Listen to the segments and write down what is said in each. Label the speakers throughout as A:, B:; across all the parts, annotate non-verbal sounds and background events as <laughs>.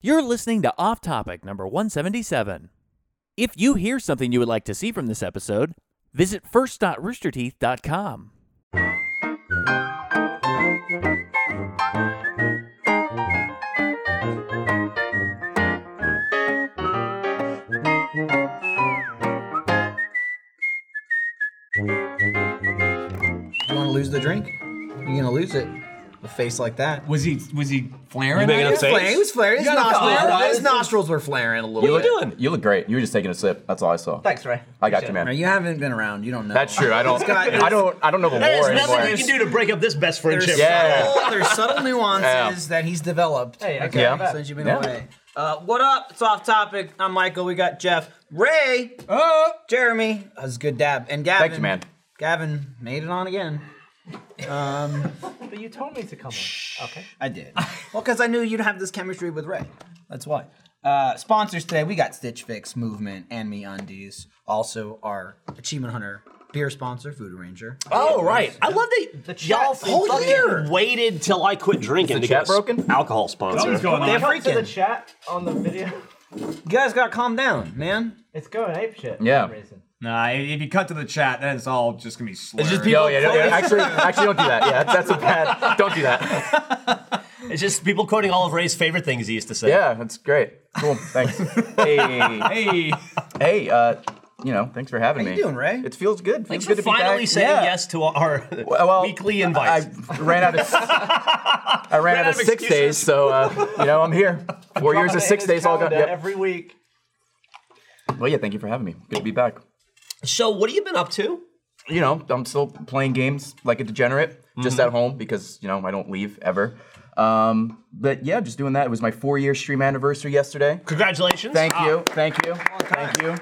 A: You're listening to Off Topic number 177. If you hear something you would like to see from this episode, visit first.roosterteeth.com.
B: You want to lose the drink? You're gonna lose it. A face like that.
C: Was he was he flaring?
D: You making
C: at
D: up
C: you?
B: It was
D: Face?
B: flaring. It was flaring. His
C: You got enough to
B: nostrils,
C: flare,
B: his
C: right?
B: nostrils were flaring a little bit.
D: What you doing? You look great. You were just taking a sip. That's all I saw.
E: Thanks, Ray.
D: I got you, man.
B: Right, You haven't been around. You don't know.
D: That's true. I don't.
B: got-
D: I don't. I don't know the
E: There's
D: lore
E: nothing
D: anymore.
E: you can do to break up this best friendship.
B: There's,
D: Yeah.
B: subtle, there's subtle nuances that he's developed
E: Hey, I
B: okay,
D: got that.
B: since you've been
D: Yeah.
B: away.
E: Uh, what up? It's off topic. I'm Michael. We got Jeff, Ray,
B: Oh,
E: Jeremy.
B: that was a good dab. And Gavin,
D: Thank you, man.
B: Gavin made it on again.
E: But you told me to come in. Okay.
C: <laughs>
B: I did. well, because I knew you'd have this chemistry with Ray. That's why. Uh, sponsors today, we got Stitch Fix, Movement, and Me Undies. Also, our Achievement Hunter beer sponsor, Food Ranger.
E: Oh right. I love that y'all
B: whole
E: fucking
B: year.
E: waited till I quit drinking
D: the
E: to get
D: chat
E: a
D: broken?
E: alcohol sponsor.
C: Something's going on.
B: freaking.
F: chat on the video. <laughs>
B: You guys gotta calm down, man.
F: It's going ape shit.
D: Yeah.
C: Nah, if if you cut to the chat, then it's all just gonna be slurred.
D: It's just people. Oh, yeah, yeah, yeah, actually, actually, don't do that. Yeah, that's, that's a bad. Don't do that.
E: It's just people quoting all of Ray's favorite things he used to say.
D: Yeah, that's great. Cool. Thanks. Hey,
C: Hey,
D: hey. Uh, you know, thanks for having
B: How
D: me.
B: you doing, Ray?
D: It feels good. Feels
E: Thanks
D: good
E: for
D: to be
E: finally
D: back.
E: saying
D: Yeah.
E: yes to our <laughs>
D: Well,
E: weekly invites.
D: I ran out of. I ran, out of
E: out of
D: six days,
E: excuses.
D: so uh, you know I'm here. Four years of six days all gone. Yep.
F: Every week.
D: Well, yeah. Thank you for having me. Good to be back.
E: so what have you been up to?
D: you know, I'm still playing games like a degenerate, just at home because you know I don't leave ever. Um, but yeah, just doing that. It was my four-year stream anniversary yesterday.
E: Congratulations.
D: Thank
E: Ah,
D: you, thank you, thank you.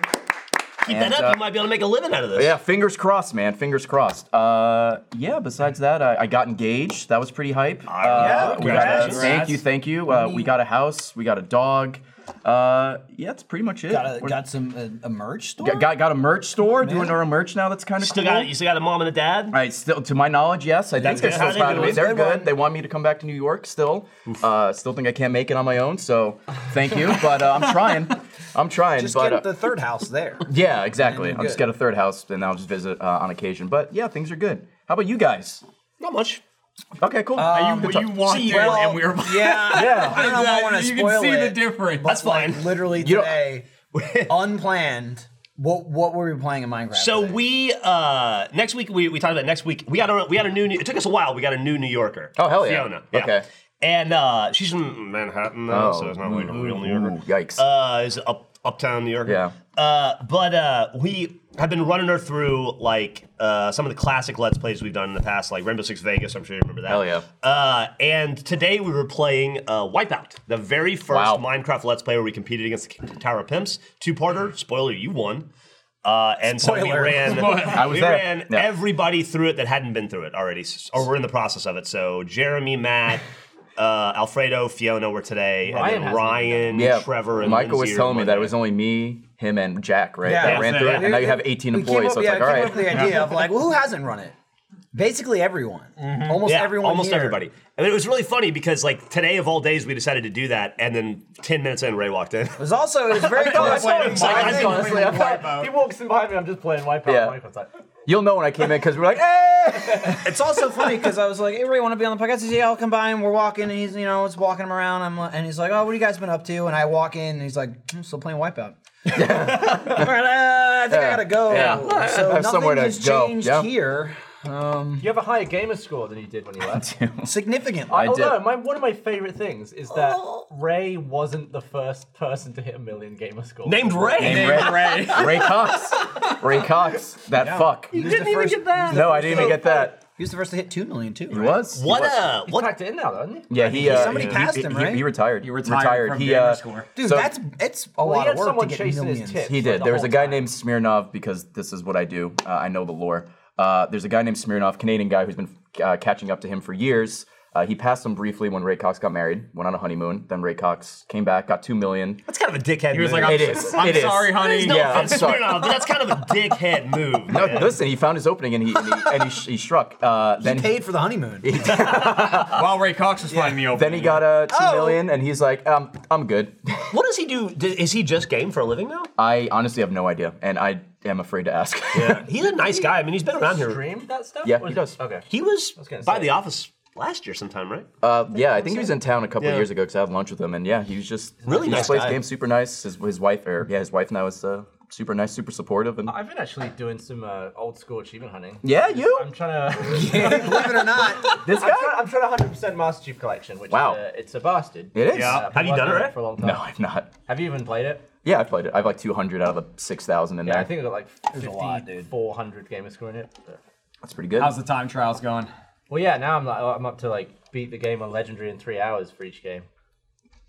E: Keep
D: And,
E: that up.
D: uh,
E: you might be able to make a living out of this.
D: Yeah, fingers crossed, man. Fingers crossed. Uh, yeah. Besides that, I, I got engaged. That was pretty hype. Uh, we got a,
C: congrats.
D: thank you, thank you. Uh, we got a house. We got a dog. Uh, yeah, that's pretty much it.
B: Got, a,
D: We're-
B: got some uh, a merch store.
D: got- got, got a merch store. Doing our own merch now. That's kind of
E: Still
D: cool.
E: got you still got a mom and a dad.
D: I still, to my knowledge, yes. I think
E: That's
D: they're
E: good.
D: still
E: How they
D: proud of me.
E: doing?
D: They're
B: They
D: good.
B: won.
D: They want me to come back to New York still. Uh, still think I can't make it on my own, so thank you. But uh, I'm trying. I'm trying.
B: Just
D: but
B: get
D: uh,
B: the third
C: <laughs>
B: house there.
D: yeah, exactly.
B: you're
D: I'll just
B: good.
D: get a third house, and I'll just visit uh, on occasion. But yeah, things are good. How about you guys?
E: Not much.
D: Okay,
B: Um,
D: cool.
C: you,
D: Good
C: you
D: talk.
C: walked
E: See,
C: in
E: well,
C: and we were.
B: <laughs> yeah.
D: Yeah.
B: I don't know if I want to
C: you can
B: spoil
C: see
B: it.
C: the difference.
E: That's fine.
B: Literally
D: don't-
B: today,
C: <laughs>
B: unplanned. What what were we playing in Minecraft?
E: So
B: today?
E: we uh next week we, we talked about next week we got a we got a new it took us a while we got a new New Yorker
D: Oh, hell yeah.
E: Fiona
D: Okay. Oh,
E: and uh, she's from Manhattan though, so it's not like a real New Yorker
D: Ooh, yikes.
E: uh is up uptown New Yorker
D: Yeah.
E: uh but uh we have been running her through like uh some of the classic Let's Plays we've done in the past like Rainbow Six Vegas I'm sure you remember that
D: Hell yeah.
E: uh and today we were playing uh Wipeout the very first
D: Wow.
E: Minecraft Let's Play where we competed against the Tower of Pimps two parter spoiler you won. Uh, and so we
B: Spoiler.
F: <laughs>
E: ran.
D: I was
E: we
D: there.
E: ran
D: Yeah.
E: everybody through it that hadn't been through it already, s- or we're in the process of it. So Jeremy, Matt, <laughs> uh, Alfredo, Fiona were today,
F: Ryan
E: and then
F: hasn't
E: Ryan,
D: yeah,
E: Trevor, and
D: Michael was
E: Lindsay are
D: telling me that
E: Monday.
D: it was only me, him, and Jack, right?
B: Yeah.
D: that
B: Yeah,
D: ran
C: so
D: through
C: yeah.
D: it, and now you have 18
B: we came
D: employees.
B: up,
D: so it's
B: yeah,
D: like,
B: we
D: all
B: came
D: right.
B: up with the idea of like, well, who hasn't run it? Basically everyone.
D: Mm-hmm.
B: Almost
E: yeah,
B: everyone.
E: almost
B: here.
E: everybody. And it was really funny because like today of all days, we decided to do that, and then ten minutes in, Ray walked in.
B: It was also it was
D: <laughs>
B: very
E: know, I
B: close.
E: saw it. It's like, I think-
D: honestly, I thought-
F: He walks in behind me. I'm just playing Wipeout.
D: Yeah.
F: Michael's like,
D: You'll know when I came in because we're like, hey!
B: It's also funny because I was like, "Hey, Ray, want to be on the podcast?" He's like, "Yeah, I'll come by." And we're walking, and he's you know, it's walking him around. I'm like- and he's like, "Oh, what have you guys been up to?" And I walk in, and he's like, "I'm still playing Wipeout."
D: <laughs>
B: All right, uh, I think I
D: Yeah.
B: gotta go.
D: Yeah. I
B: So nothing
D: have somewhere to
B: has
D: go.
B: changed
D: Yeah.
B: here
F: you have a higher gamer score than you did when you left.
B: significantly.
D: <laughs> I did.
F: Although, my, one of my favorite things is that Ray wasn't the first person to hit a million gamer score.
E: Named Ray.
D: Name Ray. Ray Cox. Ray Cox. That fuck.
B: He was the first-
D: No, I didn't even get that.
B: He was the first to hit two million too.
D: He was. He
E: What
D: was.
E: a
F: He
E: what?
F: packed it in now, though, didn't he?
D: Yeah, he. Uh,
B: Somebody
D: he-
B: passed
D: he-
B: him,
D: he-
B: right?
D: He retired.
C: He retired from
D: He.
C: gamer
D: Uh,
C: score.
B: Dude,
D: so-
B: that's it's a
F: Well,
B: lot of
F: he had
B: work to
F: someone
B: get
F: chasing
B: millions.
F: his tips.
D: He
F: for
D: did.
F: the
D: there was a
F: whole
D: guy
F: time.
D: named Smirnov because this is what I do. Uh, I know the lore. Uh, there's a guy named Smirnov, Canadian guy who's been uh, catching up to him for years. Uh, he passed them briefly when Ray Cox got married, went on a honeymoon. Then Ray Cox came back, got two million.
E: That's kind of a dickhead.
C: He was
E: move.
C: like, I'm,
D: It is.
C: I'm
D: It is.
C: sorry, honey.
E: no
D: yeah, I'm
E: offense,
D: sorry.
E: Smirnoff, but that's kind of a
D: <laughs>
E: dickhead move.
D: No,
E: man.
D: listen, he found his opening and he and he, and he, sh- he struck. Uh,
B: He
D: then
B: paid for the
E: <laughs>
B: honeymoon.
C: While Ray Cox was finding the open.
D: then he got a two million, and he's like, um, I'm good. <laughs>
E: What does he do? D- Is he just game for a living now?
D: I honestly have no idea, and I am afraid to ask.
E: He's a nice guy. I mean, he's been around here.
F: Streamed that stuff?
D: Yeah,
F: Or
D: he
F: is-
D: does.
F: Okay.
E: He was
F: gonna
E: by
F: say.
E: the office last year sometime, right?
D: Uh, <laughs> yeah, I think he was in town a couple
E: Yeah.
D: years ago because I had lunch with him, and yeah, he was just
E: Really
D: he just
E: nice
D: plays
E: guy.
D: games super nice. His, his wife, or yeah, his wife now is uh, super nice, super supportive, and
F: I've been actually doing some uh, old school achievement hunting.
D: yeah, you.
F: I'm trying to. <laughs>
B: Believe it or
E: <laughs>
B: not,
F: this guy? I'm trying, I'm trying to 100% Master Chief Collection, which
D: Wow.
F: is a, it's a bastard. Uh,
D: It is.
E: Yeah.
F: I've
E: Have
F: been
E: you done
F: working
E: it
F: on
E: already?
F: For a long time.
D: No, I've not.
F: Have you even played it?
D: Yeah, I played it. I have like 200 out of a 6,000 in
F: Yeah,
D: there.
F: I think I got like
B: a lot, dude.
F: 5,400 gamer score in it.
D: that's pretty good.
C: How's the time trials going?
F: Well, yeah, now I'm like, I'm up to like beat the game on Legendary in three hours for each game.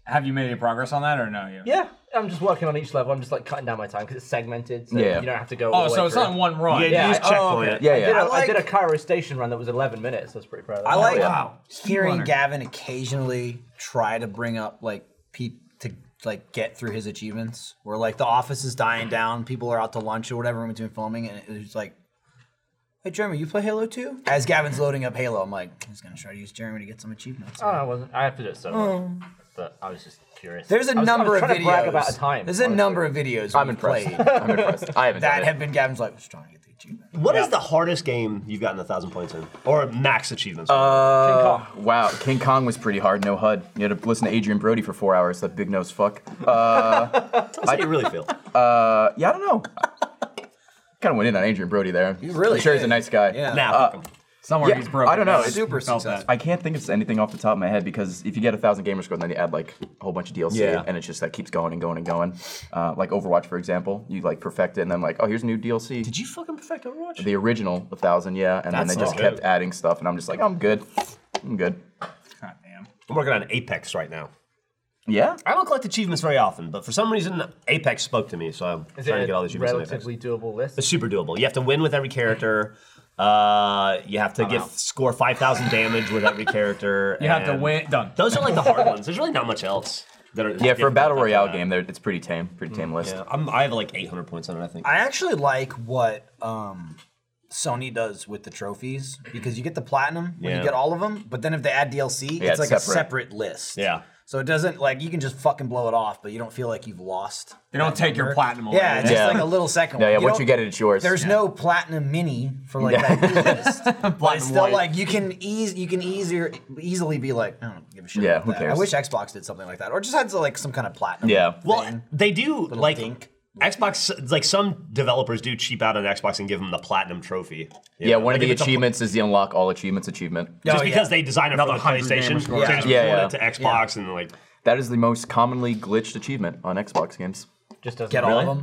C: Have you made any progress on that or no? yet?
F: Yeah, I'm just working on each level. I'm just like cutting down my time because it's segmented, so
D: Yeah.
F: you don't have to go. all
C: Oh,
F: the
C: so
F: way
C: it's
F: through.
C: not in one run.
E: Yeah,
F: yeah,
E: you just
F: I- oh,
E: checkpoint
F: okay.
E: it.
D: yeah,
F: I did, a
D: yeah.
F: I
B: like-
F: did a Cairo Station run that was 11 minutes. I was pretty proud of that.
B: I like
C: Wow.
B: hearing
C: Speedrunner.
B: Gavin occasionally try to bring up like peep to like get through his achievements. Where like the office is dying down, people are out to lunch or whatever in between filming, and it's like. Hey Jeremy, you play Halo 2? As Gavin's loading up Halo, I'm like, he's gonna try to use Jeremy to get some achievements.
F: Oh, I wasn't. I have to do it so much. But I was just curious.
B: Hmm. There's a
F: I was- I
B: number
F: was
B: of
F: trying
B: videos.
F: To brag about a time.
B: There's a
F: honestly.
B: number of videos
D: I'm
B: we've
D: impressed.
E: <laughs>
B: played
D: <laughs> I'm impressed. I haven't
B: that
D: done
B: have been Gavin's like, just trying to get the achievement.
E: What is the hardest game you've gotten a thousand points in, or max achievements?
D: Uh,
F: King
D: wow, King Kong was pretty hard. No HUD. You had to listen to Adrian Brody for four hours. That big nose fuck. Uh,
E: That's how you really feel.
D: uh, yeah, I don't know. kind of went in on Adrian Brody there. You
B: really
D: I'm sure he's a
B: did.
D: nice guy.
B: Yeah.
E: Now,
D: Uh,
E: fuck 'em.
C: Somewhere
D: Yeah,
C: he's broken.
D: I don't know.
C: It's-
B: Super
C: I felt that.
B: successful.
D: I can't think of anything off the top of my head because if you get a thousand gamer score, then you add like a whole bunch of DLC,
E: Yeah.
D: and it's just that keeps going and going and going. Uh, like Overwatch, for example, you like perfect it, and then like, oh, here's new DLC.
E: Did you fucking perfect Overwatch?
D: the original a thousand, yeah, and then
B: That's
D: they just
B: not
D: kept adding stuff, and I'm just like, I'm good, I'm good.
C: God damn.
E: I'm working on Apex right now.
D: Yeah,
E: I don't collect achievements very often, but for some reason Apex spoke to me, so I'm
F: Is
E: trying to
F: it
E: get all
F: a
E: these achievements. in Apex.
F: relatively doable list?
E: It's super doable. You have to win with every character. Uh, you have to give score five thousand damage with every character.
C: You have to
E: and
C: win. Done.
E: Those are like the hard ones. There's really not much else. That are
D: yeah. For a
E: difficult
D: battle
E: after
D: royale
E: that.
D: game, there it's pretty tame, pretty tame list.
E: Yeah, I'm, I have like 800 points on it. I think.
B: I actually like what um, Sony does with the trophies because you get the platinum when
E: Yeah.
B: you get all of them, but then if they add DLC,
D: Yeah,
B: it's like
D: it's
B: a
D: separate.
B: separate list.
E: Yeah.
B: So it doesn't like you can just fucking blow it off, but you don't feel like you've lost.
C: They don't take your platinum away.
B: Yeah, it's
D: Yeah.
B: just like a little second.
D: Yeah,
B: one.
D: yeah. once you
B: don't-
D: get it, it's yours.
B: there's no platinum mini for like that
D: <laughs>
B: list. But
C: Black
B: it's
C: and
B: still
C: white.
B: like you can ease you can easier easily be like, I don't give a shit.
D: Yeah,
B: about
D: who
B: that.
D: cares?
B: I wish Xbox did something like that, or just had like some kind of platinum.
D: Yeah.
E: Well,
B: thing.
E: they do like
B: dink.
E: Xbox. Like some developers do cheap out on Xbox and give them the platinum trophy.
D: yeah, one
E: Like,
D: of the
E: if it's a pl-
D: achievements is the unlock all achievements achievement.
E: Just
B: Oh, yeah.
E: because they design it for the
C: Another 100
E: PlayStation,
C: gamer
E: so
C: score.
E: they
B: Yeah.
E: just
D: Yeah,
E: forward
D: yeah.
E: it to Xbox and like
D: That is the most commonly glitched achievement on Xbox games.
F: Just doesn't
B: get all
F: really.
B: of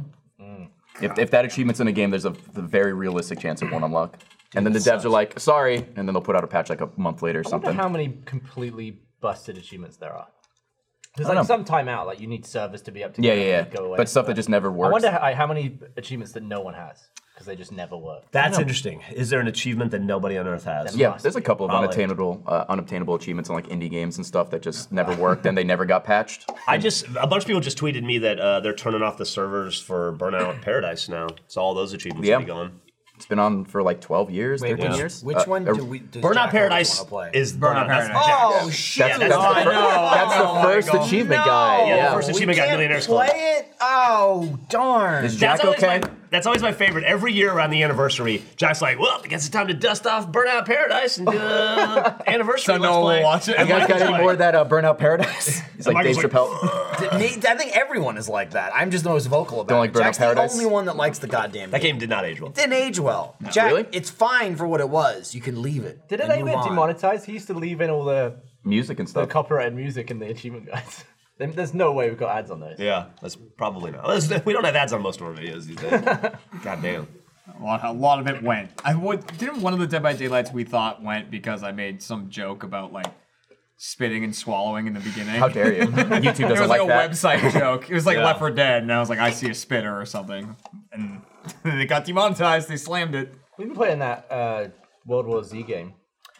B: them.
D: If, if that achievement's in a game, there's a, a very realistic chance
F: <clears throat>
D: it won't unlock. and then the devs are like, sorry, and then they'll put out a patch like a month later or
F: I wonder
D: something.
F: how many completely busted achievements there are. Because
D: don't
F: like
D: know.
F: some time out, like you need servers to be up to
D: yeah,
F: go-
D: yeah, yeah.
F: go away.
D: But stuff that just never
F: I
D: works.
F: wonder how, like, how many achievements that no one has because they just never work.
E: that's interesting. Is there an achievement that nobody on earth has?
D: yeah, there's a couple of
E: Probably.
D: unobtainable uh, unobtainable achievements on like indie games and stuff that
F: <laughs>
D: just never worked and they never got patched.
E: I just a bunch of people just tweeted me that uh, they're turning off the servers for <clears throat> Burnout Paradise now, so all those achievements
D: Yeah.
E: will be gone.
D: It's been on for like 12 years, 13
E: which-
D: years.
B: Which
D: Uh,
B: one
D: uh,
B: do we? Does
E: Burnout
B: Jack always
E: Paradise
B: wanna play?
E: is
C: Burnout
E: That's
C: Paradise.
E: Jack.
B: Oh shit! Oh,
D: That's, that's
E: Oh, I
D: the, fir-
C: know.
D: that's the
C: Oh my
D: first
C: God.
D: achievement guy.
E: Yeah,
D: Yeah.
E: the first
B: we
E: achievement got
B: can't
E: Millionaires
B: play
E: Club.
B: it. Oh darn!
D: Is
E: That's
D: Jack
E: always
D: okay?
E: My, that's always my favorite. Every year around the anniversary, Jack's like, "Well, I guess it's time to dust off Burnout Paradise and uh,
D: <laughs>
E: anniversary."
C: So
E: let's
C: no one
E: play."
C: will watch it.
D: You guys
E: Michael's
D: got any
E: like-
D: more of that uh, Burnout Paradise? <laughs> He's like
E: Michael's
D: Dave
E: like,
D: Chappelle.
B: Me- I think everyone is like that. I'm just the most vocal about
D: Don't like
B: it.
D: Burnout
B: Jack's
D: Paradise?
B: the only one that likes the goddamn.
E: That
B: game.
E: game did
D: <laughs>
E: not age well.
B: It didn't age well. Jack,
D: Really?
B: it's fine for what it was. You can leave it.
F: Did it
B: and
F: ever
B: move
F: get
B: on.
F: demonetized? He used to leave in all the,
D: Music and
F: the
D: stuff.
F: copyrighted music in the achievement guides. <laughs> There- There's no way we've got ads on those.
E: Yeah, that's probably not. <laughs> That's- We don't have ads on most of our videos
D: <laughs>
E: these days. God damn.
C: A lot, a lot of it went. I would, didn't one of the Dead by Daylights we thought went because I made some joke about like spitting and swallowing in the beginning.
D: How dare you? <laughs>
C: <laughs>
D: YouTube
C: It
D: doesn't
C: was like,
D: like,
C: a
D: that.
C: website joke. It was like
E: Yeah.
C: Left 4 Dead, and I was like, I see a spitter or something, and <laughs> they got demonetized. They slammed it.
F: We've been playing that uh, World War Z game.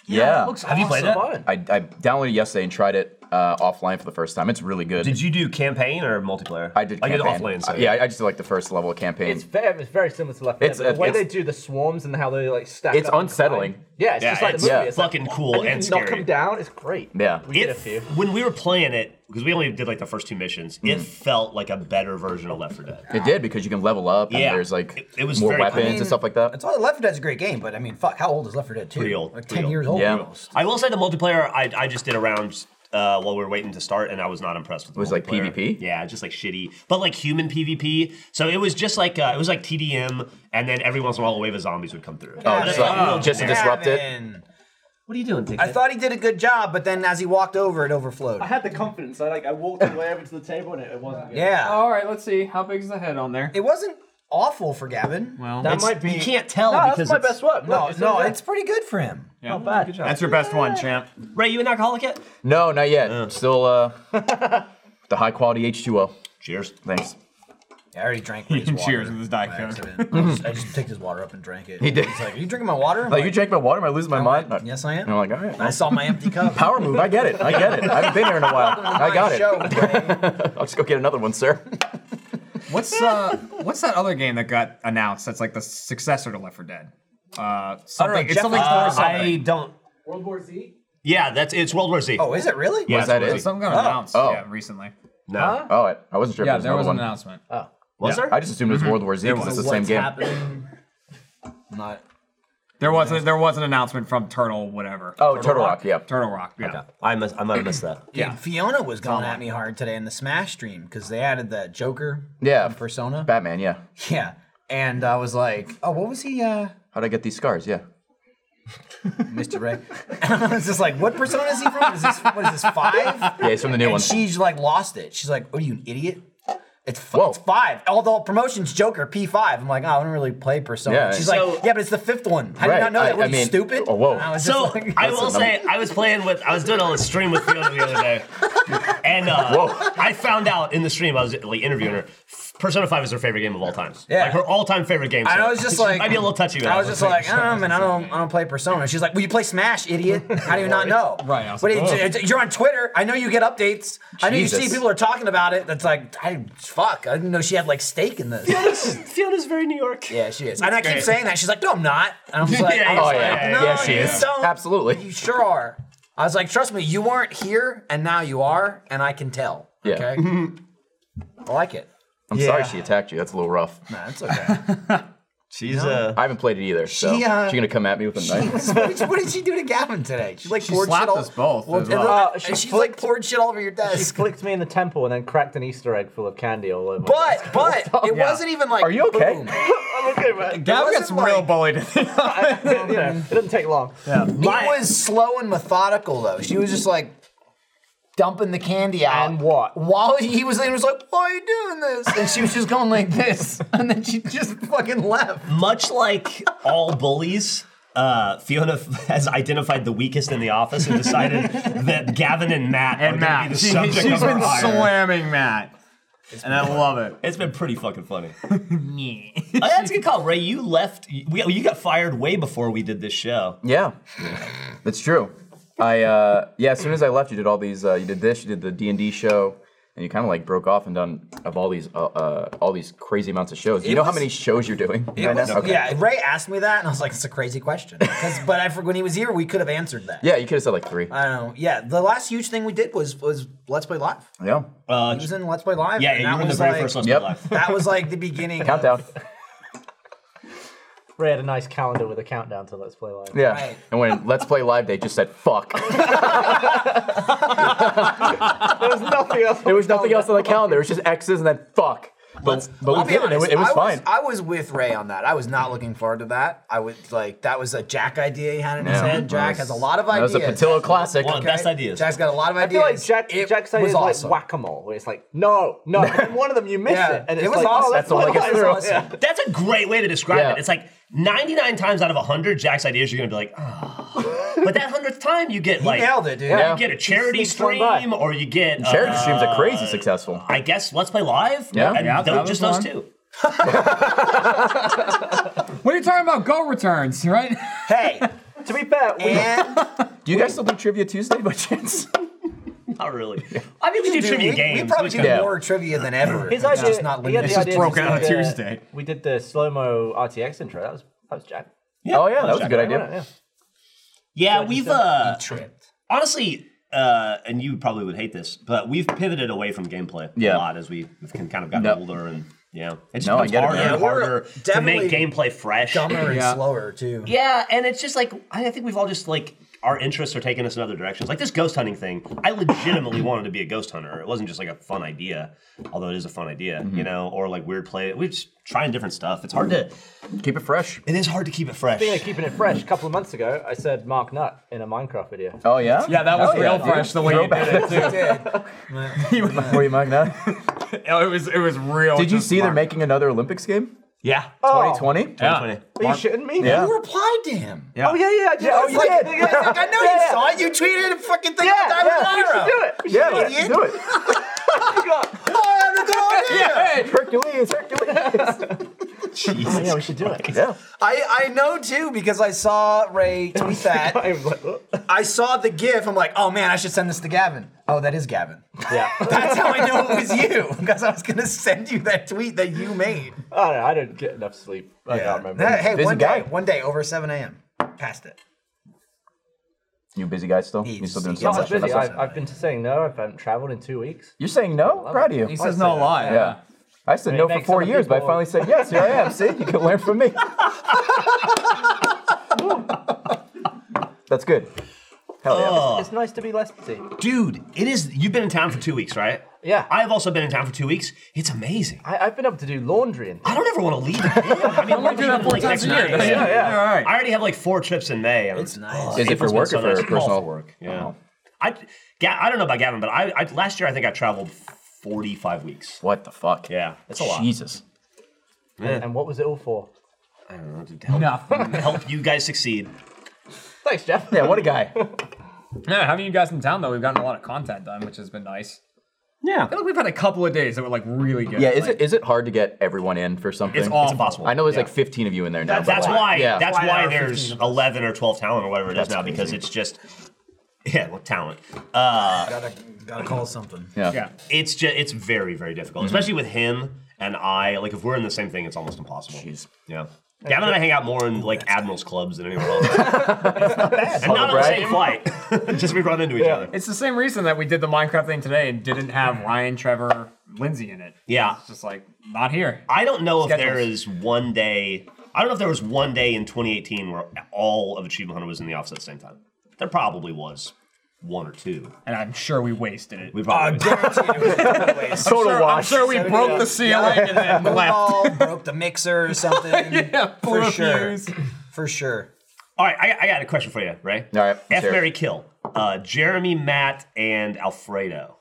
D: Yeah.
E: Have you played
F: awesome.
E: it?
D: I, I downloaded it yesterday and tried it uh, offline for the first time. It's really good.
E: Did you do campaign or multiplayer?
D: I did.
E: I did
D: Campaign.
E: offline. So
D: Uh, yeah, I, I just did like the first level of campaign.
F: It's very, it's very similar to Left 4
D: It's- uh,
F: Dead. but The way
D: it's-
F: they do the swarms and how they like stack.
D: It's
F: up and
D: unsettling.
F: climb. Yeah, it's
E: Yeah,
F: just like
E: it's
F: the movie.
D: yeah.
F: It's like,
E: fucking
F: wha-
E: cool
F: you
E: and
F: can knock
E: scary.
F: them down. It's great.
D: Yeah.
F: we did a
E: It,
F: few.
E: when we were playing it, because we only did like the first two missions,
D: Mm.
E: it felt like a better version of Left 4 Dead.
D: it did because you can level up.
E: Yeah.
D: and There's like
E: It- it was
D: more
E: very cool.
D: weapons
E: I
B: mean,
D: and stuff like that.
B: It's all Left 4 Dead's a great game, but I mean, fuck, how old is Left 4 Dead 2?
E: Pretty old,
B: Like
E: pretty
B: 10
E: old.
B: years old
D: Yeah.
B: almost.
E: I will say the multiplayer I, I just did a round uh, while we were waiting to start, and I was not impressed with. It
D: was like PvP?
E: Yeah, just like shitty, but like human PvP. So it was just like uh, it was like TDM, and then every once in a while a wave of zombies would come through.
D: Oh, just, like,
E: Oh,
D: just to disrupt it.
B: Gavin.
E: What are you doing?
B: I thought he did a good job, but then as he walked over, it overflowed.
F: had the confidence. I like I walked all the way over to the table and it, it wasn't good.
B: Yeah.
C: All right, let's see. How big is the head on there?
B: It wasn't awful for Gavin. Well,
F: That might be.
E: you can't tell
F: No,
E: because
F: that's my
E: it's-
F: best work.
B: no,
F: Look, it's
B: no,
F: over there.
B: it's pretty good for him.
F: not bad. Good job.
C: That's your best one, champ.
E: Ray, you an alcoholic yet?
D: No, not yet. Still uh,
E: <laughs>
D: the high quality H2O.
E: Cheers.
D: Thanks.
B: Yeah, I
C: <laughs>
B: already drank Ray's water.
C: Cheers with his Diet
B: by
C: Coke.
B: accident. I just- I just picked his water up and drank it. He
D: did.
B: He's like, "Are you drinking my water?" I'm
F: Oh,
D: Like you drank my water, am I losing my mind?
B: yes, I am.
D: And I'm like, all right.
B: I saw my empty
F: <laughs>
B: cup.
D: Power move. I get it. I get it. I haven't been here in a
E: <laughs>
D: while. I got it.
B: Show, Ray.
D: <laughs> I'll just go get another one, sir.
C: What's uh what's that other game that got announced that's like the successor to Left 4 Dead? Uh something it's
B: Jeff-
C: something
B: uh,
C: for
E: I
C: something.
E: don't.
F: World War Z.
E: Yeah, that's it's World War Z.
B: oh, is it really?
E: yeah,
D: Was that
E: it's World
D: it?
E: War Z.
C: Something got announced
D: Oh.
C: yeah, recently.
E: No,
D: Oh, I, I wasn't sure
C: Yeah,
D: if there
C: there
D: was
C: was an
D: another one.
C: announcement.
E: was there?
D: I just assumed it Mm-hmm. was World War Z because it's the
B: What's
D: same game.
B: happening? I'm not.
C: There was a, there was an announcement from Turtle whatever.
D: Oh, Turtle Rock. Yeah.
C: Turtle Rock. Yeah.
E: I must. I might have missed
F: <laughs>
E: that.
B: Dude, Fiona was going at me hard today in the Smash stream because they added that Joker.
D: Yeah.
B: from Persona.
D: Batman. Yeah.
B: Yeah. And I was like, oh, what was he, uh, <laughs>
D: How'd I get these scars? Yeah.
B: Mr. Ray? <laughs> And I was just like, what persona is he from? Is this, what is this, five?
D: Yeah, he's from the new
B: And
D: <laughs> one.
B: she's like, lost it. She's like, what are you, an idiot? It's, f-
D: Whoa.
B: it's five. Although promotions Joker P5. I'm like, oh, I don't really play Persona.
D: Yeah,
B: She's
E: so-
B: like, yeah, but it's the fifth one. How do
D: Right,
B: you not know
D: I-
B: that? What
D: I
B: are you,
D: mean-
B: stupid?
D: oh, whoa.
B: And I was just
E: So
B: like-
E: I will
D: Listen,
E: say, I was playing with, I was doing a stream with Fiona the other
B: <laughs>
E: day, and uh, I found out in the stream I was like interviewing her. Persona Five is her favorite game of all time.
B: Yeah.
E: like her all-time favorite game.
B: And
E: so
B: <laughs> I was just
E: she
B: like,
E: might be a little touchy. with
B: I
E: that.
B: was just like, I don't know, man. I don't, I don't play Persona. She's like, well, you play Smash, idiot. How do you not know?
C: Right, I was
B: But
C: like,
B: it's-
C: oh.
B: it's- you're on Twitter. I know you get updates. I know you see
D: Jesus.
B: people are talking about it. That's like, I fuck. I didn't know she had like stake in this.
E: Fiona's, Fiona's very New York.
B: yeah, she is. And I keep
E: great.
B: saying that. She's like, no, I'm not. And I'm just like,
E: Yeah,
B: I was
E: oh, yeah,
B: like,
E: yeah,
B: no,
D: yeah, she
B: you
D: is.
B: don't.
D: Absolutely.
B: You sure are. I was like, trust me, you weren't here, and now you are, and I can tell.
D: Yeah.
B: Okay. <laughs> I like it.
D: I'm sorry she attacked you. That's a little rough.
B: Nah, it's okay.
E: She's uh,
D: I haven't played it either. So
B: She, uh,
D: she gonna come at me with a knife.
B: what, did, what did she do to Gavin today? She like
C: She
B: poured
C: slapped
B: shit all,
C: us both as
B: and
C: well.
B: look-
F: Uh, she
B: and she's like
F: flicked-
B: poured shit all over your
F: She
B: desk.
F: flicked me in the temple and then cracked an Easter egg full of candy all over.
B: But but <laughs> it
C: Yeah.
B: wasn't even like.
D: Are you okay?
B: boom.
F: <laughs> I'm okay,
G: <laughs>
F: man.
C: Gav
B: wasn't
C: gets
B: like-
C: real bullied.
F: you know, it doesn't take long.
B: It was slow and methodical though. She was just like dumping the candy out.
F: And what?
B: While he was in, was like, "Why are you doing this?" And she was just going like this, <laughs> and then she just fucking left.
E: much like all bullies. Uh, Fiona f- <laughs> has identified the weakest in the office and
B: <laughs>
E: decided that Gavin and Matt are
C: and
E: going to
C: Matt.
E: be the
C: She,
E: subject
C: she's
E: of her
C: been
E: ire.
C: slamming Matt. And I love it.
E: It's been pretty fucking funny. Oh, that's a good call, Ray. You left. We, you got fired way before we did this show.
D: <laughs> Yeah, it's true. I uh, yeah. As soon as I left, you did all these. Uh, you did this. You did the D and D show, and you kind of like broke off and done of all these uh, uh, all these crazy amounts of shows. Do you
B: It
D: know
B: was-
D: how many shows you're doing?
B: It
D: right
B: was-
D: now? Okay.
B: Yeah, Ray asked me that, and I was like, "It's a crazy question." 'Cause- <laughs> but I, for- when he was here, we could have answered that.
D: Yeah, you could have said like three.
B: I don't know. Yeah, the last huge thing we did was was Let's Play Live.
D: yeah.
E: Uh,
B: He was in Let's Play Live.
E: yeah,
B: and
E: yeah, you
B: that
E: were in the
B: was
E: very
B: like-
E: first Let's
D: Yep.
E: Play Live.
B: <laughs> That was like the
D: <laughs>
B: beginning. of-
D: Countdown.
F: Ray had a nice calendar with a countdown to Let's Play Live.
D: Yeah.
B: Right.
D: And when Let's Play Live Day just said fuck.
F: There was nothing else.
D: there was nothing else on the calendar. It was just X's and then fuck. But, but
B: I'll
D: we
B: be
D: did it. It was,
B: honest,
D: it was
B: I
D: fine.
B: I was with Ray on that. I was not looking forward to that. I was like, that was a Jack idea he had in his
D: Yeah.
B: head. Jack has a lot of
D: that
B: ideas.
D: was a Patillo classic.
E: One of the best ideas.
B: Jack's got a lot of
F: I feel
B: ideas.
F: like Jack,
B: It
F: Jack's idea
B: was
F: is
B: awesome.
F: like whack-a-mole, where it's like, no, no, and then one of them you miss
B: Yeah.
F: it, and
B: It
F: it's
B: was
F: like,
B: awesome.
F: oh,
D: That's all I
F: Let's Play
D: get
F: Live.
D: through.
F: Yeah.
E: That's a great way to describe
D: Yeah.
E: it. It's like 99 times out of 100, Jack's ideas, you're going to be like, oh. but that 100th time, you get like,
B: nailed it, dude.
D: Yeah.
E: you get a charity
F: sneaks one by.
E: stream or you get, uh,
D: Charity streams are crazy successful.
E: I guess, Let's Play Live.
D: Yeah.
E: And
D: Yeah,
E: those-
C: that was
E: just those
C: fun.
E: two.
C: What are you talking about? Go returns, right?
D: <laughs>
B: Hey,
F: to be fair, we,
B: And
D: Do you guys still do Trivia Tuesday by chance?
E: Not really. I mean, we do
B: Dude,
E: trivia
B: we,
E: games.
B: We probably
E: which
B: do
E: kind of-
D: Yeah.
B: more trivia than ever.
F: his
B: It's
F: idea,
B: just not
F: he had
B: limited.
F: the idea
C: broken
F: we
C: out
F: did
C: on
F: the-
C: Tuesday.
F: We did the slow mo RTX intro. That was that was jack.
D: oh yeah, that was a good
F: Wasn't it?
D: idea.
F: Yeah.
E: Yeah, we've uh,
B: tripped.
E: honestly, uh, and you probably would hate this, but we've pivoted away from gameplay
D: Yeah.
E: a lot as we have kind of gotten
D: No.
E: older and yeah, it just
D: No, I
E: becomes
D: get it,
E: harder
D: man.
E: and
B: Yeah, we're
E: harder to make
B: definitely
E: gameplay fresh.
B: Dumber and
D: Yeah.
B: slower too.
E: Yeah, and it's just like I I think we've all just like our interests are taking us in other directions. Like this ghost hunting thing, I
D: <clears throat>
E: legitimately wanted to be a ghost hunter. It wasn't just like a fun idea, although it is a fun idea,
D: Mm-hmm.
E: you know, or like weird play. We're just trying different stuff. It's hard to.
D: Keep it fresh.
E: It is hard to keep it fresh.
F: Being keeping it fresh, a couple of months ago, I said Mark Nutt in a Minecraft video.
D: Oh yeah. <laughs>
C: Yeah, that was
D: Hell
C: real
D: dude.
C: fresh the way you did it.
B: It <laughs> did.
F: <laughs>
D: Were you Mike now?
C: It was it was real.
D: Did you
C: just
D: see they're
C: smart.
D: making another Olympics game?
C: Yeah.
F: Oh,
D: 2020.
C: Yeah.
F: Are you shitting me?
D: Yeah.
B: You replied to him.
C: Yeah.
F: Oh yeah, yeah, yeah. Oh, you
B: Like,
F: did.
B: I was like, I know you
F: Yeah, yeah.
B: saw it. You tweeted a fucking thing
F: Yeah,
B: about Diamond Lyra.
F: yeah. We should do it. We should
D: Yeah,
F: do
D: let's
B: idiot.
D: do
F: <laughs>
D: it.
F: it.
B: Oh, <laughs> I have a good idea.
D: Hey, Hercules, Hercules.
E: Jesus.
F: Yeah, we should do it.
D: yeah.
B: I, I know too because I saw Ray tweet that.
F: <laughs> I was like, "Oh."
B: I saw the GIF. I'm like, oh man, I should send this to Gavin. Oh, that is Gavin. <laughs>
F: Yeah. <laughs>
B: That's how I know it was you <laughs> because I was gonna send you that tweet that you made.
F: I don't know. I didn't get enough sleep. I can't remember.
B: That- hey,
D: Busy
B: one
D: guy.
B: day, one day over 7 a.m. Past it.
D: You busy guy still? You
B: He's-
D: still doing
B: he's
F: No,
D: some
F: I was
D: shit?
F: busy.
D: That's
F: I've,
D: awesome.
F: I've been saying no. I haven't traveled in two weeks.
D: You're saying no? Proud of
C: He
D: you.
C: says no a lot.
D: Yeah. I said
F: It
D: no for
F: makes
D: four
F: other
D: years, but I
F: people-
D: finally said yes. Here I am. See, you can learn from me. That's good. Hell yeah.
F: It's nice to be less busy.
E: Dude, it is. You've been in town for two weeks, right?
F: Yeah.
E: I've also been in town for two weeks. It's amazing.
F: I, I've been able to do laundry and
E: I don't ever want to leave. <laughs> Again. I mean, we're
C: do that
E: doing
C: four
E: like
C: times
E: next
C: a year.
E: night.
C: Yeah, yeah.
F: yeah.
C: All right.
E: I already have like four trips in May. and-
B: It's nice.
E: Oh,
D: Is it for
E: April's been
D: work
E: so
D: or for
E: nice.
D: personal?
E: Oh, for work? Yeah.
D: Oh.
E: I, Ga- I don't know about Gavin, but I, I last year I think I traveled forty-five weeks.
D: What the fuck?
E: Yeah, it's a lot.
D: Jesus.
F: And what was it all for?
E: I don't know to help,
C: Nothing.
E: help you guys succeed.
F: Thanks, Jeff.
D: Yeah, what a
E: <laughs>
D: guy.
C: Yeah, having you guys in town though, we've gotten a lot of content done, which has been nice.
E: Yeah,
C: I feel like we've had a couple of days that were like really good.
D: Yeah, is
C: like,
D: it is it hard to get everyone in for something?
E: it's all impossible.
D: I know there's like
E: Yeah.
D: 15 of you in there now. but,
E: That's
D: like,
E: why.
D: Yeah.
E: That's
B: Why
E: why
B: there are
E: there's
B: 15
E: eleven or twelve talent or whatever it is now because it's just yeah, well, talent.
B: Gotta, gotta
C: <laughs>
B: call something.
D: yeah.
C: Yeah.
E: It's just it's very very difficult, especially with him and I. Like if we're in the same thing, it's almost impossible.
D: Jeez.
E: Yeah. Gavin and I hang out more in like admirals clubs than anywhere else. and not on the
D: brag.
E: same flight. <laughs> just we run into each other.
C: It's the same reason that we did the Minecraft thing today and didn't have Ryan, Trevor, Lindsay in it.
E: Yeah.
C: It's just like not here.
E: I don't know if there
C: Schedules.
E: is one day. I don't know if there was one day in 2018 where all of Achievement Hunter was in the office at the same time. There probably was one or two.
C: And I'm sure we wasted it.
E: We
B: I
E: probably.
B: guarantee you it was always-
D: Total
C: I'm sure, I'm
D: wash.
C: sure we broke the ceiling and then
B: We
C: left.
B: all broke the mixer or something.
C: <laughs> Yeah, blew
B: Oh. for
C: a
B: sure.
C: fuse.
B: For sure.
E: all right, I, I got a question for you, Ray.
D: All right,
E: F
D: let's hear it.
E: Mary Kill. Uh, Jeremy, Matt, and Alfredo.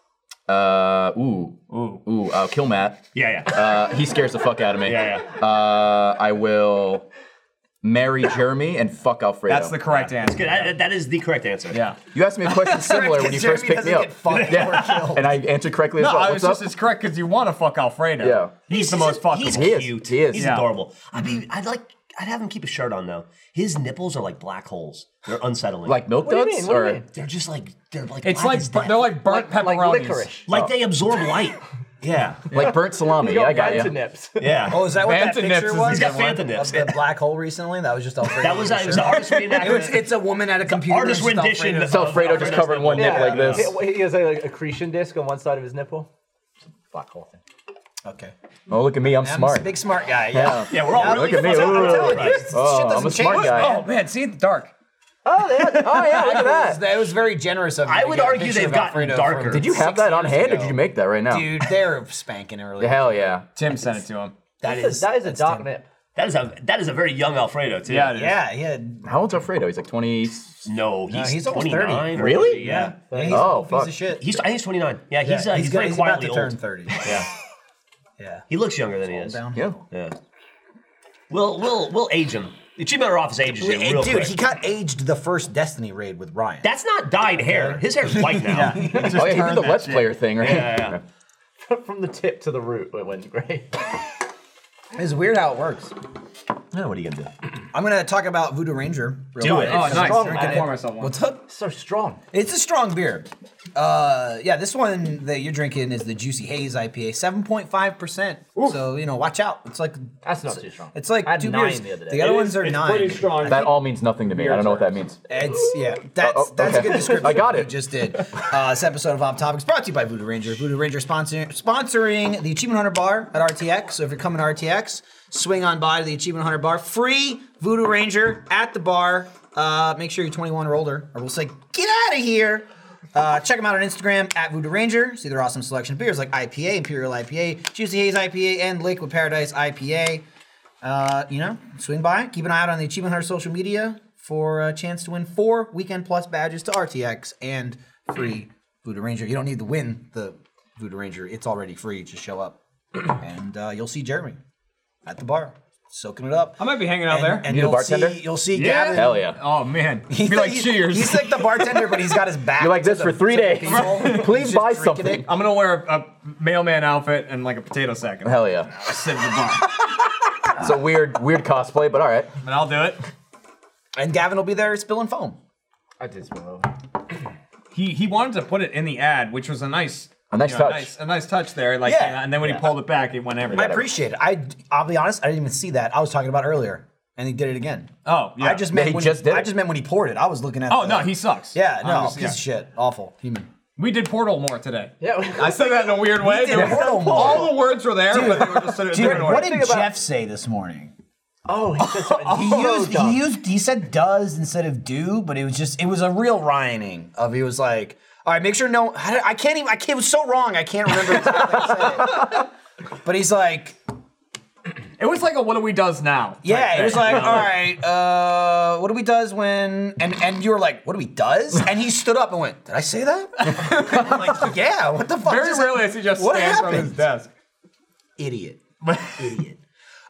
D: Uh, ooh, ooh, ooh. Uh, kill Matt.
E: Yeah, yeah,
D: Uh, he scares the fuck out of me.
E: yeah, yeah.
D: <laughs> Uh, I will marry Jeremy and fuck Alfredo.
C: That's the correct answer.
E: Good. I- that is the correct answer.
C: Yeah.
D: <laughs> You asked me a question similar when you
B: Jeremy
D: first picked
B: doesn't
D: me up.
B: get fucked or killed.
D: And I answered correctly as
C: No,
D: well.
C: I was
D: What's
C: just
D: up?
C: it's correct because you want to fuck Alfredo.
D: Yeah.
C: He's, the most fuckable.
E: He's
D: He is,
E: cute.
D: he is.
E: He's
D: Yeah.
E: adorable. I'd be. I'd like. I'd have him keep his shirt on though. His nipples are like black holes. They're unsettling.
D: Like milk
F: What do you
D: duds?
F: mean? What do you
D: or
F: mean?
E: they're just like they're like.
C: it's
E: black
C: like
E: as death.
C: bur- they're like burnt
F: Like- like
C: pepperonis.
F: licorice.
E: Like they absorb
D: <laughs>
E: light. yeah.
D: like burnt salami. I got you.
F: nips.
E: Yeah.
B: Oh, is that what that
C: Phantom Nips
B: picture
C: is
B: was?
E: he's got
C: that one?
E: Fanta
B: Of
E: nips.
B: the black hole recently? That was just Alfredo.
E: That was, it was an
B: Sure. <laughs>
E: artist
B: It was-
E: reenactment.
B: it's a woman at a computer.
E: Artist
B: It's
E: rendition.
B: Alfredo's-
E: of
D: Alfredo just covered in one
E: Alfredo's
D: nip like
E: nipple.
D: this.
F: He, he has a like, accretion disc on one side of his nipple. Black hole thing.
B: Okay.
D: Oh, look at me. I'm
B: I'm
D: smart.
B: a big smart guy. Yeah.
E: Yeah, we're all
B: Yeah,
E: really
D: look at me.
E: fucked
D: Ooh.
E: up. I'm telling you.
D: Oh, I'm a
B: doesn't
D: smart
B: change.
D: guy.
C: Oh man, see the dark.
F: Oh yeah! Oh yeah! Look
B: That was,
F: at that.
B: that was very generous of you.
E: I
B: to
E: would
B: get a
E: argue
B: picture
E: they've
B: of
E: gotten
B: Alfredo
E: darker.
B: from
E: Did
D: Did you have that on
B: 60
D: hand
B: years
D: or did
B: ago.
D: you make that right now?
B: Dude, they're spanking early.
D: Hell yeah.
C: Tim sent it to him.
B: That
F: That is,
B: is
F: that is a
B: that's
F: dark
B: Tim.
F: nip. <laughs>
E: That is a that is a very young Alfredo too.
C: Yeah, it is.
B: Yeah, yeah.
D: How old's Alfredo? He's like 20.
E: No, he's,
B: he's almost
E: 29.
B: 30.
E: or-
D: Really?
E: Yeah.
B: yeah he's
D: Oh,
B: a piece
D: fuck.
B: of shit.
E: He's I think he's 29. Yeah,
B: Yeah,
E: he's uh, he's,
B: got-
E: very
B: he's about
E: quietly
B: to
E: old.
B: turn 30.
E: Yeah.
B: Yeah.
E: He looks younger than he is.
B: Down.
D: Oh, Yeah.
E: Yeah. We'll we'll we'll age him. The Achievement Hunter office ages him
B: Hey,
E: real
B: dude,
E: quick.
B: he got aged the first Destiny raid with Ryan.
E: That's not dyed hair. His hair's
D: <laughs>
E: white now.
D: Oh, yeah, he did
C: turned
D: the
C: that
D: Let's
C: shit.
D: Player thing, right? <laughs>
E: yeah,
F: From the tip to the root, it went great.
B: it's weird how it works.
E: Now what are you gonna do?
B: I'm gonna talk about Voodoo Ranger. Real
E: Do
B: quick.
E: it.
C: Oh,
E: It's
C: nice.
B: strong
C: I
B: man.
C: can pour myself one.
B: What's up?
F: So strong.
B: It's a strong beer. Uh, yeah, this one that you're drinking is the Juicy Haze IPA, seven point five percent. So you know, watch out. It's like
F: That's not too strong.
B: It's like
F: I had
B: two
F: nine
B: beers.
F: the other day.
B: The other
H: It is-
B: ones are
H: it's
B: nine.
H: pretty strong.
D: That all means nothing to me. I don't know what that means.
B: It's yeah. That's
D: Oh, oh,
B: that's
D: okay.
B: a good description.
D: I
B: of
D: got
B: what
D: it.
B: We just did uh, this episode of Off Topic is brought to you by Voodoo Ranger. Voodoo Ranger sponsor, sponsoring the Achievement Hunter Bar at RTX. So if you're coming to RTX, swing on by to the Achievement Hunter Bar. Free Voodoo Ranger at the bar. Uh, make sure you're 21 or older, or we'll say get out of here. Uh, check them out on Instagram at Voodoo Ranger. See their awesome selection of beers like IPA, Imperial IPA, Juicy Haze IPA, and Lakewood Paradise IPA uh, you know, swing by. Keep an eye out on the Achievement Hunter social media for a chance to win four weekend plus badges to RTX and free Voodoo Ranger. You don't need to win the Voodoo Ranger; it's already free. Just show up, <clears throat> and uh, you'll see Jeremy at the bar soaking it up.
C: I might be hanging out there.
B: And
D: You the
B: you'll
D: bartender?
B: see, you'll see
C: Yeah.
B: Gavin.
D: Hell yeah.
C: Oh man.
B: He's,
C: Be
B: like,
C: like
B: he's-
C: cheers.
B: he's like the bartender, but he's got
D: <laughs>
B: his back.
D: You're like
B: to
D: this
B: the-
D: for three
B: to the
D: days.
B: people. <laughs>
D: Please
B: He's just
D: buy
B: drinking
D: something.
B: it.
C: <laughs> I'm gonna wear a, a mailman outfit and like a potato sack. And
D: Hell yeah.
C: Sit in the bar.
D: It's a weird, weird cosplay, but all right.
C: and I'll do it.
B: And Gavin will be there spilling foam.
F: I did smell
C: He he wanted to put it in the ad, which was a nice.
D: A nice
C: you know,
D: touch.
C: nice, a nice touch there, like,
B: Yeah.
C: and then when he pulled it back, it went
B: I
C: everywhere.
B: appreciate it. I, I'll be honest, I didn't even see that. I was talking about earlier, and he did it again.
C: oh, yeah.
B: I just
D: Yeah,
B: meant
D: he
B: when
D: just did
B: I
D: it.
B: just meant when he poured it. I was looking at.
C: Oh
B: the-
C: no, he sucks.
B: Yeah, no,
C: I'm just-
B: piece
C: yeah.
B: of shit, awful human.
C: We did Portal more today.
F: Yeah.
C: I said that in a weird way.
B: We did
C: There was-
B: Portal more.
C: All the words were there, but they were just sort of in a
B: <laughs> Dude,
C: different order.
B: what did Jeff say this morning?
F: Oh, <laughs> he said something.
B: He
F: so
B: used
F: dumb.
B: he used he said does instead of do, but it was just it was a real rhyming of he was like, all right, make sure no, I don't- I can't even I can't, it was so wrong I can't remember exactly how I <laughs> said it. But he's like,
C: It was like a what do we does now.
B: yeah, it was like, all right, uh, what do we does when and and you were like, what do we <laughs> does? And he stood up and went, did I say that? <laughs> I'm like, yeah, what the fuck?
C: Very
B: just
C: rarely I see Jeff
B: What
C: stand from his
B: happened?
C: desk.
B: <laughs> idiot. idiot.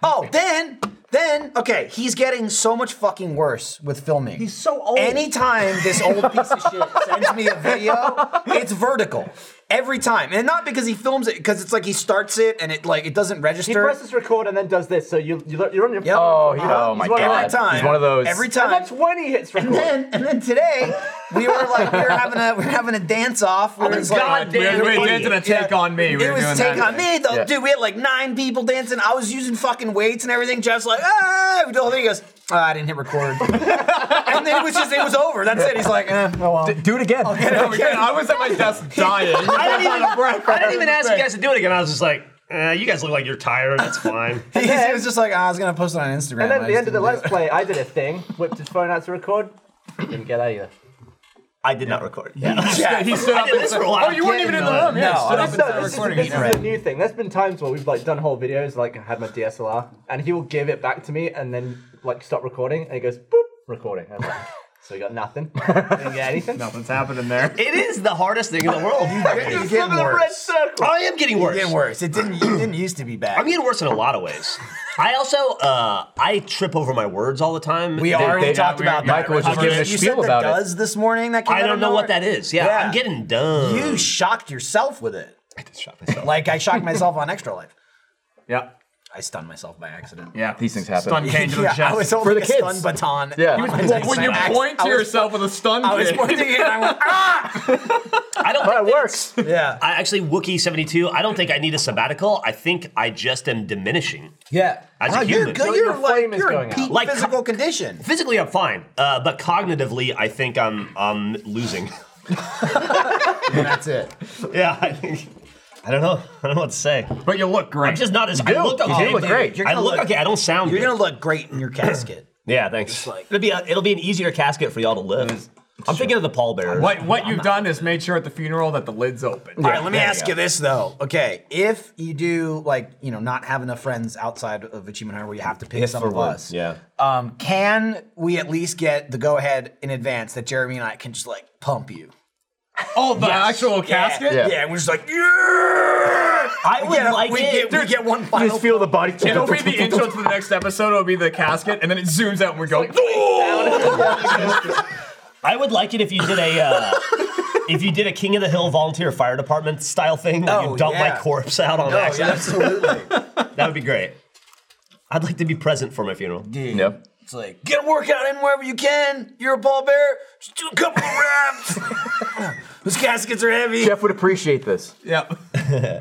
B: Oh, then, then, okay, he's getting so much fucking worse with filming.
E: He's so old.
B: Anytime this old piece of <laughs> shit sends me a video, it's vertical. Every time. And not because he films it, because it's like he starts it and it like it doesn't register.
F: He presses record and then does this, so you, you you're on your
B: Yep.
D: Oh, he, oh my
F: He's one of
D: god.
B: Every time.
D: He's one of those.
B: Every
F: And
B: time.
F: that's when he hits record.
B: And then, and then today, we were like, we were having a, we were having a dance off. where it's like-
C: we were, we were dancing a take
B: Yeah.
C: on me. We
B: it
C: were
B: was
C: doing
B: take
C: that.
B: on me though,
D: Yeah.
B: dude. We had like nine people dancing. I was using fucking weights and everything. Jeff's like, ah, we do the whole thing. He goes, "Ah, I didn't hit record, and then it was just it was over. That's it. He's like, eh, oh well.
D: Do it again.
G: <laughs>
C: Oh, my God, I was at my
B: <laughs>
C: desk dying. I
E: didn't even- I didn't even ask you
C: you
E: guys to do it again. I was just like, eh, you guys look like you're tired. That's fine.
B: He just- he was just like, "Ah, I was gonna post it on Instagram.
F: And then
B: I
F: at the
B: just
F: end of the
B: didn't do
F: let's
B: it."
F: play, I did a thing, whipped his phone out to record, didn't get that either.
E: I did not record.
G: <laughs>
B: Yeah.
C: <laughs> He stood
E: I
C: up
E: did
C: and
E: this
C: said,
E: for a while.
C: "Oh, you weren't even in the
B: No,
C: room." Yeah,
B: no,
C: stood
B: I
C: up and
B: was-
F: So
C: started
F: this is,
C: recording.
F: this
C: again.
F: is a new thing. There's been times where we've like done whole videos, like I had my DSLR, and he will give it back to me and then like stop recording, and he goes boop recording. And I'm like, <laughs> so we got nothing. Didn't get anything.
C: Nothing's happening there.
E: It is the hardest thing in the world.
B: You're getting worse.
E: <laughs> I am getting worse.
B: Getting worse. It didn't. It didn't used to be bad.
E: I'm getting worse in a lot of ways. I also uh, I trip over my words all the time.
B: we already talked about that.
D: Michael was just
B: You
D: giving a
B: said
D: spiel
B: the
D: about it.
B: does this morning. That came
E: I
B: out
E: don't
B: of
E: know what
B: nowhere?
E: that is. Yeah, I'm getting dumb.
B: You shocked yourself with it.
E: I just shot myself.
B: Like I shocked myself on Extra Life.
C: Yeah,
B: I stunned myself by accident.
C: yeah.
D: These things happen.
C: Stun cane to the
B: <laughs> Yeah, I
C: chest.
B: was holding
D: For the
B: a
D: kids.
B: stun baton.
D: Yeah.
B: on my
D: Well,
B: neck.
C: when you
B: I was-
C: point to
B: I was-
C: yourself with a stun
B: I was
C: cane.
B: pointing it and I went, ah!
E: I don't.
D: But
E: Think
D: it works.
B: Yeah.
E: I actually Wookie 72. I don't think I need a sabbatical. I think I just am diminishing.
B: Yeah.
E: As a
B: No, you're
E: human.
B: good.
F: No,
B: you're
F: your
B: like,
F: flame is
B: you're
F: going
B: in
F: out.
B: peak
E: Like,
B: physical condition.
E: Physically, I'm fine, uh, but cognitively, I think I'm I'm losing. <laughs>
B: That's it.
E: yeah, I think. I don't know. I don't know what to say.
C: But you look great.
E: I'm just not as. I look okay.
D: do look
E: dude.
D: great.
B: You're
E: I
B: gonna
E: look,
B: look-
E: okay. I don't sound.
B: You're
E: good.
B: going to look great in your casket.
E: Yeah, thanks. it'll be a, it'll be an easier casket for y'all to lift. I'm thinking of the pallbearers.
C: What what you've done is made sure at the funeral that the lid's open.
B: All right, let me
E: there you
B: ask
E: go.
B: you this though. Okay, if you do like you know not have enough friends outside of Achievement Hunter, where you have to pick some of us,
E: Yeah.
B: Um, can we at least get the go ahead in advance that Jeremy and I can just like pump you?
C: Oh, the actual casket.
B: Yeah,
D: Yeah.
B: yeah, we're just like yeah.
E: I
B: We
E: would
B: get a-
E: like
B: we
E: it.
B: Get, we get one <laughs> final.
D: feel the body.
C: It'll <laughs> be the intro to the next episode. It'll be the casket, and then it zooms out, and we go. "No!"
E: I would like it if you did a uh, <laughs> if you did a King of the Hill volunteer fire department style thing where
B: Oh,
E: you dump
B: yeah.
E: my corpse out on
B: Oh, yeah,
E: accident.
B: <laughs>
E: <laughs>
B: absolutely.
E: That would be great. I'd like to be present for my funeral.
D: Yep.
B: It's like get a workout in wherever you can. You're a ball bear. Just do a couple of reps. <laughs> Those caskets are heavy.
D: Jeff would appreciate this.
B: Yep.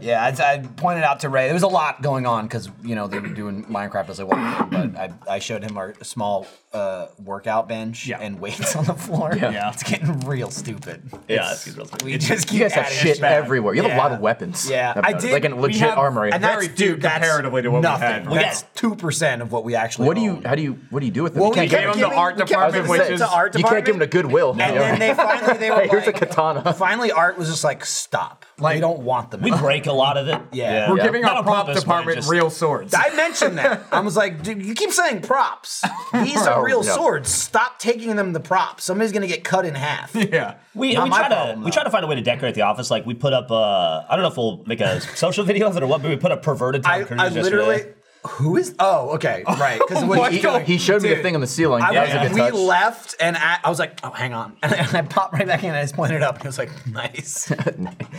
B: yeah, I, I pointed out to Ray there was a lot going on because you know they were doing Minecraft as I walked, in, but I, I showed him our small uh, workout bench
C: Yeah.
B: and <laughs> weights on the floor.
C: Yeah.
B: it's getting real stupid.
E: Yeah, that's good. real quick.
B: We just keep
D: You guys have
B: adding
D: shit
B: back.
D: everywhere. You have a lot of
B: Yeah.
D: weapons.
B: Yeah,
D: I've
B: I
D: noticed.
B: did.
D: Like a
B: we
D: legit
B: have-
D: armory.
B: and that's,
C: Very few
B: dude, that's
C: comparatively to what we
B: nothing.
C: had.
B: We
C: That's-
B: got two percent of what we actually.
D: What do you?
B: own.
D: How do you? What do you do with them?
B: Well,
D: you
B: we
D: can't give
C: Gave
B: kept
D: them.
C: him the
B: giving-
C: art
B: we kept
D: I
C: department,
D: was gonna
B: giving
C: which
B: it
D: say,
C: is-
B: to art
D: you can't give them to
B: department.
D: Goodwill.
B: And then they finally they were
D: Hey, <laughs> here's a
B: like,
D: katana.
B: Finally, art was just like, stop. Like, we don't want them.
C: <laughs>
E: <laughs> We break a lot of it.
B: Yeah.
C: We're
D: Yeah.
C: giving
E: Not
C: our
E: on
C: prop
E: purpose, but
C: department
E: just-
C: real swords.
B: I mentioned that. I was like, dude, you keep saying props. These
D: Oh,
B: are real
D: yeah.
B: swords. Stop taking them the props. Somebody's gonna get cut
C: <laughs>
B: in
C: <laughs>
B: half.
C: yeah.
E: We,
B: Not
E: we
B: my
E: try
B: problem,
E: to
B: though.
E: we try to find a way to decorate the office. Like we put up, uh, I don't know if we'll make a <laughs> social video of it or what, but we put up perverted Tom
B: I,
E: Cruise
B: I
E: yesterday.
B: literally. Who is? Oh, okay, right.
C: <laughs>
B: Because
D: He, he showed me the thing on the ceiling.
B: I
D: that
B: was-
D: was a good
B: we
D: touch.
B: left, and I, I was like, "Oh, hang on," and I popped right back in. and I just pointed it up, and it was like,
D: <laughs>
B: "Nice."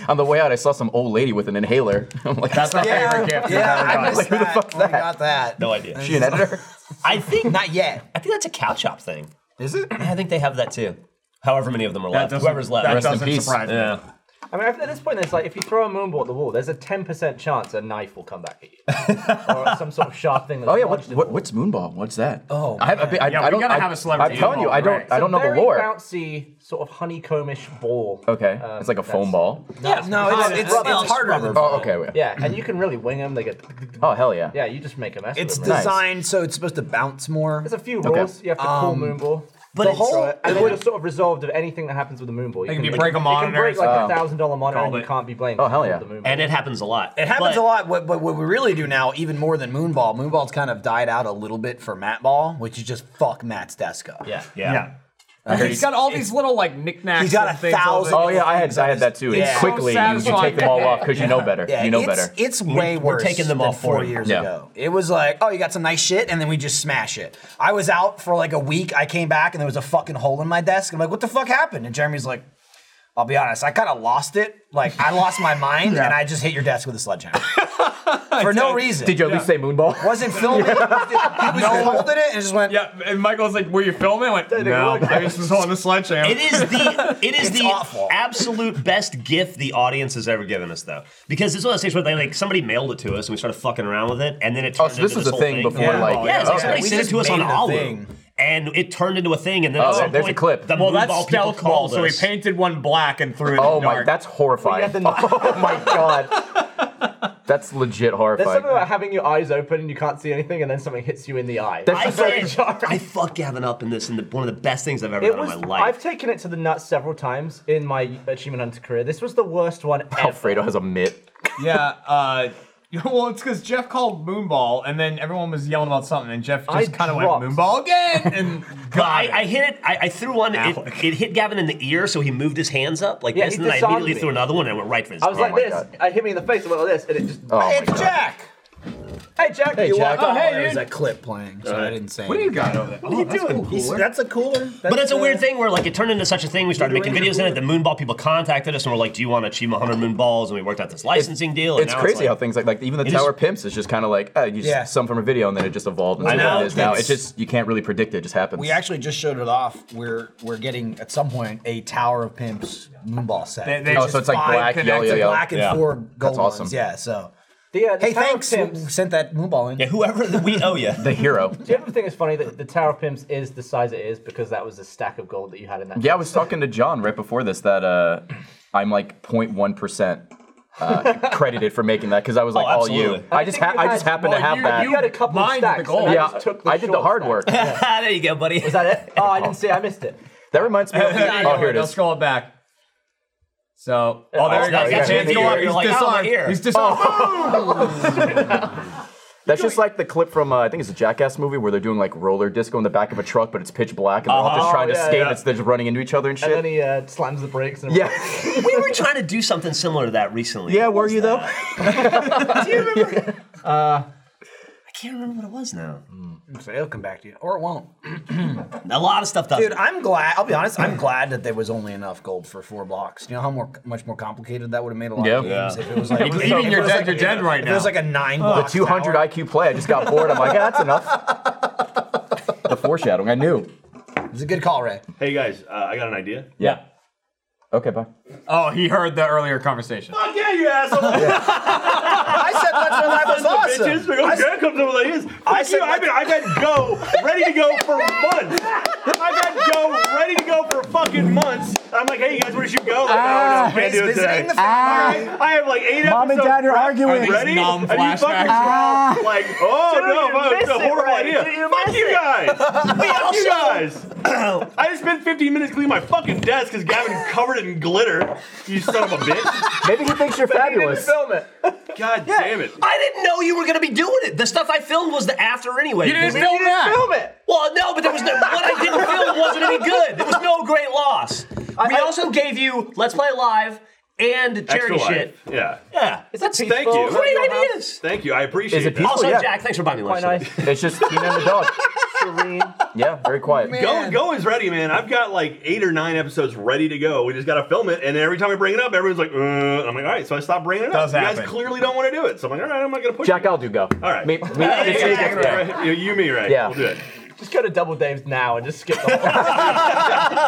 D: on the way out, I saw some old lady with an inhaler. <laughs> I'm like,
C: That's our favorite gift. we've ever
B: I
C: gotten.
B: missed
D: Who the
B: that
D: fuck's
B: when I
D: that?
B: got that.
E: No idea.
D: she an editor?
E: I think
B: Not yet.
E: I think that's a cow shop thing.
B: Is it?
E: I think they have that too. However many of them are
C: That
E: left,
C: doesn't-
E: whoever's left.
C: That
D: Rest in
C: doesn't
D: peace.
C: surprise me.
E: yeah.
F: I mean, at this point, it's like if you throw a moonball at the wall, there's a 10% chance a knife will come back at you, or some sort of sharp thing. That's
D: Oh yeah, what,
F: lodged in
D: what,
F: the
D: what's Moonball? What's that?
B: Oh,
D: I, have, I, I,
C: Yeah,
D: I
C: we
D: don't.
C: gotta
D: I,
C: have a celebrity
D: I'm telling you, I
C: involved,
D: don't.
C: right?
D: I don't know the
F: very
D: lore.
F: bouncy, sort of honeycombish ball.
D: okay,
B: Uh,
F: Um,
D: it's like a
F: that's-
D: foam ball.
B: Yeah, no, it's,
F: it's-
B: it's,
F: it's
B: it's harder than
D: Oh, okay. wait.
F: Yeah, and you can really wing them. They get.
D: Oh hell yeah.
F: Yeah, you just make a mess.
B: It's
F: with them, right?
D: nice.
B: designed so it's supposed to bounce more.
F: There's a few
D: Okay. Um,
F: rules. You have to cool moonball.
E: but
F: Throw
E: it's-
F: it, and then you're sort of resolved of anything that happens with the moonball.
C: Like, if you break a monitor
F: you can break
C: or
F: like a
D: something.
F: thousand dollar monitor, and
C: Called
F: you
C: it.
F: can't be blamed.
D: Oh, hell yeah.
F: The moonball.
E: And it happens a lot.
B: It happens
E: But-
B: a lot, but, but what we really do now, even more than Moonball, Moonball's kind of died out a little bit for Matt Ball, which is just fuck Matt's desk up.
E: Yeah.
C: Yeah.
E: Yeah.
C: he's got all these little like knickknacks.
B: He's got
C: and
B: a
C: things all
B: thousand-
D: Oh yeah, I had I had that too.
B: Yeah.
D: It's quickly
C: So
D: you, you take them all off because you know better.
B: Yeah,
D: you know
B: it's,
D: better.
B: It's way
E: we're
B: worse.
E: taking them
B: than
E: off for
B: four
E: him.
B: years
D: Yeah.
B: ago. It was like, oh, you got some nice shit, and then we just smash it. I was out for like a week. I came back and there was a fucking hole in my desk. I'm like, what the fuck happened? And Jeremy's like, I'll be honest, I kind of lost it. Like I lost my <laughs> mind and I just hit your desk with a sledgehammer <laughs> for no reason.
D: Did you at least say Moonball?
B: Wasn't <laughs> filming. He was holding it and just went.
C: Yeah, and Michael's like, "Were you filming?" I went,
F: they
C: "No,
F: look-
C: I just was holding a sledgehammer."
E: It is the it is
B: It's
E: the
B: awful.
E: absolute best gift the audience has ever given us though. Because it's one of those things where they like somebody mailed it to us and we started fucking around with it and then it
D: Oh,
E: turned
D: so this
E: into
D: was a
E: whole
D: thing before
E: Yeah. Oh,
D: like.
E: Yeah, it's like
D: okay.
E: somebody
B: We
E: sent it
B: just
E: to us on
B: made the
E: Alu,
B: thing.
E: and it turned into a thing. And then
D: Oh,
E: at some
D: there's a
E: point,
D: clip.
E: The
C: well,
D: Well,
E: moonball
C: that's
E: people
C: stealth mode.
E: called
C: So we
E: us.
C: painted one black and threw it.
D: Oh
C: in the dark.
D: my, that's
F: You have
D: <laughs> horrifying.
F: the <laughs>
D: Oh my god, that's legit
F: There's something
D: horrifying.
F: about having your eyes open and you can't see anything, and then something hits you in the eye.
D: That's
E: I,
D: just like-
F: very
E: fuck-
F: jarring.
E: I fuck Gavin up in this, and the, one of the best things I've ever
F: It
E: done
F: was.
E: in my life.
F: I've taken it to the nuts several times in my achievement hunter career. This was the worst one ever.
D: Alfredo has a mitt.
C: yeah. Uh, <laughs> well, it's because Jeff called Moonball, and then everyone was yelling about something, and Jeff
F: I
C: just kind of went
F: dropped.
C: Moonball
F: <laughs>
C: again, and
E: But
C: got
E: I,
C: it.
E: I hit it. I, I threw one. It,
C: Alec.
E: it hit Gavin in the ear, so he moved his hands up like
F: Yeah,
E: this,
F: he
E: and then I
F: disarmed
E: immediately
F: me.
E: threw another one and went right for his.
F: I was
E: throat.
F: like this.
D: oh God.
F: I hit me in the face. I went like this, and it just.
D: Oh my
B: It's
D: god.
B: Jack.
F: Hey Jack,
D: Hey,
F: you
D: Jack.
F: want-
C: Oh, hey,
B: There's
C: dude.
B: that clip playing, so I didn't say.
C: What do you
B: anything.
C: got
F: <laughs>
C: over there? What are you doing?
B: He's- That's a cooler.
E: But it's a weird thing where like it turned into such a thing. We started making videos in it. The Moonball people contacted us and were like, "Do you want to achieve 100 Moonballs?" And we worked out this licensing deal. And
D: It's
E: now
D: crazy
E: like-
D: how things like like even the
E: It
D: Tower
E: is-
D: Pimps is just kind of like uh, you just
B: Yeah.
D: some from a video and then it just evolved into
E: I
D: what
E: know,
D: it is now.
B: it's-
D: It's just you can't really predict it. it just happens.
B: We actually just showed it off. We're we're getting at some point a Tower of Pimps moonball set.
C: They- they
D: Oh,
C: just
D: so it's like
C: five
D: black,
C: connected-
D: yellow,
B: It's a
D: yellow.
B: black and
E: Yeah.
B: four gold
D: That's awesome.
B: ones. Yeah. So
F: The, uh, the
B: hey,
F: Tower of
B: thanks. who
F: Pimps-
B: sent that moonball in.
E: Yeah, whoever the, we oh
D: <laughs>
E: yeah.
D: the hero.
F: Do you ever think it's funny that the Tower of Pimps is the size it is because that was the stack of gold that you had in that?
D: Yeah, I was talking to John right before this that uh, I'm like 0.1 percent uh, credited for making that because I was like, all you.
E: absolutely.
D: I just
F: think you
D: ha- I just
F: had-
D: happened to
C: well,
D: have
C: you-
D: that.
F: You had a couple of
C: Mine,
F: stacks.
C: the gold.
F: and I
D: yeah,
F: just took the
D: I did the
F: short
D: hard
F: stack.
D: work.
E: <laughs> there you go, buddy.
F: Is that it? Oh, I
D: <laughs>
F: didn't see. I missed it.
D: That reminds
G: <laughs>
D: me.
C: <laughs>
D: Of
C: Yeah,
D: the,
C: yeah,
D: oh, here it
C: I'll
D: is.
C: scroll it back. So, oh, there
E: Oh,
C: it
E: that's-
C: goes.
D: that's
C: Hands
D: in
C: go
D: the
C: up.
D: ear.
E: You're
C: He's
E: like, oh, my
C: disarmed.
E: ear.
C: He's disarmed.
D: That's just like the clip from uh, I think it's a Jackass movie where they're doing like roller disco in the back of a truck, but it's pitch black and they're all just
E: Uh-huh.
D: trying to
F: Oh, yeah,
D: skate.
F: yeah.
D: And it's, they're just running into each other and
F: And
D: shit.
F: then he uh, slams the brakes. And
D: yeah,
E: we were trying to do something similar to that recently.
D: yeah. Were you though?
E: <laughs> Do you remember? uh, I can't remember what it was now.
B: So it'll come back to you, or it won't.
E: A lot of stuff doesn't.
B: Dude, I'm glad. I'll be honest. I'm glad that there was only enough gold for four blocks. You know how more, much more complicated that would have made a lot
D: Yeah. Oh,
B: of games
E: Yeah.
B: if it was like
C: Even you're
B: if it was
C: dead,
B: like-
C: you're dead right
B: If it was
C: now.
B: like a nine block.
D: 200
B: tower.
D: IQ play. I just got bored. I'm like, yeah, that's enough. "Ah, the foreshadowing. I knew.
B: It's a good call, Ray.
H: Hey guys, uh, I got an idea.
D: Yeah. Okay, bye.
G: Oh, he heard the earlier conversation.
H: Fuck yeah, you asshole!
B: I said Western Lab was
H: Bitches,
B: awesome.
H: like, oh, Jared comes up with ideas. I
B: said
H: said, I've been, I've had go ready to go for months. I've had go ready to go for fucking months. I'm like, hey, you guys, where should you go? Like,
E: Ah.
H: oh, no, can't
B: Ray's
H: do it today.
B: visiting the family.
H: I have like eight
I: Mom and
H: episodes
I: Dad are
H: prepped.
I: arguing. Ah.
H: I'm ready.
G: Numb
H: and you fucking
G: flashbacks.
H: drop, like, oh no, it's a horrible idea. Fuck you guys. Fuck you guys. I just spent 15 minutes cleaning my fucking desk because Gavin covered it in glitter. You son of
D: <laughs>
H: a bitch.
I: Maybe he thinks you're fabulous.
F: Film it.
H: God damn it.
E: I didn't know you were going to be doing it. The stuff I filmed was the after anyway.
G: You didn't
E: Because-
G: film that.
F: Film it.
E: Well, no, but there was no, what I didn't film wasn't any good. There was no great loss. we
F: I-
E: also gave you Let's Play Live and charity
H: Extra life.
E: shit.
H: Yeah.
E: Yeah, it's
F: That's
H: Thank you.
E: great ideas.
H: Thank you. I appreciate
D: Is it
H: that.
D: peaceful?
E: Also,
D: yeah.
E: Jack, thanks for buying me lunch.
F: Quite
E: today.
F: nice.
D: It's just Tina and the dog.
F: Serene.
D: Yeah, very quiet.
H: Go, go is ready, man. I've got like eight or nine episodes ready to go. We just got to film it, and every time I bring it up, everyone's like, uh, and I'm like, all right. So I stopped bringing it up.
G: Does
H: you
G: happen.
H: guys clearly don't want to do it, so I'm like, all right, I'm not gonna push.
D: Jack,
H: you.
D: I'll do go.
H: All right.
D: Me, me, it's-
H: Yeah,
D: it's-
H: yeah,
D: yeah.
H: yeah, right. You, you, me, right?
D: Yeah.
H: We'll do it.
F: Just go to Double Dave's now and just skip the
D: <laughs>
F: whole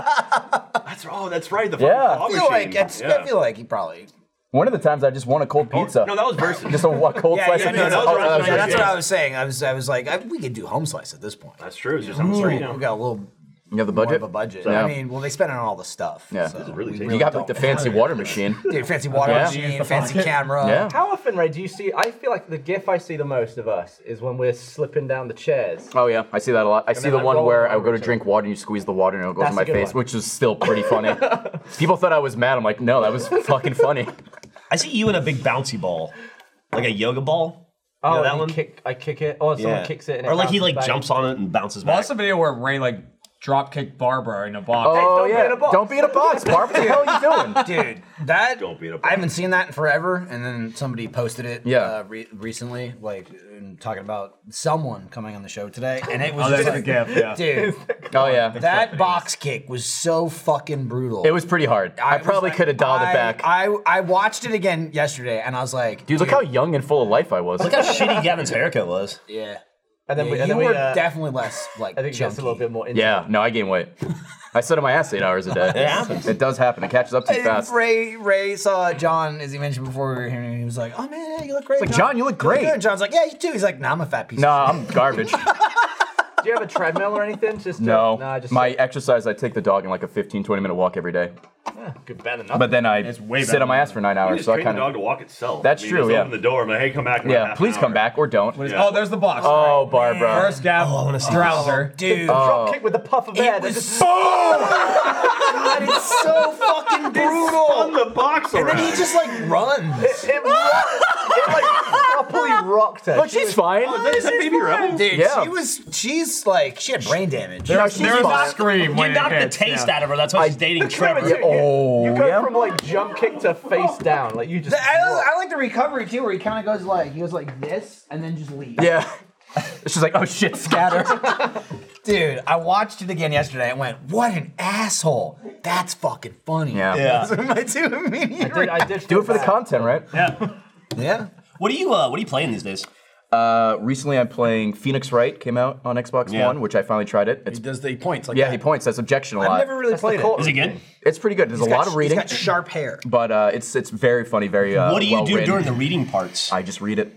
H: That's oh, that's right. The
D: Yeah.
H: yeah.
D: I
B: I feel like it's, I feel like he probably.
D: One of the times I just want a cold pizza.
H: Oh, No, that was
D: <laughs>
H: versus.
D: just a wa- cold slice
B: yeah,
D: of
B: no,
D: pizza.
H: those
D: Oh,
H: are
D: that was
H: actually-
D: good.
B: That's what I was saying. I was, I was like, I, we could do home slice at this point.
D: Oh,
H: that's true. It's just I'm sorry.
B: We
H: You know,
B: got a little
D: you have the
B: more
D: budget.
B: of a budget.
D: Yeah.
B: I mean, well, they spent it on all the stuff.
D: Yeah.
B: so
D: This is
H: really
B: we
H: tasty.
D: you got
B: don't-
D: like the fancy water machine.
B: Dude, fancy water
D: Yeah.
B: machine, fancy camera.
D: Yeah.
F: How often, Ray, do you see? I feel like the gif I see the most of us is when we're slipping down the chairs.
D: Oh yeah, I see that a lot. I see
F: then
D: the
F: I
D: one
F: roll
D: where
F: over
D: I go to
F: to-
D: drink water and you squeeze the water and it goes
F: That's
D: in
F: a
D: my
F: good
D: face,
F: one.
D: which is still pretty funny. People thought I was mad. I'm like, no, that was fucking funny.
E: I see you in a big bouncy ball, like a yoga ball.
F: Oh,
E: know that
F: and you
E: one?
F: Kick, I kick it, or someone kicks it, and it
E: or like he
F: bounces
E: like
F: back.
E: jumps on it and bounces
G: Well,
E: back.
G: that's a video where Ray like drop kicked Barbara in a box.
D: oh
F: don't be
D: yeah,
F: in a box.
D: don't be in a box, Barb. What the hell are you doing?
B: Dude, that
H: Don't be in a
B: I haven't seen that in forever, and then somebody posted it.
D: Yeah.
B: uh, re- recently, like and talking about someone coming on the show today, and it was
G: Oh,
B: just
G: that's the
B: like,
G: gif, yeah.
D: <laughs>
B: dude,
D: Oh yeah,
B: that box kick was so fucking brutal.
D: it was pretty hard. I,
B: was
D: probably
B: like-
D: could have dialed
B: I-
D: it back.
B: I I watched it again yesterday, and I was like,
D: Dude, look how young and full of life I was.
E: Look <laughs> how shitty Gavin's haircut was.
B: yeah.
F: and then
B: Yeah,
F: we, and
B: you
F: then we
B: were
F: uh,
B: definitely less like
F: I think it gets
B: junky.
F: a little bit more. Into
D: yeah, no, I gained weight. I sit on my ass eight hours a day. It
E: happens.
D: It does happen. It catches up too fast.
B: Ray Ray saw John as he mentioned before we were here, and he was like, "Oh man, yeah, you look great."
D: It's like, John, you look great.
B: good." And John's like, "Yeah, you too." He's like, "Nah, I'm a fat piece."
D: No,
B: of
D: I'm
F: <laughs>
D: garbage.
F: Do you have a treadmill or anything? Just
D: No,
F: no, just
D: my exercise. I take the dog in like a 15, 20 minute walk every day.
F: good better enough.
D: But then I
G: It's way
D: sit on
G: better
D: my
G: than
D: ass for nine
H: you
D: hours,
H: just
D: so I
H: train the
D: kind
H: dog
D: of
H: to walk itself.
D: That's
H: I mean,
D: true,
H: Just
D: yeah.
H: open the door. I'm like, hey, come back. in about
D: yeah.
H: half
D: Please
H: an
D: come
H: hour.
D: back or don't.
H: Yeah.
G: Oh, there's the box.
D: Oh, Barbara.
G: First gap, Drowser.
B: dude,
F: drop kick with the puff of air.
B: it
F: that
B: was
F: just
B: God, it's so fucking
H: On
B: brutal.
H: the box
B: And
H: around.
B: then he just like runs.
F: it, rocked- it, like properly rocked her.
D: But she's fine.
H: Oh, is that a baby rebel?
B: Dude,
D: Yeah.
B: she was she's like she had brain damage.
D: No, she's
G: There's a
D: fine.
G: scream.
E: You
G: when it
E: knocked the
G: hits,
E: taste
G: yeah.
E: out of her. That's why she's
B: <laughs>
E: dating Trevor.
F: You-
D: Oh,
F: you go
D: yeah.
F: from like jump kick to face down, like you just.
B: I,
F: rock.
B: I like the recovery too, where he kind of goes like he goes like this and then just leaves.
D: Yeah. <laughs> She's like, oh shit, scatter.
B: Dude, I watched it again yesterday and went, "What an asshole!" That's fucking funny.
D: Yeah.
E: <laughs> Yeah.
B: <laughs> my two immediate.
F: Dude, I did
D: Do it for the
F: bad.
D: content, right?
B: Yeah.
E: What are you uh, What are you playing these days?
D: Uh, recently, I'm playing Phoenix Wright. Came out on Xbox
E: Yeah.
D: One, which I finally tried it. It's,
I: Does the points like
D: yeah, he points. That's objection a lot.
B: I've never really
F: That's the
B: played it.
F: court-
E: Is it good?
D: it's pretty good. There's a
B: He's got-
D: lot of reading,
B: He's got sharp hair.
D: but uh, it's it's very funny, very. Uh,
E: What do you do
D: well-written.
E: during the reading parts?
D: I just read it.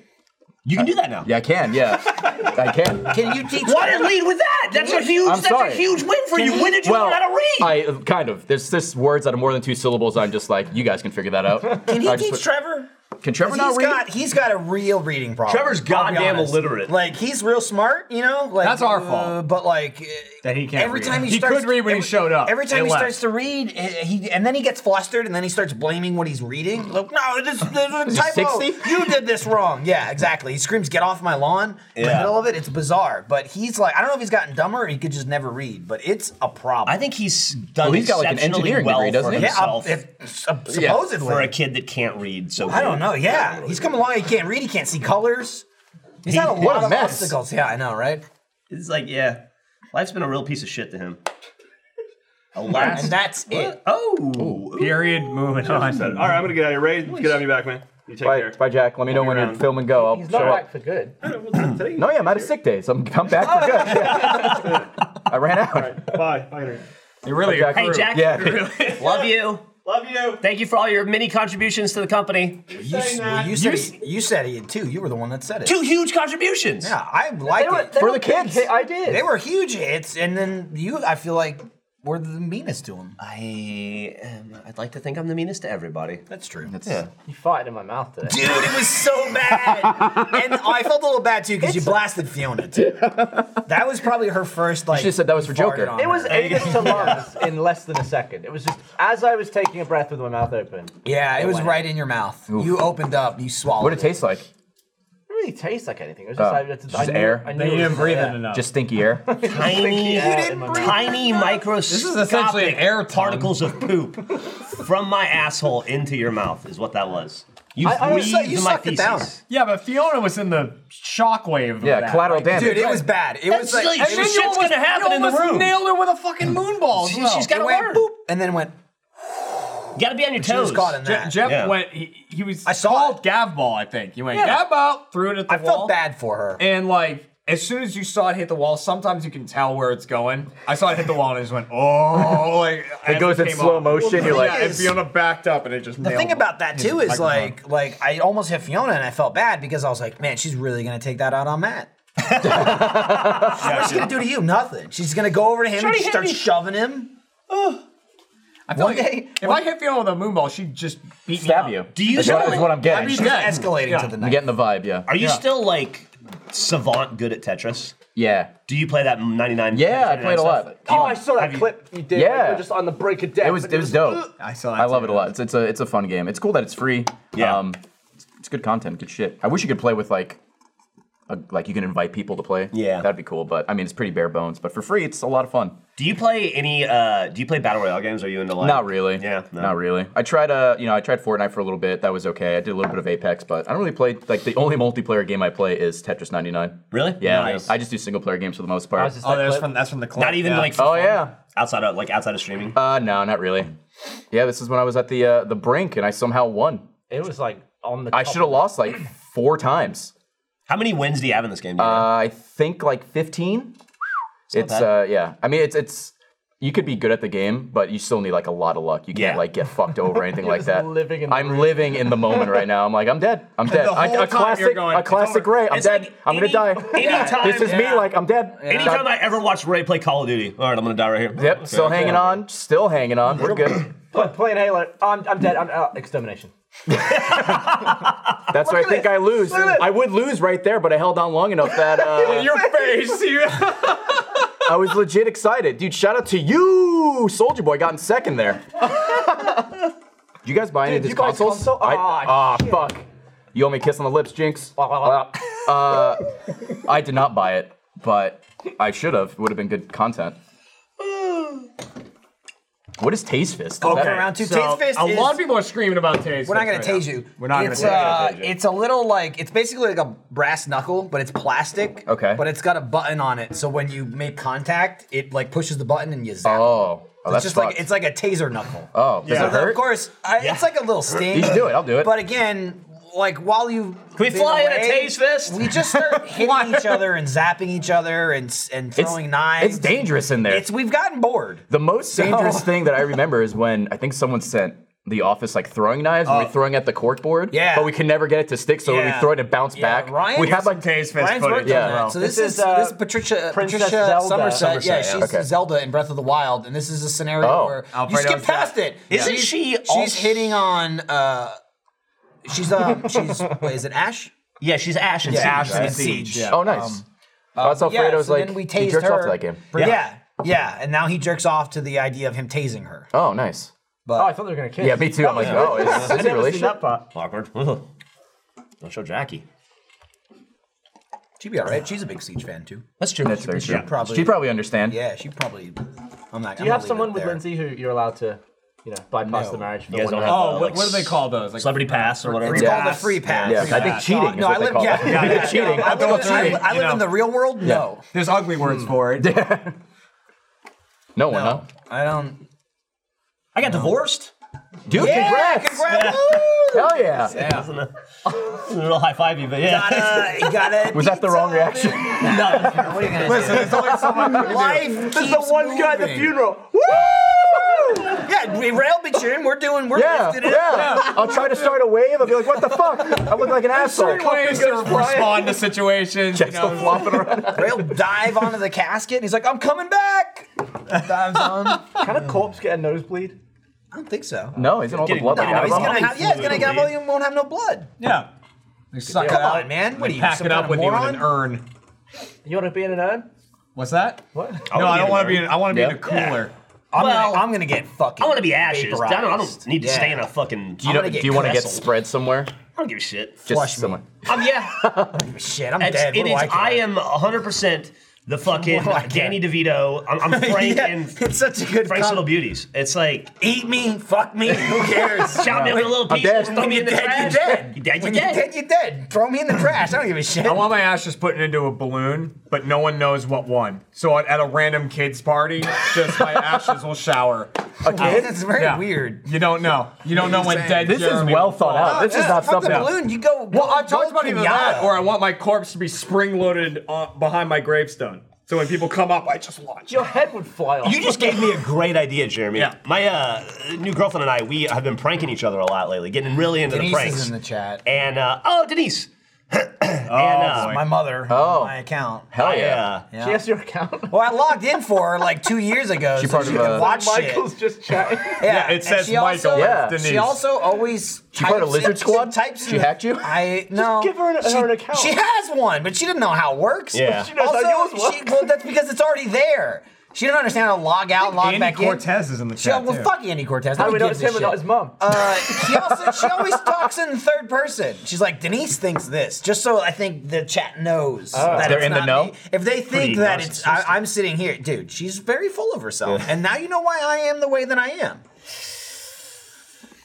E: You can do that now.
D: Yeah, I can.
E: <laughs>
D: Yeah, I can.
B: Can you teach?
E: Why did lead with that? That's a huge.
D: I'm
E: that's
D: sorry.
E: a huge win for you. When did you
D: well,
E: learn how to read?
D: I uh, kind of. There's there's words that are more than two syllables. I'm just like, you guys can figure that out.
B: <laughs> Can he
D: I just
B: teach
D: put-
B: Trevor?
D: Can Trevor
B: He's
D: not read?
B: got he's got a real reading problem.
E: Trevor's
B: I'll be
E: goddamn
B: honest.
E: illiterate.
B: Like he's real smart, you know. Like
G: That's our
B: uh,
G: fault.
B: But like uh,
G: That he can't
B: Every
G: read.
B: time he,
G: He
B: starts,
G: could read when he
B: every-
G: showed up.
B: Every time
G: It
B: he
G: left.
B: starts to read, uh, he and then he gets flustered, and then he starts blaming what he's reading. Like, no, this, this is a typo.
D: 60?
B: You did this wrong. Yeah, exactly. He screams, "Get off my lawn!" In the
E: Yeah.
B: middle of it, it's bizarre. But he's like, I don't know if he's gotten dumber or he could just never read. But it's a problem.
E: I think he's done
D: Well, he's got, like, an
E: exceptionally
D: engineering
E: well
D: degree, doesn't
E: for
D: he?
B: yeah, I'll-
E: himself
B: if- sup- supposedly
E: for a kid that can't read. So
B: I don't know. Yeah, he's come along. He can't read. He can't see colors. He's had a
D: What
B: lot
D: a
B: of
D: mess.
B: obstacles. Yeah, I know, right?
E: It's like yeah, life's been a real piece of shit to him. A last.
B: And that's it.
E: Oh,
G: Period. Moving
H: I said,
G: on.
H: all right, I'm gonna get out of here. Ray, let's get out of me back, man.
J: You take
D: Bye,
J: care.
D: bye, Jack. Let me know when you're
J: around.
D: filming go. I'll
F: He's
D: show
F: not
D: up.
F: back for good.
D: No, yeah, I'm out of sick days. I'm, I'm back for good.
B: <laughs>
D: <laughs> I ran out.
J: Bye. Bye. Henry.
C: It really
D: Jack.
E: Hey,
C: accrued.
E: Jack.
D: Yeah.
B: <laughs>
E: Love you.
J: Love you.
E: Thank you for all your many contributions to the company.
B: You, s- well, you said it, you said it too. You were the one that said it.
E: Two huge contributions.
B: Yeah, I like it.
D: For the kids.
F: Hey, I did.
B: They were huge hits, and then you, I feel like, were the meanest to them.
E: I am, I'd like to think I'm the meanest to everybody.
B: That's true.
F: You farted in my mouth today.
B: Dude, it was so bad. <laughs> and I felt a little bad too because you blasted Fiona too. That was probably her first like.
D: should've said that was for
B: farted
D: Joker.
B: on
F: It
B: her.
F: was Angus to lungs in less than a second. It was just as I was taking a breath with my mouth open. It
B: Yeah, it was right in your mouth. You opened up, you swallowed.
D: What did it taste like?
F: didn't really taste like anything. It was just,
D: Oh,
F: I, it's,
D: it's
F: I
D: just
F: knew-
D: air?
F: I knew
C: Then you
F: it was-
C: didn't breathe
F: yeah.
C: in enough.
D: Just stinky
E: <laughs>
D: air.
E: Tiny,
F: in my
E: tiny microscopic
C: This is essentially an air tongue.
E: particles of poop from my asshole into your mouth is what that was. You
F: I- I was
E: breathed
F: like,
B: you
E: my
B: sucked it down.
E: feces.
C: Yeah, but Fiona was in the shockwave. of
D: Yeah,
C: that.
D: collateral
C: Like,
D: damage.
B: Dude, it was bad. It was
E: That's
B: like, it
E: like-
C: And
E: Dude,
C: then
E: shit's
C: you almost,
E: gonna happen
C: you
E: in the
C: almost
E: room.
C: Nailed her with a fucking moonball. as
E: She-
C: well.
E: she's got
B: it
E: a
B: went
E: word.
B: boop, and then went.
E: You gotta be on your
B: She was
E: toes.
B: caught in
C: Je-
B: that.
C: Jeff
E: Yeah.
C: went. He, he was.
B: I saw
C: called
B: it.
C: Gav ball. I think he went
E: Yeah.
C: Gav ball, threw it at the
B: I
C: wall.
B: felt bad for her.
C: And like, as soon as you saw it hit the wall, sometimes you can tell where it's going. I saw it hit the wall and I just went, <laughs> oh, like as
D: It goes in
C: came
D: slow
C: off.
D: motion. You're
C: Yeah,
D: like,
C: and Fiona backed up and it just.
B: The thing about that too is like, like I almost hit Fiona and I felt bad because I was like, man, she's really gonna take that out on
C: <laughs>
B: Matt. What's she gonna do to you? Nothing. She's gonna go over to him and
E: already hit
B: start
E: me.
B: shoving him.
C: I feel like
B: one day-
C: if I hit Fiona with a moonball, she'd just beat
D: stab
C: me
D: you.
C: up.
E: Do you
D: That's what, that's what I'm
C: I'd
D: getting.
C: be
B: She's
C: dead.
B: escalating
C: Yeah.
B: to the
D: I'm
B: next.
D: getting the vibe. Yeah.
E: Are you still like savant good at Tetris?
D: Yeah.
E: Do you play that 99?
D: Yeah, I played a lot.
F: Oh, I saw that
E: Have you-
F: clip you did.
D: Yeah.
F: Yeah, just on the break of death.
D: It was
F: and
D: it <laughs> was dope.
C: I saw that.
D: I love
C: too.
D: it a lot. It's it's a it's a fun game. It's cool that it's free.
E: Yeah.
D: it's, it's good content. Good shit. I wish you could play with like. A, like you can invite people to play.
E: Yeah.
D: that'd be cool. But I mean, it's pretty bare bones. But for free, it's a lot of fun.
E: Do you play any? uh Do you play battle royale games? Are you into like?
D: Not really.
E: Yeah, no.
D: Not really. I tried uh you know, I tried Fortnite for a little bit. That was okay. I did a little bit of Apex, but I don't really play like the only multiplayer game I play is Tetris 99.
E: Really?
D: Yeah.
E: Nice.
D: I just do single player games for the most part.
F: I was just
C: Oh,
F: like,
C: that's
F: clip.
C: from that's from the clip.
E: Not even
C: yeah.
G: <laughs>
E: like. for
D: oh
E: fun?
D: yeah.
E: Outside of like outside of streaming.
D: Uh no, not really. Yeah, this is when I was at the uh, the brink and I somehow won.
F: it was like on the.
D: I
F: top.
D: should have lost like four times.
E: How many wins do you have in this game? do you know?
D: Uh, I think like 15. It's
E: bad.
D: uh yeah. I mean it's it's you could be good at the game, but you still need like a lot of luck. You can't
E: Yeah.
D: like get fucked over or anything like
F: just
D: that.
F: living in the
D: I'm living in the moment right now. I'm like I'm dead. I'm dead.
C: the
D: I-
C: whole
D: a
C: time
D: classic
C: you're going,
D: a
C: "It's
D: classic
C: over."
D: ray. I'm
E: It's
D: dead.
E: like
D: I'm
E: any-
D: gonna die.
E: anytime-
D: this is me
E: yeah.
D: like I'm dead.
E: Anytime
D: God-
E: I ever watch Ray play Call of Duty, all right, I'm gonna die right here.
D: Yep, still hanging on, still hanging on. We're good.
F: Play- playing Halo. I'm, I'm dead. I'm out. Extermination.
D: That's where I think I lose.
F: Look at this.
D: I would lose right there, but I held on long enough that
B: <laughs>
D: uh,
C: your face. You,
D: I was legit excited. Dude, shout out to you, Soldier Boy, got in second
B: <laughs>
D: there. Did you guys buy any of
F: Did you
D: these
F: buy a
D: consoles?
F: console?
D: I-
F: Ah,
D: ah, fuck. You owe me a kiss on the lips, Jinx.
F: Ah.
D: Uh, <laughs> I did not buy it, but I should have. It would have been good content. What is Taste Fist? Is
B: Okay.
D: that-
B: Around two
C: So,
B: Tate's fist
C: a
B: is-
C: lot of people are screaming about Tate's
B: We're not
C: fist
B: gonna
C: right
B: tase
C: now.
B: you.
C: We're not gonna
B: it's,
C: tase you.
B: uh, It's a little like it's basically like a brass knuckle, but it's plastic.
D: Okay.
B: But it's got a button on it, so when you make contact, it like pushes the button and you zap.
D: Oh, oh
B: it's
D: that's
B: just like
D: fucked.
B: it's like a taser knuckle.
D: oh, does
C: Yeah.
D: it
B: Of
D: hurt?
B: course, I, it's like a little sting.
D: You should do it. I'll do it.
B: But again, like while you
E: Can we fly in a tase fist?
B: we just
C: <laughs>
B: start hitting each other and zapping each other and s- and
D: It's-
B: throwing knives.
D: It's dangerous in there.
B: It's we've gotten bored.
D: The most
B: <laughs>
D: dangerous thing that I remember is when I think someone sent the office like throwing knives and we're throwing at the cork board.
B: Oh. Yeah.
D: But we can never get it to stick, so when we
B: Yeah.
D: throw it, it bounced
B: Yeah,
D: back.
B: Ryan-
D: we had like
C: Tate's fist
B: Ryan's
C: footage.
B: worked on
D: yeah.
B: that. So this,
F: This
B: is,
F: is, uh,
B: this is Patricia
F: Princess
B: Patricia
F: Zelda.
B: Somerset. Yeah,
E: Somerset,
B: she's
E: yeah.
D: Okay.
B: Zelda in Breath of the Wild, and this is a scenario
D: Oh.
B: where
C: Alfredo's
B: you skip past
C: that.
B: it.
E: Isn't
B: She's-
E: she
B: She's
E: also-
B: hitting on. Uh, she's um. She's wait, is it Ash?
E: Yeah, she's Ash and
B: Yeah,
E: Siege,
B: Ash and
E: right?
B: Siege.
C: Yeah.
D: Oh nice. oh, that's
B: um, Yeah,
D: Alfredo's
B: so
D: like
B: then we
D: he
B: tased
D: jerks
B: her.
D: off to that game.
B: Yeah. yeah, and now he jerks off to the idea of him tasing her.
D: Oh nice.
F: Oh, I thought they were gonna kiss.
D: Yeah, me too. I'm like, oh, is,
F: I've
D: is it
F: never
D: a
F: seen that
D: relationship?
F: part.
E: Awkward. <laughs> Ugh. Don't show Jackie.
B: She'd be all right. She's a big Siege fan too.
E: That's true.
D: That's very true.
B: probably-
D: She'd probably understand.
B: Yeah, she probably. I'm not.
F: Do you have someone with Lindsay who you're allowed to, you know, bypass the marriage for
E: You guys
F: one
E: don't
F: night?
E: have
C: Oh,
E: uh,
C: what,
E: like
C: what do they call those? Like
E: Celebrity pass or whatever.
B: It's
D: Yeah.
B: called a free pass.
D: Yeah,
B: Free
D: I
B: pass.
D: think cheating is
B: No, I
D: what they
B: live.
D: call
B: Yeah,
D: that.
B: yeah, yeah.
D: <laughs> Cheating.
B: I live, in, I-
C: Adultery,
B: I
C: you
B: live in
C: know.
B: the real world. No,
C: There's ugly words
G: Hmm.
C: for
G: <laughs>
C: it.
D: No one,
B: no,
D: huh?
B: I don't. <laughs>
E: I got divorced.
D: Dude,
B: Yeah,
D: congrats!
B: congrats.
D: Hell yeah!
E: a little high five you, but yeah. <laughs>
B: Gotta, gotta
D: Was that the
B: <laughs>
D: wrong reaction?
B: no, what are you gonna Listen, do? Life
F: There's the one guy at the funeral. Woo!
B: Yeah, we rail bitching. We're doing. We're
D: Yeah,
B: lifting it up.
D: yeah. I'll try to start a wave. I'll be like, what the fuck? I look like an asshole. <laughs>
G: ways to respond to situations. You
D: Just
G: know,
D: flopping around.
B: Rail dive onto the casket. And he's like, "I'm coming back." Dives on. I
F: Can a corpse get a nosebleed?
B: don't think so.
D: No, isn't all the
E: Getting-
D: blood
E: no,
D: out
B: he's
D: of him?
B: gonna have. Yeah, he's gonna have. He won't have no blood.
G: yeah.
B: Come
G: it out.
B: on, man. What are you?
G: Pack
B: some
G: it
B: kind
G: up
B: of
G: with you in an
B: moron?
G: urn.
F: You want to be in an urn?
G: What's that?
F: What?
G: no, I don't want to
E: wanna
G: be. In, I want to
D: Yeah.
G: be in a cooler.
B: I'm,
E: Well,
B: gonna, I'm gonna get fucking.
E: I want to be ashes. I don't, I don't need to
B: Yeah.
E: stay in a fucking.
D: Do you,
E: I
D: know,
E: wanna
D: do
E: get
D: you want to get
E: crestled.
D: spread somewhere?
E: I don't give a shit.
D: Just
B: Flush me.
D: somewhere.
E: Um, yeah,
B: Shit, I'm
E: it's,
B: dead.
E: it
B: What do
E: is.
B: I,
E: I,
B: care?
E: am 100 percent the fucking
B: What do I care?
E: Danny DeVito. I'm, I'm
B: <laughs>
E: Frank
B: Yeah,
E: and
B: it's such a good
E: Frank's
B: comp.
E: Little Beauties. It's like
B: Eat me, fuck me. Who cares?
E: <laughs> chop me up in little
D: I'm dead.
E: pieces, throw me in the
B: You're
E: trash.
B: dead,
E: You
B: you're
E: dead.
B: dead.
E: You
B: When you're
E: dead.
B: dead, you're dead. Throw me in the trash. I don't give a shit.
G: I want my ashes put into a balloon, but no one knows what one. So at, at a random kids party, just my ashes will shower.
B: Okay, that's very
G: Yeah.
B: weird.
G: You don't know. You don't know when dead.
D: This is
G: Jeremy
D: well
G: will
D: thought
G: fall.
D: out. This is
B: Yeah,
D: not
B: fuck
D: something.
B: the balloon. You go.
G: Well, I've talked about either that,
B: pinata.
G: or I want my corpse to be spring loaded uh, behind my gravestone. So when people come up, I just launch.
F: Your head would fly off.
E: You just gave me a great idea, Jeremy.
G: Yeah.
E: My uh, new girlfriend and I, we have been pranking each other a lot lately, getting really into
B: Denise
E: the pranks.
B: is in the chat.
E: and uh, oh, Denise. <clears throat> and, uh,
G: boy.
B: My mother.
D: Oh.
B: Oh. My account.
D: Hell
E: I,
D: yeah.
E: uh,
F: She has your account.
B: <laughs>
F: <laughs>
B: Well, I logged in for her like two years ago.
D: She
B: so
D: part
B: she
D: of,
B: could
D: uh,
B: watch
F: Michael's
B: shit.
F: just chatting.
B: Yeah,
G: it
B: and
G: says
B: she
G: Michael,
B: Also,
D: yeah.
G: Denise.
B: She also always. She
D: part of Lizard Squad?
B: She types
D: She
B: in-
D: hacked you?
B: I no.
F: give her an-
B: she,
F: her an account.
B: She has one, but she didn't know how it works.
E: Yeah.
F: She knows how yours
B: Also, she,
F: works.
B: well, that's because it's already there. She didn't understand how to log out and log
G: Andy
B: back in.
G: Cortez is in the
B: She,
G: chat.
B: well,
G: too.
B: fuck Andy Cortez.
F: How do we
B: Nobody
F: know it's
B: gives
F: him
B: a
F: and not
B: shit. Uh,
F: his mum?
B: she also she always talks in third person. She's like Denise thinks this, just so I think the chat knows that
D: Oh. They're
B: it's
D: in the
B: not
D: know?
B: me. If they
E: Pretty
B: think that it's I,
E: narcissistic.
B: I'm sitting here, dude, she's very full of herself, and now you know why I am the way that I am.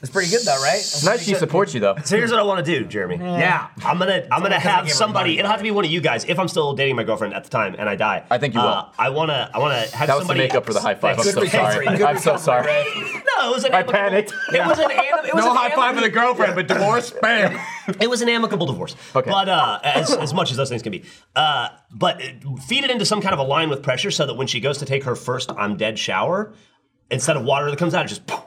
B: That's pretty good though, right?
D: It's nice she supports you though.
E: So here's what I want to do, Jeremy.
G: Yeah.
E: I'm gonna I'm gonna
B: because I
E: have
B: gave her
E: somebody.
B: money.
E: It'll have to be one of you guys if I'm still dating my girlfriend at the time and I die.
D: I think you will.
E: Uh, I wanna I wanna have
D: That was to
E: somebody.
D: make up for the high
E: <laughs>
D: five. I'm so
B: Good
D: sorry.
B: recovery, good
D: I'm so sorry.
E: No, it was an.
D: I
E: amicable-
D: panicked.
E: It
D: <laughs>
E: was an. anim- It was
G: No
E: an
G: high five
E: amicable-
G: with a girlfriend, but divorce, bam.
E: It was an amicable divorce.
D: Okay.
E: But uh, as, as much as those things can be. Uh, but uh, feed it into some kind of a line with pressure so that when she goes to take her first I'm dead shower, instead of water that comes out, it just. Poof,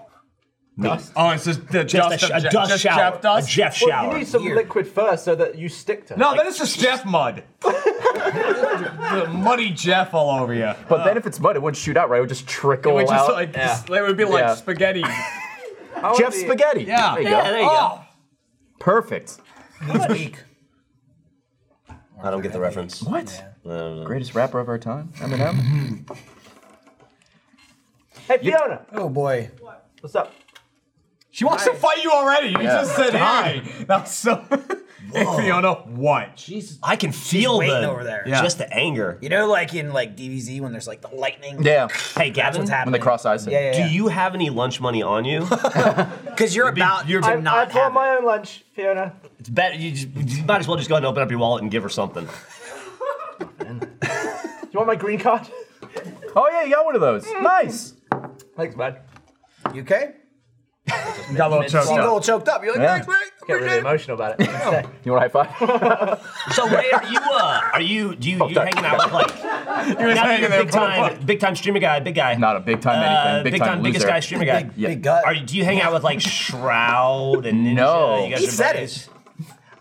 G: Oh, it's just the
E: just
G: dust
E: a, sh-
G: of
E: a
G: Je-
E: dust
G: just
E: shower.
G: Jeff dust?
E: A Jeff
F: Well,
E: shower.
F: you need some
B: Here.
F: liquid first so that you stick to her.
G: <laughs> No, that is just Jeff mud. the muddy Jeff all over you.
D: But then if it's mud, it wouldn't shoot out, right? It would just
G: It
D: trickle
G: would just
D: out.
G: like it would be like
D: Yeah.
G: spaghetti.
F: I wanna
D: Jeff
F: be-
D: spaghetti.
G: Yeah.
D: There you
E: yeah,
D: go.
E: there you
G: Oh,
D: Perfect.
B: Next week.
E: go. I don't get the reference.
D: What? Greatest rapper of our time, Eminem.
F: Hey, Fiona,
B: Oh boy.
F: what's up?
G: she wants to fight you already. You just said hi. That's so. <laughs> hey, Fiona, what?
B: Jesus.
E: I can feel
B: waiting
E: the
B: over there.
G: Yeah.
E: just the anger.
B: You know, like in like DVZ when there's like the lightning.
D: Yeah.
E: Hey, Gavin,
B: What's
D: When
B: happening?
D: they cross eyes.
B: Yeah, yeah.
E: do you have any lunch money on you?
B: Because you're about you're to
F: I, I
B: not
F: bought
B: have.
F: my own lunch, Fiona.
E: it's better. You, just, you might as well just go ahead and open up your wallet and give her something.
F: Do you want my green card? <laughs>
D: Oh yeah, you got one of those. Nice.
F: Thanks, man.
B: it. You okay?
G: You got a little choked
B: You
G: up.
B: all choked up. You're like,
D: Yeah.
B: thanks, mate.
F: Get really
B: Appreciate it."
F: emotional about it. Stay.
D: You want a high five? <laughs>
E: So Ray, are you uh, are you do you you
D: sorry.
E: hanging out with like
G: You was
E: now that
G: hanging
E: you're
G: there
E: big
G: for a
E: time
G: while.
E: big time streamer guy big guy
D: Not a big time anything.
E: uh,
D: Big,
E: big
D: time,
E: time biggest
D: loser.
E: guy streamer guy
D: Yeah.
B: Big gut.
E: are you, do you hang out with like Shroud and Ninja?
D: No.
E: you guys
B: He
E: are
B: said
E: buddies?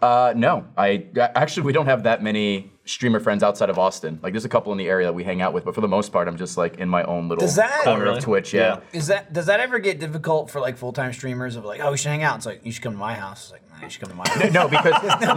D: Uh, no, I actually we don't have that many streamer friends outside of Austin. Like there's a couple in the area that we hang out with, but for the most part, I'm just like in my own little
B: Does that-
D: corner
E: Oh, really?
D: of Twitch. Yeah.
B: Is that does that ever get difficult for like full time streamers of like oh we should hang out? It's like you should come to my house. It's like nah, you should come to my
D: <laughs>
B: house.
D: No, because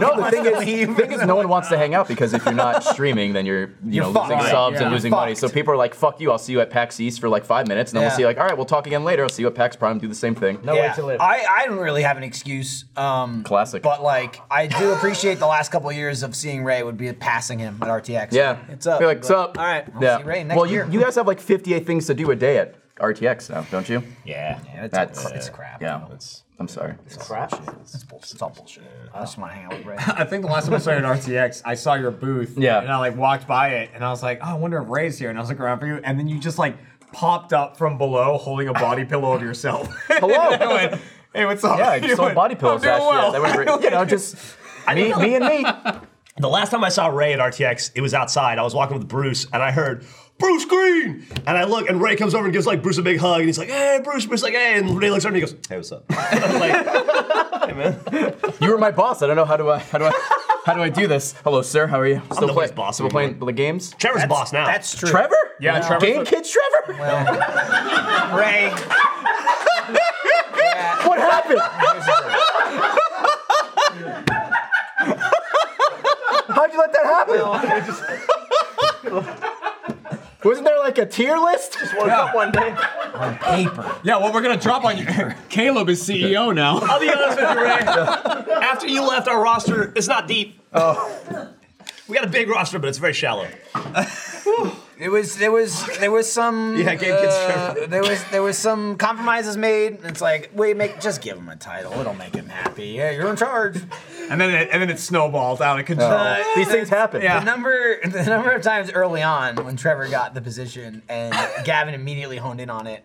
B: <laughs>
D: no. The thing is, the thing is, no one wants to hang out because if you're not streaming, then you're you
B: You're
D: know
B: fucked.
D: losing
B: Right,
D: subs
G: yeah.
D: and losing
B: You're
D: money. So
B: fucked.
D: people are like, "Fuck you! I'll see you at PAX East for like five minutes, and then
B: Yeah.
D: we'll see you like, all right, we'll talk again later. I'll see you at PAX Prime. Do the same thing."
F: No way to live.
B: I, I don't really have an excuse. Um,
D: Classic.
B: But like I do appreciate the last couple of years of seeing Ray would be passing him at RTX.
D: Yeah.
B: it's up.
D: Be like,
B: But-
D: sup?
B: All right, I'll
D: yeah.
B: see Ray next
D: well, you,
B: year.
D: you guys have like 58 things to do a day at RTX now, don't you?
E: yeah
B: Yeah, it's,
D: That's-
B: it's crap.
D: Yeah.
E: That's-
D: I'm sorry.
F: Crap.
B: It's, bullshit. it's all bullshit. I just want to hang out with
F: <laughs>
B: Ray.
G: I think the last time I <laughs> saw you at RTX, I saw your booth.
D: Yeah.
G: And I like walked by it and I was like, oh, I wonder if Ray's here. And I was looking around for you. And then you just like
C: popped up from below holding a body pillow of yourself. <laughs>
D: Hello.
C: I went, hey, what's up?
D: Yeah, I
C: You
D: just sold
C: went,
D: body pillows
C: "I'm doing
D: last year.
C: well."
D: That would
C: <laughs>
D: bring, you know, just me, me and me.
E: The last time I saw Ray at RTX, it was outside. I was walking with Bruce, and I heard Bruce Green, and I look, and Ray comes over and gives like Bruce a big hug, and he's like, "Hey, Bruce." Bruce like, "Hey," and Ray looks over and he goes, "Hey, what's up?" <laughs> And I'm like, "Hey, man."
D: You were my boss. I don't know how do I how do I how do I do this? Hello, sir. How are you? Still
E: the
D: play-
E: worst boss
D: Still
E: anymore.
D: playing the games.
E: Trevor's boss now.
B: That's true.
D: Trevor?
C: Yeah, Wow. Trevor's
D: Game
C: a-
D: kids, Trevor.
B: Ray.
D: what happened? How'd you let that happen? Wasn't there like a tier list?
F: up one day.
C: Yeah, well, we're gonna drop on you. <laughs> Caleb is CEO now.
E: I'll be honest with you, Ray. After you left, our roster it's not deep. Oh. We got a big roster, but it's very shallow.
B: It was there was there was
D: <laughs>
B: some
E: Yeah, Gabe gets
B: uh,
E: Trevor.
B: there was there was some compromises made. And it's like wait, make just give him a title. It'll make him happy. Yeah, you're in charge.
C: And then it, and then it snowballed out of control.
D: These things happen.
C: Yeah.
B: The number the number of times early on when Trevor got the position
E: <laughs>
B: and Gavin immediately honed in on it.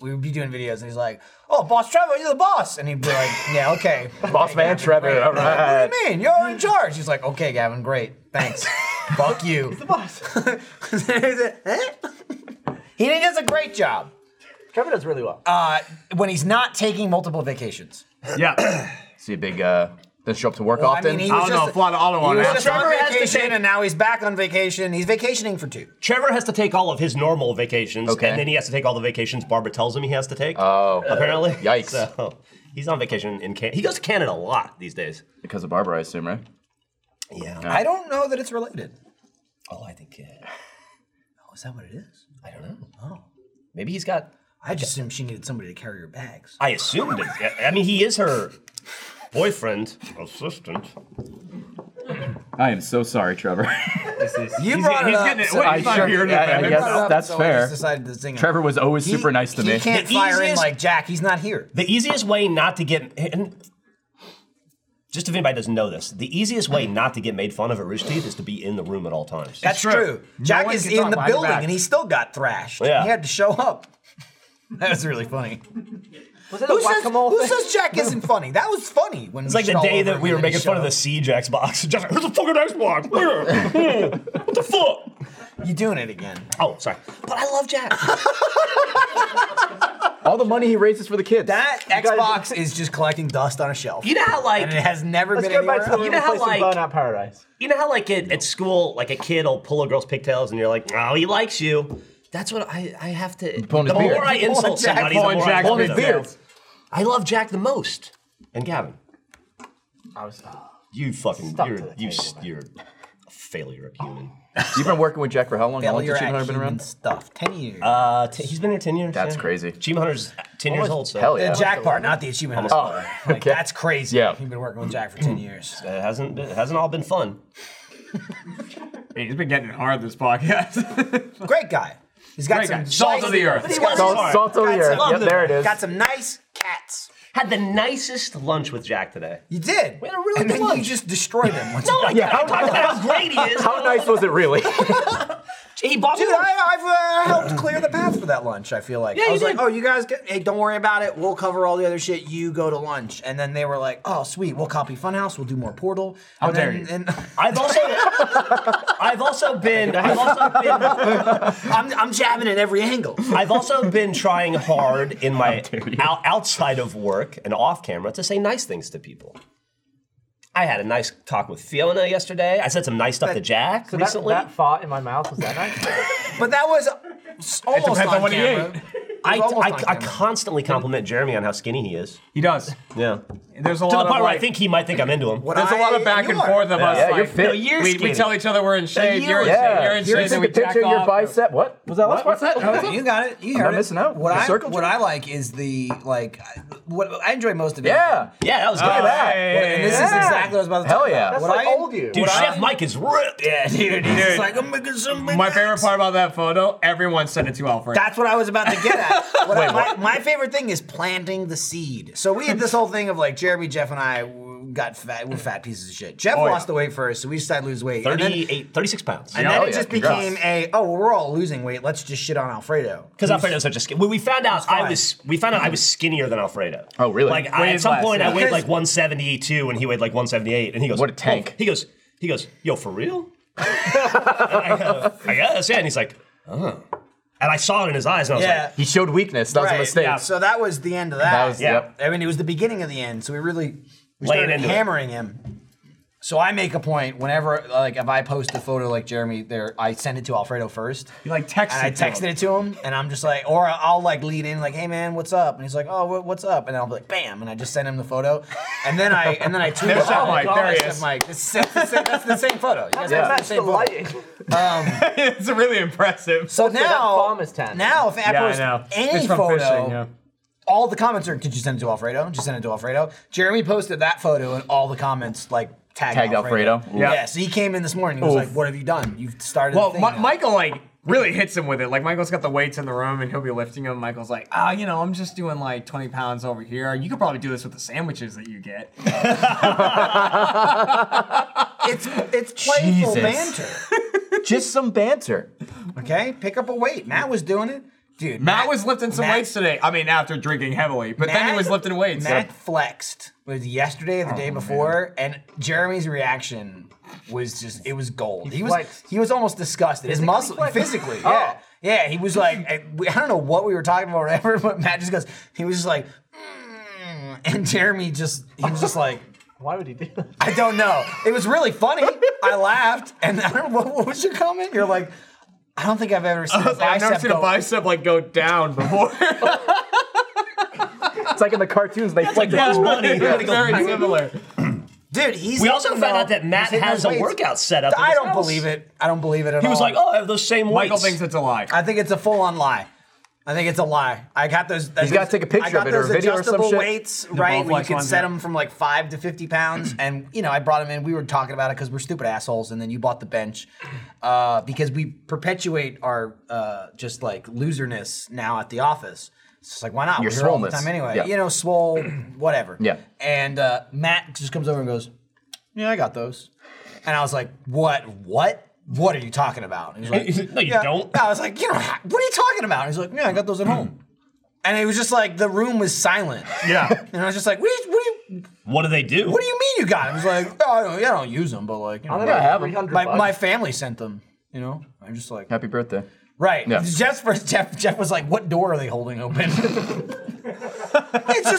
B: We would be doing videos and he's like, "Oh, boss Trevor, you're the boss," and he'd be like, "Yeah, okay,
E: <laughs>
D: Boss man Trevor. All
B: What
D: right.
B: do you mean? You're in charge." He's like, "Okay, Gavin, great,
E: <laughs>
B: thanks. Fuck you." the boss. <laughs> he does a great job
F: Trevor does really well.
B: uh, when he's not taking multiple vacations.
C: yeah.
D: <laughs> See a big uh doesn't show up to work
B: Well, I
D: often.
B: mean, he
C: I
B: was
C: don't know,
B: just,
C: fly to Ottawa
B: he was
C: now.
B: just on
E: Trevor has to
B: vacation
E: take-
B: and now he's back on vacation. He's vacationing for two.
E: Trevor has to take all of his normal vacations,
D: Okay.
E: and then he has to take all the vacations Barbara tells him he has to take. Oh, <laughs> apparently,
D: Yikes.
E: So he's on vacation in Canada. He goes to Canada a lot these days.
D: because of Barbara, I assume, right?
E: Yeah.
B: I don't know that it's related.
E: oh, I think. Uh,
B: Oh, is that what it is?
E: I don't know. Oh, maybe he's got.
B: I just assumed she needed somebody to carry her bags.
E: I assumed it. I- I mean, he is her boyfriend, assistant.
D: I am so sorry, Trevor.
B: You
C: He's,
B: brought
C: getting-
B: it
C: he's
B: up.
C: getting it.
B: so-
C: Wait,
D: I
C: he's not
D: sure-
C: here to
D: yeah, I
C: defend it.
D: guess-
B: brought it up,
D: that's
B: so
D: fair.
B: I just decided to sing it.
D: <laughs> Trevor was always
B: He-
D: super nice to
B: he
D: me.
B: can't
E: The
B: fire in
E: easiest-
B: like Jack. He's not here.
E: The easiest way not to get and just if anybody doesn't know this, the easiest way not to get made fun of at Rooster Teeth is to be in the room at all times.
B: That's
C: true.
B: true.
C: No
B: Jack
C: one
B: is
C: can
B: in
C: talk
B: the
C: behind your
B: building
C: back.
B: and he still got thrashed.
E: Yeah.
B: He had to show up. <laughs> That was really funny.
F: Was it a
B: Who says,
F: whack-a-mole
B: who
F: thing?
B: says Jack isn't funny? That was funny when
E: It's like the day that we were making fun of the Siege Xbox. <laughs> Just like, here's the fucking Xbox. <laughs> what the fuck?
B: You doing it again?
E: Oh, sorry. But I love Jack.
D: All the money he raises for the kids.
B: That Xbox
F: guys-
B: is just collecting dust on a shelf,
E: You know how
B: and it
E: like
B: has never
F: Let's
B: been
F: go
B: anywhere
F: back to the
B: else.
F: room
E: know
F: and
E: how,
F: play some
E: like-
F: Burnout Paradise.
E: you know how like at, at school, like a kid will pull a girl's pigtails and you're like, oh, he likes you. That's what I, I have to.
D: pulling
E: the
D: his beard.
E: more I insult
B: Jack-
E: somebody, the
C: pulling
E: more
C: Jack's
E: I love
D: All his
E: them.
D: beard.
E: I love Jack the most. And Gavin.
F: I was.
E: You fucking,
F: Stuck to
E: you're,
F: the table,
E: you, s-
F: man.
E: you're a failure of human.
D: You've been working with Jack for how long? How long
B: Failure
D: has Achievement
B: at
D: Hunter been
B: human
D: around?
B: stuff. Ten years.
E: Uh, t- he's been here 10 years.
D: That's crazy.
E: Gene Hunter's 10 years old, so.
D: Hell
B: the
D: yeah.
B: Jack part, not the achievement. Hunter part. Like,
D: okay.
B: That's crazy.
D: Yeah.
B: He's been working with Jack for ten years.
E: It hasn't, been, it hasn't all been fun.
C: Hey, he's been getting it hard this podcast. <laughs>
B: Great guy. He's got
C: Great
B: some
C: guy. Salt of the earth.
B: He's
E: Salt-
B: got some-
E: Sorry.
D: Salt, salt over
B: Got
D: here.
B: some-
D: Yep, there it is.
B: Got some nice cats.
E: Had the nicest lunch with Jack today.
B: You did.
E: We had a really
B: and
E: good
B: then you
E: lunch.
B: just destroyed him. Once
E: No,
B: you-
E: I, I talked about how great he is.
D: How nice was it really?
E: He bought
B: Dude,
E: me lunch.
B: I, I've uh, helped clear the path for that lunch. I feel like
E: Yeah,
B: I
E: you
B: was like,
E: did.
B: "Oh, you guys, get, hey, don't worry about it. We'll cover all the other shit. You go to lunch." And then they were like, "Oh, sweet. We'll copy Funhouse. We'll do more Portal." How and
C: dare
B: then,
C: you.
B: And
E: I've also, I've also been, I've also been,
B: I'm, I'm jabbing at every angle.
E: I've also been trying hard in my out, outside of work and off camera to say nice things to people. I had a nice talk with Fiona yesterday. I said some nice stuff to Jack
F: So that,
E: recently.
F: that fart in my mouth was that nice?
B: But that was almost
C: depends
B: on,
C: on what he
B: camera.
C: ate.
E: I,
B: It was almost
E: I,
B: on
E: I
B: camera.
E: constantly compliment Jeremy on how skinny he is.
C: he does.
E: Yeah.
C: There's a
E: To
C: lot
E: the
C: of
E: point where I
C: like-
E: think he might think I'm into him.
B: What
C: There's a lot of
B: I-
C: back
B: you
C: and
B: are.
C: forth of us.
D: Yeah, you're
C: like,
D: fit. No,
E: you're
C: we, we
E: skinny.
C: tell each other we're in shape. You're in shape.
D: yeah.
C: You're in
D: You're
C: shape.
D: taking
C: and we
D: a picture
C: jack
D: of your
C: off.
D: bicep. What was that last
C: What's
D: one?
C: that? How was
B: You
C: that?
B: got it. You heard
D: not
B: it.
D: missing out.
B: What
D: The
B: I
D: circle
B: what I like is the like I- what I enjoy most of it.
D: Yeah.
B: Oh,
E: Yeah, that was good.
D: Look at that.
B: And this is
D: Yeah.
B: exactly what I was about to
D: Hell
B: talk
D: yeah.
B: about.
F: That's
B: What
F: like
B: I-
F: old you.
E: Dude,
B: What
E: Chef
B: I-
E: Mike is ripped.
B: Yeah, dude. He's
C: Dude.
B: just like, I'm making some big
C: My favorite
B: bucks."
C: part about that photo, everyone sent it to Alfred.
B: That's what I was about to
C: <laughs>
B: get at. What I- my, my favorite thing is planting the seed. So we had this whole thing of like Jeremy, Jeff, and I. w- got fat. We're fat pieces of shit. Jeff
C: Oh, yeah.
B: lost the weight first, so we decided to lose weight. And then-
E: 38, 36 pounds.
B: And then
D: Oh,
B: it
D: yeah,
B: just
D: congrats.
B: became a oh well, we're all losing weight. Let's just shit on Alfredo.
E: Because Alfredo's such a skin. When we found out
B: fine.
E: I was, we found out I was skinnier than Alfredo.
D: Oh, really?
E: Like I,
C: Weighs
E: at some
C: less,
E: point,
C: yeah.
E: I weighed like 172, and he weighed like 178, and he goes,
D: What a tank.
E: "Oh," He goes, he goes, yo, for real? <laughs> And I, go, I guess, yeah. And he's like, oh. And I saw it in his eyes, and I was
B: Yeah.
E: like,
D: He showed weakness. That was a
B: Right,
D: mistake.
B: yeah. So that was the end of that.
D: That was
E: Yeah.
D: yep.
B: I mean, it was the beginning of the end. So we really we
E: Lay it
B: started
E: into it.
B: hammering him. So I make a point whenever, like, if I post a photo like Jeremy, there, I send it to Alfredo first.
C: You, like, text
B: And I
C: it to
B: texted
C: him.
B: it to him, and I'm just like, or I'll like lead in like, "Hey man, what's up?" And he's like, "Oh, wha- what's up?" And I'll be like, "Bam!" And I just send him the photo, and then I and then I tweet.
C: There's that
B: oh,
C: Mike,
B: my God,
C: there he
B: I said,
C: is.
B: Mike, this is- this is- that's the same photo. You guys
F: Yeah.
B: have the
F: That's
B: same
F: the
B: photo.
F: lighting.
C: <laughs> it's really impressive.
B: So
F: that
B: now,
F: farmer's tan.
B: now if I
C: Yeah, I
B: post
C: know.
B: any
C: It's from
B: photo,
C: fishing, yeah.
B: all the comments are, "Did you send it to Alfredo? Did you send it to Alfredo?" Jeremy posted that photo, and all the comments like tagged,
D: Tagged
B: Alfredo.
D: Alfredo.
B: Yeah.
C: Yeah.
B: so he came in this morning. He was
C: Oof.
B: like, "What have you done? You've started."
C: Well,
B: the thing
C: Mi-
B: now."
C: Michael like really hits him with it. Like Michael's got the weights in the room and he'll be lifting them. Michael's like, ah, you know, I'm just doing like 20 pounds over here. You could probably do this with the sandwiches that you get.
B: it's it's playful
D: Jesus.
B: banter.
D: Just some banter.
B: Okay, pick up a weight. Matt was doing it, dude.
C: Matt was lifting some
B: Matt-
C: weights today. I mean, after drinking heavily, but then he was lifting weights.
B: Matt flexed was yesterday or
C: Oh,
B: the day before, and Jeremy's reaction was just it was gold. He, was
F: flexed.
B: he was almost disgusted. His muscle
F: flexed?
B: physically,
C: Oh.
B: yeah, yeah. He was like, I we- I don't know what we were talking about, or whatever. <laughs> But Matt just goes, he was just like, "Mm," and Jeremy just he was just like.
F: Why would he do that?
B: I don't know. It was really funny. I laughed, and I don't, what, what was your comment? You're like, I don't think I've ever seen
C: I
B: a
C: was like, <laughs> <laughs> I've never
B: bicep
C: seen a
B: go
C: bicep like go down <laughs> before.
D: It's like in the cartoons.
F: <laughs>
D: They
C: <laughs>
D: flick
E: Bugs
D: it.
E: Bunny.
C: It's very similar.
B: Dude, he's.
E: We also
B: hitting
E: found
B: all-
E: out that Matt
B: he's hitting
E: has
B: those
E: a
B: weights.
E: workout set up at
B: I
E: his
B: don't
E: house.
B: believe it. I don't believe it at
E: he
B: all.
E: was like, oh, I have those same weights.
C: Michael thinks it's a lie.
B: I think it's a full-on lie. I think it's a lie. I got those. He's
D: gotta take a picture of it or a video or some shit.
B: weights, right? Where you
C: Bowflex
B: can
C: ones,
B: set
C: yeah.
B: them from like five to fifty pounds, <clears throat> and you know, I brought them in. We were talking about it because we're stupid assholes, and then you bought the bench uh, because we perpetuate our uh, just like loserness now at the office. It's just like why not?
D: Your
B: we're here all the
D: swollenness.
B: time anyway.
D: Yeah.
B: You know, swole, whatever.
D: Yeah.
B: And uh, Matt just comes over and goes, "Yeah, I got those," and I was like, "What? What?" What are you talking about? And he's
E: <laughs>
B: like,
E: No, you
B: yeah.
E: don't.
B: I was like, you know, what are you talking about? And he's like, yeah, I got those at home. And it was just like the room was silent.
E: <laughs>
C: Yeah.
B: And I was just like, what do you, what do you,
E: What do they do?
B: what do you mean you got them? He's like, oh, I don't, yeah, I don't use them, but like, you know,
F: gonna
D: have 'em.
F: 300
B: my,
F: bucks.
B: my family sent them. You know, I'm just like,
D: Happy birthday.
B: right.
D: Yeah.
B: Jeff's first, Jeff, Jeff was like, what door are they holding open? it's just,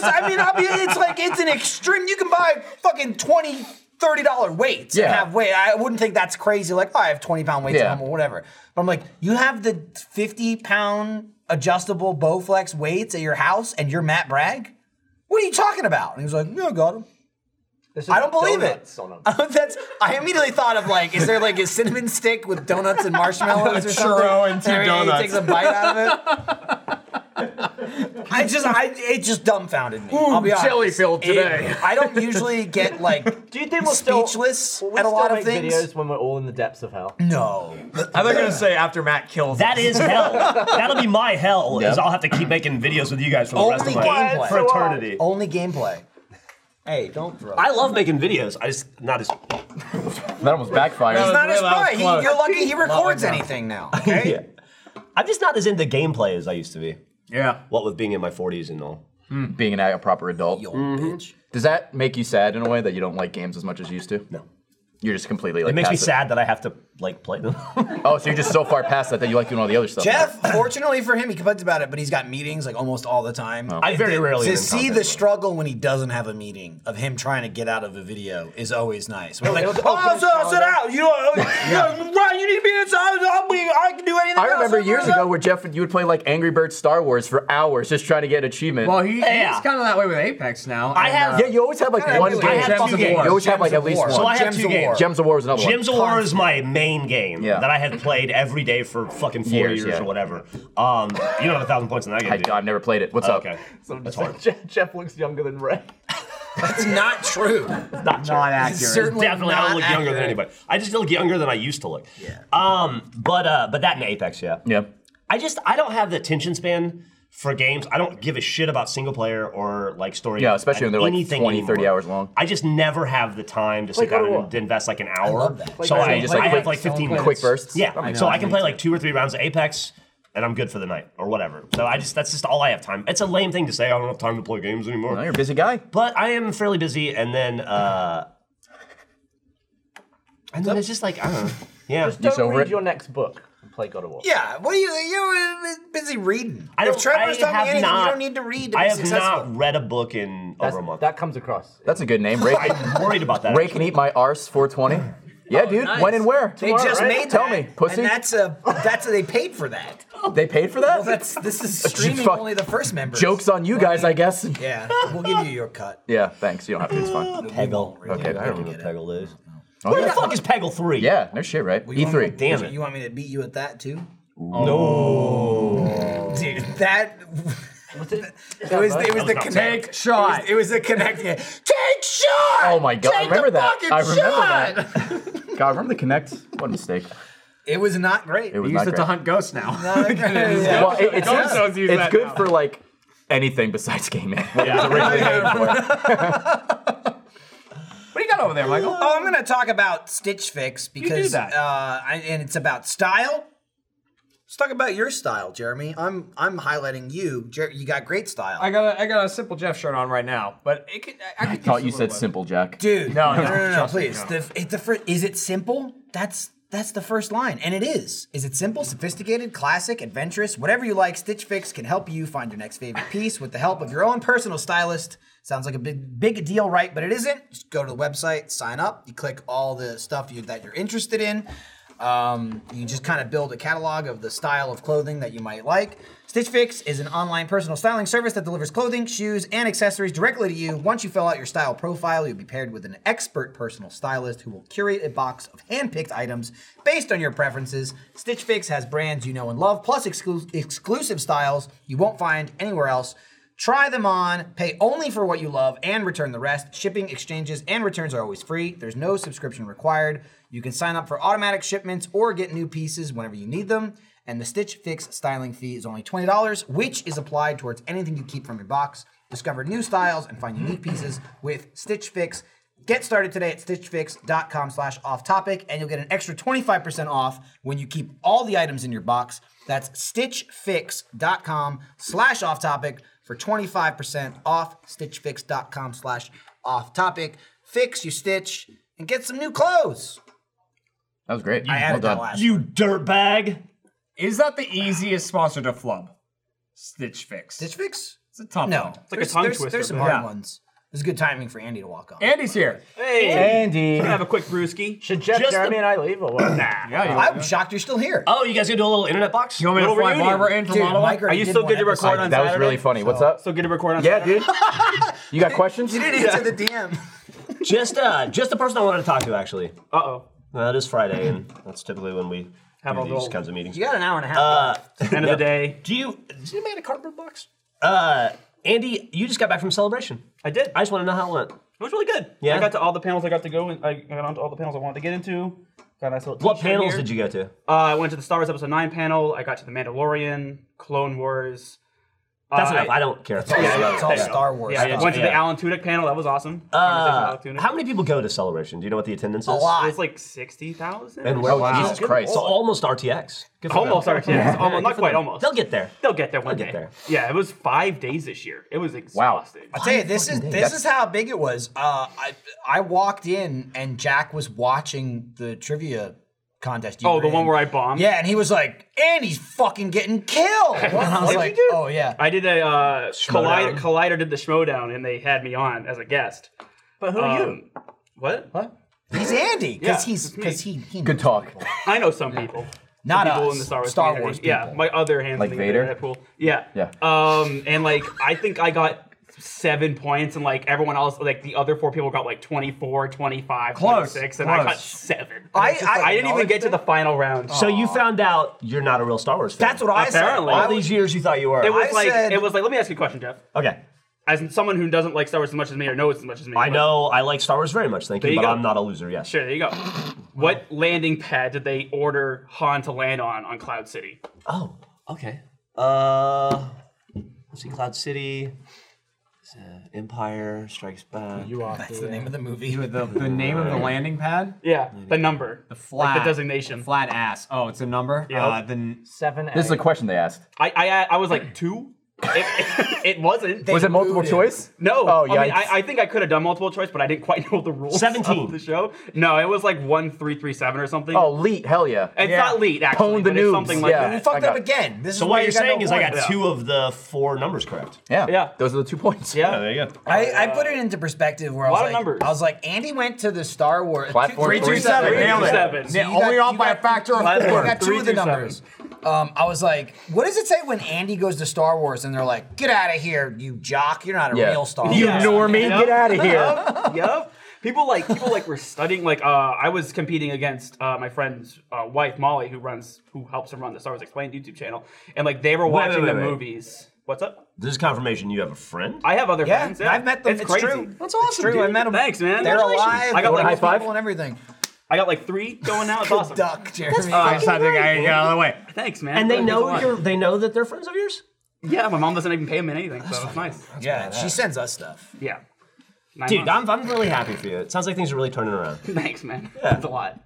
B: I mean, I mean, it's like, it's an extreme. You can buy fucking 20. Thirty dollar weights. and
D: Yeah.
B: have weight. I wouldn't think that's crazy. Like, oh, I have twenty pound weights at
D: Yeah.
B: home or whatever. But I'm like, you have the fifty pound adjustable Bowflex weights at your house, and you're Matt Bragg. What are you talking about? And he was like, No, I got 'em."
F: There's
B: I
F: just
B: don't believe
F: donuts
B: it. <laughs> Oh,
F: on 'em.
B: That's. I immediately thought of like, is there like a cinnamon stick with donuts and
C: <laughs>
B: marshmallows
C: A
B: or
C: churro
B: something?
C: and two
B: he
C: donuts.
B: takes a bite out of
F: <laughs>
B: it. I just, I it just dumbfounded me. I'll be honest.
C: jelly filled
B: It-
C: today.
B: I don't usually get
F: <laughs>
B: like.
F: Do you think we'll still
B: speechless
F: will we
B: at a
F: still
B: lot of
F: make
B: things?
F: videos when we're all in the depths of hell?
B: No.
C: I thought you were gonna say after Matt kills.
E: That is hell. That'll be my hell. Is
D: Yeah.
E: I'll have to keep making videos with you guys for the rest of
B: Only
E: my
B: gameplay.
E: for eternity.
B: Only gameplay. Hey, don't throw.
E: I love making videos. I just not as
D: That almost backfired.
B: He's not
C: That was real, that was
B: as bright. He-
C: close.
B: You're lucky he records
C: down.
B: anything
F: <laughs>
B: now.
E: <laughs>
B: Okay?
E: I'm just not as into gameplay as I used to be.
C: yeah.
E: What with being in my 40s and all.
D: Being an, a proper adult.
B: You old bitch.
D: Does that make you sad in a way that you don't like games as much as you used to?
E: No.
D: You're just completely like.
E: It makes me
D: past
E: sad that I have to like play them.
D: Oh, so you're just so far past that that you like doing all the other stuff.
B: Jeff, fortunately for him, he complains about it, but he's got meetings like almost all the time.
E: Oh. I very rarely am
B: to
E: in
B: see
E: contact
B: the
E: with him.
B: struggle when he doesn't have a meeting of him trying to get out of a video is always nice. We're like,
F: it was-
B: oh,
F: oh,
B: so
E: <laughs>
F: it's-
B: sit out. You know,
H: oh,
B: yeah. Ryan, you need to be inside. I'll be, I can do anything.
D: I remember
B: else.
D: years ago where Jeff, you would play like Angry Birds Star Wars for hours just trying to get achievement.
C: Well, he,
E: Yeah.
C: he's kind of that way with Apex now.
E: I
C: and,
E: have-
D: yeah, you always had like
B: I
D: one
B: really-
D: game.
B: I had
D: Gems
C: two
D: of
C: games.
D: War. You always had like
B: Gems
D: at
B: of
D: least
B: War.
D: one.
E: So I have
B: Gems
E: two
B: of War.
E: games.
D: Gems of War was another
E: Gems
D: one.
E: of War is my main game
D: Yeah.
E: that I have played every day for fucking four
D: Years,
E: years,
D: yeah.
E: or whatever. Um, you don't have a thousand points in that game.
D: I,
E: do you?
D: I've never played it. What's up? <laughs>
E: okay.
F: So I'm
E: That's
F: just
E: hard.
F: like, "Je- <laughs> Jeff looks younger than Ray.
B: That's not <laughs> true.
C: Not accurate.
B: Certainly
E: Definitely, I
B: not
E: don't look younger
B: accurate.
E: than anybody. I just look younger than I used to look. Yeah. Um, but uh, but that in Apex, yeah.
D: Yeah.
E: I just I don't have the attention span for games. I don't give a shit about single player or like story.
D: Yeah, especially when they're like
E: anything
D: 20, 30
E: anymore.
D: hours long.
E: I just never have the time to sit
F: God
E: down
F: of
E: and
F: War.
E: to invest like an hour.
B: love that.
E: So
F: Like,
E: I,
F: you
D: just, like,
E: I have
D: quick-
E: like 15
F: quick
E: minutes.
D: Quick bursts.
E: Yeah,
D: I
E: so
D: know.
E: I can play like two or three rounds of Apex, and I'm good for the night or whatever. So I just that's just all I have time. It's a lame thing to say. I don't have time to play games anymore.
D: Well, you're a busy guy.
E: But I am fairly busy, and then uh, and then it's just like I don't know. Yeah,
F: Just don't
D: so
F: read
D: Rick-
F: your next book and play God of War.
B: Yeah, what are you? You're uh, busy reading.
E: I don't-
B: if Trevor's
E: I
B: telling
E: have
B: you anything,
E: not-
B: you don't need to read to
E: I
B: be
E: have
B: successful.
E: not read a book in
F: That's-
E: over a month.
F: that comes across.
D: That's a good name.
B: <laughs>
D: Ray,
E: I'm worried about that.
D: Ray can eat my arse 420. Yeah, dude.
B: Oh, nice.
D: When and where?
B: they just
D: right?
B: made
D: Tell
B: that,
D: me, pussy.
B: And that's a that's a, they paid for that.
D: They paid for that?
B: Well, that's this
E: <laughs>
B: is streaming
D: fuck-
B: only the first members.
D: Jokes on you guys,
B: <laughs>
D: I guess.
B: Yeah, we'll give you your
E: <laughs>
B: cut.
D: Yeah, thanks. You don't have to. It's fine.
E: Peggle.
D: Okay, I remember
E: Peggle days. Where the fuck is Peggle three?
D: Yeah, no shit, right? E E3.
E: Damn it.
B: You want me to beat you at that too? No, dude, that. <laughs> It was, it was the connect.
C: Take shot.
B: It was the connect. game. Take shot.
D: Oh my god,
B: Take
D: I remember
B: the
D: that.
B: fucking
D: I remember
C: <laughs>
B: shot!
D: that. God, remember the Connect? What a mistake.
B: It was not great.
D: It
B: <laughs>
D: was
C: Use
D: not
C: it to
D: great.
C: hunt ghosts now.
G: <laughs>
B: Yeah.
D: Well, it-
C: <laughs>
D: it's
C: Ghost Zones use
D: it's
C: that
D: good
C: now.
D: for like anything besides gaming. What it was
E: Yeah.
D: originally made for.
C: What do you got over there, Michael?
B: Oh, I'm going to talk about Stitch Fix because
C: that.
B: Uh, I, and it's about style. Let's talk about your style, Jeremy. I'm I'm highlighting you. Jer- you got great style,
C: I got a, I got a simple Jeff shirt on right now, but it could, I, I, could use
D: Thought
C: a
D: you
C: little
D: said
C: love.
D: simple, Jack.
B: dude.
C: No,
B: no,
C: no,
B: no,
C: trust me,
B: please. The, it, the fir- is it simple? That's that's the first line, and it is. Is it simple, sophisticated, classic, adventurous, whatever you like? Stitch Fix can help you find your next favorite piece with the help of your own personal stylist. Sounds like a big big deal, right? But it isn't. Just go to the website, sign up. You click all the stuff you, that you're interested in. Um, you just kind of build a catalog of the style of clothing that you might like. Stitch Fix is an online personal styling service that delivers clothing, shoes, and accessories directly to you. Once you fill out your style profile, you'll be paired with an expert personal stylist who will curate a box of hand-picked items based on your preferences. Stitch Fix has brands you know and love, plus exclu- exclusive styles you won't find anywhere else. Try them on, pay only for what you love, and return the rest. Shipping, exchanges, and returns are always free. There's no subscription required. You can sign up for automatic shipments or get new pieces whenever you need them. And the Stitch Fix styling fee is only $20, which is applied towards anything you keep from your box. Discover new styles and find unique pieces with Stitch Fix. Get started today at stitchfix.com slash off topic, and you'll get an extra 25% off when you keep all the items in your box. That's stitchfix.com slash off topic for 25% off. Stitchfix.com slash off topic. Fix your stitch and get some new clothes.
D: That was great.
B: I added that last.
E: You dirtbag.
C: Is that the easiest sponsor to flub? Stitch Fix.
B: Stitch Fix?
C: It's a tough
B: No.
C: one.
B: like
H: a tongue
B: there's,
H: twister,
B: There's some
H: but-
B: hard
C: Yeah.
B: ones. This is good timing for Andy to walk on.
C: Andy's here.
H: Hey,
D: Andy.
H: can I have a quick brewski?
F: Should Jeff,
E: Just
F: Jeremy,
E: the-
F: and I leave or what?
C: Yeah, you,
B: I'm shocked you're still here.
E: Oh, you guys gonna do a little internet box?
C: you want me to
H: Little
C: fly
H: reunion.
C: Barbara in from
B: Dude,
C: Ottawa?
B: Mike
H: Are
B: already
H: you
B: did
H: still
B: one
H: good to
B: episode. <laughs>
H: record on
D: That was
H: Saturday?
D: really funny. What's up?
H: So good to record on
D: Yeah,
H: Saturday?
D: dude. <laughs> You got questions?
B: You didn't answer the DM.
E: Just uh, just the person I wanted to talk to actually.
H: Uh-oh.
E: Well, it is Friday, and that's typically when we
H: Have
E: do
H: a
E: these
H: little-
E: kinds of meetings. Uh,
B: You got an hour and a half.
E: <laughs>
H: End of the day.
E: Do you? Does anybody have a cardboard box? Uh, Andy, you just got back from celebration.
H: I did.
E: I just want to know how it went.
H: It was really good.
E: Yeah?
H: I got to all the panels I got to go. in- I got onto all the panels I wanted to get into. Got a nice little
E: What
H: t-shirt
E: panels
H: here.
E: did you go to?
H: Uh, I went to the Star Wars Episode 9 panel. I got to The Mandalorian, Clone Wars.
E: That's
H: Uh,
E: enough. I, don't care.
B: it's all Star Wars.
H: Yeah, I
B: stuff.
H: went to the
E: yeah.
H: Alan Tudyk panel. That was awesome.
E: Uh,
H: Conversation with Alan Tudyk.
E: how many people go to celebration? Do you know what the attendance is?
B: A lot.
H: It was like 60,000.
E: And where?
D: Oh, Jesus Christ.
E: So almost RTX. Good for
H: Almost
E: them.
H: RTX. Almost, not quite, almost.
E: They'll get there.
H: They'll get there one
E: They'll get
H: day.
E: there.
H: Yeah, it was five days this year. It was exhausting.
B: I'll tell you, this is this is how big it was. Uh, I I walked in and Jack was watching the trivia contest. you
H: Oh,
B: were
H: the one
B: in.
H: where I bombed.
B: yeah, and he was like, and he's fucking getting
H: <laughs>
B: killed. And I was
H: What'd you
B: like,
H: do?
B: oh
H: <laughs>
B: yeah,
H: I did a uh, Collider,
E: Schmodown.
H: Collider did the Schmodown, and they had me on as a guest.
F: But who
H: Um,
F: are you?
H: What?
B: he's Andy
H: Yeah,
B: because he's
H: it's me.
B: because he, he
D: Good talk.
H: I know some people.
B: Not
H: people
B: us.
H: in the Star Wars.
B: Star
H: community.
B: Wars
H: Yeah,
B: people.
H: my other hands
D: Like
H: in the
D: Vader?
H: internet pool. Yeah.
D: Yeah.
H: Um, and like I think I got seven points, and like everyone else, like the other four people got like 24, 25,
C: Close,
H: 26, and I
C: close.
H: got seven.
B: I-
H: It's just
B: I- Oh.
H: like, I didn't even get to the final round.
E: So you found out you're not a real Star Wars fan.
B: That's what I
H: Apparently.
E: All
B: said. I
E: these years you thought you were.
H: it was
B: I
H: like
B: said-
H: it was like. Let me ask you a question, Jeff.
E: okay.
H: As someone who doesn't like Star Wars as much as me, or knows as much as me,
E: I
H: but-
E: know I like Star Wars very much, thank you,
H: There you
E: but
H: go.
E: I'm not a loser, yes.
H: Sure,
D: <clears throat>
H: there you go. What landing pad did they order Han to land on on Cloud City?
E: Oh, okay. Uh, Let's see, Cloud City, uh, Empire Strikes Back.
F: You are.
B: That's the name of the movie.
C: The,
B: <laughs>
C: the name of the landing pad?
H: Yeah, the number.
C: The flat.
H: Like the designation.
C: Flat ass. Oh, it's a number?
H: Yeah.
C: Uh, then
F: Seven.
D: This is a question they asked.
H: I, I, I
D: <clears throat>
H: was like two. It, <laughs> it, it wasn't.
D: Was it multiple choice?
H: no.
D: Oh,
H: I, mean,
D: yikes.
H: I, I think I could have done multiple choice, but I didn't quite <laughs> know the rules.
E: 17.
H: Of the show. No, it was like one three three seven or something.
D: Oh, leet, hell yeah.
H: it's not lead actually.
D: Pwn the
H: but it's
D: noobs,
H: Something like
D: yeah.
B: You
H: that.
D: I
B: fucked
D: got
B: up
D: it.
B: again. This
E: So
B: is
E: what
B: why
E: you're
B: you got no
E: saying is I got
B: points.
E: two of the four numbers correct.
D: yeah.
H: Yeah.
D: Those are the two points.
H: Yeah.
E: Yeah, there you go.
B: I, I put it into perspective where I
H: Oh, A
B: was
H: lot of
B: like,
H: numbers.
B: I was like, Andy went to the Star Wars
D: Platform
B: two-
D: three, two, seven.
B: three, two,
C: Nailed it.
H: Seven.
C: Yeah,
B: You
C: only
B: got-
C: off
B: you
C: by
B: got-
C: a factor of
B: You
C: four.
B: got two
H: Three,
B: of the
H: two, seven.
B: numbers. Um, I was like, what does it say when Andy goes to Star Wars and they're like, get out of here, you jock. You're not a
D: Yeah.
B: real Star Wars.
D: You normie, get out of here.
H: Yup, <laughs> yup. People like people like were studying. Like uh, I was competing against uh, my friend's uh, wife Molly, who runs, who helps him run the Star Wars Explained YouTube channel, and like they were watching
E: wait,
H: the
E: wait.
H: movies. What's up?
E: This is confirmation you have a friend.
H: I have other
B: Yeah,
H: friends. Yeah,
B: I've met them.
H: It's,
B: It's
H: crazy.
B: true.
E: That's awesome.
B: true,
E: dude.
B: I met him.
H: Thanks, man.
B: They're alive.
H: I
B: They're
H: got like
D: high
B: people
D: five?
B: and everything.
H: I got like three going now. It's awesome.
B: Duck, Jeremy.
C: I just had to get it out of the way.
H: Thanks, man.
E: And they
H: Really means a
E: know
H: lot.
E: you're, they know that they're friends of yours.
H: Yeah, my mom doesn't even pay him anything, so it's nice.
B: yeah, she sends us stuff.
H: Yeah. Nine
E: Dude,
H: months.
E: I'm, I'm really happy for you. It sounds like things are really turning around.
H: <laughs> Thanks, man. That's a lot.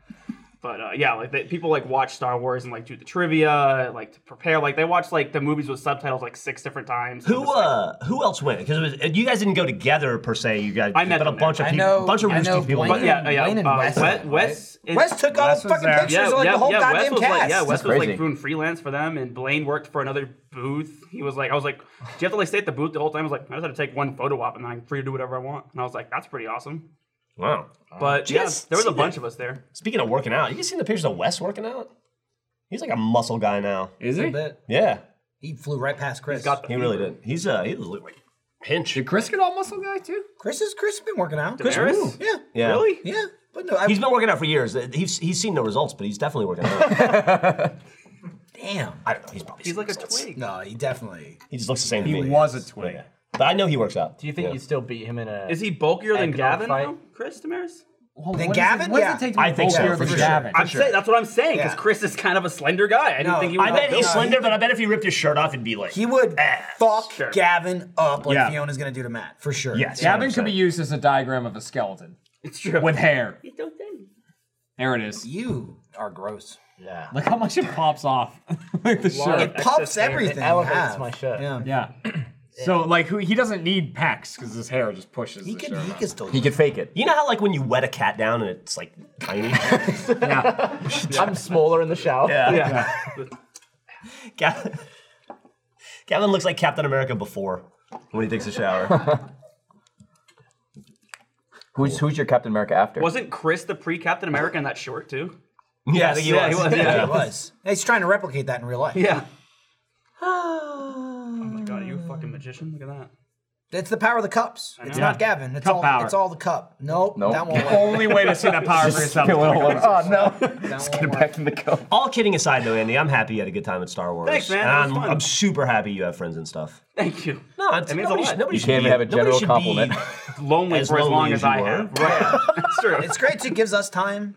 H: But uh, yeah, like they, people like watch Star Wars and like do the trivia, like to prepare. Like they watch like the movies with subtitles like six different times.
E: Who uh who else went? Because you guys didn't go together per se. You guys,
H: I met
E: but a
H: them
E: bunch of
H: there.
B: I
E: people,
B: know-
E: a bunch of
B: I
E: Rooster
B: know
E: people.
B: Blaine.
E: went.
H: Yeah, yeah.
B: Wayne and
H: uh,
B: Wes
H: Wes,
B: were there,
H: Wes, is-
B: Wes took all
C: Wes
B: the
C: was
B: fucking
C: there.
B: pictures of like the whole
H: Wes
B: goddamn
H: was
B: cast.
H: like, yeah, Wes
D: That's
H: was like
D: crazy.
H: doing freelance for them, and Blaine worked for another booth. He was like, I was like, do you have to like stay at the booth the whole time? I was like, I just had to take one photo op, and I'm free to do whatever I want. And I was like, that's pretty awesome.
E: Wow.
H: But
E: Did you
H: yeah,
E: guys
H: there was a
E: see
H: bunch
E: that?
H: of us there.
E: Speaking of working out, you guys seen the pictures of Wes working out? He's like a muscle guy now.
C: Is he?
B: But
E: Yeah,
B: he flew right past Chris.
H: Got the
E: he really did. He's uh, he looked like pinch.
C: Did Chris get all muscle guy too?
B: Chris is Chris has been working out.
H: Damaris?
B: Yeah.
E: Yeah.
H: Really?
B: Yeah. But no, I,
E: He's been working out for years. He's he's seen no results, but he's definitely working out.
B: damn.
E: I don't know. He's probably
H: He's
E: seen
H: like a
E: results.
H: twig.
B: No, he definitely.
E: He just looks the same to
C: He
E: me.
C: was a twig.
E: Yeah. But I know he works out.
F: Do you think you still beat him in a?
H: Is he bulkier than
F: Economic
H: Gavin,
F: fight.
H: though? Chris Damaris?
B: Then Gavin?
C: What
B: Yeah.
C: does it take to be
E: I think so,
C: bulkier
E: for
C: than
E: sure.
C: Gavin?
H: I'm saying that's what I'm saying because
B: Yeah.
H: Chris is kind of a slender guy. I didn't
B: No,
H: think he was.
E: I bet
H: that
E: he's
H: big.
E: slender, but I bet if he ripped his shirt off, it'd be like
B: He would fuck
H: Sure.
B: Gavin up like
E: Yeah.
B: Fiona's gonna do to Matt, for sure.
E: Yes.
C: Gavin could be used as a diagram of a skeleton
H: It's true.
C: with hair.
H: He's so thin.
C: There it is.
B: You are gross.
E: Yeah.
C: Look how much it pops off. <laughs> like the shirt.
B: It puffs
H: hair.
B: everything. you
F: elevates
B: have.
F: my shirt.
B: Yeah. <clears throat>
C: Yeah. So like who he doesn't need pecs because his hair just pushes.
B: He
C: the
B: could
C: shirt
B: he
C: off.
B: could still
D: He could fake it.
E: You know how like when you wet a cat down and it's like
H: <laughs>
E: tiny?
F: I'm smaller in the shower.
H: Yeah.
E: Gavin, Gavin looks like Captain America before when he takes a
H: <laughs>
E: shower.
D: Who's who's your Captain America after?
H: Wasn't Chris the pre Captain America in that short too?
E: yeah, I think he
H: yeah,
E: was.
H: he was, yeah.
B: He was. He's trying to replicate that in real life.
H: Yeah.
B: <sighs>
H: oh my god, are you a fucking magician? Look at that.
B: That's the power of the cups. It's not Gavin. It's
C: Cup
B: all
C: power.
B: it's all the cup. Nope.
D: Nope.
B: That won't work.
C: Only way to see that power for yourself. is
D: Spill it
C: to
D: all
C: look
D: over.
C: at it.
D: Oh no!
B: That
D: Let's
B: won't
D: get it
B: work.
D: back in the cup.
E: All kidding aside, though, Andy, I'm happy you had a good time at Star Wars.
H: Thanks, man.
E: And
H: That was
E: I'm,
H: fun.
E: I'm super happy you have friends and stuff.
H: Thank you.
E: No, it's,
H: means a
E: nobody,
H: lot.
E: should- nobody
D: You
E: should
D: can't
E: be-
D: even have a
E: nobody
D: general
E: should be
D: compliment.
H: Lonely
E: As
H: for as
E: lonely
H: long
E: as
H: as, I
E: you were.
H: have. Right. it's true.
B: It's great to gives us
H: <laughs>
B: time.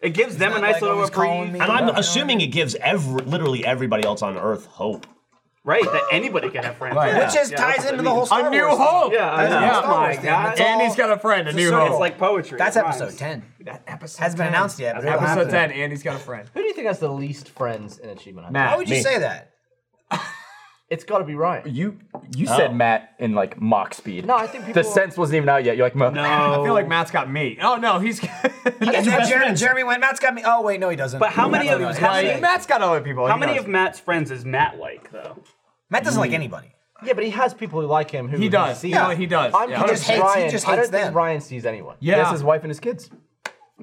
H: it gives them a
B: not
H: nice
B: like
H: little
B: always calling
H: reprieve.
B: me.
E: <laughs> And I'm
B: Yeah.
E: assuming it gives every, literally everybody else on Earth hope.
H: Right, that anybody can have friends.
C: Right.
B: Which is
H: Yeah, that's
B: ties
H: what
B: into
H: it
B: the whole
H: means.
B: Star
C: A new
B: Wars
C: hope.
H: Yeah, I
B: That's
H: know.
B: the
C: Yeah.
B: Star Wars
H: Oh my
B: thing. That's
H: God.
B: all-
C: And he's got a friend, a new
B: circle.
C: hope.
H: It's like poetry.
B: That's
H: It
B: episode
H: rhymes.
B: ten.
C: That episode
B: Hasn't been
C: 10.
B: announced yet, but it'll
C: Episode
B: happen.
C: 10, and he's got a friend.
F: Who do you think has the least friends in Achievement Hunter?
B: Why would you
E: Me.
B: say that?
F: It's got to be Ryan.
D: You you
C: Oh.
D: said Matt in like mock speed.
F: No, I think
D: the
F: people-
D: sense wasn't even out yet. You're like, no.
H: No.
C: I feel like Matt's got me. Oh no, he's. <laughs>
B: And then Jeremy,
E: best friends.
B: Jeremy went. Matt's got me. Oh wait, no, he doesn't.
H: But how many
B: No,
H: of
B: no,
H: these-
B: no,
H: how
B: he's
H: many-
B: saying-
C: Matt's got other people.
H: How
C: he
H: many
C: knows.
H: of Matt's friends is Matt like though?
B: Matt doesn't like anybody.
F: Yeah, but he has people who like him. Who
C: He does.
F: See
C: You
B: Yeah.
F: him.
C: know, he does.
F: I'm
C: Yeah.
B: just
F: convinced
B: hates- he
F: Ryan.
B: just
F: I don't
B: hates
F: think
B: them.
F: Ryan sees anyone.
C: Yeah.
D: That's his wife and his kids.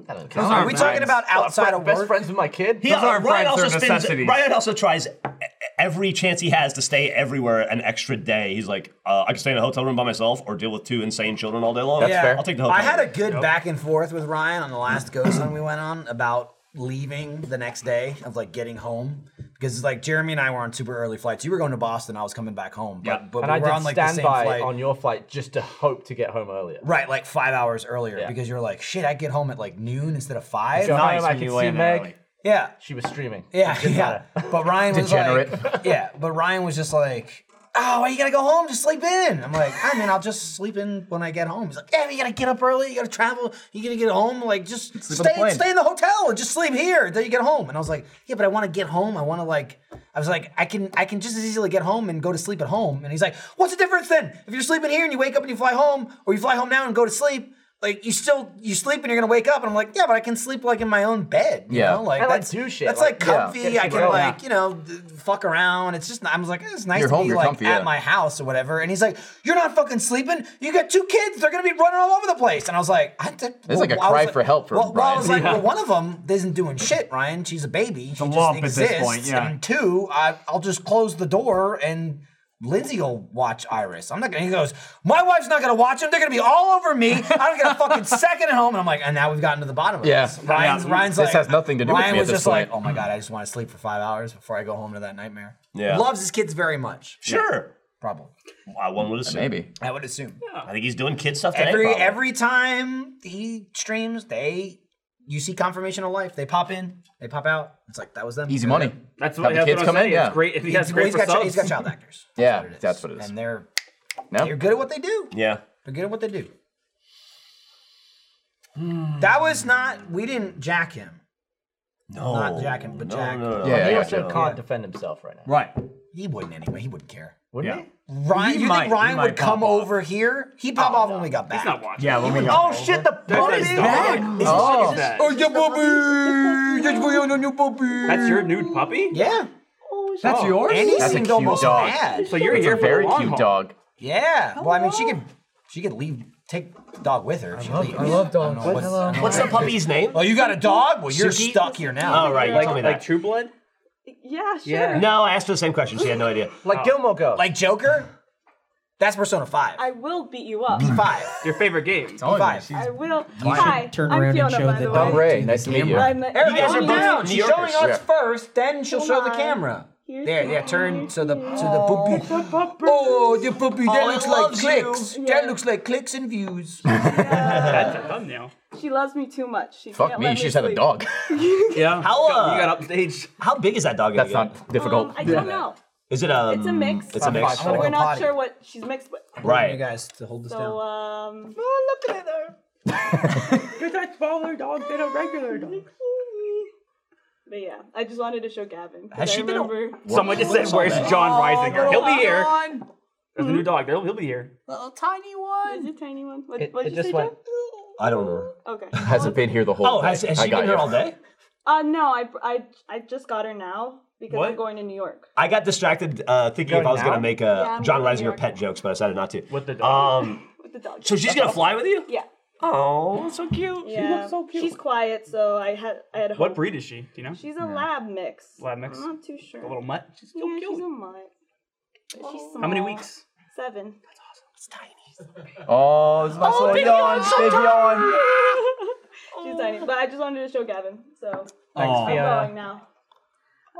F: I don't
C: Those
F: care.
B: Are
C: aren't
B: we
C: friends.
B: talking about outside of
F: best
B: work?
F: friends with my kid.
E: He,
C: Those aren't
E: Ryan
C: friends,
E: also
C: they're
E: spends.
C: necessities.
E: Ryan also tries e- every chance he has to stay everywhere an extra day. He's like, uh, I can stay in a hotel room by myself or deal with two insane children all day long.
D: That's fair.
E: I'll take the hotel.
B: I had a
E: room.
B: good back and forth with Ryan on the last Ghost Hunt we went on about leaving the next day of like getting home because it's like Jeremy and I were on super early flights. You were going to Boston, I was coming back home, but,
E: Yeah.
B: but
F: and
B: we
F: I
B: were
F: did
B: on like the
F: stand
B: same
F: by
B: flight.
F: on your flight just to hope to get home earlier.
B: Right, like five hours earlier
F: Yeah.
B: because you're like, shit, I get home at like noon instead of five.
F: Go
C: Nice
F: home, I
C: when
F: can
C: you
F: see
C: land
F: Meg.
C: early.
B: Yeah.
F: She was streaming.
B: Yeah,
F: It didn't
B: yeah.
F: matter.
B: But Ryan was
D: Degenerate.
B: like, yeah. But Ryan was just like, oh, are you gonna go home? Just sleep in. I'm like, I mean, I'll just sleep in when I get home. He's like, yeah, you gotta get up early. You gotta travel. You gotta get home. Like, just
D: on the
B: stay,
D: plane.
B: stay in the hotel and just sleep here until you get home. And I was like, yeah, but I want to get home. I want to like, I was like, I can, I can just as easily get home and go to sleep at home. And he's like, what's the difference then? If you're sleeping here and you wake up and you fly home, or you fly home now and go to sleep. Like you still you sleep and you're gonna wake up and I'm like yeah but I can sleep like in my own bed you
D: Yeah.
B: know? like
F: I like
B: that's
F: do shit,
B: that's
F: like,
B: like,
D: yeah,
B: comfy I
F: get shit
B: can
F: done.
B: like you know d- fuck around it's just I was like eh, it's nice
D: You're
B: to
D: home,
B: be
D: you're
B: like
D: comfy,
B: at
D: yeah.
B: my house or whatever and he's like you're not fucking sleeping you got two kids they're gonna be running all over the place and I was like I did,
D: It's like a
B: I was
D: cry for help from
B: well, well, I was
D: Brian.
B: like
D: <laughs>
B: well one of them isn't doing shit Ryan she's a baby she just
C: lump at this
B: exists
C: point, yeah.
B: and two I, I'll just close the door and. Lindsay will watch Iris. I'm not gonna. He goes, my wife's not gonna watch them. They're gonna be all over me. I don't get a fucking <laughs> second at home. And I'm like, and now we've gotten to the bottom of
D: Yeah.
B: this. Ryan's,
C: Yeah.
B: Ryan's
D: This
B: like,
D: has nothing to do with
B: Ryan
D: me at
B: was
D: this
B: just
D: point.
B: like, oh my god, I just want to sleep for five hours before I go home to that nightmare.
E: Yeah.
B: loves his kids very much.
E: Sure.
B: Probably,
E: Wow, one would assume.
D: Maybe.
B: I would assume.
E: I think he's doing kid stuff today.
B: Every
E: probably.
B: every time he streams, they you see confirmation of life. They pop in, they pop out. It's like that was them.
D: Easy
B: They're
D: money.
B: them.
H: That's
D: Have
H: what,
D: the
H: that's
D: kids
H: what I'm
D: come in?
H: saying.
D: Yeah.
H: It's great. He has
B: Well,
H: great
B: he's
H: for
B: got chi-
H: subs.
B: he's got child actors.
D: Yeah, that's what it is.
B: And they're
D: No.
B: they're good at what they do.
E: Yeah.
B: They're good at what they do. That was not. We didn't jack him.
E: No.
B: Not Jack and- but
E: no,
B: Jack.
E: No, no, no.
D: Yeah, I
F: He
D: gotcha.
F: also can't defend himself right now.
C: Right.
B: He wouldn't anyway. He wouldn't care.
F: Wouldn't
C: Yeah.
B: Ryan, you
C: might-
B: think
C: he
B: Ryan
C: might
B: would come
C: pop off.
B: over here? He'd pop off when we got back.
H: He's not watching.
C: Yeah, when we got
B: Oh shit! The puppy.
H: That's his dog. His dog is that.
B: your puppy! Yes, we own a new puppy.
H: That's your nude puppy?
B: Yeah.
C: That's yours?
B: And he
D: That's a
B: seemed
D: cute
B: almost
D: dog.
B: mad.
H: So you're
D: It's
H: here
D: a
H: for the
D: very
H: long
D: cute
H: haul.
D: dog.
B: Yeah. Well, I mean, she could, she could leave, take the dog with her. If she leaves.
F: dogs.
E: <laughs> What's the puppy's name?
B: Oh, you got a dog? Well, you're
E: Suki?
B: stuck here now.
E: Oh, right. You
H: Like,
E: told me
H: like
E: that.
H: True Blood?
K: Yeah, sure.
H: Yeah.
E: No, I asked her the same question. She had no idea.
F: Like Gilmore Girls.
B: Like Joker. That's Persona Five.
K: I will beat you up.
B: Five.
H: Your favorite game.
C: Oh,
B: Five.
K: I will.
L: Mm. should
K: Hi,
L: turn
K: I'm
L: around
K: Fiona,
L: and show
K: by
L: the
K: the
L: dog.
D: Tom
K: way.
D: Ray, nice to meet you.
K: I'm
B: There, you guys are
E: Calm
B: both
E: down.
B: down.
E: New
B: She's
E: Yorkers.
B: showing us
D: Yeah.
B: first, then she'll
K: Hold
B: show the
K: on.
B: camera.
K: Here's
B: there,
K: the
B: yeah. Turn
K: camera.
B: to the to the puppy. Oh, the puppy. That
E: Oh, it
B: looks like
E: loves you.
B: clicks.
K: Yeah.
B: That looks like clicks and views.
H: That's a thumbnail.
K: She loves me too much. She
D: Fuck
K: can't
D: me,
K: let
D: she just had a
K: sleep.
D: dog.
H: Yeah.
E: How,
H: You got-
E: uh,
H: you got upstaged.
E: How big is that dog?
D: That's
E: again?
D: not
K: Um,
D: difficult.
K: I don't know.
E: Is it um?
K: It's a mix.
E: It's a mix.
B: I'm gonna
K: We're
B: go
K: not
B: potty.
K: sure what she's mixed with.
B: You
E: Right.
B: guys to hold this
K: So,
B: down.
H: <laughs>
K: um,
E: Oh, look at her.
H: You're that smaller dog than a regular dog.
K: <laughs> but yeah, I just wanted to show Gavin. 'cause
E: Has
K: I
E: she been o-
K: remember
H: Someone just said, "Where's John Reisinger? He'll be here." There's a new dog. He'll, he'll be here.
K: Is it tiny one? What
F: It-
K: what
F: it
K: did you
F: just
K: say,
F: went-
K: Jeff?
E: I don't know.
K: Okay.
L: <laughs>
D: Hasn't been here the whole.
E: Oh,
D: day.
E: has, has
D: I
E: she
D: got
E: been here
D: you.
E: all day?
K: Uh, no, I, I, I just got her now because
H: What?
K: I'm going to New York.
E: I got distracted uh, thinking if I was
F: now?
E: gonna make a
K: I'm
E: John
K: going to
E: Reisinger
K: New York.
E: pet jokes, but I decided not to.
H: With the dog.
E: Um.
K: With the dog.
E: So she's gonna fly with you?
K: yeah.
H: Oh, so cute.
K: Yeah. She's quiet, so I had I had
H: What
K: hope.
H: breed is she? Do you know?
K: She's a lab mix.
H: Lab mix?
K: I'm not too sure.
H: a little mutt. She's so
K: yeah, she's a
H: cute.
K: mutt. But she's small.
H: How many weeks?
K: Seven.
D: Oh, it's my son. yawn, big yawn.
K: She's tiny. But I just wanted to show Gavin, so
C: Thanks,
K: I'm
C: Fiona.
K: going now.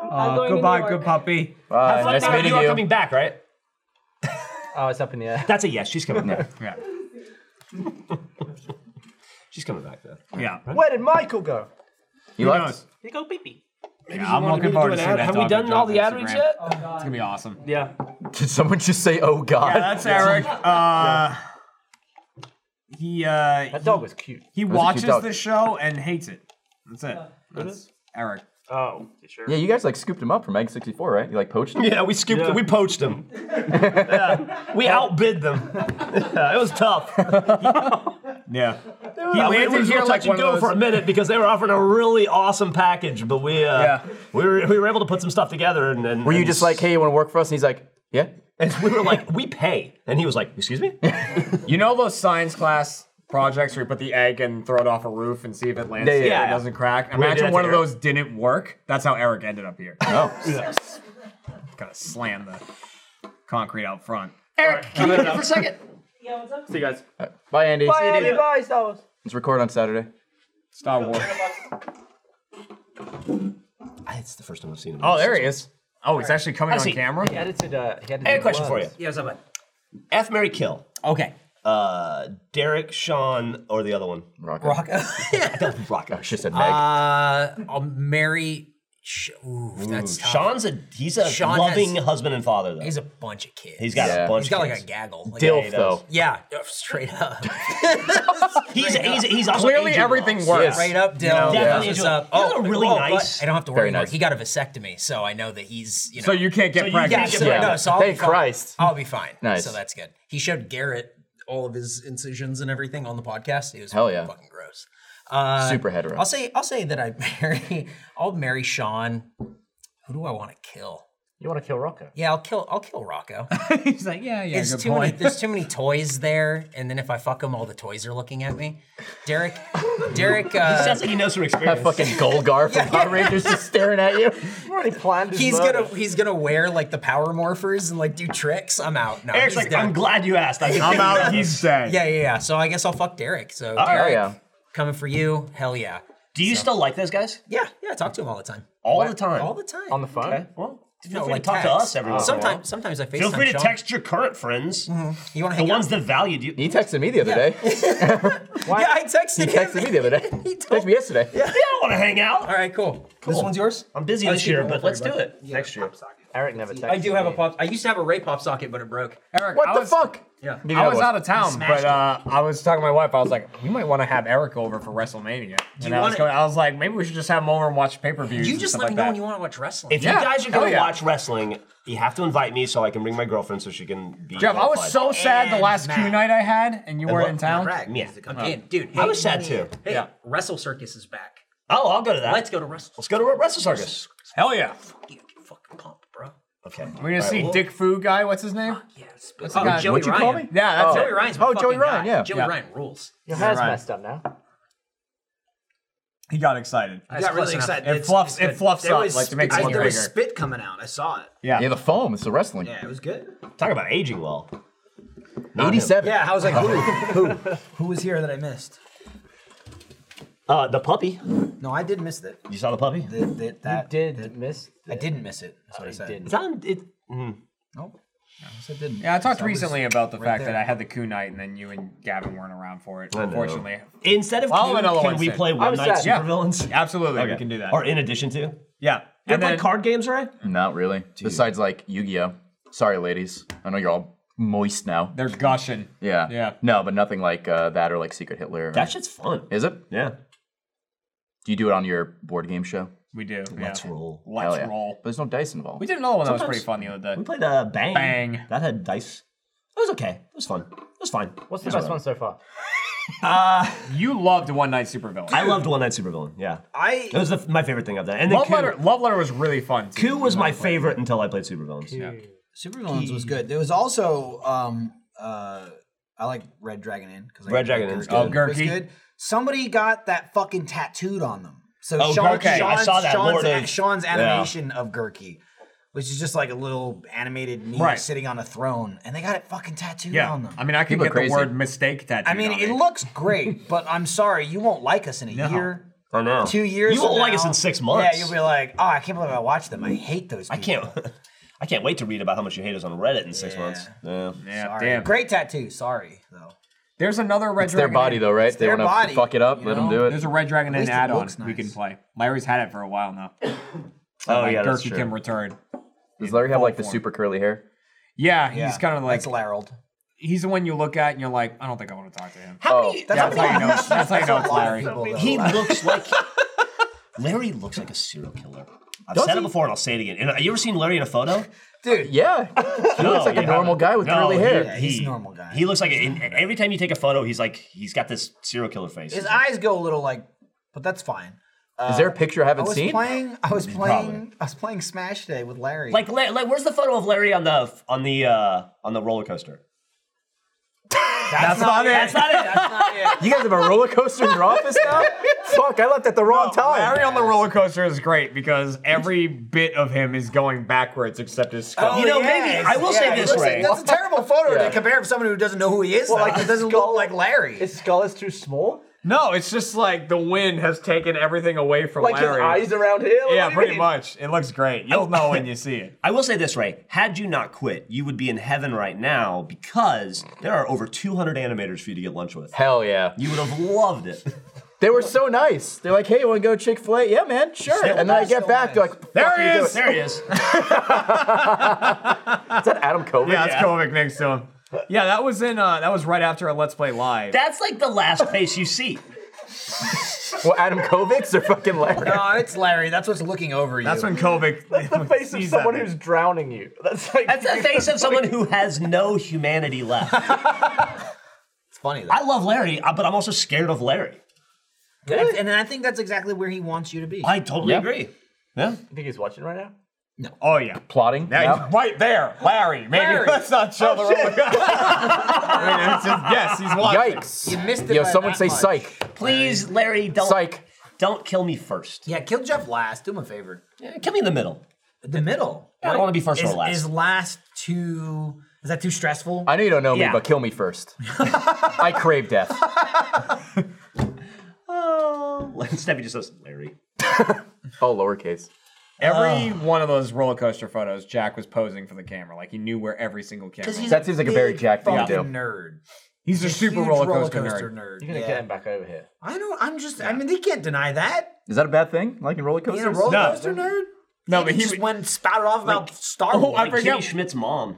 K: I'm, I'm going to New York.
C: puppy.
D: Bye,
E: Well,
D: Uh, nice
E: now you are
D: meeting
E: coming
D: you.
E: back, right?
F: Oh, it's up in the air.
E: That's a yes. She's coming back.
C: Yeah.
E: <laughs> She's coming back though.
C: Yeah.
F: Where did Michael go?
D: You
C: Who
D: left?
C: knows?
H: <laughs> Here go, baby.
C: Yeah, I'm looking forward to seeing that.
E: Have we
C: dog on
E: done all the
C: John's
E: ad reads
C: Instagram.
E: yet?
C: It's gonna be awesome.
H: Yeah.
D: Did someone just say, "Oh God"?
C: That's Eric. Uh, he uh,
F: That dog was cute.
C: he
D: was a cute
C: watches
D: dog.
C: the show and hates it. That's it. That's Eric.
H: Oh, sure.
D: yeah, you guys like scooped him up from Egg 64, right? You like poached him.
E: Yeah, we scooped
H: Yeah.
E: them. We poached them. Yeah, We outbid them. Yeah, it was tough.
C: Yeah.
E: He
C: landed
E: we, we
C: here
E: were
C: like
E: touch
C: one
E: and
C: of
E: go
C: those-
E: for a minute because they were offering a really awesome package, but we uh,
C: Yeah.
E: we, were, we were able to put some stuff together. And, and
D: Were you
E: and
D: just like, "Hey, you want to work for us?" And he's like, "Yeah."
E: And we were like, we pay, and he was like, excuse <laughs> me.
C: You know those science class projects where you put the egg and throw it off a roof and see if it lands
D: Yeah, yeah,
C: safe and
E: yeah.
C: it doesn't crack?
E: did that
C: Imagine
E: to
C: one of
E: Eric.
C: those didn't work. That's how Eric ended up here. <laughs>
D: No.
C: Gotta slam the concrete out front.
K: Yeah, what's up?
H: See you guys.
D: Bye, Andy.
F: guys, that was.
D: Let's record on Saturday.
C: Star Wars.
E: It's the first time I've seen him.
C: Oh, there he is. Oh, it's actually coming
E: I
C: on
E: see.
C: camera.
F: He edited. Uh, he edited
E: I have a question for you.
F: words.
E: Yeah, something. F Mary Kill.
C: Okay.
E: Uh, Derek, Sean,
B: <laughs>
E: or the other one.
D: Rocket.
E: Rock.
D: She said Meg.
B: Uh, I'll marry Sh- Ooh, that's tough.
E: Sean's a he's a
B: Sean
E: loving
B: has-
E: husband and father though.
B: He's a bunch of kids.
E: he's got
D: Yeah.
E: a bunch.
B: he's got
E: of
B: like a
E: kids.
B: gaggle. Like,
D: Dilf
E: he
D: though.
E: does.
B: Yeah, <laughs> uh, straight
E: <laughs>
B: up.
E: He's he's he's also
D: Clearly
E: aging
D: everything
E: well.
D: works.
E: Yes.
B: Straight up, Dill.
E: Definitely
B: Just
E: enjoy-
B: up.
E: He's a really
B: but
E: nice-
B: I don't have to worry
D: Very
B: anymore.
D: nice.
B: He got a vasectomy, so I know that he's you know.
G: So you can't get
E: So you can't
G: pregnant.
B: yeah,
E: get
B: so,
E: pregnant.
B: no, so I'll
D: Thank
B: be fine.
D: Christ.
B: I'll be fine.
D: Nice.
B: So that's good. He showed Garrett all of his incisions and everything on the podcast. It was
D: Hell yeah.
B: fucking gross. Uh,
D: Super hetero.
B: I'll say I'll say that I <laughs> marry I'll marry Sean. Who do I want to kill?
F: You want to kill Rocco?
B: Yeah, I'll kill I'll kill Rocco.
G: He's like, yeah, yeah,
B: It's
G: good
B: too many,
G: point.
B: there's too many toys there, and then if I fuck them, all the toys are looking at me. Derek,
E: <laughs>
B: Derek, uh,
E: Sounds like he knows from
D: That
E: experience.
D: fucking Golgar from Power Rangers just staring at you.
F: You've already planned his
B: he's
F: murder.
B: gonna he's gonna wear like the power morphers and like do tricks. I'm out. No,
E: Eric's
B: he's
E: like,
B: dead.
E: I'm glad you asked. I
G: I'm out. He's dead.
B: Yeah, yeah, yeah. So I guess I'll fuck Derek. So
F: Oh,
B: Derek,
D: Hell yeah.
B: coming for you. Hell yeah.
E: Do you still like those guys?
B: Yeah, yeah. I talk to him all the time.
E: All the time.
B: All the time.
F: on the phone.
E: Okay. Well, feel
B: No,
E: free
B: like
E: to talk to
B: text.
E: us every once in a while.
B: Sometimes, sometimes I FaceTime
E: Feel free to
B: Sean.
E: text your current friends,
B: You want to
E: the
B: hang
E: ones
B: out?
E: that valued you.
D: He texted me the other day.
B: Yeah, I texted
D: He texted me the other day.
B: He told
D: texted me yesterday.
E: Yeah, I want to hang out.
B: All right, cool.
E: This one's
B: yours.
E: I'm busy this year, but let's do it next year.
F: Eric never texted.
B: I do have a
F: me.
B: pop. I used to have a Ray pop socket, but it broke.
G: Eric,
D: What
G: I
D: the
G: was,
D: fuck?
B: Yeah.
D: Maybe
G: I was
D: wasn't.
G: out of town, but uh, I was talking to my wife. I was like, we might want to have Eric over for WrestleMania. And I was,
B: wanna-
G: going, I was like, maybe we should just have him over and watch pay per views.
B: You just let
G: like
B: me know
G: that.
B: when you want to watch wrestling.
E: If
G: Yeah,
E: you guys are
G: hell
E: going to
G: yeah.
E: watch wrestling, you have to invite me so I can bring my girlfriend so she can be.
G: Jeff, I was
E: qualified.
G: so sad the
B: And
G: last Q
B: Matt.
G: night I had, and you weren't
E: what?
G: in town.
B: Correct.
E: Yeah. uh,
B: Again, dude.
E: I
B: hey,
E: was sad too.
B: Hey,
G: Yeah.
B: Wrestle Circus is back.
E: Oh, I'll go to that.
B: Let's go to Wrestle.
E: Let's go to Wrestle Circus.
G: Hell yeah.
B: Circus. Fucking pump, bro.
E: Okay.
G: We're gonna
E: All right,
G: see
E: well,
G: Dick Fu guy. What's his name?
B: Yeah. it's-
G: the
M: Oh,
G: guy-
B: Joey
D: what'd you
B: Ryan.
D: call me?
G: Yeah, that's
B: Joey
G: it.
B: Ryan's
D: Oh,
B: my
D: Joey
B: fucking
D: Ryan,
B: guy.
D: yeah.
B: Joey
G: Yeah.
B: Ryan rules.
F: Your hair's
G: Right.
F: messed up now.
G: He got excited.
M: I got really excited.
G: It
M: It's-
G: fluffs-
M: it's
G: it
M: good.
G: fluffs
M: There
G: up,
M: was
G: like, to make
M: spit-
G: it look
M: There was
G: bigger.
M: spit coming out. I saw it.
G: Yeah.
D: Yeah, the foam. It's the wrestling.
M: Yeah, it was good.
E: Talk about aging well. Not him.
D: 87.
M: Yeah, I was like,
G: Oh.
M: who,
G: <laughs>
M: who, who was here that I missed?
E: Uh, the puppy.
M: No, I did miss it.
E: You saw the puppy?
M: The- the- that-
F: Did
M: the-
F: miss?
M: I didn't miss it. That's what I said.
F: didn't.
E: It's on. It. mm.
M: Nope. I said didn't.
G: Yeah, I talked
M: So was-
G: recently about the fact
M: there.
G: that I had the coup night, and then you and Gavin weren't around for it. Unfortunately,
E: Instead of
G: I'll have
E: Clue,
G: another
E: can
G: one
E: we
G: soon.
E: play one
F: was
E: night
F: sad. Yeah.
E: supervillains?
G: absolutely, we
E: Okay.
G: can do that.
E: Or in addition to? You
G: yeah,
E: ever
G: and
E: play
G: then-
E: card games, right?
D: Not really. Besides like Yu-Gi-Oh. Sorry, ladies. I know you're all moist now.
G: they're gushing.
D: Yeah.
G: Yeah.
D: No, but nothing like uh, that or like Secret Hitler. Or,
E: That shit's fun.
D: is it?
E: Yeah.
D: Do you do it on your board game show?
G: We do.
E: Let's
G: yeah.
E: roll.
D: Hell
G: Let's
D: yeah.
G: roll.
D: But there's no dice involved.
G: We did another one that was
E: Sometimes-
G: pretty fun the other
E: We
G: day.
E: played uh, Bang.
G: Bang.
E: That had dice. It was okay. It was fun. It was fine.
F: What's the best one so far?
G: You loved One Night Supervillain.
E: I loved One Night Supervillain. Yeah.
M: I
E: It was the, my favorite thing I've done. And then
G: Love
E: Coup,
G: Letter. Love Letter was really fun. Too.
E: Coup was my favorite until I played Supervillains. Yeah.
M: Supervillains was good. There was also um uh I like Red Dragon Inn because
E: Red Dragon Inn's
G: Oh,
E: good.
M: was
G: Gurky.
M: good. Somebody got that fucking tattooed on them. So
E: Oh,
M: Sean,
E: Gurky. I
M: Sean's,
E: saw that.
M: Sean's,
E: Lord of-
M: Sean's
E: Yeah.
M: animation of Gurky, which is just like a little animated me
G: Right.
M: sitting on a throne, and they got it fucking tattooed on
G: Yeah.
M: them.
G: I mean, I could
D: People are
G: get
D: crazy.
G: the word mistake tattooed.
M: I mean,
G: on
M: it looks great, <laughs> but I'm sorry, you won't like us in a year,
E: I know.
M: two years.
E: You won't
M: from
E: like us
M: now.
E: in six months.
M: Yeah, you'll be like, oh, I can't believe I watched them. I hate those.
E: I
M: People.
E: can't. <laughs> I can't wait to read about how much you hate us on Reddit in six months. Yeah.
G: Yeah.
M: Sorry.
G: Damn.
M: Great tattoo. Sorry though.
G: There's another Red
D: It's their
G: Dragon.
D: body
G: Inn.
D: though, right? They
M: their
D: want
M: body,
D: to fuck it up.
M: you
D: Let
M: know?
D: them do
G: There's
D: it.
G: a Red Dragon Inn
M: least it
G: add-on
M: looks
G: we can
M: nice.
G: play. Larry's had it for a while now.
E: Oh
G: Like,
E: yeah, that's
G: Gurky
E: true.
G: can return.
D: Does Larry have
G: full
D: like the
G: form.
D: super curly hair?
G: Yeah,
M: Yeah,
G: he's kind of like
M: that's Larold.
G: he's the one you look at and you're like, I don't think I want to talk to him.
E: How
D: Oh,
E: many?
M: That's
G: That's
M: how
G: how you
M: many
G: know. That's how you know it's Larry.
M: people though.
B: <laughs>
E: He looks like Larry looks like a serial killer. I've said it before and I'll say it again. And, uh, you ever seen Larry in a photo?
D: Yeah. He looks like a
E: you
D: normal
E: haven't.
D: guy with
E: No,
D: curly
E: he-
D: hair.
M: he's a normal guy.
E: He looks like a, in, every time you take a photo, he's like he's got this serial killer face.
M: His eyes go a little like, but that's fine.
D: Is there a picture I
M: I
D: haven't
M: was
D: seen?
M: playing. I was playing.
E: Probably.
M: I was playing Smash today with Larry.
E: like, La- like, where's the photo of Larry on the on the uh, on the roller coaster?
M: that's, not, it. That's not it. That's not <laughs> it.
D: You guys have a roller coaster in your office now? Fuck, I left at the wrong time.
G: Larry on the roller coaster is great because every bit of him is going backwards except his skull.
E: You know, maybe- I will say this,
M: listen,
E: Ray.
M: Oh, That's a terrible photo
D: Yeah.
M: to compare to someone who doesn't know who he is.
F: Well,
M: though.
F: like,
M: it doesn't
F: skull-
M: look like Larry.
F: His skull is too small.
G: No, it's just like the wind has taken everything away from
F: Like
G: Larry.
F: his eyes around here. Like,
G: yeah,
F: what do you
G: pretty
F: mean?
G: much. It looks great. You'll know when you
E: <laughs>
G: see it.
E: I will say this, Ray. Had you not quit, you would be in heaven right now because there are over 200 animators for you to get lunch with.
D: Hell yeah.
E: You would have loved it.
D: They were so nice. They're like, "Hey, you want to go Chick Fil A? Yeah, man, sure." and then I get back, they're like,
G: There he is!
D: Is
E: There he is.
D: that Adam Kovac?
G: Yeah, that's Kovic next to him. Yeah, that was in. Uh, that was right after a Let's Play Live.
E: That's like the last face you see.
D: Well, Adam Kovic's or fucking Larry.
B: No, it's Larry. That's what's looking over you.
G: That's when Kovic.
F: That's
G: <laughs>
F: the face of
G: sees
F: someone
G: that
F: who's drowning you. That's like
E: That's the face of someone who has no humanity left.
B: it's funny though.
E: I love Larry, uh, but I'm also scared of Larry.
B: And- and I think that's exactly where he wants you to be.
E: I totally agree. Yeah.
F: You think he's watching right now?
G: Oh yeah.
D: Plotting.
G: Now
D: No.
G: he's right there, Larry.
B: <laughs>
G: Maybe
B: Larry.
G: let's not
E: Oh,
G: show the wrong guy. I mean, it's just- <laughs> yes, he's watching. Uh,
D: Yikes.
B: You missed it
D: Yo,
B: by
D: someone
B: that
D: say
B: much.
D: psych.
E: Please, Larry, don't
D: Psych.
E: don't kill me first.
B: yeah, kill Jeff last. Do him a favor.
E: Yeah, Kill me in the middle.
B: The middle.
E: I don't want to be first
B: is,
E: or last.
B: Is last too? Is that too stressful?
D: I know you don't know
E: Yeah.
D: me, but kill me first. I crave <laughs> death.
E: oh, Steffi just says Larry.
D: All Oh, lowercase.
G: Every one of those roller coaster photos, Jack was posing for the camera, like he knew where every single camera.
B: He's
D: That seems like a very
B: big
D: Jack thing to
B: fucking
D: do.
B: Nerd.
G: He's a super
B: Huge
G: roller coaster nerd.
B: nerd.
F: You're gonna
B: yeah.
F: get him back over here.
B: I know. I'm just. I mean, they can't deny that.
D: Is that a bad thing? Like in roller coasters?
B: Being a roller
G: No.
B: coaster nerd.
G: No,
B: He
G: but he
B: just
G: would-
B: went and spouted off about Oh, Star Wars.
G: I
E: Like Kimmy
G: forget-
E: Schmidt's mom.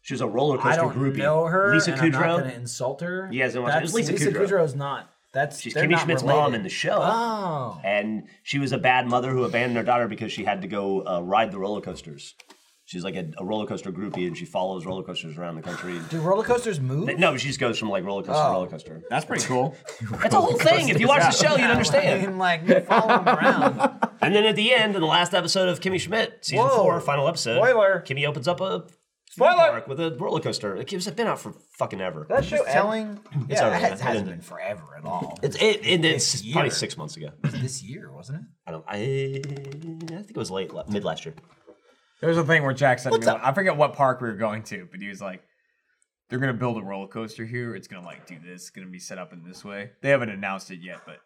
E: She was a roller Oh, coaster
B: I don't
E: groupie.
B: know her.
E: Lisa
B: and
E: Kudrow.
B: I'm not gonna insult her.
E: You guys didn't watch it.
B: That's-
E: It was Lisa Kudrow.
B: Kudrow's not. That's
E: She's
B: they're
E: Kimmy
B: not
E: Schmidt's
B: related.
E: mom in the show.
B: Oh.
E: And she was a bad mother who abandoned her daughter because she had to go uh, ride the roller coasters. She's like a, a roller coaster groupie and she follows roller coasters around the country.
B: Do roller coasters move?
E: No, she just goes from like roller
B: Oh.
E: coaster to roller coaster.
G: That's pretty
E: <laughs>
G: cool.
E: That's a whole thing. If you watch the
B: <laughs>
E: show, you'd understand.
B: I'm like you follow him <laughs> around.
E: And then at the end, in the last episode of Kimmy Schmidt, season
B: Whoa.
E: four, final episode,
B: Spoiler.
E: Kimmy opens up a
B: Spoiler.
E: park with a roller coaster. Like, It's been out for fucking ever.
F: That show end?
B: Telling.
E: It's
B: Yeah,
E: over,
B: it has-
E: yeah.
B: hasn't been forever at
E: <laughs>
B: all.
E: It's it, it- it's
B: This year.
E: probably six months ago.
B: this year, wasn't it?
E: I don't. I, I think it was late mid last year.
G: There was a thing where Jack said
B: What's
G: to me,
B: up?
G: I forget what park we were going to, but he was like, they're gonna build a roller coaster here. It's gonna like do this. It's gonna be set up in this way. They haven't announced it yet, but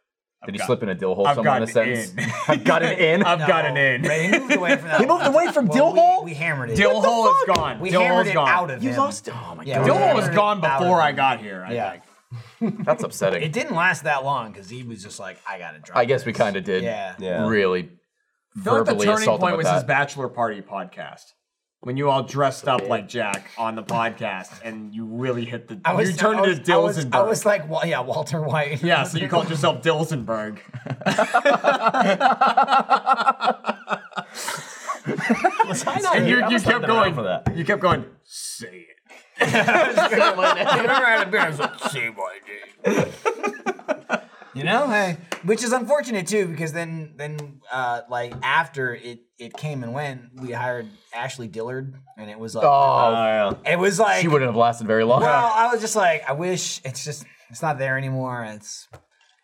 G: I've
D: Did he
G: got-
D: slip in a dill hole
G: I've
D: somewhere in a
G: gotten
D: sentence?
G: in.
D: <laughs>
B: <laughs>
D: I've gotten in.
G: <laughs> I've got
B: No,
G: an in.
B: Ray, he moved away from that.
D: He moved away from Dill
B: we-
D: Hole?
B: We, hammered it.
G: <laughs> Dill hole is gone.
B: We
G: Dill
B: hammered
G: hole's
B: it
G: gone.
B: out of him.
D: Oh my
B: Yeah,
D: god.
B: we
G: Dill hole was
B: hammered it
G: gone
B: out of
G: before I
B: him.
G: got here. I
B: Yeah.
G: think.
D: That's upsetting.
B: It didn't last that long because he was just like, I gotta drop.
D: I guess we
B: this."
D: kind of did.
B: Yeah.
D: Really.
G: I feel like the
D: verbally
G: turning
D: assault him
G: point
D: with
G: was his
D: that.
G: bachelor party podcast. When you all dressed up like Jack on the podcast and you really hit the
B: I was,
G: you turned
B: I was,
G: into
B: I was,
G: Dilsenberg.
B: I was like, well, yeah, Walter White.
G: yeah, so you called yourself Dilsenberg. and you, you kept going
E: for that.
G: You kept going, say it.
B: You know, hey, which is unfortunate too, because then, then, uh, like after it, it came and went, we hired Ashley Dillard, and it was like, uh,
D: Oh,
B: it was like,
D: she wouldn't have lasted very long.
B: Uh, well, I was just like, I wish it's just, it's not there anymore. It's,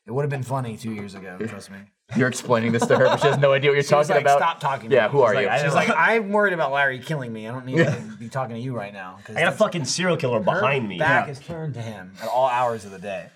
B: it would have been funny two years ago. Trust me.
D: You're explaining this to her, but she has no idea what you're
B: She was
D: talking
B: like,
D: about.
B: stop talking. to
D: Yeah,
B: me."
D: who are
B: She's
D: you?
B: Like, she's
D: <laughs>
B: like, I'm worried about Larry killing me. I don't need to be talking to you right now. 'cause
E: I got a
B: that's-
E: fucking serial killer
B: her
E: behind me.
B: Back is turned to him at all hours of the day.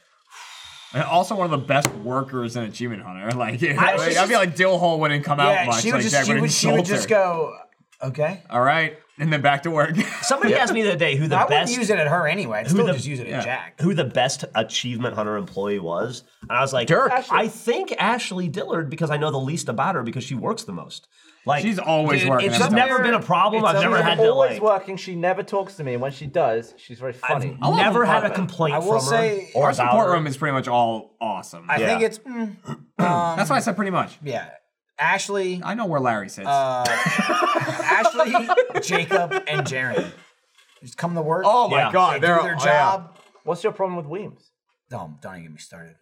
G: And also one of the best workers in Achievement Hunter. <laughs> Like, I,
B: was
G: like, I
B: just-
G: feel like Dill Hole wouldn't come out
B: Yeah,
G: much.
B: she would
G: Oh like
B: just
G: Jack
B: she would, she would
G: insult
B: just
G: her.
B: go, okay.
G: All right, and then back
B: <laughs>
G: to work.
E: Somebody asked me the other day who the
B: I wouldn't
E: best
B: use it at her anyway. I'd still
E: the-
B: just use it at
G: yeah.
B: Jack.
E: who the best achievement hunter employee was, and I was like,
D: Dirk.
E: I think Ashley Dillard because I know the least about her because she works the most. Like
G: She's always
E: dude,
G: working
E: It's
G: at
E: just
G: the
E: never been a problem. I've never
F: She's
E: had to
F: always
E: like.
F: working. She never talks to me. And when she does, she's very funny.
E: I've never had a
F: Papa.
E: complaint
B: I will
E: from
B: say-
E: her. Or
G: Our
E: about
G: support
E: her.
G: room is pretty much all awesome.
B: I
E: Yeah.
B: think it's mm,
G: That's why I said pretty much.
B: yeah. Uh, Ashley, <laughs>
G: I know where Larry sits.
B: Ashley, Jacob, and Jaron. Just come to work.
G: oh my
E: yeah.
G: God,
B: they do
G: they're
B: their
G: oh, yeah.
B: job.
F: What's your problem with Weems?
B: Don't don't even get me
G: <laughs>
B: started.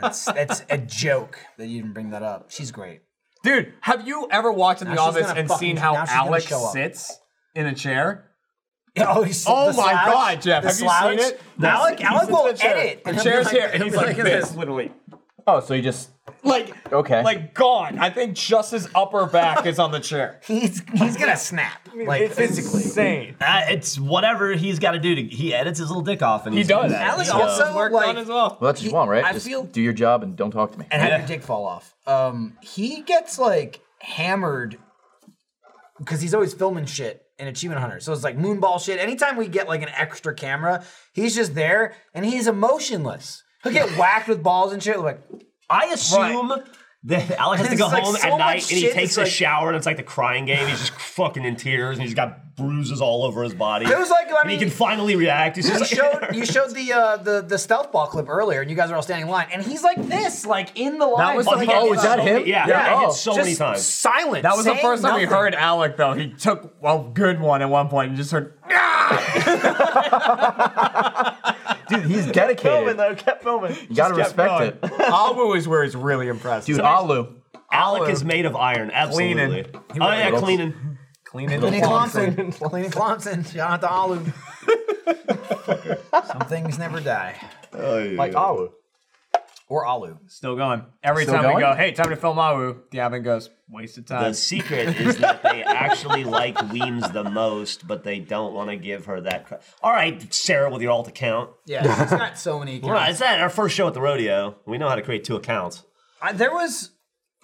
B: that's that's a joke that you didn't bring that up. She's great. <laughs>
G: Dude, have you ever walked in the
B: Now she's
G: office
B: gonna
G: and
B: fucking-
G: seen how
B: now she's gonna
G: Alex
B: show up.
G: sits in a chair?
B: Oh, he's,
G: Oh
B: the
G: my
B: slouch-
G: God, Jeff,
B: the
G: have you seen
B: slouch.
G: it?
B: Alec, Alec will
G: The chair.
B: edit.
G: The
B: and he'll be
G: chair's
B: like-
G: here, and
B: he'll
G: he's
B: be <laughs>
G: like this, literally.
D: Oh, so you just
G: Like,
D: okay.
G: like gone. I think just his upper back is on the chair.
B: He's he's gonna snap <laughs> like physically.
F: Insane.
E: Uh, it's whatever he's got to do to. He edits his little dick off, and
G: He
E: he's
G: does.
B: Alex
E: Yeah.
B: also like
D: well, that's what you want, right?
B: I
D: just
B: feel-
D: do your job and don't talk to me.
B: and have your dick fall off. Um, he gets like hammered because he's always filming shit in Achievement Hunter. So it's like moonball shit. Anytime we get like an extra camera, he's just there and he's emotionless. He'll
G: <laughs>
B: get whacked with balls and shit. Like,
E: I assume that <laughs> Alec has to
B: It's
E: go
B: like
E: home
B: so
E: at
B: much
E: night and he
B: shit,
E: takes
B: it's
E: a
B: like-
E: shower and it's like the crying game. He's just fucking in tears and he's got bruises all over his body.
B: It was like, I
E: and he
B: mean-
E: can finally react. He's just
G: <laughs>
B: you
E: like,
B: showed
E: <laughs>
B: you showed the uh, the the stealth ball clip earlier, and you guys are all standing in line, and he's like this, like in the line.
E: was
B: so
E: the
B: he
E: first-
B: gets
E: Oh, is that
B: up.
E: him? Yeah, yeah,
B: oh.
E: hit so many
B: Just
E: times.
B: Silent.
G: That was the
B: saying
G: first time we
B: nothing.
G: heard Alec, though. He took a good one at one point and just heard,
D: Dude,
E: <laughs>
D: he's dedicated.
F: though, kept filming.
D: You gotta respect it.
G: Awu is where he's really impressed.
D: Dude, Alu.
E: Alec is made of iron. Absolutely.
G: Cleaning.
E: Oh, yeah,
D: really-
E: cleaning.
G: cleaning
B: Lenny Clomson. Lenny Clomson. Jonathan
E: <laughs>
B: Alu. Some things never die.
F: Like, oh,
B: Or Alu.
G: Still going. Every
D: Still
G: time we
D: going?
G: go, hey, time to film Awu, Gavin goes, wasted
E: The
G: time.
E: secret is
B: <laughs>
E: that they actually like Weems the most, but they don't want to give her that. Cr- All right, Sarah, with your alt account. <laughs>
B: Yeah, he's got so many accounts.
E: All right, it's that our first show at the rodeo. We know how to create two accounts.
B: I, there was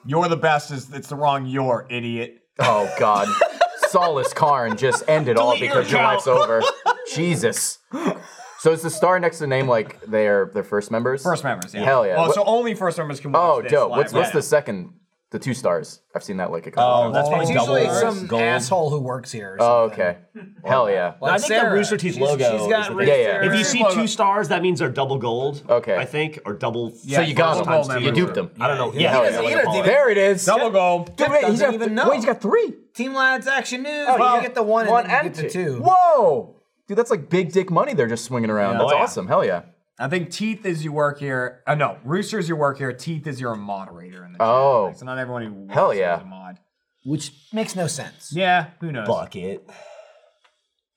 G: You're the best. Is It's the wrong you're, idiot.
D: Oh God. Solace Karn just ended all
E: Delete your
D: because your
E: account.
D: life's
E: <laughs>
D: over. Jesus. So is the star next to the name like their their first members?
G: First members, yeah.
D: Hell yeah.
G: Oh,
D: What-
G: so only first members can watch
D: Oh,
G: this
D: dope.
G: live,
D: What's what's
G: right?
D: the second? The two stars. I've seen that like a couple. times.
E: Oh, that's
B: it's usually
E: double
B: some asshole who works here. Or
D: Oh,
B: something.
D: okay. Hell yeah.
B: Like
E: I think the
B: Sarah.
E: Rooster Teeth
B: She's-
E: logo
B: She's
E: is
B: got
E: the
B: Rooster.
E: thing.
D: Yeah, yeah.
E: If you see two stars, that means they're double gold.
D: Okay.
E: I think, or double.
G: Yeah,
D: So you got
G: double
D: them.
G: gold
D: You
G: members.
D: duped them.
E: I don't know. Yeah,
D: Hell
E: I don't know
D: yeah.
E: what to call it.
D: There it is.
G: Double goal.
D: Dude, wait, he's
B: Doesn't
D: got
B: even
D: th-
B: know.
D: Wait, he's got three.
B: Team Lads Action News.
E: Oh,
D: well,
B: you get the one,
F: one
B: and then you
F: and
B: get the
F: two.
B: two.
D: Whoa. Dude, that's like big dick money they're just swinging around.
G: Yeah.
D: That's
E: Oh, yeah.
D: awesome. Hell yeah.
G: I think teeth is you work here. Uh, no, rooster is your work here. Teeth is your moderator in the chat.
D: Oh.
G: Like, so not everyone who works
D: Hell
G: here
D: yeah.
G: is a mod.
B: Which makes no sense.
G: Yeah, who knows?
E: Bucket.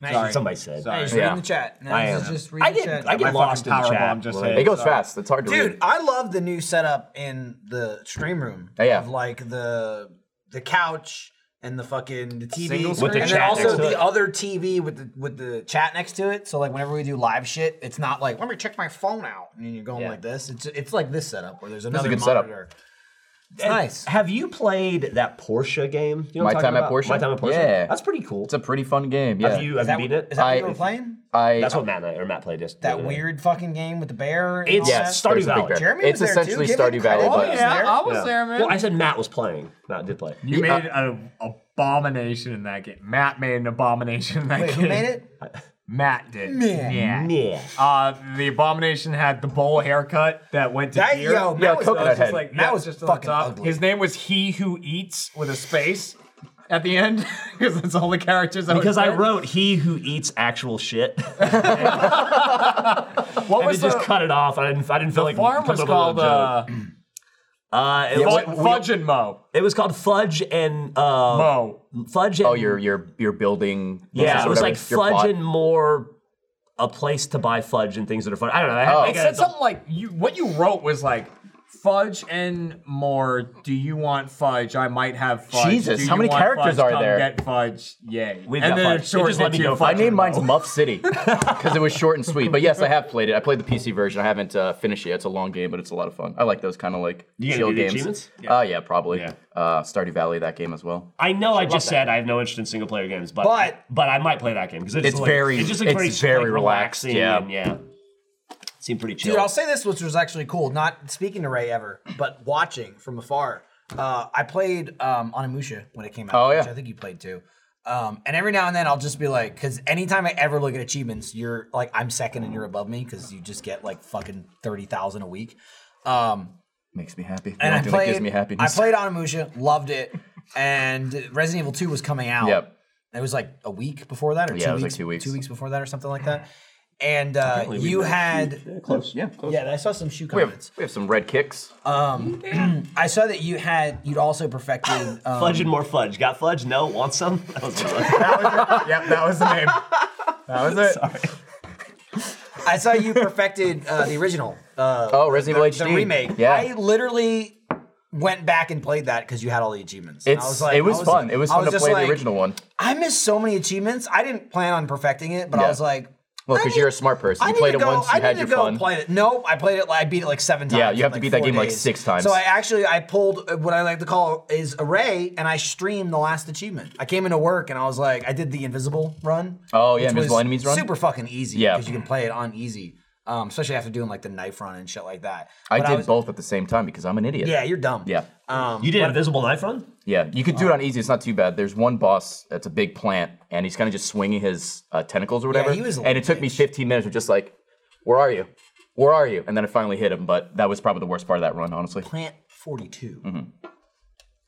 B: Nice.
G: Sorry.
E: Somebody said.
G: Sorry.
B: Just
D: Yeah.
B: reading the chat. No,
E: I
B: this is
E: am.
B: Just reading
E: I
B: the
E: get,
B: chat.
E: I get
G: My
E: lost
G: lost
E: in the
G: power
E: chat.
G: bomb just
E: Right.
G: hit.
D: It goes
G: Sorry.
D: fast. It's hard to
B: Dude,
D: read.
B: I love the new setup in the stream room.
D: Oh, yeah.
B: Of like the the couch and the fucking the TV
G: Single
B: and
G: With the
B: then
E: chat
B: also
E: next to
B: the
E: it.
B: other TV with the with the chat next to it. So like whenever we do live shit, it's not like let me check my phone out and you're going like this. It's it's like this setup where there's another
D: good setup.
B: monitor. It's nice.
E: Have you played that Porsche game? You know
D: My
E: what I'm
D: Time
E: talking
D: at
E: about?
D: Porsche?
E: My time at Porsche.
D: Yeah.
E: that's pretty cool.
D: It's a pretty fun game. Yeah.
E: Have you have
B: Is that,
E: you beat it?
B: is that what
D: I-
B: you were playing?
D: I,
E: That's what Matt and I, or Matt played just
B: That weird fucking game with the bear. And
E: It's
B: all that?
D: Yes,
E: Stardew
D: there's a big
E: Valley.
D: bear.
B: Jeremy
D: It's
B: was there too.
D: essentially
B: Give him
D: Stardew Valley,
B: credit.
D: but
B: Oh,
G: Yeah,
B: There?
G: I was
E: Yeah.
G: there, man.
E: Well, I said Matt was playing. Matt did play.
G: you made an abomination in that game. Matt made an abomination in that
B: Wait,
G: game.
B: who made it?
G: Matt did.
B: Meh.
G: Yeah.
E: Yeah.
G: Uh, the abomination had the bowl haircut that went to
B: That-
G: here.
B: yo, Matt Yeah, was-
D: coconut
G: It was just
D: head.
G: Like,
B: Matt
G: yeah,
B: was
G: just on the
B: fucking
G: top.
B: ugly.
G: His name was He Who Eats with a space at the end <laughs> because that's all the characters. I
E: Because I
G: wrote.
E: wrote he who eats
D: <laughs>
E: actual shit. <laughs>
G: What
E: and
G: was
E: it
G: the,
E: just cut it off. I didn't. I didn't feel
G: the
E: like
G: farm
E: coming
G: was
E: up with a
G: called
E: joke.
G: uh,
E: Uh, it, was,
G: Fud- Fudge and Mo.
E: it was called fudge and uh,
G: Mo.
E: fudge. And,
D: Oh, you're you're you're building.
E: yeah.
D: business or
E: It was
D: whatever,
E: like
D: your
E: fudge
D: plot.
E: and more a place to buy fudge and things that are fun. I don't know. I had,
D: Oh.
E: like
G: It
E: a-
G: said something like you. What you wrote was like. Fudge and more. Do you want fudge? I might have fudge.
D: Jesus,
G: Do
D: how
G: you
D: many
G: want
D: characters
G: fudge?
D: are
G: Come
D: there?
G: Get fudge, yay!
E: We've
G: and
E: got
G: then
E: fudge.
G: it shortened
E: It just let me
G: to
E: go
G: fudge
D: I named
G: and
D: mine's
G: Mo.
D: Muff
E: <laughs>
D: City because it was short and sweet. But yes, I have played it. I played the PC version. I haven't uh, finished it. yet. It's a long game, but it's a lot of fun. I like those kind of like
E: gonna
D: chill
E: do the
D: games.
E: achievements?
D: Oh yeah, probably. Uh, Stardew Valley, that game as well.
E: I know I just said I have no interest in single player games, but
B: But-
E: but I might play that game because it's,
D: It's
E: like-
D: very-
E: it's just like
D: it's
E: very,
D: very
E: like,
D: relaxed,
E: relaxing
D: yeah.
E: and yeah. Seemed pretty chill.
B: Dude, I'll say this, which was actually cool. Not speaking to Ray ever, but watching from afar. Uh, I played um, Onimusha when it came out.
D: Oh, yeah.
B: which I think you played too. Um, and every now and then I'll just be like, because anytime I ever look at achievements, you're like, I'm second and you're above me because you just get like fucking thirty thousand a week. Um,
D: Makes me happy. The
B: and
D: only
B: I
D: thing
B: played,
D: that gives me happiness.
B: I played Onimusha, loved it, and Resident Evil Two was coming out.
D: <laughs> Yep.
B: It was like a week before that, or
D: Yeah,
B: two
D: it was like
B: weeks,
D: two weeks.
B: two weeks before that, or something like that. And uh, you had
D: Close. Yeah. Close.
B: yeah, I saw some shoe
D: We have,
B: comments.
D: we have some red kicks.
B: I saw that you had you'd also perfected.
D: <coughs>
B: Um,
E: fudge and more fudge. Got fudge? No. Want some? <laughs> That was good.
G: yep, that was the name. That was
E: <laughs>
G: it.
B: I saw you perfected uh, the original, uh,
D: oh, Resident
B: the
D: Evil HD
B: remake.
D: Yeah.
B: I literally went back and played that because you had all the achievements. And I
D: it's
B: was like,
D: it was,
B: I
D: fun. It was
B: I
D: fun to
B: just
D: play
B: like,
D: the original one.
B: I missed so many achievements. I didn't plan on perfecting it, but I
D: Yeah.
B: was like,
D: Well,
B: I
D: because
B: need-
D: you're a smart person.
B: I
D: You
B: need
D: played
B: to
D: it
B: go,
D: once. You
B: I
D: had
B: need
D: your
B: to go
D: fun.
B: play it. Nope, I played it. like- I beat it like seven times.
D: Yeah, you
B: in,
D: have to beat that
B: four
D: game, like,
B: days.
D: six times.
B: So I actually I pulled uh, what I like to call is array, and I streamed the last achievement. I came into work and I was like, I did the invisible run.
D: Oh, yeah,
B: which
D: Invisible
B: was
D: Enemies run?
B: Super fucking easy.
D: Yeah.
B: because you can play it on easy.
G: um, especially after doing like the knife run and shit like that.
D: I
G: But
D: did
G: was-
D: both at the same time because I'm an idiot.
G: Yeah, you're dumb.
D: Yeah.
E: <laughs>
G: Um,
E: You did invisible knife run?
D: Yeah, you could do it on easy. It's not too bad. There's one boss that's a big plant, and he's kind of just swinging his uh, tentacles or whatever.
G: he was a
D: and it took me 15 minutes of just like, where are you? Where are you? And then I finally hit him, but that was probably the worst part of that run, honestly.
G: Plant 42.
D: Mm-hmm.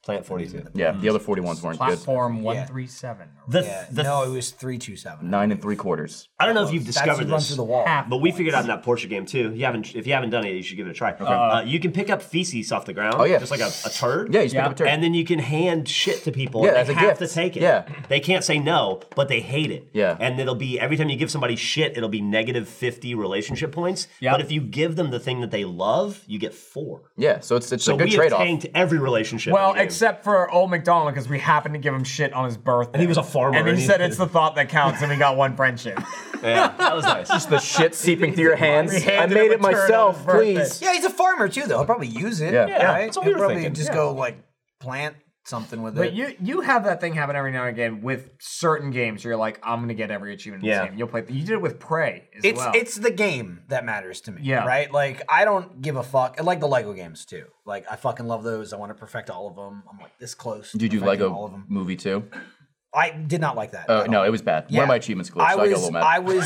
E: Plant 42.
D: Yeah, the other 41s weren't good.
N: Platform 137.
E: The,
G: Yeah,
E: the,
G: no, it was 327.
D: Nine and three quarters.
E: I don't know if you've
G: That's
E: discovered
G: who run
E: this.
G: through the wall.
N: Half
E: But we figured out in that Porsche game too. You haven't, if you haven't done it, you should give it a try. Uh, you can pick up feces off the ground.
D: Oh, yeah.
E: just like a, a turd.
D: Yeah, you just pick up a turd.
E: And then you can hand shit to people.
D: Yeah,
E: and
D: as
E: they
D: a
E: have
D: gift.
E: to take it.
D: Yeah.
E: they can't say no, but they hate it.
D: Yeah.
E: and it'll be every time you give somebody shit, it'll be negative fifty relationship points.
O: Yeah.
E: but if you give them the thing that they love, you get four.
D: Yeah, so it's it's
E: So
D: a good
E: we
D: trade <laughs> off.
E: tanked every relationship. in
B: Well,
E: the game.
B: except for old McDonald, because we happened to give him shit on his birthday.
E: And he was a farmer,
B: And he
E: and he-
B: said it's the thought that counts, and we got one
E: <laughs>
B: friendship.
E: yeah,
G: <laughs>
E: that was nice.
D: The shit seeping through your hands. I
B: handed
D: made
B: him a
D: it
B: turd on
D: myself,
B: his birthday.
D: please.
G: Yeah, he's a farmer too, though. He'll probably use it.
D: Yeah.
E: Yeah,
G: right?
E: that's what we
G: He'll
E: were
G: probably
E: thinking,
G: just
E: yeah.
G: go like plant something with
B: But
G: it.
B: you you have that thing happen every now and again with certain games. Where you're like, I'm gonna get every achievement in
E: Yeah.
B: this game. You'll play. You did it with Prey as
G: it's
B: well.
G: it's the game that matters to me.
B: Yeah.
G: Right. Like I don't give a fuck. I like the Lego games too. Like I fucking love those. I want to perfect all of them. I'm like this close. to
D: Did you do
G: perfecting
D: Lego
G: all of them?
D: movie too?
G: I did not like that.
D: Uh,
G: at
D: no,
G: all.
D: it was bad.
G: Yeah.
D: One of my achievements glitched,
G: I
D: so I got a
G: was
D: little mad.
G: I was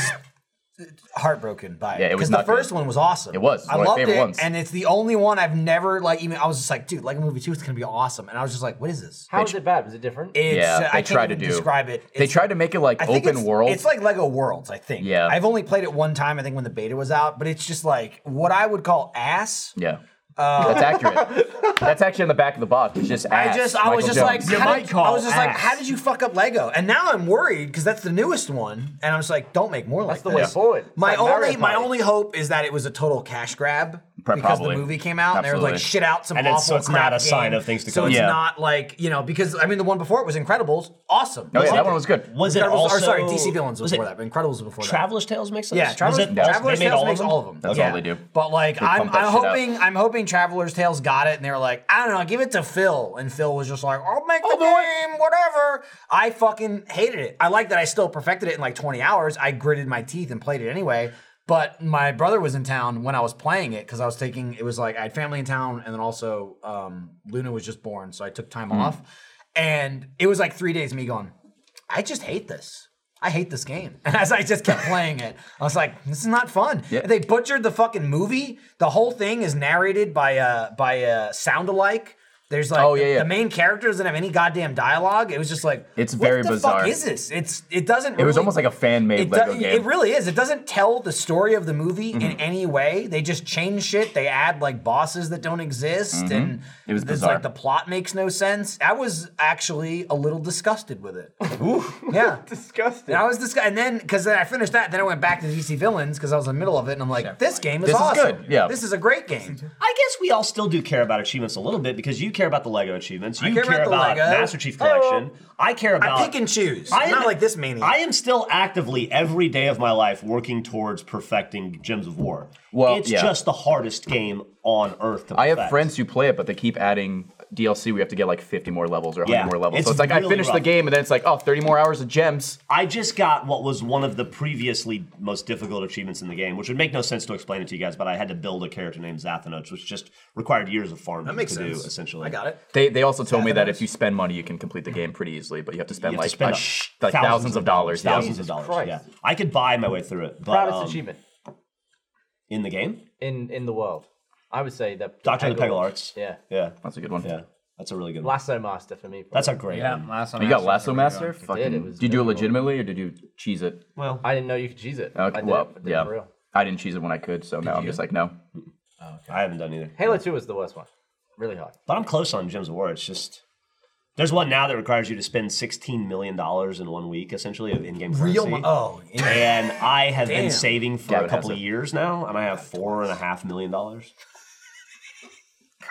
G: heartbroken by it.
D: Yeah, it was
G: because
D: not
G: the
D: good.
G: first one was awesome.
D: It was. It's
G: I
D: one of my
G: loved
D: favorite
G: it,
D: ones.
G: and it's the only one I've never like. Even I was just like, dude, Lego Movie Two is gonna be awesome, and I was just like, what is this?
F: How is it bad? Was it different?
G: It's,
D: Yeah,
G: uh,
D: they
G: I can't
D: tried to
G: even
D: do-
G: describe it.
D: they
G: It's-
D: tried to make it like
G: I think
D: open
G: it's,
D: world.
G: It's like Lego Worlds, I think.
D: Yeah.
G: I've only played it one time, I think, when the beta was out, but it's just like what I would call ass.
D: yeah. That's
G: <laughs>
D: accurate. That's actually on the back of the box. It's just ass.
G: Uh, I just, I was
D: Michael
G: just
D: Jones.
G: like, how did, I was just like, how did you fuck up Lego? And now I'm worried because that's the newest one, and I'm just like, don't make more like
F: That's the
G: that.
F: way forward. It's
G: My
F: like Mario
G: only, my
F: Party.
G: only hope is that it was a total cash grab
D: Pro-
G: because
D: probably.
G: the movie came out and they were like,
D: Absolutely.
G: shit out some
E: And it's-
G: awful.
E: so it's
G: crap
E: not a sign
G: game.
E: of things to
G: So
E: come.
G: it's
E: Yeah.
G: not like you know because I mean the one before it was Incredibles, awesome.
D: Oh, yeah, that one was good.
E: Was it
G: Incredibles,
E: also?
G: or sorry, DC Villains was
E: was it
G: before that. but Incredibles was before that.
E: Traveler's Tales makes those?
G: Yeah,
E: Was
G: Traveler's,
E: it- they
G: Traveler's
E: made
G: Tales makes all of them.
D: That's
G: yeah.
D: all they do.
G: But like,
D: They
G: I'm,
D: pump that
G: I'm
D: shit out.
G: hoping, I'm hoping Traveler's Tales got it, and they were like, I don't know, give it to Phil, and Phil was just like, I'll make the game, whatever. I fucking hated it. I like that I still perfected it in like 20 hours. I gritted my teeth and played it anyway. But my brother was in town when I was playing it because I was taking. It was like I had family in town, and then also um, Luna was just born, so I took time
D: Hmm.
G: off, and it was like three days of me going. I just hate this. I hate this game. <laughs> And as I just kept playing it, I was like, this is not fun.
D: Yeah.
G: They butchered the fucking movie. The whole thing is narrated by uh by a sound alike. There's like
D: Oh, yeah, yeah.
G: the main character doesn't have any goddamn dialogue. It was just like
D: It's
G: what
D: very
G: the
D: bizarre.
G: Fuck is this? It's it doesn't.
D: It was
G: really-
D: almost like a fan-made
G: it
D: Lego
G: do-
D: game. Mm-hmm.
G: It really is. It doesn't tell the story of the movie in any way. They just change shit. They add like bosses that don't exist,
D: Mm-hmm.
G: and
D: It was
G: it's
D: bizarre.
G: like the plot makes no sense. I was actually a little disgusted with it. Yeah.
F: Disgusting.
G: And I was this guy, and then because I finished that, then I went back to DC Villains because I was in the middle of it, and I'm like, this game is
D: This is
G: awesome.
D: good, yeah.
G: This is a great game.
E: I guess we all still do care about achievements a little bit because you care about the Lego achievements. You
G: care about the
E: about,
G: Lego. Oh.
E: Master Chief Collection. I care about.
G: I pick and choose.
E: I
G: I
E: am-
G: am not like this maniac.
E: I am still actively every day of my life working towards perfecting Gems of War.
D: Well,
E: it's
D: yeah.
E: just the hardest game on earth to
D: I have
E: perfect.
D: friends who play it, but they keep adding DLC. We have to get like 50 more levels or 100
E: Yeah,
D: more levels.
E: it's
D: so it's like I
E: really
D: finished the
E: rough.
D: game, and then it's like, oh, 30 more hours of gems.
E: I just got what was one of the previously most difficult achievements in the game, which would make no sense to explain it to you guys, but I had to build a character named Zathanos, which just required years of farming
G: makes
E: to
G: sense.
E: do, essentially.
G: I got it.
D: They, they also told me that if you spend money, you can complete the game pretty easily, but you have to spend
E: You have to
D: like
E: spend
D: a
E: a-
D: sh- like thousands, of dollars. yeah.
E: Thousands of dollars. Yeah. I could buy my way through it. But,
F: Proudest
E: um,
F: achievement
E: In the game?
F: in in the world. I would say that
E: Doctor of the Peggle Arts.
F: Yeah.
E: Yeah.
D: That's a good one.
E: Yeah. That's a really good one.
F: Lasso Master for me.
E: That's a great
B: Yeah,
E: one.
B: Lasso
D: You got
B: Master's
D: Lasso
B: pretty good.
D: Master? Fucking,
F: did, it was
D: did you do it
F: difficult.
D: legitimately, or did you cheese it?
E: Well,
F: I didn't know you could cheese it. I
D: Okay,
F: did it,
D: well,
F: I did it
D: yeah.
F: for real.
D: I didn't cheese it when I could, so now I'm just like, no.
E: I haven't done either.
F: Halo Two was the worst one. Really hard.
E: But I'm close on Gems of War. It's just there's one now that requires you to spend sixteen million dollars in one week, essentially, of in-game currency.
G: Real. mo- Oh, yeah.
E: and I have been
G: Damn.
E: saving for a
D: Gavin
E: couple
D: has
E: of
D: it.
E: years now, and I have four and a half million dollars.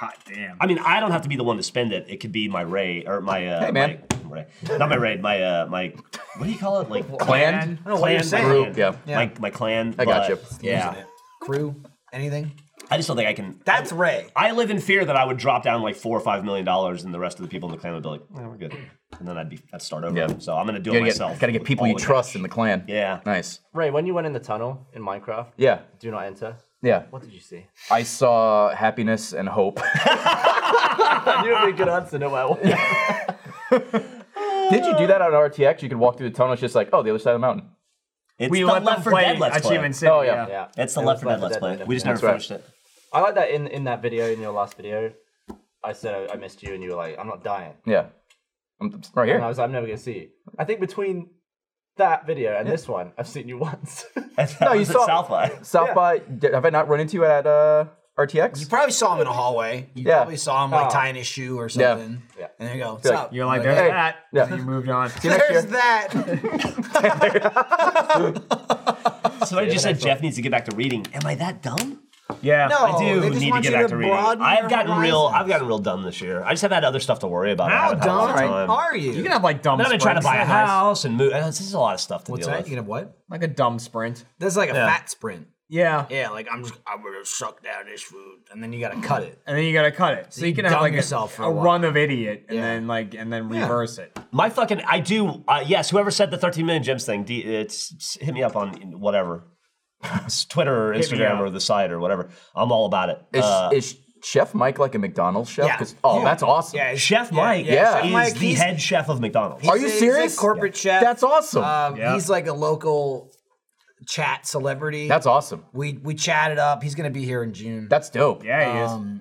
B: God damn.
E: I mean, I don't have to be the one to spend it. It could be my raid or my uh,
D: Hey, man.
E: my raid, not my raid, my uh, my what do you call it? Like
D: Clan?
G: I don't know what you're
E: clan,
G: saying.
E: my
D: Group,
E: clan.
D: yeah.
E: my my clan.
D: I got
E: but,
D: you.
E: Yeah,
G: Crew, anything?
E: I just don't think I can.
G: That's Ray.
E: I live in fear that I would drop down like four or five million dollars, and the rest of the people in the clan would be like, "Yeah, "Eh, we're good." And and then I'd be I'd start over.
D: Yeah.
E: So I'm gonna do
D: gotta
E: it
D: get-
E: myself.
D: gotta get
E: with
D: people
E: all
D: you
E: the
D: trust in the clan.
E: Yeah.
D: Nice.
F: Ray, when you went in the tunnel in Minecraft,
D: Yeah.
F: do not enter.
D: Yeah.
F: What did you see? <laughs>
D: I saw happiness and hope. <laughs>
F: I knew it'd be a good answer no matter
G: <laughs>
F: what.
D: Did you do that on RTX? You could walk through the tunnel. It's just like, oh, the other side of the mountain.
E: It's
H: We
E: the
H: let
E: Left
H: them
E: 4
H: play
E: Dead Let's Play.
H: Achievement City.
D: Oh, yeah.
F: Yeah.
E: It's the
F: It
E: Left
F: was
E: 4 Dead Let's Play.
F: Dead,
E: We just
F: yeah.
E: never
D: That's
E: finished
D: right.
E: it.
F: I like that in, in that video, in your last video, I said I, I missed you and you were like, I'm not dying.
D: Yeah. I'm right
F: And I
D: here.
F: was like, I'm never going to see you. I think between that video and this one, I've seen you once.
E: <laughs> no,
D: you
E: you saw
D: saw-
E: South by.
D: South by. did- have I not run into you at uh, RTX?
G: You probably saw him in a hallway. You
D: Yeah.
G: probably saw him like
F: Oh.
G: tying his shoe or
D: Yeah.
G: something.
F: Yeah.
G: And there you go. What's
D: You're like-
G: up?
H: You're like,
G: You're
H: there's
D: Hey.
H: that.
D: Yeah.
H: And you moved on.
D: See you next
G: <laughs> there's
D: year.
G: that.
E: Somebody just said Jeff needs to get back to reading. Am I that dumb?
H: Yeah.
G: No,
E: I do
G: they just
E: need to
G: want
E: get
G: you
E: back
G: to
E: to reading.
G: broaden
E: I've
G: your
E: gotten real.
G: horizons.
E: I've gotten real dumb this year. I just have had other stuff to worry about.
G: How
E: I haven't had a lot of
G: dumb
E: time.
G: are you?
H: You can have like dumb
E: Then I've been trying to
H: sprints.
E: buy a house and move. uh, This is a lot of stuff to
G: What's
E: deal
G: that? You
E: with.
G: can have what?
H: Like a dumb sprint.
G: That's like a
E: Yeah.
G: fat sprint.
H: Yeah.
G: Yeah, like I'm just I'm gonna suck down this food, and then you gotta cut it.
H: And then you gotta cut it. So you,
G: you
H: can have
G: dumb
H: like a,
G: yourself for
H: a
G: a while.
H: run of idiot and
G: Yeah.
H: then like and then reverse it.
E: My fucking, I do. Uh, yes, whoever said the 13 million gems thing, D, it's, it's- hit me up on whatever, It's Twitter or
H: Hit me
E: Instagram
H: up.
E: or the site or whatever. I'm all about it.
D: Is,
E: Uh,
D: is Chef Mike like a McDonald's chef?
G: Yeah.
D: 'Cause- oh,
G: Yeah.
D: that's awesome.
G: Yeah,
E: chef Mike
D: yeah.
E: is
D: Chef
G: Mike,
E: the
G: he's-
E: head chef of McDonald's.
D: Are you
G: He's a- he's a
D: serious?
G: corporate chef.
D: That's awesome.
G: Um,
H: Yeah.
G: He's like a local chat celebrity.
D: that's awesome.
G: we we chatted up. He's gonna be here in June.
D: That's dope.
H: Yeah, he is.
E: And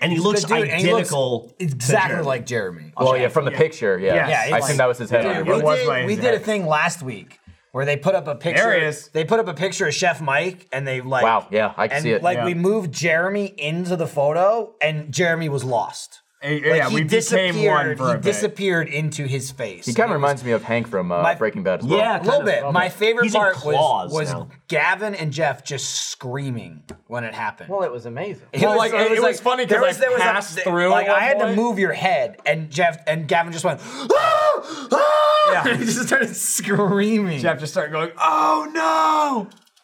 E: he
G: um, He's a
E: looks
G: good dude, and he looks
E: identical.
G: <laughs> exactly
E: Jeremy.
G: like Jeremy.
D: Well, yeah, from the picture, yeah.
H: Yes. Yeah,
G: he
D: I
G: like-
D: assume that was his head.
G: Dude,
D: Yeah.
G: we
H: was
G: did,
H: playing
G: we
H: his
G: did a
H: head.
G: thing last week where they put up a picture.
H: he is.
G: They put up a picture of Chef Mike, and they like
D: Wow, yeah, I can
G: and
D: see it.
G: Like
D: Yeah.
G: we moved Jeremy into the photo, and Jeremy was lost.
H: Eh,
G: Like,
H: yeah,
G: he
H: we became one
G: disappeared-
H: for a
G: He
H: bit.
G: disappeared into his face.
D: He kind of reminds me of Hank from uh,
G: My-
D: Breaking Bad as well.
E: Yeah,
G: a little
E: kind of.
G: bit. My favorite
E: He's in
G: part was
E: claws
G: was
E: now.
G: Gavin and Jeff just screaming when it happened.
F: well, it was amazing.
G: It was,
H: like, it was funny 'cause I passed
G: th-
H: through
G: Like
H: at one
G: I had to
H: point.
G: move your head, and Jeff and Gavin just went. "Ah! Ah!" <laughs>
H: Yeah. <laughs>
G: he just started screaming.
H: Jeff just started going, oh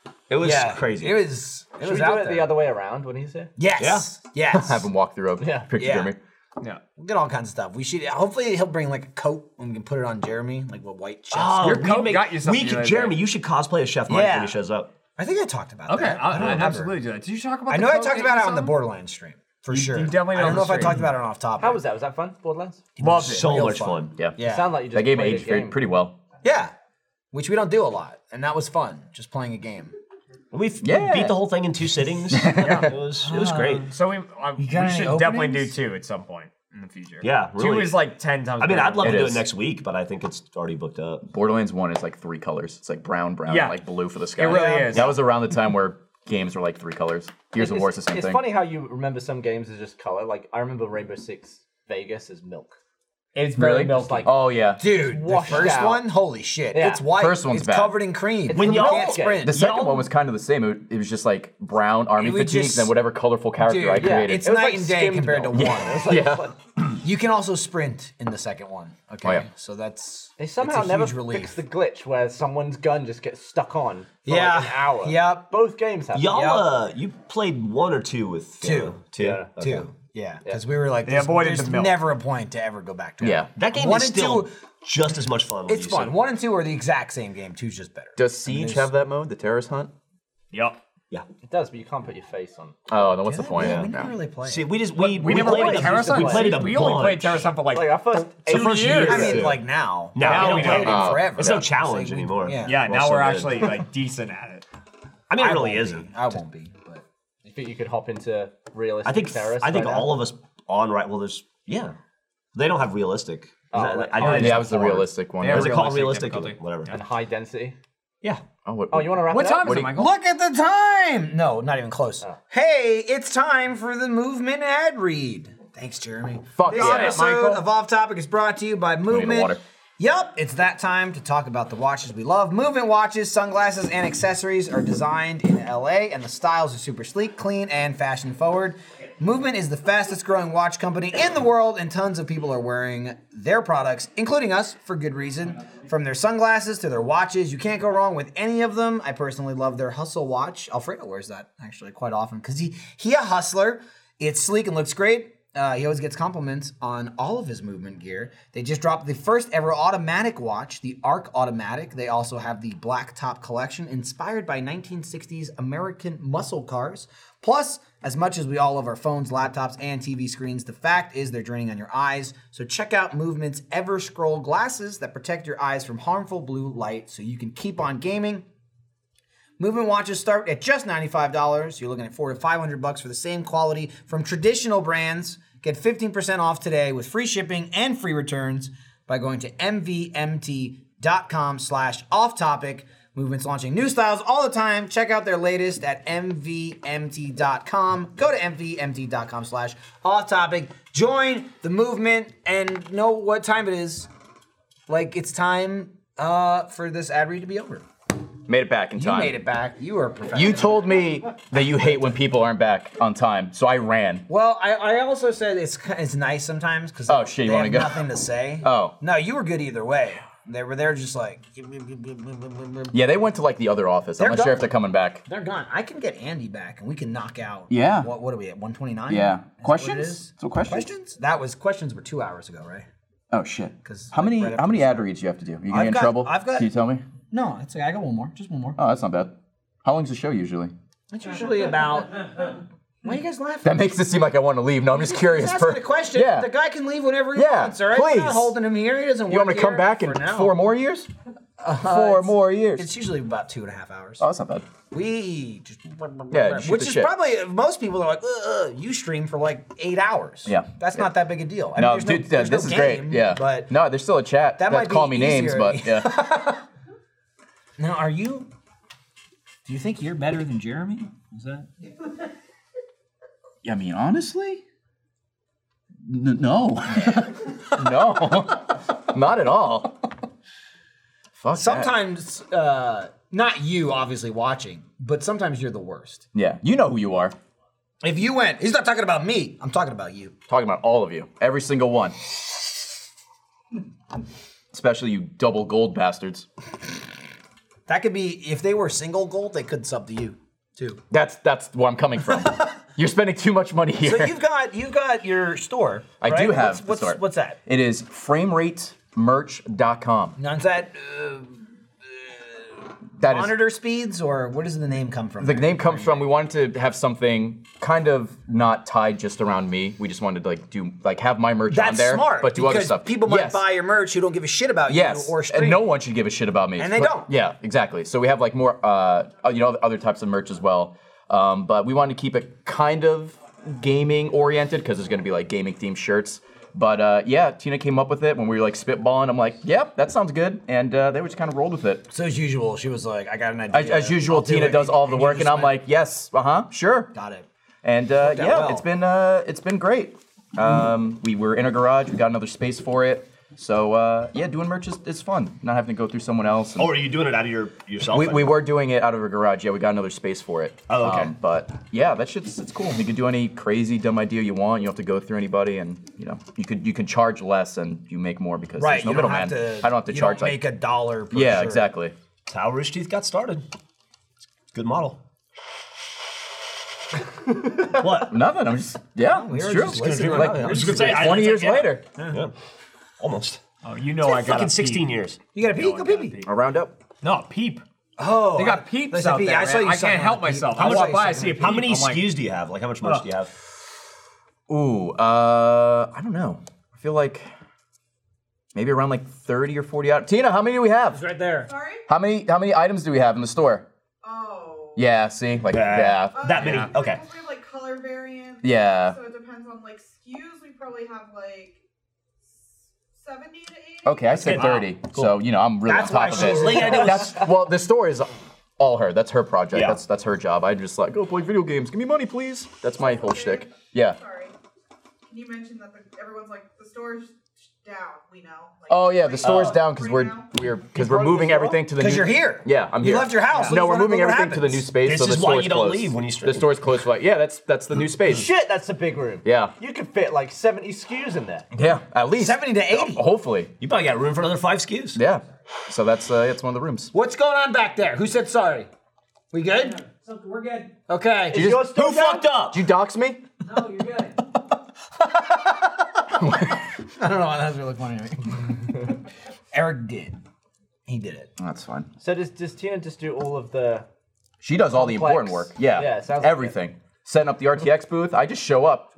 H: no!
E: It was
G: yeah,
E: crazy.
G: It was. It
F: Should we
G: was
F: do
G: out
F: it
G: there.
F: the other way around when he's here?
G: Yes. Yes.
D: Have him walk through a
F: Yeah.
D: picture
G: Yeah.
D: Jeremy.
H: Yeah.
G: We'll get all kinds of stuff. We should. Hopefully, he'll bring like a coat and we can put it on Jeremy, like a white chest.
E: Oh,
H: Your
E: we
H: coat
E: make-
H: got you something
E: we
H: the
E: could-
H: other day.
E: Jeremy, you should cosplay as Chef Mike
G: Yeah.
E: when he shows up.
G: I think I talked about
H: Okay,
G: that.
H: I'll,
G: I don't
H: I'll
G: remember.
H: absolutely do that. Did you talk about
G: I
H: the
G: know I
H: coat
G: talked
H: thing
G: about
H: or
G: it on the
H: something?
G: borderline stream for sure.
H: you definitely
G: I
H: know
G: don't
H: on
G: know if
H: the
G: I talked
H: stream.
G: about it on off topic.
F: How was that? Was that fun? Borderlands?
H: Loved it.
E: So
G: Real
E: much
G: fun.
E: fun.
D: Yeah.
F: You
G: Yeah.
F: sound like you just
D: That game
F: played
D: aged
F: a
D: very
F: game.
D: pretty well.
G: Yeah, which we don't do a lot, and that was fun, just playing a game.
E: We f-
D: Yeah.
E: beat the whole thing in two
G: <laughs>
E: sittings. It was it was great.
H: So we, uh, we
G: got any
H: should definitely do
G: openings?
H: two at some point in the future.
E: Yeah,
H: Two
E: really.
H: is like 10 times
E: I mean,
H: better
E: I'd love
D: It
E: to do
D: is.
E: it next week, but I think it's already booked up.
D: Borderlands 1 is like three colors. It's like brown, brown,
H: Yeah.
D: and like blue for the sky.
H: It really Yeah. is.
D: That was around the time where games were like three colors. Gears of War is the same
F: it's
D: thing.
F: funny how you remember some games as just color. Like I remember Rainbow Six Vegas as milk.
H: It's very
F: Really?
H: milky.
F: Like-
D: Oh, yeah.
G: Dude, the
F: washed
G: first
F: out.
G: one, holy shit,
F: Yeah.
G: it's white.
D: First one's
G: it's
D: bad.
G: covered in cream.
F: When
G: you
F: y'all-
G: can't sprint,
D: The second
E: Y'all-
D: one was kind of the same. It, it was just like brown army
G: It was
D: fatigue,
G: just-
D: then whatever colorful character
G: Dude,
D: I
G: yeah,
D: created.
G: it's
F: It was
G: night
F: like
G: and day
F: skimmed
G: compared to
F: milk.
G: one.
F: It was like
D: Yeah.
F: fun.
G: You can also sprint in the second one. Okay,
D: Oh, yeah.
G: so that's
F: They
G: it's
F: somehow
G: a
F: never
G: huge
F: fix
G: relief.
F: the glitch where someone's gun just gets stuck on for
G: Yeah.
F: like an hour.
G: Yep.
F: Both games have.
E: Y'all,
F: that.
E: uh, you played one or two with
G: Two.
E: uh, two,
F: Yeah.
E: Okay.
G: Two, yeah, because we were like,
H: They
G: there's,
H: avoided
G: there's
H: the milk.
G: never a point to ever go back to. it.
D: Yeah.
E: That game
G: One
E: is
G: and
E: still
G: two-
E: just as much fun. when
G: it's
E: you
G: fun.
E: sit-
G: One and two are the exact same game. Two's just better.
D: Does Siege have that mode, the terrorist hunt?
H: Yep.
E: Yeah.
F: It does, but you can't put your face on.
D: Oh, then what's the point?
G: Yeah, we
D: No.
G: never really play.
E: See, we just we,
H: We, never
E: played
H: played
E: it a-
H: Terrasun.
E: We played it a
H: We only played
E: bunch.
H: Terrasun for like
F: Like our first
H: two
E: Oh.
F: eight
H: first
F: years.
H: years.
G: I mean,
E: Yeah.
G: like now.
E: Now,
H: Now
E: we
H: we
E: don't.
H: don't.
E: Uh,
G: forever.
E: It's no challenge anymore.
G: yeah.
H: yeah, now
E: so
H: we're
E: good.
H: actually like decent at it.
E: I mean, it
G: I
E: really
G: won't
E: isn't.
G: be. I won't be. But
F: You think you could hop into realistic
E: I think
F: terrorists?
E: I think
F: right
E: all
F: now?
E: of us on right. Well, there's yeah, they don't have realistic.
F: Oh,
E: Is that-
F: like-
E: I know
F: oh,
E: it's
D: Yeah, that was the
E: hard.
D: realistic one.
H: Yeah,
E: Is it called
H: Realistic
E: realistic?
H: difficulty.
E: Whatever.
F: and high density.
E: Yeah.
D: Oh, what,
F: Oh, you want to wrap
H: What
F: it up?
H: time is
D: do
H: it,
D: you- Oh.
H: Michael?
G: look at the time. No, not even close. Hey, it's time for the movement ad read. Thanks, Jeremy.
D: Fuck
G: this
D: yeah,
G: episode
H: Michael.
G: of Off Topic is brought to you by Movement.
D: water.
G: Yep, it's that time to talk about the watches we love. Movement watches, sunglasses, and accessories are designed in LA, and the styles are super sleek, clean, and fashion forward. Movement is the fastest growing watch company in the world, and tons of people are wearing their products, including us, for good reason. From their sunglasses to their watches, you can't go wrong with any of them. I personally love their hustle watch. Alfredo wears that actually quite often because he he a hustler. It's sleek and looks great. Uh, he always gets compliments on all of his movement gear. They just dropped the first ever automatic watch, the Arc Automatic. They also have the Blacktop Collection, inspired by 1960s American muscle cars. Plus, as much as we all love our phones, laptops, and TV screens, the fact is they're draining on your eyes. So check out Movement's Ever Scroll glasses that protect your eyes from harmful blue light so you can keep on gaming. Movement watches start at just $95. You're looking at four to 500 bucks for the same quality from traditional brands. Get 15% off today with free shipping and free returns by going to mvmt.com slash off topic. Movement's launching new styles all the time. Check out their latest at mvmt.com. Go to mvmt.com slash off topic. Join the movement and know what time it is. Like it's time uh, for this ad read to be over.
D: Made it back in
G: You
D: time.
G: made it back. You are a professional.
D: You told me that you hate when people aren't back on time, so I ran.
G: Well, I, I also said it's ki- it's nice sometimes because
D: Oh, shit, you
G: they
D: wanna
G: have
D: go?
G: nothing to say.
D: <laughs> Oh.
G: no, you were good either way. They were there just like
D: Yeah, they went to like the other office.
G: They're
D: I'm not sure
G: gone.
D: if they're coming back.
G: they're gone. I can get Andy back and we can knock out.
D: Yeah.
G: What what are we at? One twenty nine.
D: Yeah. Questions? So questions?
G: Questions? That was questions were two hours ago, right?
D: Oh shit.
G: 'Cause,
D: How
G: like,
D: many
G: right after
D: how many
G: this-
D: ad reads do you have to do? Are you gonna
G: I've
D: get in
G: got-
D: trouble?
G: I've got-
D: Can you tell me?
G: No, it's okay. I got one more. Just one more.
D: Oh, that's not bad. How long's the show usually?
G: It's usually about. Why are you guys laughing?
D: That makes it seem like I want to leave. No, I'm just curious.
G: Just
D: for-
G: asking a question.
D: Yeah.
G: The guy can leave whenever he
D: Yeah,
G: wants. All right. We're
D: please.
G: not holding him here. He doesn't.
D: you want me
G: work
D: to come
G: here
D: back in
G: for now. Uh,
D: four more years? four more years.
G: It's usually about two and a half hours.
D: Oh, that's not bad.
G: We just
D: Yeah, just shoot
G: which
D: the
G: is
D: shit.
G: probably most people are like, "Ugh, you stream for like eight hours.
D: Yeah.
G: that's not that big a deal. I mean,
D: No,
G: there's
D: dude,
G: there's
D: this
G: no
D: is
G: game,
D: great. Yeah.
G: but
D: no, there's still a chat
G: That
D: that,
G: might
D: call
G: be
D: me names,
G: easier.
D: but
G: <laughs>
D: yeah.
G: now, are you? Do you think you're better than Jeremy?
D: Is that? Yeah, I mean, honestly, N- no, <laughs> no, not at all. Fuck that.
G: Sometimes, uh, not you, obviously watching, but sometimes you're the worst.
D: Yeah, you know who you are.
G: If you went, he's not talking about me. I'm talking about you.
D: Talking about all of you, every single one. Especially you double gold bastards.
G: That could be if they were single gold, they could sub
D: <laughs>
G: to you too.
D: That's that's where I'm coming
G: <laughs>
D: from. You're spending too much money here.
G: So you've got you've got your store.
D: I
G: right?
D: do have
G: What's, what's,
D: the store.
G: what's that?
D: It is frameratemerch.com.
G: Now is that uh,
D: That is
G: monitor speeds or where does the name come from?
D: the name comes from. We wanted to have something kind of not tied just around me. We just wanted to like do like have my merch
G: That's
D: on there,
G: smart.
D: but do other
G: because
D: stuff.
G: People might
D: yes.
G: buy your merch who don't give a shit about
D: Yes,
G: you or stream.
D: and no one should give a shit about me.
G: And they
D: But-
G: don't.
D: Yeah, exactly. So we have like more, uh, you know, other types of merch as well. Um, but we wanted to keep it kind of gaming oriented because there's going to be like gaming themed shirts. But uh, yeah, Tina came up with it when we were like spitballing. I'm like, yep, that sounds good, and uh, they were just kind of rolled with it.
G: So as usual, she was like, "I got an idea."
D: As, as usual,
G: I'll do
D: Tina
G: it.
D: does all of the
G: And you
D: work, and
G: just
D: I'm like,
G: went,
D: yes, uh huh, sure.
G: "Got it."
D: And uh,
G: Worked out
D: yeah,
G: well.
D: it's been uh, it's been great. Um, we were in a garage. We got another space for it. So uh, yeah, doing merch is, is fun. Not having to go through someone else. and-
E: Oh, are you doing it out of your yourself?
D: we, we were doing it out of a garage. Yeah, we got another space for it. Um,
E: Oh, okay.
D: but yeah, that shit's it's cool. You can do any crazy dumb idea you want. You don't have to go through anybody, and you know you could you can charge less and you make more because
G: "Right,
D: there's no
G: you don't have
D: middleman.
G: to.
D: I don't have to
G: you
D: charge
G: Don't
D: like
G: make a dollar. Per
D: yeah,
G: shirt.
D: exactly.
E: That's how Rich Teeth got started. It's a
D: <laughs>
E: good model. what?
D: Nothing. I'm just yeah.
G: we
D: it's
G: were
D: true.
G: just listening.
D: Like,
G: I was
E: just gonna say, I-
D: Twenty
E: I-
D: years
E: yeah.
D: later,
E: Yeah. Almost.
P: Oh, you know I got
E: Fucking 16 years.
G: You got a pee? Go pee pee.
D: I'll round up.
P: No, peep.
G: Oh,
P: They
G: I-
P: got peeps
G: listen,
P: out
G: Pete,
P: there.
G: I saw you.
P: man. I
G: sucking
P: can't
G: on
P: help
G: a peep.
P: myself.
G: I
P: I
G: saw
P: walk
G: you
P: by, I
G: sucking
P: see a peep.
E: How many
P: I'm like,
E: SKUs do you have? Like, how much merch do you have?
D: Ooh, uh, I don't know. I feel like maybe around like thirty or forty out. Tina, how many do we have?
Q: right there.
K: Sorry?
D: How many how many items do we have in the store?
K: Oh.
D: Yeah. See, like yeah.
E: That many? Okay.
K: We have like color variants.
D: Yeah.
K: So it depends on like SKUs. We probably have like s- 70 to 80.
D: Okay, I said 30. So, you know, I'm really
G: That's
D: on top
G: why
D: of
G: she's
D: it.
G: late. I know.
D: That's well, the store is all her. That's her project.
E: Yeah.
D: That's that's her job. I just like, go play video games. Give me money, please. That's my whole shtick. Yeah.
K: Sorry. Can you mention that the, everyone's like, the store's down, we know. Like,
D: Oh yeah, the store's
K: right
D: down because
K: now.
D: we're we're because we're moving everything to the new.
G: 'Cause you're here.
D: Yeah, I'm
G: You
D: here.
G: left your house. You
D: No, we're
G: wanna
D: moving
G: know what
D: everything to the new
G: happens.
D: space.
E: This
D: so the
E: is why
D: store's
E: you don't
D: closed.
E: leave when you stream.
D: The store's closed. for- Yeah, that's that's <laughs> the new space.
F: Shit, that's the big room.
D: Yeah.
F: You could fit like 70 SKUs in there.
D: Yeah, at least
G: 70 to 80.
D: Hopefully,
E: You probably got room for another five SKUs.
D: yeah. So that's uh, it's one of the rooms.
G: What's going on back there? Who said sorry? We good?
Q: We're good.
G: Okay.
D: Did you,
F: Yours
D: just,
F: still
E: Who
F: down?
E: fucked up?
D: did you dox me?
Q: No, you're good.
G: I don't know why that's really funny to me.
B: Eric did. He did it.
D: That's fine.
F: So does does Tina just do all of the?
D: She does all the important work.
F: Complex.
D: Yeah.
F: Yeah, it sounds like
D: Everything. Setting up the RTX booth. I just show <laughs> up.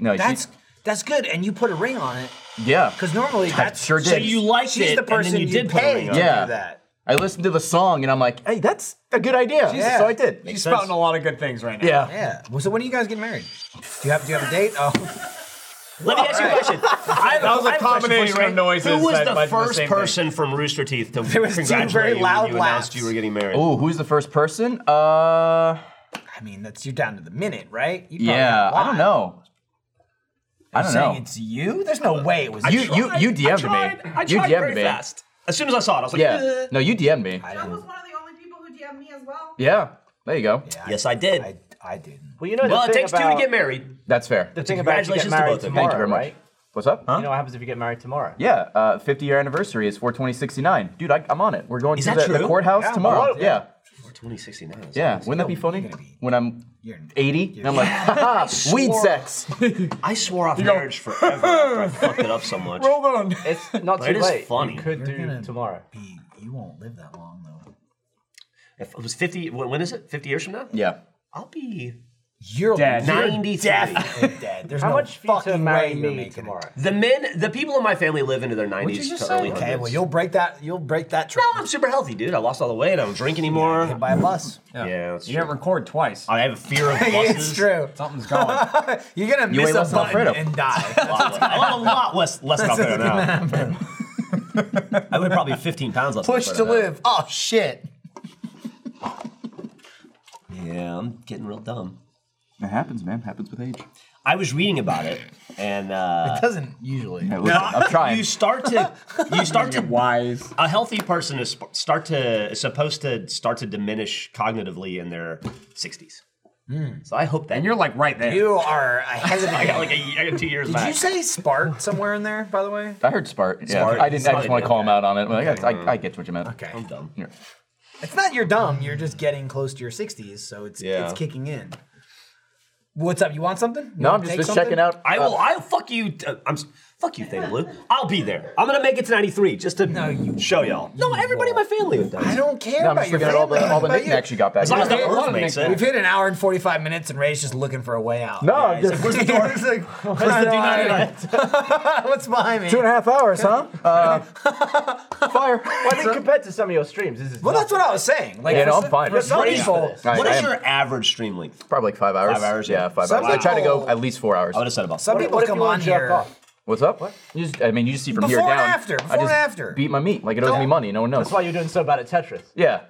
D: No,
G: That's
D: she,
G: that's good, and you put a ring on it
D: yeah.
G: because normally
D: I
G: that's
D: sure did.
G: She's- she's the person you, pay to
D: yeah.
G: do that.
D: I listened to the song and I'm like, hey, that's a good idea.
G: Yeah.
D: So I did.
G: Makes
B: She's
G: sense.
B: spouting a lot of good things right now.
D: Yeah.
G: Yeah. Well, so when are you guys getting married? Do you have Do you have a date? Oh,
E: Let me ask you a question. I,
B: <laughs> That was a
E: I have question for you,
B: combination
E: Ray.
B: of noises
E: Who was
B: that
E: the
B: led to the
E: first
B: same thing.
E: person from Rooster
D: <laughs>
E: Teeth to
G: There was two
E: congratulate
G: very
E: you
G: loud
E: when you
G: laughs.
E: announced you were getting married?
D: Oh, who's the first person? Uh,
G: I mean, that's you're down to the minute, right? You probably
D: yeah.
G: have a
D: I don't
G: lot.
D: know. I
G: You're
D: don't
G: saying
D: know.
G: it's you. There's no way it was
D: You
G: you.
D: you you DM'd me. you DM'd me.
E: As soon as I saw it, I was like,
D: Yeah.
E: <laughs> "Eh."
D: No, you DM'd me.
K: Joe was one of the only people who DM'd me as well.
D: Yeah. There you go.
E: yes, I did.
G: I, I didn't.
F: Well, you know
E: well,
F: the
E: it
F: thing
E: takes
F: about,
E: two to get married.
D: That's fair.
F: The thing about if you get
E: Congratulations to
F: married tomorrow,
E: both of you.
D: Thank you very much.
F: right?
D: What's up?
F: You know what happens if you get married tomorrow?
D: Yeah, uh, 50 year anniversary is 42069. Dude, I, I'm on it. We're going
E: Is
D: to
E: that
D: the, the
E: true?
D: courthouse
F: Yeah,
D: tomorrow.
F: tomorrow,
D: Yeah,
E: We're 2069.
D: yeah. Wouldn't that be funny? When I'm
G: You're
D: 80, and I'm like, haha, weed
E: swore-
D: sex. <laughs>
E: I swore off marriage forever after I fucked it up so much.
B: Hold on.
F: It's not
E: But
F: too
E: it is
F: late.
E: funny.
F: You could
G: You're gonna-
F: do tomorrow.
G: be. You won't live that long though.
E: If it was 50, when when is it? 50 years from now?
D: Yeah.
E: I'll be
G: You're
B: Dad.
G: you're
E: 93.
G: dead.
F: <laughs>
G: There's
F: How
G: no
F: much for you to
G: fucking
F: marry
G: way you're
F: me
G: making it.
F: tomorrow?
E: The men, the people in my family live into their 90s to early 100s.
G: Okay, well you'll break that. You'll break that.
E: No,
G: trend.
E: I'm super healthy, dude. I lost all the weight. I don't drink anymore.
G: Hit by a
D: <laughs>
G: bus.
E: Yeah, that's
B: You didn't
E: true.
B: record twice.
E: I have a fear of buses.
G: it's true.
B: Something's going.
G: <laughs> You're gonna
D: You
G: miss
D: ain't
G: a
D: less than
G: button
D: Alfredo.
G: and die.
D: <laughs>
E: A lot less- I have a lot less, less than Alfredo now. I weigh probably 15 pounds less. than
G: Push to
E: Alfredo now.
G: live. Oh shit.
E: Yeah, I'm getting real dumb.
D: It happens, man. Happens with age.
E: I was reading about it, and uh,
G: It doesn't usually.
D: Yeah, listen, I'm trying.
E: <laughs> you start to you start to
B: Wise.
E: a healthy person is sp- start to is supposed to start to diminish cognitively in their 60s. So I hope that
B: And you're like right there.
G: You are ahead
E: <laughs>
G: of
E: I got
G: the
E: like a, I got two years
G: Did
E: back.
G: you say Spart somewhere in there, by the way?
D: I heard Spart. Yeah.
E: Spart.
D: I didn't. I just
E: Spart,
D: want to call him
E: okay.
D: out on it. Like, I, I, I get what you meant.
G: Okay.
E: I'm dumb.
D: Here.
G: It's not you're dumb, you're just getting close to your 60s, so it's
E: Yeah.
G: it's kicking in. What's up? You want something? You
D: No,
G: wanna
D: I'm
G: take
D: just, just
G: something?
D: checking out.
E: I
D: uh,
E: will. I'll fuck you. t- uh, I'm. s- Fuck you, Theta Blue. I'll be there. I'm gonna make it to 93 just to show y'all. No, everybody in my family does.
G: I don't care
D: no, I'm
G: about
D: just
G: your
D: looking at
G: family.
D: all the all the
G: about you.
D: knickknacks you got back.
E: As long as the
D: there.
E: Earth makes
D: Yeah.
E: it.
G: We've hit an hour and 45 minutes, and Ray's just looking for a way out. <laughs>
D: No,
E: He's like, Where's the door?
G: He's like, <laughs> what's, behind me? what's behind me?
D: two and a half hours, huh? Uh, <laughs> fire.
F: I think compared to some of your streams, this is
G: Well, that's what I was saying. Like,
D: Yeah,
G: for
D: no, I'm
G: some-
D: fine.
G: For some
E: What is-
G: people,
D: I-
E: <laughs> what
D: I
E: is
D: am-
E: your average stream length?
D: Probably like five hours.
E: Five hours,
D: Yeah,
E: yeah.
D: five
G: Some
D: hours. I try to go
G: people-
D: at least four hours.
E: I would have said about.
G: some
E: four.
G: people come on here.
D: What's up? What? You just, I mean, you just see from here
G: Before and
D: down.
G: after, before
D: I
G: and
D: just
G: after.
D: Beat my meat like it owes me money. No one knows.
F: That's why you're doing so bad at Tetris.
D: yeah.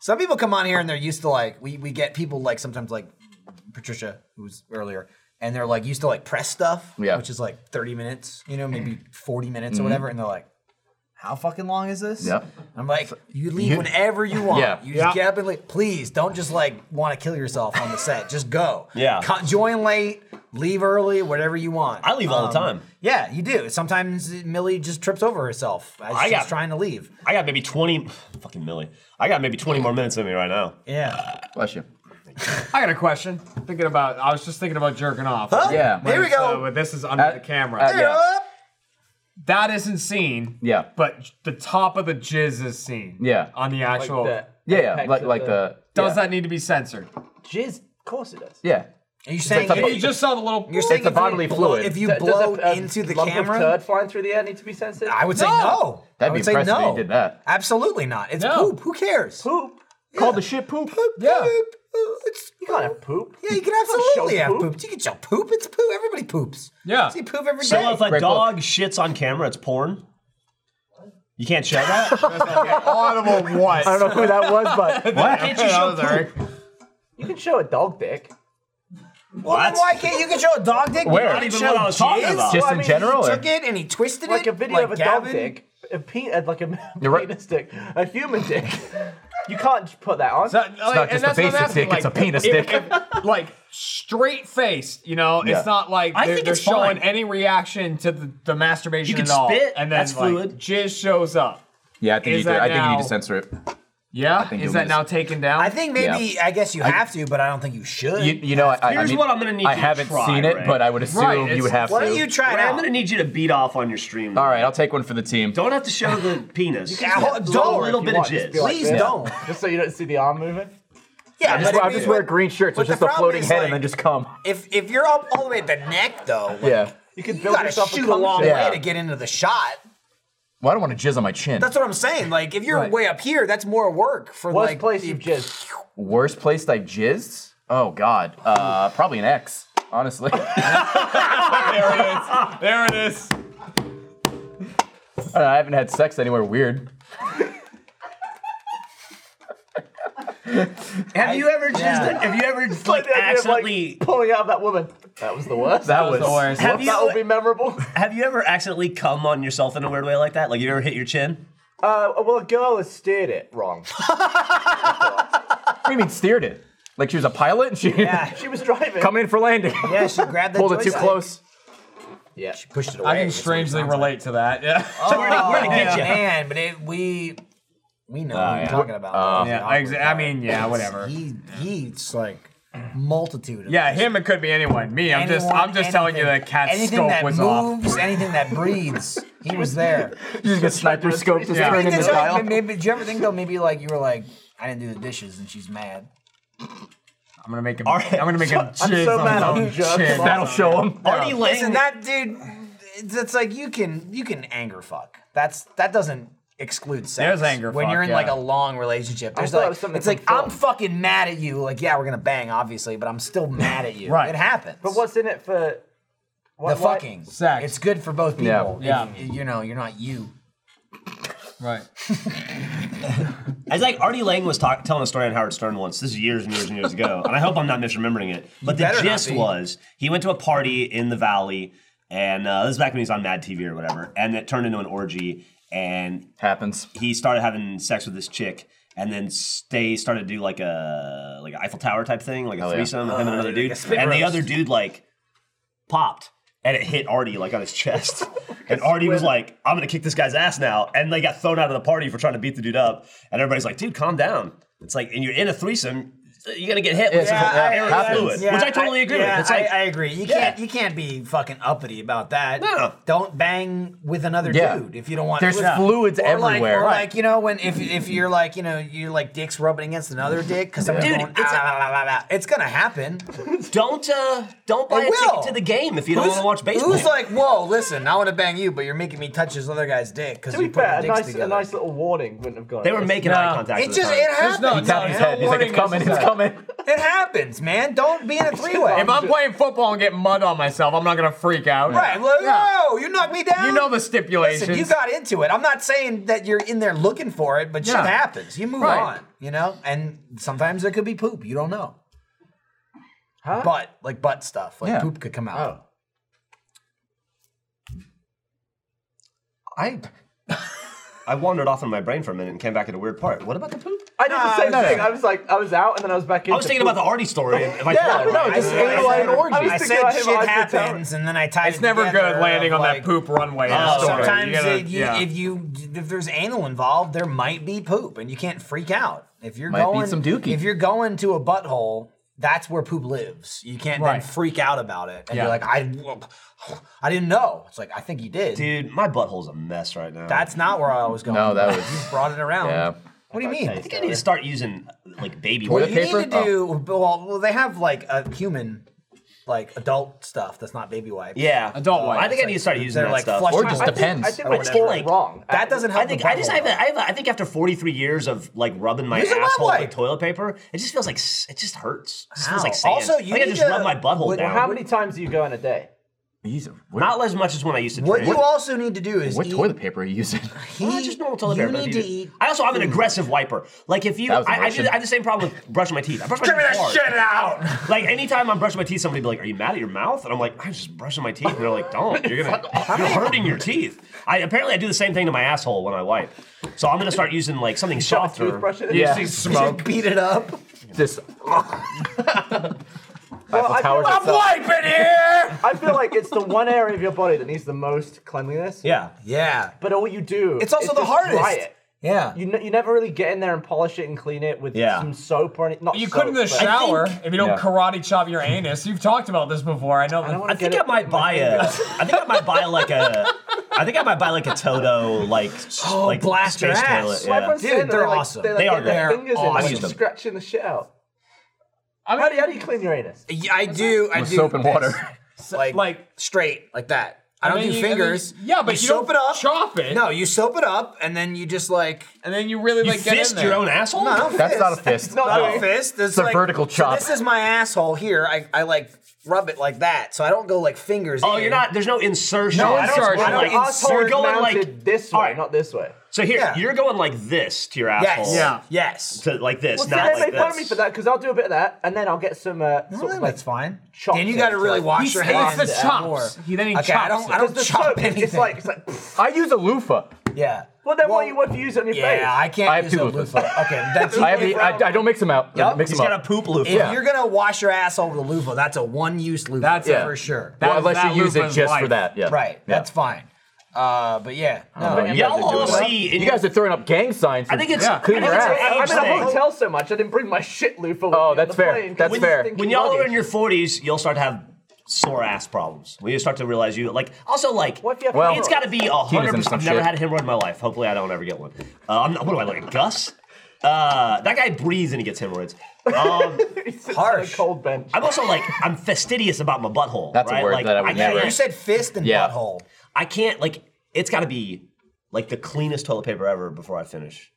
G: Some people come on here and they're used to like we, we get people like sometimes like Patricia who was earlier and they're like used to like press stuff
D: Yeah.
G: which is like 30 minutes you know maybe 40 minutes or whatever and they're like how fucking long is this
D: Yep.
G: I'm like you leave whenever you want
D: Yeah.
G: you just get up and leave please don't just like want to kill yourself on the set just go
E: Yeah.
G: Co- join late leave early whatever you want
E: I leave all the time.
G: yeah you do sometimes Millie just trips over herself as
E: I
G: she's
E: got-
G: trying to leave
E: I got maybe 20. <sighs> Fucking Millie. I got maybe 20 more minutes in me right now.
G: yeah
D: Bless you.
B: I got a question. Thinking about, I was just thinking about jerking off.
G: Huh?
D: Yeah.
G: here we
B: It's, uh,
G: go
B: but this is under
D: Uh,
B: the camera.
D: uh, yeah.
B: That isn't seen.
D: Yeah.
B: But the top of the jizz is seen.
D: Yeah.
B: On the
F: Like
B: actual.
F: the
D: Yeah, yeah.
F: apex
D: Like
F: of
D: like the.
B: does
D: yeah.
B: that need to be censored?
F: jizz. Of course it does.
D: Yeah.
G: Are you saying
D: like the-
G: if
B: You just saw the little.
G: You're saying
D: the
G: if you
D: bodily
G: blow-
D: fluid.
G: If you
F: Does- does
G: blow
F: a- a
G: into the
F: lump
G: camera,
F: Of turd flying through the air need to be censored.
G: I would say no.
D: That'd
G: I
D: be
G: would say
D: impressive if
G: no.
D: you did that.
G: Absolutely not. It's
B: No.
G: poop. Who cares?
F: poop.
D: Call the shit poop.
B: Yeah.
G: Poop. Oh, It's,
F: You can't have poop.
G: yeah, you can
F: can't show
G: absolutely have
F: poop.
G: poop. You can show poop. It's poop. Everybody poops.
B: Yeah.
G: See poop every day.
E: So if a
D: Great
E: dog shits on camera, it's porn. You can't show that.
B: Audible what?
D: I don't know who that was,
G: <laughs>
D: but
E: Why can't you show poop?
F: You can show a dog dick.
G: well, then
E: What?
G: why can't you can show a dog dick?
D: Where?
G: You
D: Not
G: can
E: even
G: show
E: what I was talking
G: jizz?
E: about.
D: just
F: I
D: in
F: mean,
D: general.
G: He
D: or-
G: took it and he twisted
F: Like
G: it
F: a video
G: like
F: of a
G: Gavin.
F: dog dick. A pe- uh, like a <laughs>
D: right.
F: penis dick. A human dick. You can't put that on.
B: That- like,
D: not
B: and
D: just a
B: that's what I'm
D: basic
B: asking,
D: dick, it's
B: like,
D: a penis
B: if-
D: dick.
B: if- like straight face, you know.
D: Yeah.
B: It's not like
E: I
B: they're,
E: think
B: they're
E: it's
B: showing
E: fine.
B: any reaction to the, the masturbation
E: You can
B: at all,
E: spit,
B: and then
E: that's
B: like
E: fluid.
B: jizz shows up.
D: Yeah, I think
B: Is
D: you do.
B: that
D: I think you need
B: now-
D: to censor it.
B: Yeah,
D: I think
B: is
D: it
B: that
D: was-
B: now taken down?
G: I think maybe I guess you
D: I-
G: have to, but I don't think you should.
D: You, you know, I, I- I
E: Here's
D: mean,
E: what I'm gonna need
D: I
E: you to
D: haven't
E: try,
D: seen it,
E: Ray.
D: but I would assume
E: Right,
D: you
E: it's-
D: have
E: why
D: to.
E: don't you try it Ray, I'm out? gonna
D: need you to beat off on your stream. All right, I'll take one for the team.
E: Don't have to show the penis. You
F: Yeah,
E: can blow a little
F: if you
E: bit of
F: want, just
E: jizz.
F: be like this. Just so you don't see the arm moving.
G: Yeah,
D: I just,
G: but I
D: I just
G: mean-
D: wear green shirts.
G: but
D: It's just
G: the
D: a
G: problem
D: floating
G: is,
D: head
G: like-
D: and then just come.
G: If if you're up all the way at the neck though, like,
D: Yeah.
G: you can
F: build
G: gotta
F: yourself a
G: shoot a
F: cum
G: long
D: shot.
G: way
D: Yeah.
G: to get into the shot.
D: Well, I don't want to jizz on my chin.
G: That's what I'm saying. Like if you're
D: Right.
G: way up here, that's more work for
D: Worst
G: like
D: place
G: the,
D: you've Worst place I've jizzed? Oh God, uh, probably an X. Honestly, <laughs>
B: there it is.
D: I, don't know, I haven't had sex anywhere weird.
E: Have you ever jizzed?
F: yeah.
E: on- Have you ever like,
F: idea of, like,
E: accidently
F: pulling out that woman? That was the worst. <laughs>
E: That was the worst. Have
F: that
E: you-
F: will be memorable.
E: Have you ever accidentally come on yourself in a weird way like that? Like you ever hit your chin?
F: Uh, well, a girl has steered it wrong.
D: What do you mean steered it? Like she was a pilot and she <laughs>
F: she was driving.
D: coming in for landing.
G: Yeah, she grabbed the
D: Pulled it too
G: joystick.
D: close.
F: Yeah,
G: she pushed it away.
B: I can strangely relate to that.
G: <laughs>
B: Yeah.
G: So
B: we're
G: gonna,
B: we're gonna
G: get
B: get
G: you,
B: ya.
G: man. But it, we we know what
B: yeah.
G: you're talking about.
B: Uh,
G: It's
B: yeah,
G: an awkward
B: exa- I
G: guy.
B: mean, yeah,
G: It's-
B: whatever.
G: He he's like multitude. Of
B: Yeah, him. It could be anyone. Me. I'm just.
G: anyone,
B: I'm just telling you
G: anything.
B: that cat's
G: anything
B: scope
G: that
B: was off.
G: moves, Anything that breathes, he was there.
D: You just get sniper scope just
G: Yeah.
D: turning
G: Did
D: the
G: you-
D: dial.
G: Maybe, did you ever think though? Maybe like you were like, I didn't do the dishes, and she's mad.
B: I'm gonna make him. I'm gonna make him.
G: so
B: jizz on
G: mad
B: his
G: <laughs> I'm
B: own
G: just
B: chin.
G: lost That'll
D: show him.
E: Artie Lang.
G: Listen, that dude, that's like you can you can anger fuck. That's that doesn't exclude sex.
B: There's anger
G: when
B: fuck,
G: you're in
B: yeah.
G: like a long relationship.
F: I
G: There's
F: thought it
G: like
F: was something
G: it's like
F: from film.
G: I'm fucking mad at you. Like yeah, we're gonna bang obviously, but
B: <laughs>
G: I'm still mad at you.
F: Right.
G: it happens.
F: But what's in it for?
G: the
F: What, what-
G: fucking sex? It's good for both
D: Yeah.
G: people.
B: Yeah.
G: If- you know, you're not you.
B: Right.
E: As like Artie Lang was talk, telling a story on Howard Stern once. This is years and years and years ago, and I hope I'm not misremembering it. But the
G: better not
E: gist
G: be.
E: was he went to a party in the Valley, and uh, this is back when he was on Mad TV or whatever, and it turned into an orgy. And
D: happens.
E: He started having sex with this chick, and then s- they started to do like a like an Eiffel Tower type thing, like a
G: Oh,
D: Hell yeah.
E: threesome with him and another
G: like
E: dude,
G: a spit
E: and the
G: roast.
E: other dude like popped and it hit Artie like on his
G: <laughs>
E: chest. And Artie was like, I'm gonna kick this guy's ass now. And they got thrown out of the party for trying to beat the dude up. And everybody's like, dude, calm down. It's like, and you're in a threesome, you're gonna get hit with
D: Yeah,
E: some
D: I-
E: air
D: I-
E: fluid.
G: Yeah,
E: which I totally agree
G: yeah,
E: with. It's like
G: I, I agree. You
E: Yeah.
G: can't you can't be fucking uppity about that.
E: No.
G: Don't bang with another
D: Yeah.
G: dude if you don't want.
D: There's
G: Yeah.
D: fluids
G: or
D: everywhere.
G: Like, or
D: Right.
G: like you know when if if you're like you know you're like dicks rubbing against another dick because someone's
E: Dude,
G: going
E: it's-
G: "Ah, la, la, la, la." it's gonna happen.
E: don't uh don't buy
G: It
E: a
G: will.
E: ticket to the game if you don't
G: Who's-
E: want to watch baseball.
G: Who's like, whoa, listen, I want to bang you, but you're making me touch this other guy's dick because
F: To
G: you
F: be
G: put
F: fair,
G: our
F: a
G: dicks
F: nice,
G: together.
F: a nice little warning wouldn't have gone.
E: they were making eye contact.
G: it
E: at
G: just
E: the time.
G: it
D: He
G: happens.
D: tapped his head. He's like, it's coming. It's coming.
G: it happens, man. Don't be in a three way.
B: If I'm playing football and get mud on myself, I'm not gonna freak out.
G: Right. Well, no, you knocked me down.
B: You know the stipulations.
G: Listen, you got into it. I'm not saying that you're in there looking for it, but shit
B: Yeah.
G: happens. You move
B: Right.
G: on, you know? And sometimes there could be poop. You don't know.
F: Huh?
G: Butt, like butt stuff. Like
D: Yeah.
G: poop could come out.
F: Oh.
E: I I wandered off in my brain for a minute and came back at a weird part. What about the poop?
F: I did the same
D: no, no.
F: thing. I was like, I was out, and then I was back in.
E: I was thinking about the Artie story. If I
F: Yeah,
E: thought,
F: no,
E: right?
F: just
G: said-
F: anal an orgy.
G: I
F: was thinking
G: said
F: about him
G: shit
F: as the
G: happens, and then I tied
B: it's never good landing on that poop runway.
E: Oh,
B: story. You
G: Sometimes
B: gotta-
G: it- you-
B: yeah.
G: if you if there's anal involved, there might be poop, and you can't freak out. If you're
D: Might be
G: going
D: some dookie.
G: if you're going to a butthole, that's where poop lives. You can't then
B: Right.
G: freak out about it and
B: Yeah.
G: be like, I, I didn't know. It's like I think you did.
E: Dude, my butthole's a mess right now.
G: That's not where I was going.
D: No, that
G: with
D: was-
G: you brought it around.
D: Yeah.
G: What do you mean?
E: I think I need to start using like baby
G: What
E: wipes.
G: you
D: Toilet
G: need
D: paper?
G: to do well, well, they have like a human, like adult stuff that's not baby wipes.
E: Yeah,
B: Adult wipes.
E: I think I need to start using
G: They're
E: that
G: like
E: stuff.
G: flush-
D: Or it just
G: I think-
D: depends.
F: I did
G: or
F: my
G: whatever.
F: four
E: Like,
F: wrong.
G: That doesn't help.
E: I think
G: the
E: I just I have,
G: butthole,
E: a, I have a, I think after 43 years of like rubbing my
G: Use a wet
E: asshole
G: wipe.
E: with toilet paper, it just feels like s- it just hurts. It just feels
G: Ow.
E: like sand.
G: Also,
E: I
G: you
E: think I
G: need
E: just
G: to-
E: rub my butthole
G: Well,
E: down.
F: How many times do you go in a day?
D: Jeez, what-
E: Not as much as when I used to.
G: though. What
E: drink.
G: you also need to do is
D: What
G: eat
D: toilet paper are you using?
G: He,
E: Well, just normal toilet
G: you
E: paper. but
G: need
E: you-
G: to eat.
E: I also have an aggressive wiper. Like if you,
D: That was
E: I, I, do,
D: immersion.
E: I have the same problem with brushing my teeth. I brush my teeth hard. <laughs>
G: out.
E: Like anytime I'm brushing my teeth, somebody be like, "Are you mad at your mouth?" And I'm like, "I'm just brushing my teeth." And they're like, "Don't! You're gonna you're hurting your teeth." I apparently I do the same thing to my asshole when I wipe. So I'm gonna start using like something softer.
F: Toothbrush it?
B: You
D: Yeah.
B: see smoke.
G: Beat it up.
D: Just
F: Well, I, feel
D: Towers
F: like,
D: itself.
G: wiping
F: <laughs>
G: here.
F: I feel like it's the one area of your body that needs the most cleanliness.
E: Yeah.
G: Yeah.
F: But all you do.
G: It's also
F: is
G: the
F: just
G: hardest.
F: Try it. Yeah. You, n- you never really get in there and polish it and clean it with
C: Yeah.
F: some soap or anything. Not
R: You
F: soap,
R: could in the
F: but-
R: shower if you don't karate chop your anus. You've talked about this before. I know. I,
E: think I might buy a. I think I might buy like a. I think I might buy like a Toto like s-
F: Oh,
E: like
F: blast your
E: space
F: ass.
E: toilet.
F: My
E: yeah.
F: friend's saying that they, like- They, like,
E: They
F: get
E: are
F: their
E: great.
F: fingers
E: I
F: in
E: use
F: and like,
E: them.
F: scratching the shit out. how, do, how do you clean your anus?
G: Yeah, I do. I
D: With
G: do
D: soap and
G: this.
D: water. <laughs>
G: like, straight like that. I
R: And
G: don't
R: then
G: do
R: you- and then
G: fingers.
R: you- yeah, but you don't
G: soap it up.
R: chop it.
G: No, you soap it up, and then you just like.
R: And then you really
D: like, get in there.
G: No, I don't
D: That's
G: fist.
D: not a fist.
G: It's not
D: No.
G: a fist.
D: It's a
G: like-
D: vertical
G: so
D: chop.
G: this is my asshole here. I, I like rub it like that, so I don't go like fingers.
E: Oh,
G: in.
E: you're not. There's no insertion.
G: No
E: I don't-
G: insertion.
E: I don't-
G: No asshole
E: You're going
G: mounted
E: like
F: this way, not this way.
E: So here,
F: Yeah.
E: you're going like this to your
F: Yes.
E: asshole.
F: Yeah.
G: Yes.
E: To like this,
F: well, see,
E: not
F: they
E: like
F: make fun
E: this.
F: of me for that because I'll do a bit of that and then I'll get some. Uh,
E: Oh,
F: sort of, like, that's
G: fine.
F: Then
G: you gotta really wash your hands
F: It's the
G: out more.
F: chops.
G: He- then he Okay, I chops don't- it. I don't chop
F: It's
G: anything.
F: like, it's like
D: I use a loofah.
G: Yeah.
F: Well, then what you want to use it on your face?
G: Yeah, I can't
D: I have
G: use
D: two
G: a
D: loofahs.
G: loofah. Okay,
E: <laughs>
G: that's
D: I, have the, I, I don't mix them out. I
G: Yep.
D: Mix
G: He's
D: them
G: got
D: up.
G: a poop loofah. If
D: Yeah.
G: youole you're gonna wash your asshole with a loofah, that's a one-use loofah. That's
D: Yeah.
G: for sure.
D: Well, That- unless that you use it loofah's just for life. that, yeah.
G: Right.
D: Yeah.
G: That's fine. Uh, but yeah.
D: Oh, you, guys are doing that. you guys are throwing up gang signs.
G: I think it's-
D: yeah, clean
G: I think
D: your ass.
G: it's an
F: I'm in a
E: Interesting.
F: hotel so much I didn't bring my shit loofah. with
D: Oh,
F: me on
D: that's
F: the
D: fair.
F: plane 'cause
D: That's
F: it's
D: fair.
F: stinking
E: when y'all
F: luggage.
E: are in your 40s, you'll start to have sore ass problems. When you start to realize you like. Also, like,
F: Well,
E: it's got to be a
F: Tina's
E: hundred
F: in
E: percent.
F: some
E: I've never
F: shit.
E: had a hemorrhoid in my life. Hopefully, I don't ever get one. Uh, I'm not, what do I look like, Gus? Uh, that guy breathes and he gets hemorrhoids. Um,
F: harsh. cold bench.
E: I'm also like I'm fastidious about my butthole.
D: That's a
E: right?
D: word
E: like,
D: that I would
E: can't-
D: never- You said
G: fist and
D: Yeah.
G: butthole.
E: I can't like it's got to be like the cleanest toilet paper ever before I finish.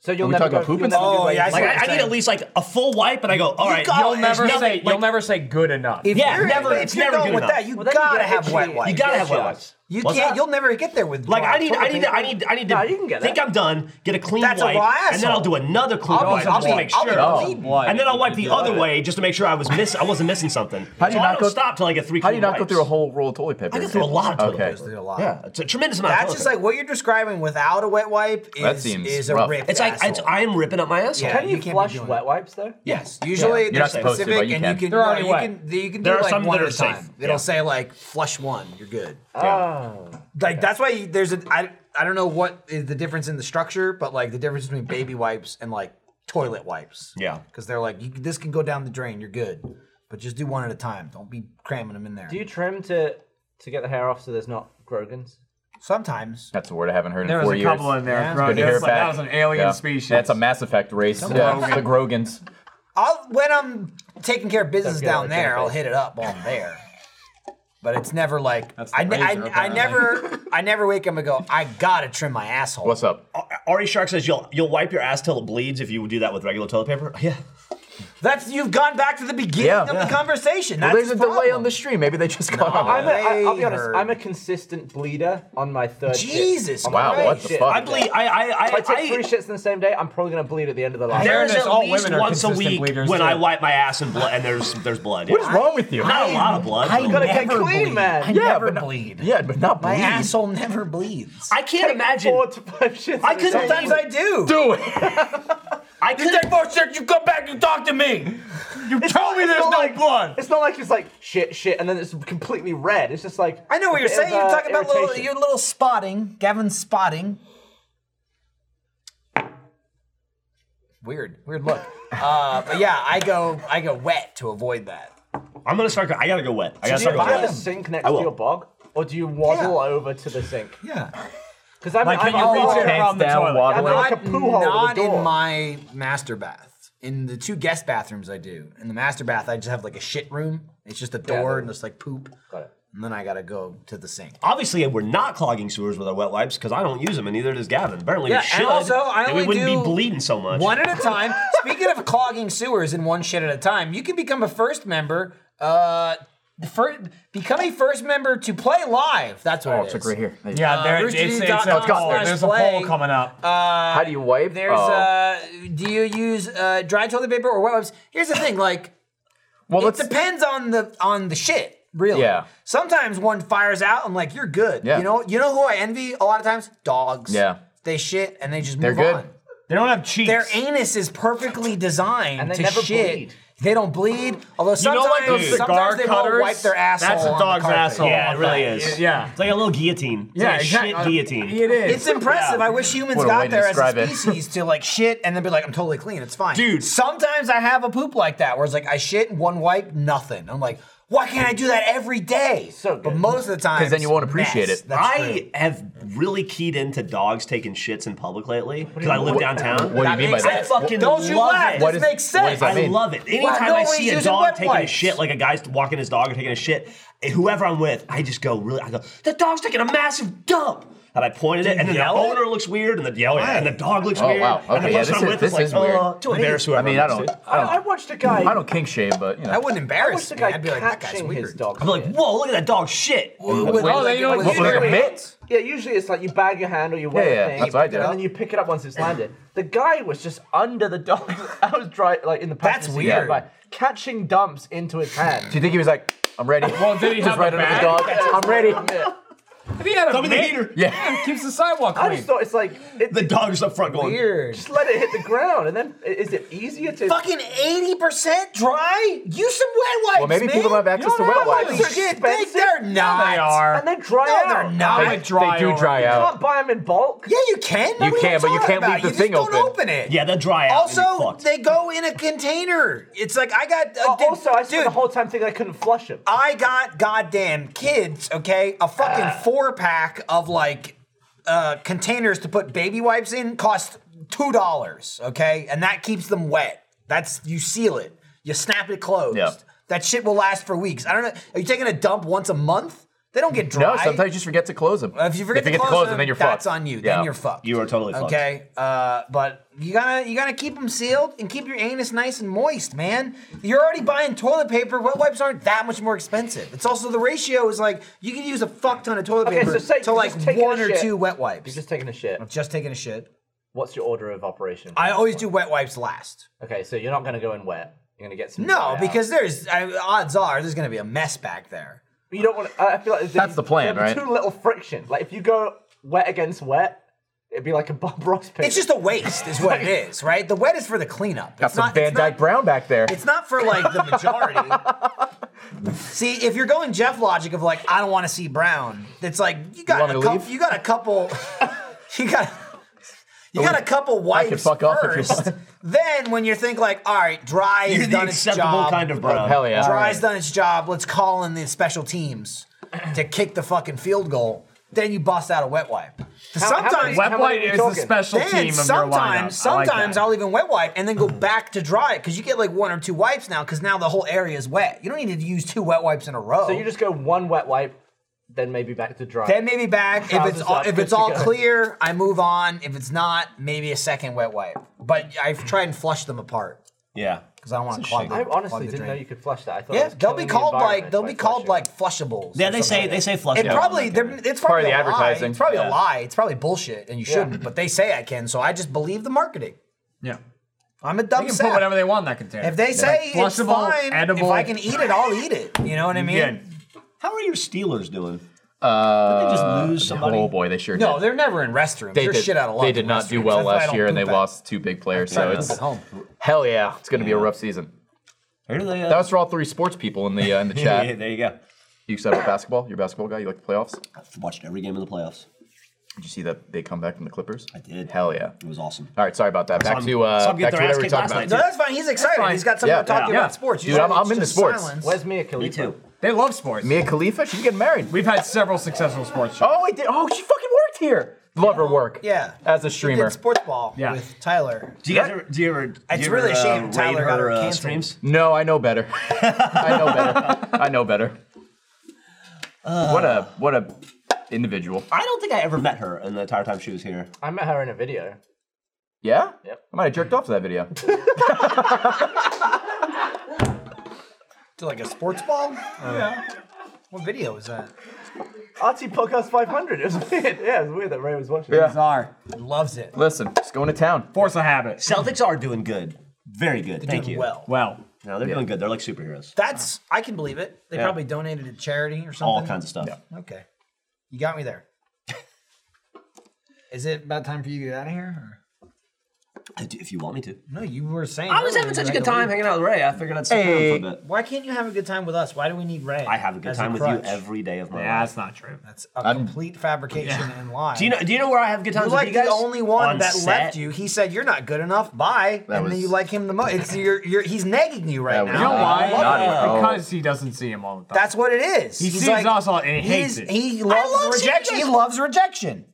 F: So
D: you'll Are we never talking go- about pooping? you'll never
E: Oh,
D: do, like,
E: yeah, I,
D: like,
E: I
D: what you're
E: need at
D: saying.
E: least like a full wipe, and I go, all right.
R: you'll
E: there's
R: never
E: nothing-
R: say
E: like,
R: you'll never say good enough.
G: If
E: yeah,
G: you're-
E: never.
G: if
E: It's
G: you're
E: never
G: going
E: good
G: with
E: enough.
G: that, you Well, then you gotta get have itchy. wet wipes.
E: You gotta
G: Yes,
E: have wet
G: yes.
E: wipes.
G: You
E: What's
G: can't.
E: that?
G: You'll never get there with
E: Like
G: dry
E: I need, I
G: toilet
E: need, to, I
G: paper.
E: need, I need to
G: get
E: think
G: that.
E: I'm done. Get a clean
G: That's a
E: wipe,
G: raw
E: and then I'll do
G: asshole.
E: another clean
G: I'll be
E: wipe just to
G: some
E: make
G: blood.
E: sure.
D: Oh.
G: I'll be blood.
E: and then I'll wipe the
G: You
E: other
G: love it.
E: way just to make sure I was miss, I wasn't missing something.
D: How do you
E: So I
D: not
E: don't
D: go-
E: stop till I get three?
D: How do you
E: clean
D: not go
E: wipes.
D: through a whole roll of toilet paper?
E: I go through a lot of toilet
D: okay.
E: paper.
G: A lot.
D: Yeah.
E: It's a tremendous amount.
G: That's
E: of toilet
G: just
E: paper.
G: like what you're describing without a wet wipe is,
E: That seems
G: is a
E: rough.
G: ripped
E: It's like- it's-
G: asshole.
E: I am ripping up my asshole.
G: Yeah,
E: Can
F: you
G: can't be
F: flush
G: doing
F: wet wipes though?
G: Yes. Usually
E: Yeah. You're
G: they're
E: not supposed to,
G: specific
E: but you
G: and
E: can.
G: you can
E: They're
G: no,
E: already
G: you
E: wet.
G: can you can
E: There
G: do
E: are
G: like
E: some
G: one
E: that
G: at
E: are
G: a
E: safe.
G: time. It'll
E: Yeah.
G: say like flush one, you're good.
D: Uh,
F: Oh.
G: Like that's why you, there's an I I don't know what is the difference in the structure, but like the difference between baby wipes and like toilet wipes.
E: Yeah.
G: Because they're like you, this can go down the drain, you're good, but just do one at a time. Don't be cramming them in there.
F: Do you trim to to get the hair off so there's not grogans?
G: Sometimes.
D: That's a word I haven't heard in
F: There was
D: four
F: a
D: years.
F: couple in there,
D: It's
F: Grogans.
D: Good to hear
F: That's
D: it
F: like-
D: back.
F: that was an alien
D: Yeah.
F: species.
D: That's a Mass Effect race.
G: Some
D: Yeah.
G: Grogan.
D: The Grogans.
G: I'll when I'm taking care of business
D: That's good,
G: down
D: like
G: there,
D: that
G: I'll
D: face.
G: hit it up on there. But it's never like
D: the
G: I, ne-
D: razor,
G: I, I
D: apparently.
G: never I never wake up and go I gotta trim my asshole.
D: What's up?
E: Ari Shark says you'll you'll wipe your ass till it bleeds if you do that with regular toilet paper. Yeah.
G: That's you've gone back to the beginning
D: Yeah.
G: of
D: Yeah.
G: the conversation.
D: Well,
G: That's
D: there's a
G: the
D: delay on the stream. Maybe they just got on.
F: I'm a, I, I'll be
G: They
F: honest.
G: heard.
F: I'm a consistent bleeder on my third. shit.
G: Jesus
F: On my
D: Wow,
F: third
D: what the
F: shit.
D: fuck? I bleed-
E: I, I, I,
F: if I take
E: I-
F: three shits in the same day, I'm probably gonna bleed at the end of the line.
E: There is at least once a week when I wipe my ass and blood, and there's there's blood.
D: What is wrong with you?
E: Not a lot of blood.
D: I
E: but-
D: gotta get
G: never
D: clean,
G: bleed.
D: man.
G: I
D: Yeah,
G: never
D: but not-
G: bleed.
D: Yeah, but not
G: My
D: bleed.
G: asshole never bleeds.
E: I can't imagine. I couldn't.
G: Sometimes I do.
D: Do it.
E: <laughs> I
F: you take
D: more shits, you come back, you talk to me. You
F: tell
D: me there's no
F: like,
D: blood.
F: It's not like it's like shit, shit, and then it's completely red. It's just like
G: I know what
F: a
G: you're
F: bit
G: saying.
F: of,
G: You're
F: uh,
G: talking about little
F: irritation.
G: your little spotting. Gavin's spotting. Weird, weird look. uh, but yeah, I go I go wet to avoid that.
E: I'm gonna start. I gotta go wet.
F: So
E: I gotta
F: do you
E: start
F: do you
E: going
F: have a
E: wet.
F: sink
E: I
F: next to
E: will.
F: your bog, or do you waddle over to the sink?
G: Yeah.
F: Because I'm,
G: Like,
F: I'm
G: can you reach
F: I'm
G: your hands
F: around the
G: down,
F: toilet.
G: waddle
F: I'm like a
G: over?
F: poo hole.
G: Not
F: with a door.
G: in my master bath. In the two guest bathrooms I do. In the master bath, I just have like a shit room. It's just a door
E: there
G: and just like poop. Got it. And then I gotta go to the sink.
E: Obviously, we're not clogging sewers with our wet wipes because I don't use them, and neither does Gavin. Apparently, we
G: Yeah, and
E: should.
G: also, I
E: then we
G: only
E: wouldn't
G: do
E: be bleeding so much.
G: One at a time. Speaking of clogging sewers in one shit at a time, you can become a first member. Uh, fir- become a first member to play live. That's what
D: Oh,
G: it
D: it's like
G: is.
D: right here. There you
R: Yeah,
D: go.
R: there
G: Uh,
R: it's, it's, it's,
G: roosterteeth.com
R: a poll.
G: slash
R: There's a
G: play.
R: poll coming up.
G: Uh,
D: How do you wipe?
G: There's
D: Oh.
G: uh, do you use uh, dry toilet paper or wet wipes? Here's the thing, like,
D: well,
G: it depends on the on the shit, really.
D: Yeah.
G: Sometimes one fires out. I'm like, you're good.
D: Yeah.
G: You know, you know who I envy a lot of times? Dogs.
D: Yeah.
G: They shit and they just
D: They're
G: move
D: good.
G: on.
E: They don't have cheeks.
G: Their anus is perfectly designed
F: And they
G: to
F: never
G: shit.
F: bleed.
G: They don't bleed. Although
E: You know,
G: sometimes,
E: like those cigar
G: sometimes they
E: cutters?
G: will wipe their asshole.
E: That's a
G: on the
E: dog's
G: carpet.
E: asshole. Yeah, it really is.
R: Yeah.
E: It's like a little guillotine. It's
G: Yeah,
E: like a
G: exactly. Uh,
E: shit guillotine.
G: It is. It's impressive.
E: Yeah.
G: I wish humans
E: What a way
G: got
E: to
G: there as
E: describe
G: a
E: it.
G: species to like shit and then be like, I'm totally clean. It's fine. Dude. Sometimes I have a poop like that where it's like, I shit one wipe, nothing. I'm like, why can't I do that every day? So But most of the time,
D: Because then you won't appreciate
G: mess.
D: it.
G: That's
E: I have really keyed into dogs taking shits in public lately because I live
D: What-
E: downtown.
D: what do you mean by
E: I
D: that?
E: fucking
G: Don't you
E: love
G: laugh.
E: It.
G: This What is- makes sense. what does that
E: I
G: mean?
E: love it.
G: Why
E: Anytime
G: no
E: I
G: one's
E: see a
G: using wet
E: dog taking
G: wipes?
E: a shit, like a guy's walking his dog or taking a shit, eh, whoever I'm with, I just go really. I go, the dog's taking a massive dump. And I point at it, and then the owner looks weird, and the yeah, oh, yeah, and the dog looks
D: Oh
E: weird,
D: wow.
E: and the
D: Okay, yeah,
E: person
D: this
E: I'm
D: is
E: with
D: this
E: like,
D: is weird.
E: "Uh, to embarrass whoever
D: I mean, I
E: I'm
D: don't.
E: with."
D: I don't.
H: I watched a guy.
D: I don't kink shame, but you know.
G: I wouldn't embarrass
H: I
G: me.
H: watched a guy
G: I'd be like, that guy's
H: catching
G: weird.
H: his dog.
E: I'd be like, whoa, look at that dog shit.
F: With-
D: Wait,
F: oh,
D: like-
F: you know, what,
D: like- like a
F: usually-
D: mitt?
F: Yeah, usually it's like you bag your hand or you wear
D: Yeah, yeah,
F: thing,
D: that's what I did.
F: and then you pick it up once it's landed. The guy was just under the dog. <laughs> I was dry, like in the
G: That's
F: passenger seat,
D: weird.
F: like, catching dumps into his hand.
D: Do you think he was like, I'm ready?
R: Well, did he
D: Just
R: have
D: right
R: a
D: under the
R: bag?
D: dog. I'm ready.
R: If he had a
E: Throw me the
R: mitt,
E: heater.
D: Yeah.
R: keeps the sidewalk
F: I
R: clean.
F: just thought it's like it,
E: The dog's up front going.
G: Weird.
F: just let it hit the ground, and then i- is it easier to?
G: Fucking 80% dry? Use some wet wipes.
D: Well, maybe people don't have access to
F: don't
D: wet
F: know,
D: wipes.
F: it's
G: Holy
F: They're
G: shit,
F: expensive.
G: they're not.
R: They are.
F: and then dry
G: No,
F: out.
G: they're not.
D: They, they do dry
F: You
D: out.
F: can't buy them in bulk.
G: Yeah, you can.
D: You
G: What are
D: can, but you
G: talking
D: can't leave
G: about?
D: the
G: you
D: thing
G: just Don't
D: open.
G: open it.
E: Yeah, they'll dry out. and you're
G: Also,
E: fucked.
G: they go in a container. It's like I got. Uh,
F: Oh,
G: dude-
F: also, I
G: dude,
F: spent the whole time thinking I couldn't flush them.
G: I got goddamn kids. Okay, a fucking
F: Ah.
G: four pack of like uh, containers to put baby wipes in cost two dollars. Okay, and that keeps them wet. That's you seal it. You snap it closed.
D: Yeah.
G: That shit will last for weeks. I don't know. Are you taking a dump once a month? They don't get dry.
D: No, sometimes you just forget to close them.
G: Uh, If you forget,
D: to
G: close
D: them,
G: them,
D: then you're fucked.
G: that's on you.
D: Yeah.
G: Then you're fucked.
E: You are totally fucked.
G: Okay, uh, but you gotta you gotta keep them sealed and keep your anus nice and moist, man. You're already buying toilet paper. Wet wipes aren't that much more expensive. It's also the ratio is like you can use a fuck ton of toilet
F: Okay,
G: paper
F: so say
G: to like
F: just taking a
G: one or
F: shit.
G: two wet wipes.
F: You're just taking a shit.
G: Just taking a shit.
F: What's your order of operation?
G: I always do wet wipes last.
F: Okay, so you're not gonna go in wet. You're gonna get some. dry
G: No,
F: out.
G: because there's I, odds are there's gonna be a mess back there.
F: you don't want. I feel like there'd
D: That's
F: be-
D: the plan,
F: there'd be
D: right?
F: Too little friction. Like if you go wet against wet, it'd be like a Bob Ross picture.
G: It's just a waste, is what it is, right? The wet is for the cleanup.
D: Got
G: it's
D: some
G: not,
D: Van
G: it's not-
D: Dyke Brown back there.
G: It's not for like the majority. <laughs> see, if you're going Jeff logic of like, I don't want to see Brown, it's like you got
D: want me
G: a
D: to
G: couple.
D: leave?
G: You got a couple. <laughs> you got. You got a couple wipes
D: could Oh, fuck off if you
G: first. then when you think like, all right, dry
E: You're
G: is
E: the
G: done its
E: acceptable
G: job.
E: kind of bro.
D: Hell yeah.
G: Dry's done its job. Let's call in the special teams to kick the fucking field goal. Then you bust out a wet wipe.
F: how many-
G: Sometimes
R: Wet
F: How many
R: white
F: are we
R: is the
F: talking?
R: special
G: then
R: team of your lineup. I like
G: sometimes, sometimes
R: that.
G: I'll even wet wipe and then go back to dry because you get like one or two wipes now because now the whole area is wet. You don't need to use two wet wipes in a row.
F: So you just go one wet wipe, then maybe back to dry.
G: then maybe back if it's
F: Trousers
G: all,
F: up,
G: if
F: good
G: it's
F: to
G: all
F: go.
G: clear, I move on. If it's not, maybe a second wet wipe. But I've tried and flush them apart
E: Yeah.
G: because I don't want to clog. the-
F: I
G: clog
F: honestly
G: the
F: didn't
G: drain.
F: know you could flush that. I thought it
G: Yeah,
F: was
G: they'll be
F: killing the
G: called like
F: environment
G: they'll
F: by
G: be called
F: flushing.
G: like flushables.
E: Yeah,
G: or
E: they
G: something
E: say
G: like
E: they
G: that.
E: say flush.
G: It
E: down.
G: probably they're- it's
D: Part of
G: probably
D: the
G: a lie.
D: advertising.
G: It's probably
D: Yeah.
G: a lie. It's probably bullshit, and you
F: Yeah.
G: shouldn't. But they say I can, so I just believe the marketing.
R: yeah.
G: I'm a
R: They
G: dumb
R: can
G: sap.
R: put whatever they want in that container.
G: If they say it's
R: flushable,
G: fine, if
R: edible.
G: I can eat it, I'll eat it. You know what I mean?
E: How are your Steelers doing?
D: Uh,
E: Didn't they just lose somebody?
D: Oh boy, they sure
G: No,
D: did.
G: they're never in restrooms. They
D: They
G: are
D: did,
G: shit out of luck.
D: they did
G: in
D: not do
G: restrooms.
D: well
G: That's why I
D: last
G: don't
D: yew, and
G: poop
D: they
G: at-
D: lost two big players. So
G: Sorry,
D: it's
G: poop at home.
D: hell yeah, it's going to be a rough season.
E: Are they, uh,
D: That was for all three sports people in the
R: <laughs>
D: uh, in the
E: yeah, yeah,
D: chat.
E: there you go.
D: You said about basketball. You're a basketball guy. You like the playoffs.
E: I've watched every game of the playoffs.
D: Did you see that they come back from the Clippers? I
E: did.
D: Hell yeah.
E: It was awesome.
D: All right, sorry about that. Back
E: Some-
D: to uh,
E: some
D: back
E: get
D: to
E: their ass
D: whatever we
E: kicked
D: talked
E: last
D: about.
E: night.
G: No, that's fine. He's excited.
D: fine.
G: He's got something
D: Yeah,
G: to talk
D: yeah.
G: about sports. You
D: Dude, I'm-
G: said it's
D: I'm into
G: just
D: sports.
G: silence.
F: Where's Mia Khalifa?
E: Me too.
R: They love sports.
D: Mia Khalifa, she's getting married.
R: We've had several successful sports shows.
D: Oh, I did. Oh, she fucking worked here. Love her work.
G: Yeah.
D: As a
G: We
D: streamer.
G: did sports ball
R: Yeah.
G: with Tyler.
E: Do you guys ever? Do you ever? do
G: It's
E: you ever,
G: really a shame
E: uh,
G: Tyler
E: raid
G: got
E: her, uh,
G: canceled.
E: streams.
D: No, I know better. I know better. I know better. what a what a individual.
E: I don't think I ever met her in the entire time she was here.
F: I met her in a video.
D: Yeah?
F: Yep.
D: I might have jerked off to that video.
G: To like a sports
D: Uh.
G: ball? yeah. What video was that?
F: RT Podcast 500. It was weird. Yeah, it was weird that Ray was watching.
D: Yeah.
R: Bizarre.
G: Loves it.
D: Listen, just going to town.
R: Force of habit.
E: Celtics are doing good. Very good. Thank
G: Doing
E: you.
G: Well,
R: Well,
E: No, they're doing good. They're like superheroes.
G: that's I can believe it. They
E: Yeah.
G: probably donated to charity or something.
E: All kinds of stuff.
G: Okay, you got me <laughs> there. Is it about time for you to get out of here? or-
E: I do, if you want me to.
B: No, you were saying.
E: I was having such a good time hanging out with Ray. I figured I'd stick around for a bit.
B: Why can't you have a good time with us? Why do we need Ray?
E: I have a good
B: as
E: time with you
B: crutch?
E: every day of my
B: Yeah,
E: life.
B: that's
C: not true.
B: That's a complete fabrication and lie.
E: Do you know? Do you know where I have good times
B: You're
E: with
B: like
E: you guys?
B: the only one
E: On
B: that
E: set.
B: left you. He said you're not good enough. Bye,
E: That
B: and then
E: was-
B: you like him the most.
E: <laughs>
B: It's you're, you're he's nagging you right
C: You
B: now.
C: know why?
B: I love it.
C: Because he doesn't see him all the time.
B: That's what it is.
C: He
B: He's
C: sees
B: like-
C: us all and he hates
B: he's-
C: it.
B: He loves
G: love seeing
B: rejection.
G: you
B: He
G: guys-
B: loves rejection.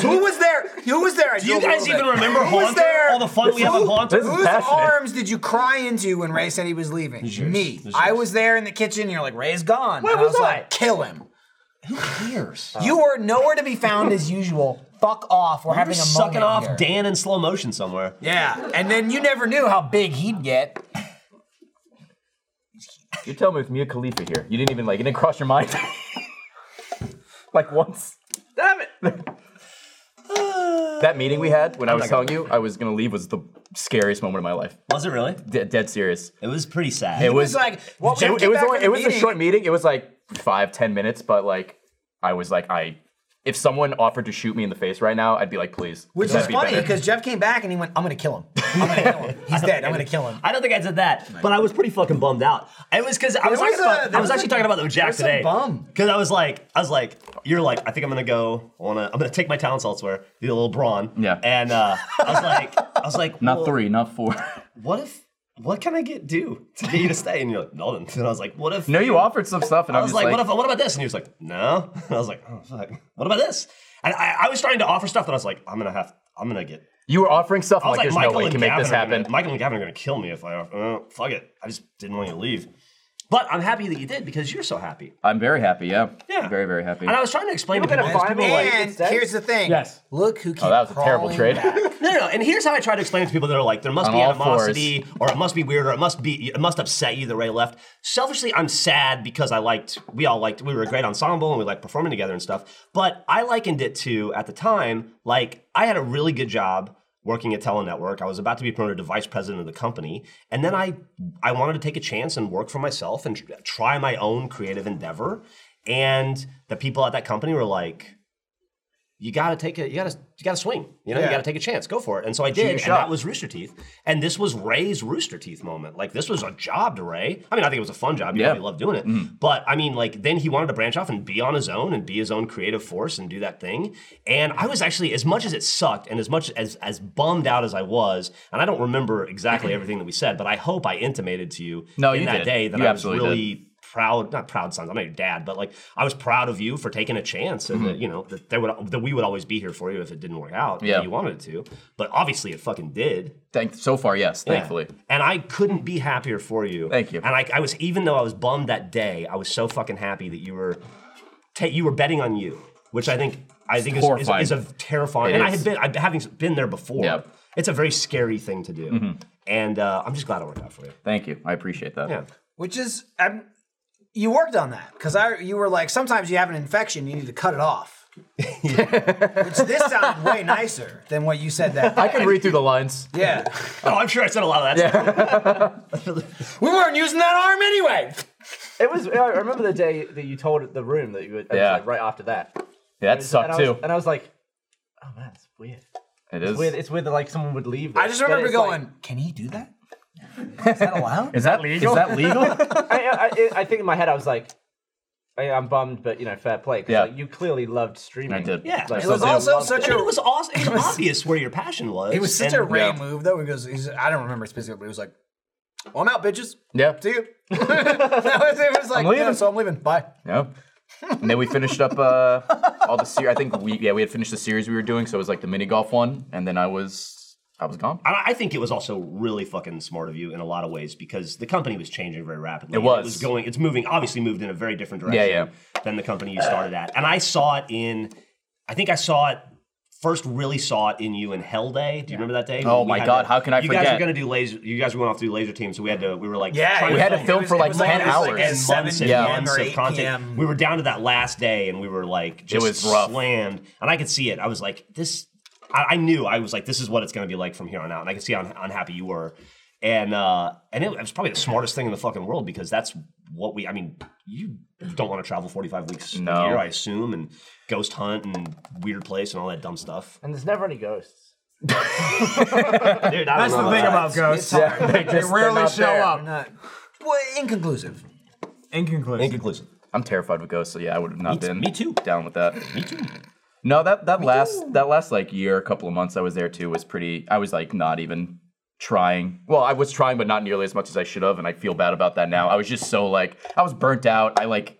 G: Who was there? Who was there? I
B: Do you
G: drove a
B: guys
G: little
B: even
G: bit.
B: remember
G: Who was
B: Haunter?
G: there?
B: All the fun we have at
G: Who-
B: Haunter? This is
G: Whose
B: passionate.
G: arms did you cry into when Ray said he was leaving? Me. I was there in the kitchen. and You're like, Ray's gone.
B: Where
G: and
B: was
G: I was
B: I?
G: like, kill him.
E: Who cares?
G: You were nowhere to be found as usual. Fuck off. We're
E: We're
G: having a
E: sucking
G: moment
E: off
G: here.
E: Dan in slow motion somewhere.
G: Yeah, and then you never knew how big he'd get.
D: You're telling me with Mia Khalifa here, you didn't even like, it didn't cross your mind, <laughs> like once.
H: Damn it!
D: That meeting we had when i
E: I'm
D: was
E: not gonna-
D: telling you I was gonna leave was the scariest moment of my life.
E: Was it really?
D: De- dead serious.
E: It was pretty sad.
D: It was,
G: like,
E: well,
D: it,
E: we
D: it
E: came
D: was
E: back
D: only, it
E: from the
D: was a
E: meeting.
D: short meeting. It was like five ten minutes, but like I was like I. If someone offered to shoot me in the face right now, I'd be like, please.
B: Which is
D: that'd be
B: funny
D: better.
B: because Jeff came back and he went, "I'm gonna kill him.
D: <laughs>
E: He's dead. I'm gonna kill him. I don't think I did that, but I was pretty fucking bummed out. It was because I
B: There
E: was, talking
B: was a-
E: about, I
B: there
E: was
B: was
E: actually
B: a-
E: talking about that with
B: there
E: Jack
B: was some
E: today.
B: bum.
E: Because I was like, I was like, you're like, I think I'm gonna go on a, I'm gonna take my talents elsewhere, do a little brawn. Yeah. And uh, I was like, I was like,
D: Not
E: well,
D: three, not <laughs> four.
E: What if? What can I get do to get you to stay? And you're like, nothing. <laughs> And I was like, what if?
D: No, you offered some stuff, and
E: I
D: I'm
E: was
D: just
E: like,
D: like,
E: what, if, what about this? And he was like, no. <laughs> And I was like, oh fuck. What about this? And I, I was trying to offer stuff, and I was like, I'm gonna have, I'm gonna get.
D: You were offering stuff.
E: I was
D: like,
E: like,
D: there's
E: Michael
D: no way you can
E: and
D: make this
E: Gavin are
D: happen.
E: Gonna, Michael and Gavin are gonna kill me if I offer. Uh, fuck it. I just didn't want you to leave. But I'm happy that you did because you're so happy.
D: I'm very happy. Yeah. Yeah. Very very happy.
E: And I was trying to explain to
G: You're
E: people.
G: gonna find me, like, And instead? here's the thing. Yes.
E: Look who.
D: Oh, that was a terrible trade.
E: no, no, no. And here's how I try to explain it to people that are like, there must
D: On
E: be
D: all fours.
E: animosity, or it must be weird, or it must be, it must upset you that Ray left. Selfishly, I'm sad because I liked, we all liked, we were a great ensemble and we liked performing together and stuff. But I likened it to at the time, like I had a really good job working at Telenetwork. I was about to be promoted to vice president of the company, and then I, I wanted to take a chance and work for myself and tr- try my own creative endeavor. And the people at that company were like, you gotta take a you gotta you gotta swing. You know, you
J: Yeah.
E: gotta take a chance. Go for it. And so I
J: Shoot your
E: did, and
J: shot.
E: that was Rooster Teeth. And this was Ray's Rooster Teeth moment. Like this was a job to Ray. I mean, I think it was a fun job. You
J: Yeah.
E: probably loved doing it.
D: Mm.
J: Mhm.
E: But I mean, like then he wanted to branch off and be on his own and be his own creative force and do that thing. And I was actually as much as it sucked and as much as as bummed out as I was, and I don't remember
D: <clears throat>
E: exactly everything that we said, but I hope I intimated to you
D: No,
E: in
D: you
E: that
D: did.
E: day that
D: You
E: I was
D: absolutely
E: really proud not proud sons i'm not your dad but like i was proud of you for taking a chance and that you know that there would that we would always be here for you if it didn't work out yeah.
D: Mm-hmm. Yeah.
E: you wanted it to but obviously it fucking did
D: <laughs> Thank so far, yes,
E: Yeah.
D: thankfully.
E: and i couldn't be happier for you thank you and I, I was even though i was bummed that day i was so fucking happy that you were ta- you were betting on you which i think i think is, is,
D: horrifying.
E: is a terrifying
D: It is.
E: and i had been i having been there before it's a very scary thing to do
D: Mhm.
E: and uh, i'm just glad it worked out for you
D: Thank you. I appreciate that.
E: Yeah.
G: Which is, I'm, you worked on that because I, you were like, sometimes you have an infection, you need to cut it off. <laughs> Which this sounded way nicer than what you said that.
D: I can read through the lines.
G: <laughs> Yeah.
E: oh, I'm sure I said a lot of that.
D: Yeah.
G: We weren't using that arm anyway.
F: It was. I remember the day that you told the room that you were. it was,
D: Yeah.
F: Like right after that.
D: Yeah,
F: And
D: that
F: I
D: sucked
F: was-
D: too.
F: And I was like, oh man, it's weird.
D: it
F: It's
D: is.
F: weird. It's weird that like someone would leave.
G: I
F: it,
G: just
F: but
G: remember
F: it's like-
G: going, can he do that? Is that
D: <laughs>
G: allowed?
D: Is that
F: legal?
D: Is that legal?
E: <laughs>
F: I, I- I, I think in my head I was like, I, I'm bummed, but you know, fair play. 'cause,
E: Yeah.
F: like, you clearly loved streaming.
E: I did. Yeah.
F: Like,
E: It was
F: you
E: also
F: loved
E: such
F: it.
E: a- It was
D: <laughs>
E: awesome. It was obvious where your passion was.
G: It was such a
E: And-
G: Ray
E: Yeah.
G: move though. He goes, he's, I don't remember specifically. He was like, well, I'm out, bitches.
D: Yeah.
G: See you. <laughs> that was, it was like,
D: I'm leaving.
G: "Yeah, so I'm leaving. Bye.
D: Yeah. And then we finished up uh, all the series. I think we yeah we had finished the series we were doing, so it was like the mini golf one, and then I was I was gone.
E: I I think it was also really fucking smart of you in a lot of ways because the company was changing very rapidly.
D: It was.
E: It was going. It's moving. Obviously, moved in a very different
D: Yeah,
E: direction than the company you started at. And I saw it in. I think I saw it first. Really saw it in you in Hell Day. Do you remember that day?
D: Oh
E: When we
D: my
E: had
D: God,
E: to-
D: how can I
E: you guys
D: forget?
E: were gonna do laser. You guys went off to do laser team, so we had to. We were like,
D: Yeah,
E: trying
D: we had to film
E: it was-
D: for,
E: it
D: like,
E: was
D: 10
E: it was like
D: hours.
E: and months and
D: Yeah. PM
E: months
D: or
E: of
D: 8
E: content.
D: PM.
E: We were down to that last day, and we were like, just
D: was rough.
E: slammed. And I could see it. I was like, this. I, I knew. I was like, this is what it's going to be like from here on out. And I could see how un- unhappy you were. And uh, and it was probably the smartest thing in the fucking world because that's what we. I mean, you don't want to travel forty five weeks
D: No.
E: a year, I assume, and ghost hunt and weird place and all that dumb stuff.
C: <laughs>
F: And there's never any ghosts.
C: That's the thing about ghosts. they, rarely show up.
G: well, inconclusive.
C: Inconclusive.
D: Inconclusive. I'm terrified of ghosts, so yeah, I would have not
G: Me t-
D: been.
G: me
D: too. Down with that.
E: me too.
D: No, that that last that last like year, couple of months I was there too was pretty. I was like not even trying. Well, I was trying, but not nearly as much as I should have, and I feel bad about that now. I was just so like I was burnt out. I like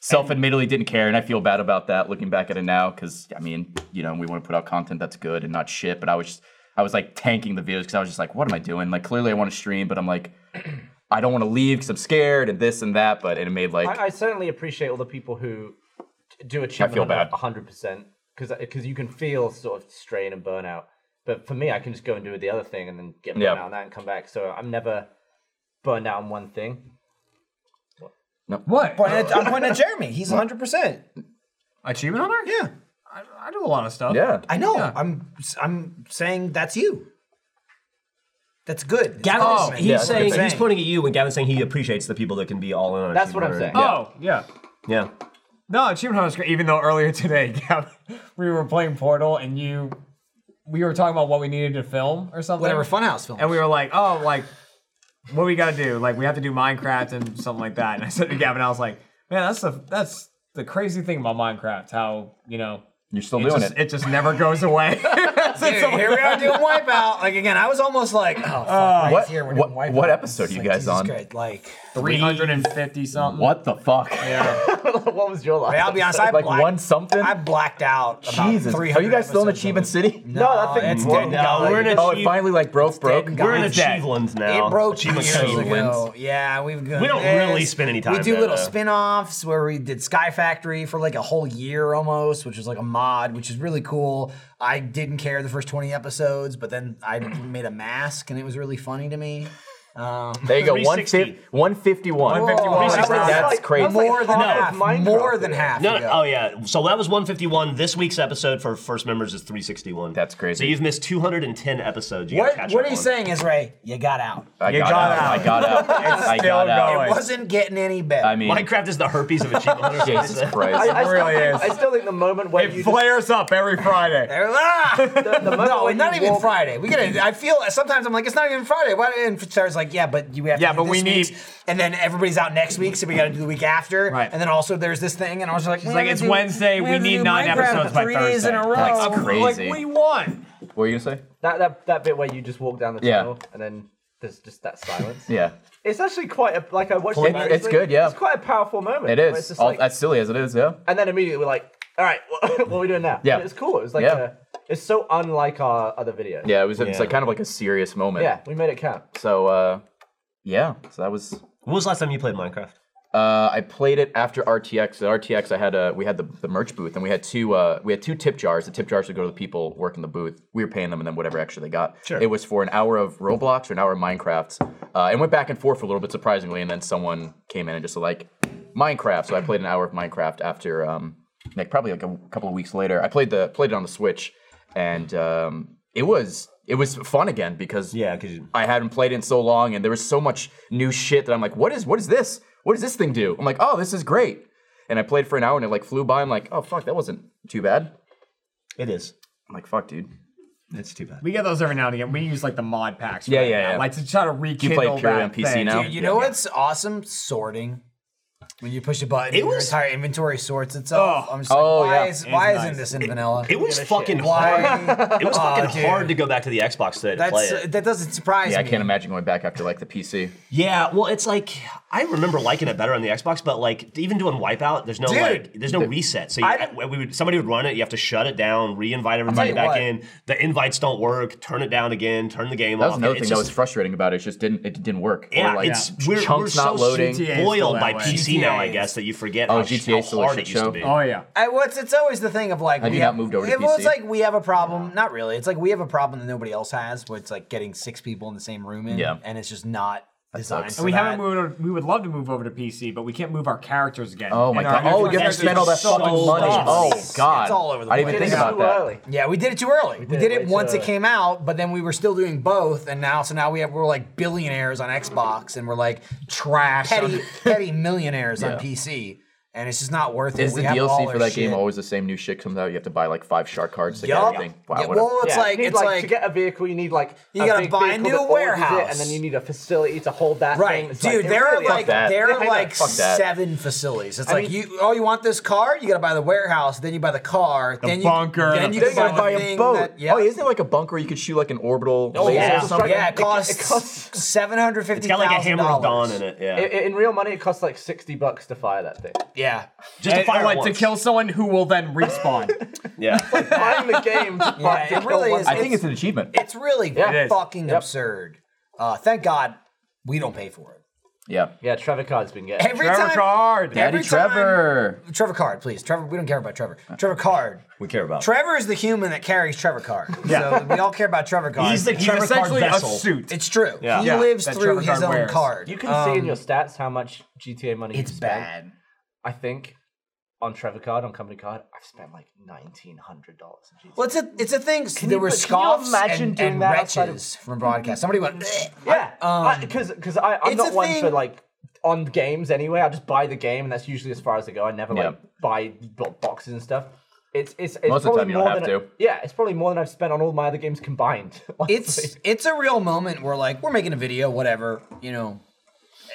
D: self-admittedly didn't care, and I feel bad about that looking back at it now. Because I mean, you know, we want to put out content that's good and not shit. But I was just, I was like tanking the videos because I was just like, what am I doing? Like clearly I want to stream, but I'm like. <clears throat> I don't want to leave because I'm scared and this and that, but it made like
F: I, I certainly appreciate all the people who t- do achieve.
D: I feel bad.
F: hundred percent because you can feel sort of strain and burnout. But for me, I can just go and do the other thing and then get burnt
D: Yeah.
F: out on that and come back. So I'm never burned out on one thing.
D: No.
C: What?
F: Pointing
G: at- I'm pointing at Jeremy. He's 100%.
C: Achievement hunter?
G: Yeah.
C: I, I do a lot of stuff.
G: I know. I'm I'm saying that's you. That's good.
E: Gavin,
G: It's-
E: is,
G: it's-
E: he's
G: it's
E: saying
G: good.
E: he's pointing at you, and Gavin's saying he appreciates the people that can be all in on.
C: That's
E: Achievement
C: what I'm
E: Hunter.
C: saying.
E: Yeah.
C: Oh, yeah.
E: yeah.
C: No, Achievement Hunter's great. Even though earlier today, Gavin, we were playing Portal and you, we were talking about what we needed to film or something.
G: Whatever, Funhouse films.
C: And we were like, oh, like, what we gotta do? Like, we have to do Minecraft and something like that. And I said to Gavin, I was like, man, that's the that's the crazy thing about Minecraft. How you know
D: you're still
G: doing
C: it. It just never
R: <laughs>
C: goes <laughs> away.
G: Dude, <laughs> here we are doing Wipeout. Like again, I was almost like, oh, fuck, right
D: what,
G: here we're
D: Uh, what,
G: doing Wipeout.
D: what episode are
G: It's
D: you
G: like,
D: guys
G: Jesus
D: on?
G: Christ, like
C: 350 something.
D: What the fuck?
F: what was your last?
G: I'll be honest, I
D: like
G: blacked-
D: one something.
G: I blacked out. About
D: Jesus, are
G: 300
D: you guys still in Achievement City?
G: No, No, that thing it's broke. dead now.
D: oh,
G: We're in
D: oh, it
G: Achieve-
D: finally like broke, broke.
G: We're in It's dead.
E: Achieveland
G: It broke two
E: Achievement
G: years ago.
E: Achieveland.
G: Yeah, we've
E: We don't really spend any time uh,
G: We do
E: there,
G: little
E: though.
G: spin-offs where we did Sky Factory for like a whole year almost, which is like a mod, which is really cool. I didn't care the first 20 episodes, but then I <clears throat> made a mask and it was really funny to me. Um,
D: There you go. 150, 151. That's, crazy.
G: More than half. More than half.
E: No,
G: ago.
E: no, oh yeah. So that was 151. This week's episode for first members is 361. That's
D: crazy.
E: So you've missed 210 episodes. You gotta
G: What,
E: catch
G: what
E: up
G: he's
E: on.
G: saying is, Ray, you got out.
E: I got out. I got out. It's
D: I got
E: still
D: out.
E: going.
G: It wasn't getting any better.
D: I mean- Minecraft
E: is the herpes of achievement.
G: <laughs>
E: hunters.
D: Jesus Christ.
F: I, I still
E: really
F: think,
E: is.
F: I still think the moment where you
C: flares up every Friday.
F: the, the moment
G: <laughs> no,
F: when
G: not
F: you
G: even
F: walk-
G: Friday. We get. I feel sometimes I'm like it's not even Friday. Why? And Sarah's like, yeah, but you have.
C: Yeah,
G: to do
C: but
G: this
C: we need-
G: week's," And then everybody's out next week, so we got to do the week after. Right. And then also there's this thing, and I was like,
C: She's like, it's Wednesday. We need nine episodes by Thursday. That's crazy. Like, we won.
D: What were you gonna say?
F: That, that that bit where you just walk down the
D: Yeah.
F: tunnel and then there's just that silence. <laughs>
D: Yeah.
F: It's actually quite a like I watched
D: It's-
F: it.
D: it's
F: recently,
D: good, yeah.
F: It's quite a powerful moment.
D: It
F: where
D: is.
F: just
D: All-
F: like-
D: as silly as it is, yeah.
F: and then immediately we're like, all right, <laughs> what, what are we doing now?
D: Yeah.
F: And it's cool. It was like
D: Yeah.
F: a, it's so unlike our other videos.
D: Yeah, it was it's like kind of like a serious moment.
F: yeah, we made it count.
D: So uh yeah, so that was
E: When was the last time you played Minecraft?
D: Uh, I played it after RTX. At RTX, I had a we had the, the merch booth, and we had two uh, we had two tip jars. The tip jars would go to the people working the booth. We were paying them, and then whatever extra they got.
E: Sure.
D: It was for an hour of Roblox or an hour of Minecraft. Uh, it went back and forth for a little bit, surprisingly, and then someone came in and just like Minecraft. So I played an hour of Minecraft after um, like probably like a couple of weeks later. I played the played it on the Switch, and um, it was it was fun again because
E: yeah, because
D: I hadn't played in so long, and there was so much new shit that I'm like, what is what is this? What does this thing do? I'm like, oh, this is great. And I played for an hour, and it like flew by. I'm like, oh fuck, that wasn't too bad.
E: It is.
D: I'm like, fuck, dude.
E: It's too bad.
C: We get those every now and again. We use like the mod packs. for
D: Yeah,
C: that
D: yeah,
C: now,
D: yeah.
C: Like to try to rekindle that thing.
G: Dude, you know what's awesome? Sorting. When you push a button,
E: It
G: your
E: was-
G: entire inventory sorts itself. I'm just like,
E: Oh,
G: why,
E: yeah.
G: is,
E: It's
G: why
E: nice.
G: isn't this in vanilla?
E: It was fucking
G: Why?
E: hard. It was
G: Aw,
E: fucking
G: dude.
E: hard to go back to the Xbox today to play
G: That's,
E: it.
G: that doesn't surprise
D: Yeah, I
G: me.
D: can't imagine going back after like the PC.
E: Yeah, well, it's like I remember liking it better on the Xbox, but like even doing Wipeout, there's no
G: Dude.
E: like, there's no reset. So you, I- we would, somebody would run it, you have to shut it down, re-invite everybody
D: you
E: back
D: what.
E: in. The invites don't work. Turn it down again. Turn the game
D: That
E: off.
D: was another
E: It's
D: thing that was
E: just-
D: frustrating about it. It just didn't it didn't work.
E: Yeah,
D: or, like
E: it's we're,
D: chunks
E: we're
D: not
E: so
D: loading.
E: spoiled by PC now, I guess, that you forget
D: Oh,
E: how,
D: GTA
E: how
D: still
E: hard
D: should
E: it used
D: show.
E: to be.
D: Oh,
C: yeah.
G: I, well, it's, it's always the thing of like
D: Have
G: we
D: you not
G: have-
D: moved over to
G: yeah, well,
D: PC?
G: It's like we have a problem. Not really. It's like we have a problem that nobody else has, where it's like getting six people in the same room, in,
C: Yeah.
G: and it's just not designed.
C: And we haven't moved. over- We would love to move over to PC, but we can't move our characters again.
D: Oh my
C: And our
D: god. Oh, you
C: characters
D: gotta spend all that
C: so
D: fucking money.
C: suck.
D: Oh god. I didn't even
G: place.
D: think about that.
G: Yeah, we did it too early. We did,
D: did it
G: it,
D: way too
G: once it
D: early.
G: came out, but then we were still doing both, and now so now we have we're like <laughs> billionaires on Xbox, and we're like trash petty petty millionaires
D: Yeah.
G: on PC. and it's just not worth it.
D: Is the
G: We have all
D: DLC
G: our
D: for that
G: shit.
D: game always the same new shit comes out? You have to buy like five shark cards to
G: Yup.
D: get everything. Wow,
G: Yeah,
D: what a-
G: well, it's
F: Yeah,
G: like-
F: you need,
G: it's
F: to
G: like-
F: get a vehicle, you need like
G: You gotta
F: big
G: buy a
F: vehicle
G: new
F: that orders it,
G: warehouse.
F: and then you need a facility to hold that.
G: Right,
F: thing. It's
G: dude.
F: it
G: there
F: really
G: are
F: is-
G: like there are
F: Yeah,
G: like
F: fuck that.
G: seven facilities. It's
F: I
G: like
F: mean-
G: you. Oh, you want this car? You got to buy the warehouse. Then you buy the car. then you, Then you can buy, the thing That, yeah.
D: Oh, isn't it like a bunker you could shoot like an orbital
G: Oh,
D: laser
G: yeah.
D: or something?
G: Yeah, it costs, seven hundred fifty.
E: It's got like a hammer of dawn in it. Yeah.
F: I- I- in real money, it costs like sixty bucks to fire that
G: <laughs>
F: thing.
G: Yeah,
E: Just to
R: And-
E: fire
R: and, like
E: once.
R: to kill someone who will then
D: <laughs>
R: respawn.
E: yeah.
F: Buying the game. To
G: Yeah,
F: fucking
G: it really
F: kill
G: is.
F: one-
G: It's-
D: an achievement.
G: It's really
F: Yeah, it is.
G: fucking
F: Yep.
G: absurd. Uh, thank God we don't pay for it.
D: Yeah.
F: Yeah, Trevor Card's been
G: <laughs>
F: getting.
G: Every time,
D: Daddy
G: every time-
D: Trevor.
G: Trevor Card, please. Trevor, we don't care about Trevor. Trevor Card.
E: We care about.
G: Trevor is the human that carries Trevor Card.
E: Yeah.
G: So we all care about Trevor Card.
E: He's the He's Trevor Card essentially a vessel. suit.
G: It's true.
E: Yeah.
G: He
E: Yeah,
G: lives
E: that
G: through
E: Trevor
G: his
E: Card
G: own
E: wears.
G: card.
F: You can see in your stats how much GTA money
G: Um, It's
F: you've spent.
G: bad.
F: I think on Trevor Card, on company card, I've spent like nineteen hundred dollars in GTA.
G: Well, it's a it's a thing.
F: Can
G: there
F: you-
G: were
F: but can you
G: scoffs
F: imagine
G: and,
F: doing
G: and
F: that outside of-
G: wretches from broadcast. Somebody went. "Bleh."
F: Yeah, because because I I'm
G: um, it's
F: not
G: a
F: one for
G: thing-
F: like on games anyway. I just buy the game, and that's usually as far as I go. I never like buy bo- boxes and stuff. It's it's, it's
D: Most of the
F: probably
D: time you don't
F: more
D: have
F: than
D: to.
F: yeah, it's probably more than I've spent on all my other games combined. <laughs>
G: <laughs> It's it's a real moment where like we're making a video, whatever, you know.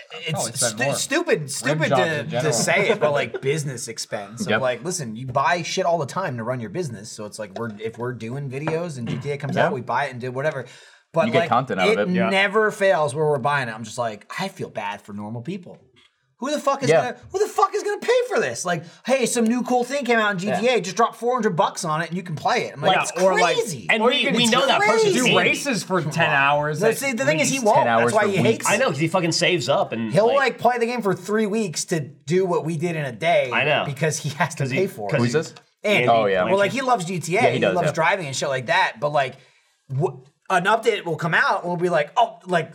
F: Probably
G: It's
F: spend
G: stu-
F: more.
G: stupid, stupid
F: jobs
G: to,
F: in
G: to
F: general.
G: say it, but like business expense. Of
F: Yep.
G: like, listen, you buy shit all the time to run your business, so it's like we're if we're doing videos and GTA comes
D: Yeah.
G: out, we buy it and do whatever. But
D: You get
G: like,
D: content out of it. Yeah.
G: never fails where we're buying it. I'm just like, I feel bad for normal people. Who the fuck is
D: Yeah.
G: gonna Who the fuck is gonna pay for this? Like, hey, some new cool thing came out in GTA.
R: Yeah.
G: Just drop 400 bucks on it and you can play it. I'm like,
R: Yeah,
G: it's
R: or like-
G: crazy.
R: and Or we- you can we know that
G: person
R: person's do races for 10 hours.
G: No, see, the thing is, he won't. That's why he hates
E: I
G: it.
E: know because he fucking saves up and
G: He'll
E: like,
G: like play the game for three weeks to do what we did in a day.
E: I know.
G: because he has to
E: 'Cause he-
G: pay for it.
E: 'cause Who's he- this?
G: Andy.
E: Oh, yeah.
G: Well, like he loves GTA.
E: Yeah, he
G: he,
E: does,
G: loves
E: yeah.
G: driving and shit like that. But like, wh- an update will come out and we'll be like, oh, like.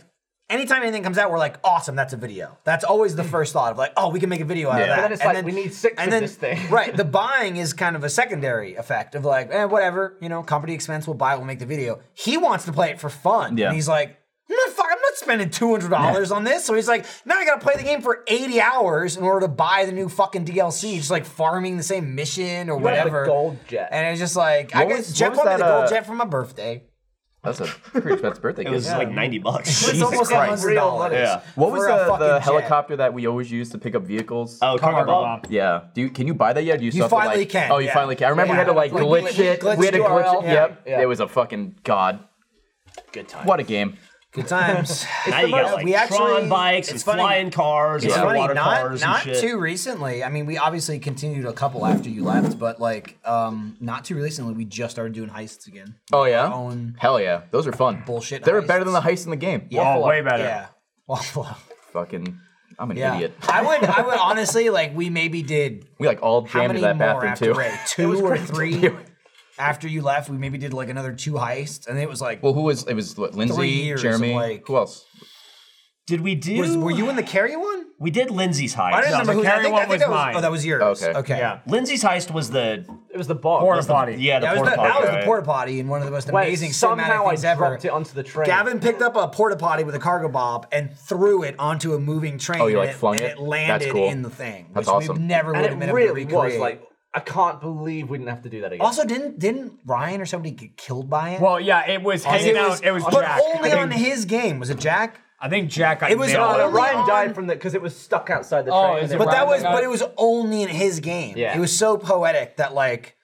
G: Anytime anything comes out, we're like, awesome, that's a video. That's always the first thought of like, oh, we can make a video out
F: Yeah.
G: of that.
F: But then it's like, we need six of this thing.
G: <laughs> right, the buying is kind of a secondary effect of like, eh, whatever, you know, company expense, we'll buy it, we'll make the video. He wants to play it for fun.
D: Yeah.
G: And he's like, I'm not, fuck, I'm not spending two hundred dollars on this. So he's like, now I gotta play the game for eighty hours in order to buy the new fucking DLC, just like farming the same mission or
F: You gotta have the
G: whatever.
F: gold jet.
G: And it's just like, I
D: What
G: guess
D: was-
G: Jeff
D: what was
G: bought me the
D: that,
G: gold
D: uh,
G: jet for my birthday.
D: That's a pretty expensive birthday
E: it
D: gift.
E: was like ninety bucks.
G: It's almost
D: Christ.
G: hundred dollars.
E: Yeah.
D: What was
G: for a
D: the,
G: fucking
D: the
G: jet.
D: helicopter that we always use to pick up vehicles?
E: Oh, cargo bomb.
D: Yeah. Do you, can you buy that yet? Do you,
G: You
D: still have to,
G: finally
D: like-
G: can,
D: Oh, you
G: yeah.
D: finally can. I remember
G: Yeah.
D: we had to like
G: Like,
D: glitch
G: we-
D: it.
G: glitch
D: we had to glitch
G: URL.
D: it. Yep.
F: Yeah.
D: It was a fucking god.
F: Good time.
D: What a game. <laughs>
G: Good times.
E: now you got like
G: we actually-
E: Tron bikes
G: it's
E: and
G: funny.
E: flying cars
G: It's
E: and
G: funny,
E: underwater
G: not,
E: cars
G: not
E: and shit.
G: too recently. I mean, we obviously continued a couple after you left, but like, um, not too recently, we just started doing heists again.
D: Oh yeah.
G: Our own
D: Hell yeah. Those are fun.
G: bullshit.
D: They were
G: heists.
D: better than the heist in the game.
G: Yeah.
E: Oh,
D: Waffle Up.
G: Yeah, <laughs> waffle. Up.
D: Fucking. I'm an
G: Yeah,
D: idiot.
G: I would. I would honestly like. We maybe did
D: We like all
G: how
D: jammed
G: many
D: in that
G: more
D: bathroom too. <laughs>
G: after Ray? Two or three. After you left, we maybe did like another two heists, and it was like.
D: Well, who was it? Was what, Lindsay,
G: years of,
D: Jeremy,
G: like-
D: who else?
E: Did we do?
G: Was- were you in the carry one?
E: We did Lindsay's heist.
G: I don't remember who. I think, I think that was. Oh, that was yours.
D: Okay.
G: Okay.
E: Yeah, Lindsay's heist was the
F: It was the bar.
E: Porta potty. Yeah, the
G: that, was
E: porta
G: the,
E: potty.
G: that was the
E: right.
G: porta potty in one of the most
F: Where
G: amazing
F: somehow
G: cinematic
F: I
G: things ever.
F: dropped it onto the train.
G: Gavin picked up a porta potty with a cargo bob and threw it onto a moving train.
D: Oh, you,
G: and
D: like, flung
G: and
D: it?
G: it landed
D: That's cool.
G: in the thing.
D: That's
G: which
D: awesome.
G: We never would have
F: and
G: been
F: it
G: able
F: really
G: to recreate.
F: was like I can't believe we didn't have to do that again.
G: also, didn't didn't Ryan or somebody get killed by it?
R: Well, yeah, it was hanging
G: it
R: out.
G: was-
R: it was
G: but
R: Jack.
G: only
R: I think-
G: on his game. Was it Jack?
R: I think Jack. Got
G: It was
R: nailed.
G: on
F: no,
G: only
F: Ryan
G: on-
F: died from that because it was stuck outside the
R: Oh,
F: train.
R: is
F: and
R: it
F: they
G: But that
R: Ryan
G: was,
R: got-
G: but it was only in his game.
F: Yeah.
G: It was so poetic that like,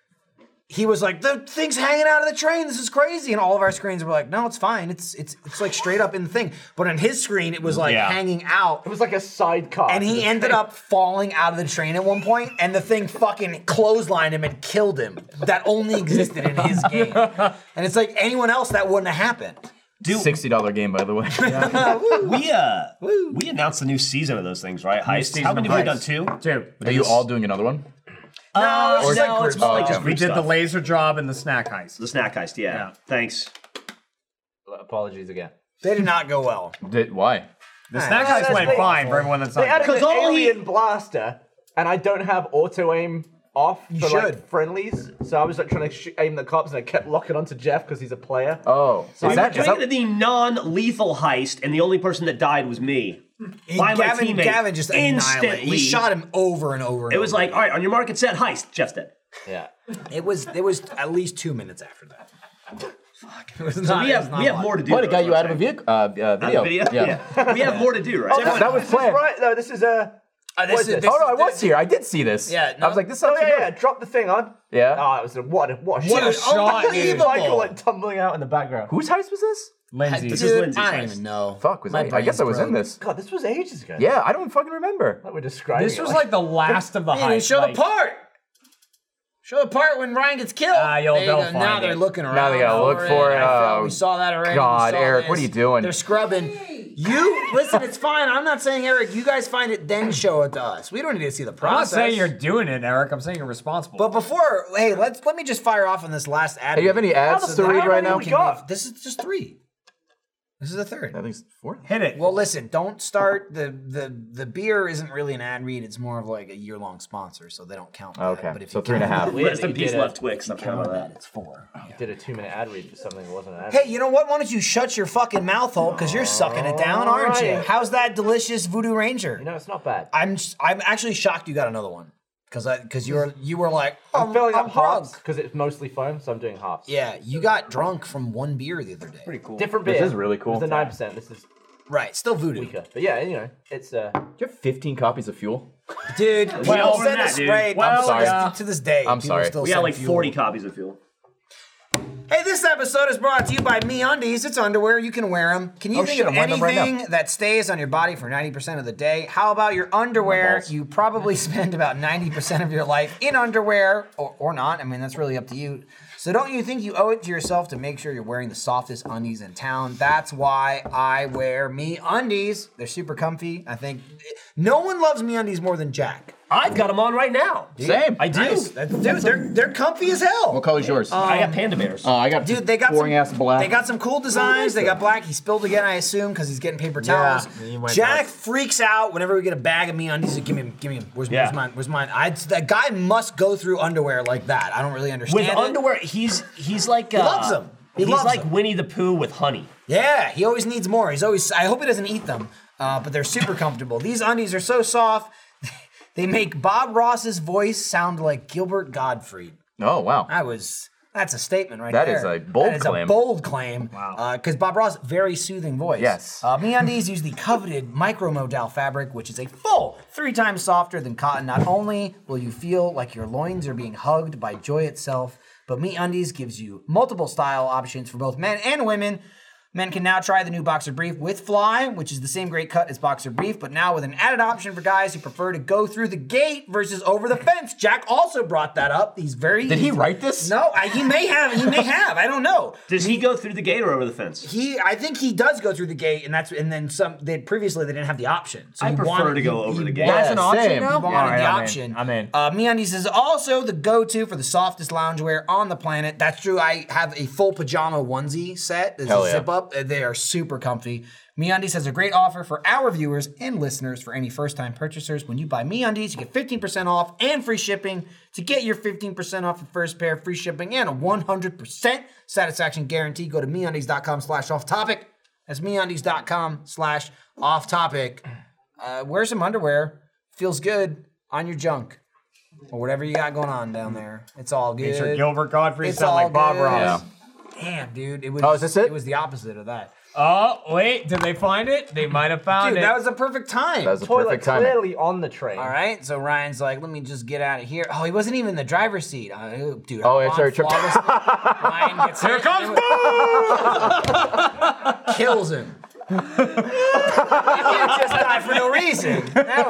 G: he was like, the thing's hanging out of the train. This is crazy. And all of our screens were like, no, it's fine. It's it's it's like straight up in the thing. But on his screen, it was like
E: Yeah.
G: hanging out.
F: It was like a sidecar.
G: And he ended up falling out of the train at one point, and the thing fucking clotheslined him and killed him. That only existed in his game. And it's like anyone else that wouldn't have happened.
D: Sixty dollar game, by the
G: <laughs>
D: way.
E: We uh, we announced the new season of those things, right? Heist.
R: season
E: How many
R: of
E: have we
R: Heist.
E: done? Two.
R: Dude,
D: <laughs> Are you all doing another one?
E: Uh,
G: it's
E: no,
G: like
E: it's more like
D: group
E: just
R: we
E: group
R: did the
E: stuff.
R: laser job and the snack heist.
E: the snack heist. Yeah.
R: Yeah.
E: Thanks.
F: Apologies again.
G: They did not go well.
D: Did, why?
R: The snack
F: That's
R: heist went
F: awful.
R: fine for everyone that's
F: They
R: on.
F: added an
E: Because all he-
F: alien blaster, and I don't have auto aim off for
G: should.
F: like friendlies, so I was like trying to sh- aim the cops, and I kept locking onto Jeff because he's a player.
D: Oh,
F: So
D: is that, is
E: Making
D: that
E: the non-lethal heist, and the only person that died was me.
G: He-
E: by my
G: Gavin,
E: teammate
G: Gavin just annihilated.
E: instantly.
G: He shot him over and over. And
E: It was
G: over.
E: like, all right, on your mark, it's set, heist. Jeff's dead.
G: Yeah. It was. It was at least two minutes after that. Fuck. It was
E: So
G: not,
E: we
G: it was
E: have
G: not
E: we have
G: long.
E: more to do.
D: Might have got you out of a vehicle, uh, uh, video.
E: we have more to do, right?
D: Oh, that, that was planned.
F: Right, no, this is uh,
D: Oh,
F: what is it?
D: no, I was here. I did see this.
F: Yeah,
D: I was like, this
F: Oh
D: sounds
F: yeah, yeah,
D: familiar.
F: drop the thing on.
D: Yeah.
F: Oh, it was a, what a what a,
D: What
F: <laughs>
D: a
F: shot!
D: shot, dude.
F: Michael like tumbling out in the background.
D: Whose heist was this?
F: Lindsay. This
D: This is
F: is
D: Dude,
F: Lindsay's
D: Lindsay's I don't heist. even
G: know.
D: Fuck, was I? I guess I was in this.
F: God, this was ages ago.
D: Yeah, I don't fucking remember.
F: Like we're describing.
R: This
F: it,
R: was like the last of the
F: Yeah, you
R: hype.
F: show the
R: part.
G: Show the part when Ryan gets killed.
R: Ah, you'll-
G: They-
R: they'll
G: now
R: find
G: they're
R: it.
G: looking
R: Now
G: around.
D: they gotta look for it.
G: I feel-
D: Oh,
G: we saw that already. we
D: God,
G: saw
D: Eric, what
G: this.
D: are you doing?
G: They're scrubbing. You listen. It's fine. I'm not saying Eric. You guys find it, then show it to us. We don't need to see the
R: I'm not
G: process.
R: saying you're doing it, Eric. I'm saying you're responsible.
G: But before, hey, let's let me just fire off on this last ad.
D: Hey, you have
G: read.
D: any ads
G: How the-
D: to
G: how
D: read
G: many
D: right now?
G: we got? This is just three. This is the third.
D: I think it's four.
R: Hit it.
G: Well, listen. Don't start the the the beer isn't really an ad read. It's more of like a year long sponsor, so they don't count. That.
D: Okay,
G: but if
D: so
G: you
D: three and a
G: count
D: half.
G: that-
E: Rest in
G: you
E: peace,
G: did it.
E: Left Twix. I'm proud of that.
G: It's four.
F: did a two minute ad read for something that wasn't an ad.
G: Hey, you know what? Why don't you shut your fucking mouth hole because you're sucking it down, aren't you?
F: Alright.
G: How's that delicious Voodoo Ranger? You
F: know, it's not bad.
G: I'm s- I'm actually shocked you got another one because I because you were you were like I'm,
F: I'm filling
G: I'm
F: up
G: drunk.
F: halves because it's mostly foam, so I'm doing halves.
G: Yeah, you got drunk from one beer the other day. Pretty cool.
F: Different beer. It's the nine percent. This is
G: right, still voodoo.
F: Weaker. But yeah, you know, it's uh.
D: Do you have 15 copies of Fuel?
G: Dude,
D: We
G: people
D: all
G: send
D: that,
G: us
D: dude.
G: right.
D: Well,
G: I'm sorry.
D: yeah.
G: To this day,
D: I'm
G: people
D: sorry.
G: Still
D: We got
G: send
D: like
G: fuel.
E: 40 copies of Fuel.
G: Hey, this episode is brought to you by Me Undies. It's underwear. You can wear them. Can you
D: Oh,
G: think
D: shit,
G: of
D: I'm wearing them right now.
G: anything that stays on your body for 90% of the day? How about your underwear? You probably <laughs> spend about 90% of your life in underwear or, or not. I mean, that's really up to you. So don't you think you owe it to yourself to make sure you're wearing the softest undies in town? That's why I wear Me Undies. They're super comfy. I think no one loves Me Undies more than Jack.
E: I've got them on right now.
D: Same.
E: I do.
G: Nice. That's- Dude, they're, they're comfy as hell.
D: What color's yours?
E: I got panda bears.
D: Oh, I got
G: Uh, Dude, they got
D: boring
G: some,
D: ass black.
G: They got some cool designs. They got black. He spilled again, I assume, because he's getting paper
D: Yeah,
G: towels.
D: you went
G: Jack freaks out whenever we get a bag of me undies. Give me, 'em, give me. 'em. Where's,
E: Yeah.
G: where's mine? Where's mine? I, that guy must go through underwear like that. I don't really understand.
E: With
G: it.
E: underwear, he's he's like
G: He
E: uh,
G: loves 'em. He
E: he's
G: loves
E: like
G: 'em.
E: Winnie the Pooh with honey.
G: Yeah, he always needs more. He's always. I hope he doesn't eat them, uh, but they're super comfortable. These undies are so soft. <laughs> They make Bob Ross's voice sound like Gilbert Gottfried.
D: Oh, wow.
G: I was. That's a statement right
D: That
G: there.
D: is a bold
G: That is a
D: claim.
G: bold claim. Wow. Because Bob Ross, very soothing voice.
D: Yes.
G: Uh, MeUndies use the coveted micromodal fabric, which is a full three times softer than cotton. Not only will you feel like your loins are being hugged by joy itself, but MeUndies gives you multiple style options for both men and women. Men can now try the new boxer brief with fly, which is the same great cut as boxer brief, but now with an added option for guys who prefer to go through the gate versus over the fence. Jack also brought that up. He's very.
D: Did he write this?
G: No, I, he may have.
E: <laughs>
G: He may have. I don't know.
E: Does he go through the gate or over the fence?
G: He, I think he does go through the gate, and that's and then some. They previously they didn't have the option. So
E: I
G: he
E: prefer
G: wanted-
E: to go
G: he-
E: over
G: he
E: the gate.
G: wanted-
E: That's an option
G: He
E: now?
G: wanted
E: Yeah, all right,
G: the
E: I'm in.
G: option.
E: I'm in.
G: Uh, MeUndies is also the go-to for the softest loungewear on the planet. That's true. I have a full pajama onesie set. There's
D: Hell
G: a
D: yeah.
G: zip up. Uh, They are super comfy. MeUndies has a great offer for our viewers and listeners for any first-time purchasers. When you buy MeUndies, you get 15% off and free shipping. To get your 15% off your first pair, free shipping, and a 100% satisfaction guarantee, go to MeUndies.com slash off-topic. That's MeUndies.com slash off-topic. Uh, wear some underwear. Feels good on your junk or whatever you got going on down there. It's all good.
R: Make sure Gilbert Godfrey
G: It's
R: sound
G: all
R: like Bob
G: good.
R: Ross.
G: Damn, dude. It was,
R: Oh, is this it?
G: was the opposite of that.
R: Oh wait, did they find it? They might have found
G: Dude,
R: it.
G: that was the perfect time.
D: That was the Toilet perfect timing. clearly
F: on the train.
G: All right, so Ryan's like, let me just get out of here. Oh, he wasn't even in the driver's seat. Uh, dude,
D: Oh,
G: I'm
D: yeah, sorry, tripped.
G: flawlessly.
R: <laughs>
G: Ryan gets
R: Here
G: in,
R: comes
G: and it <laughs> Kills him. you can't just die for no reason. That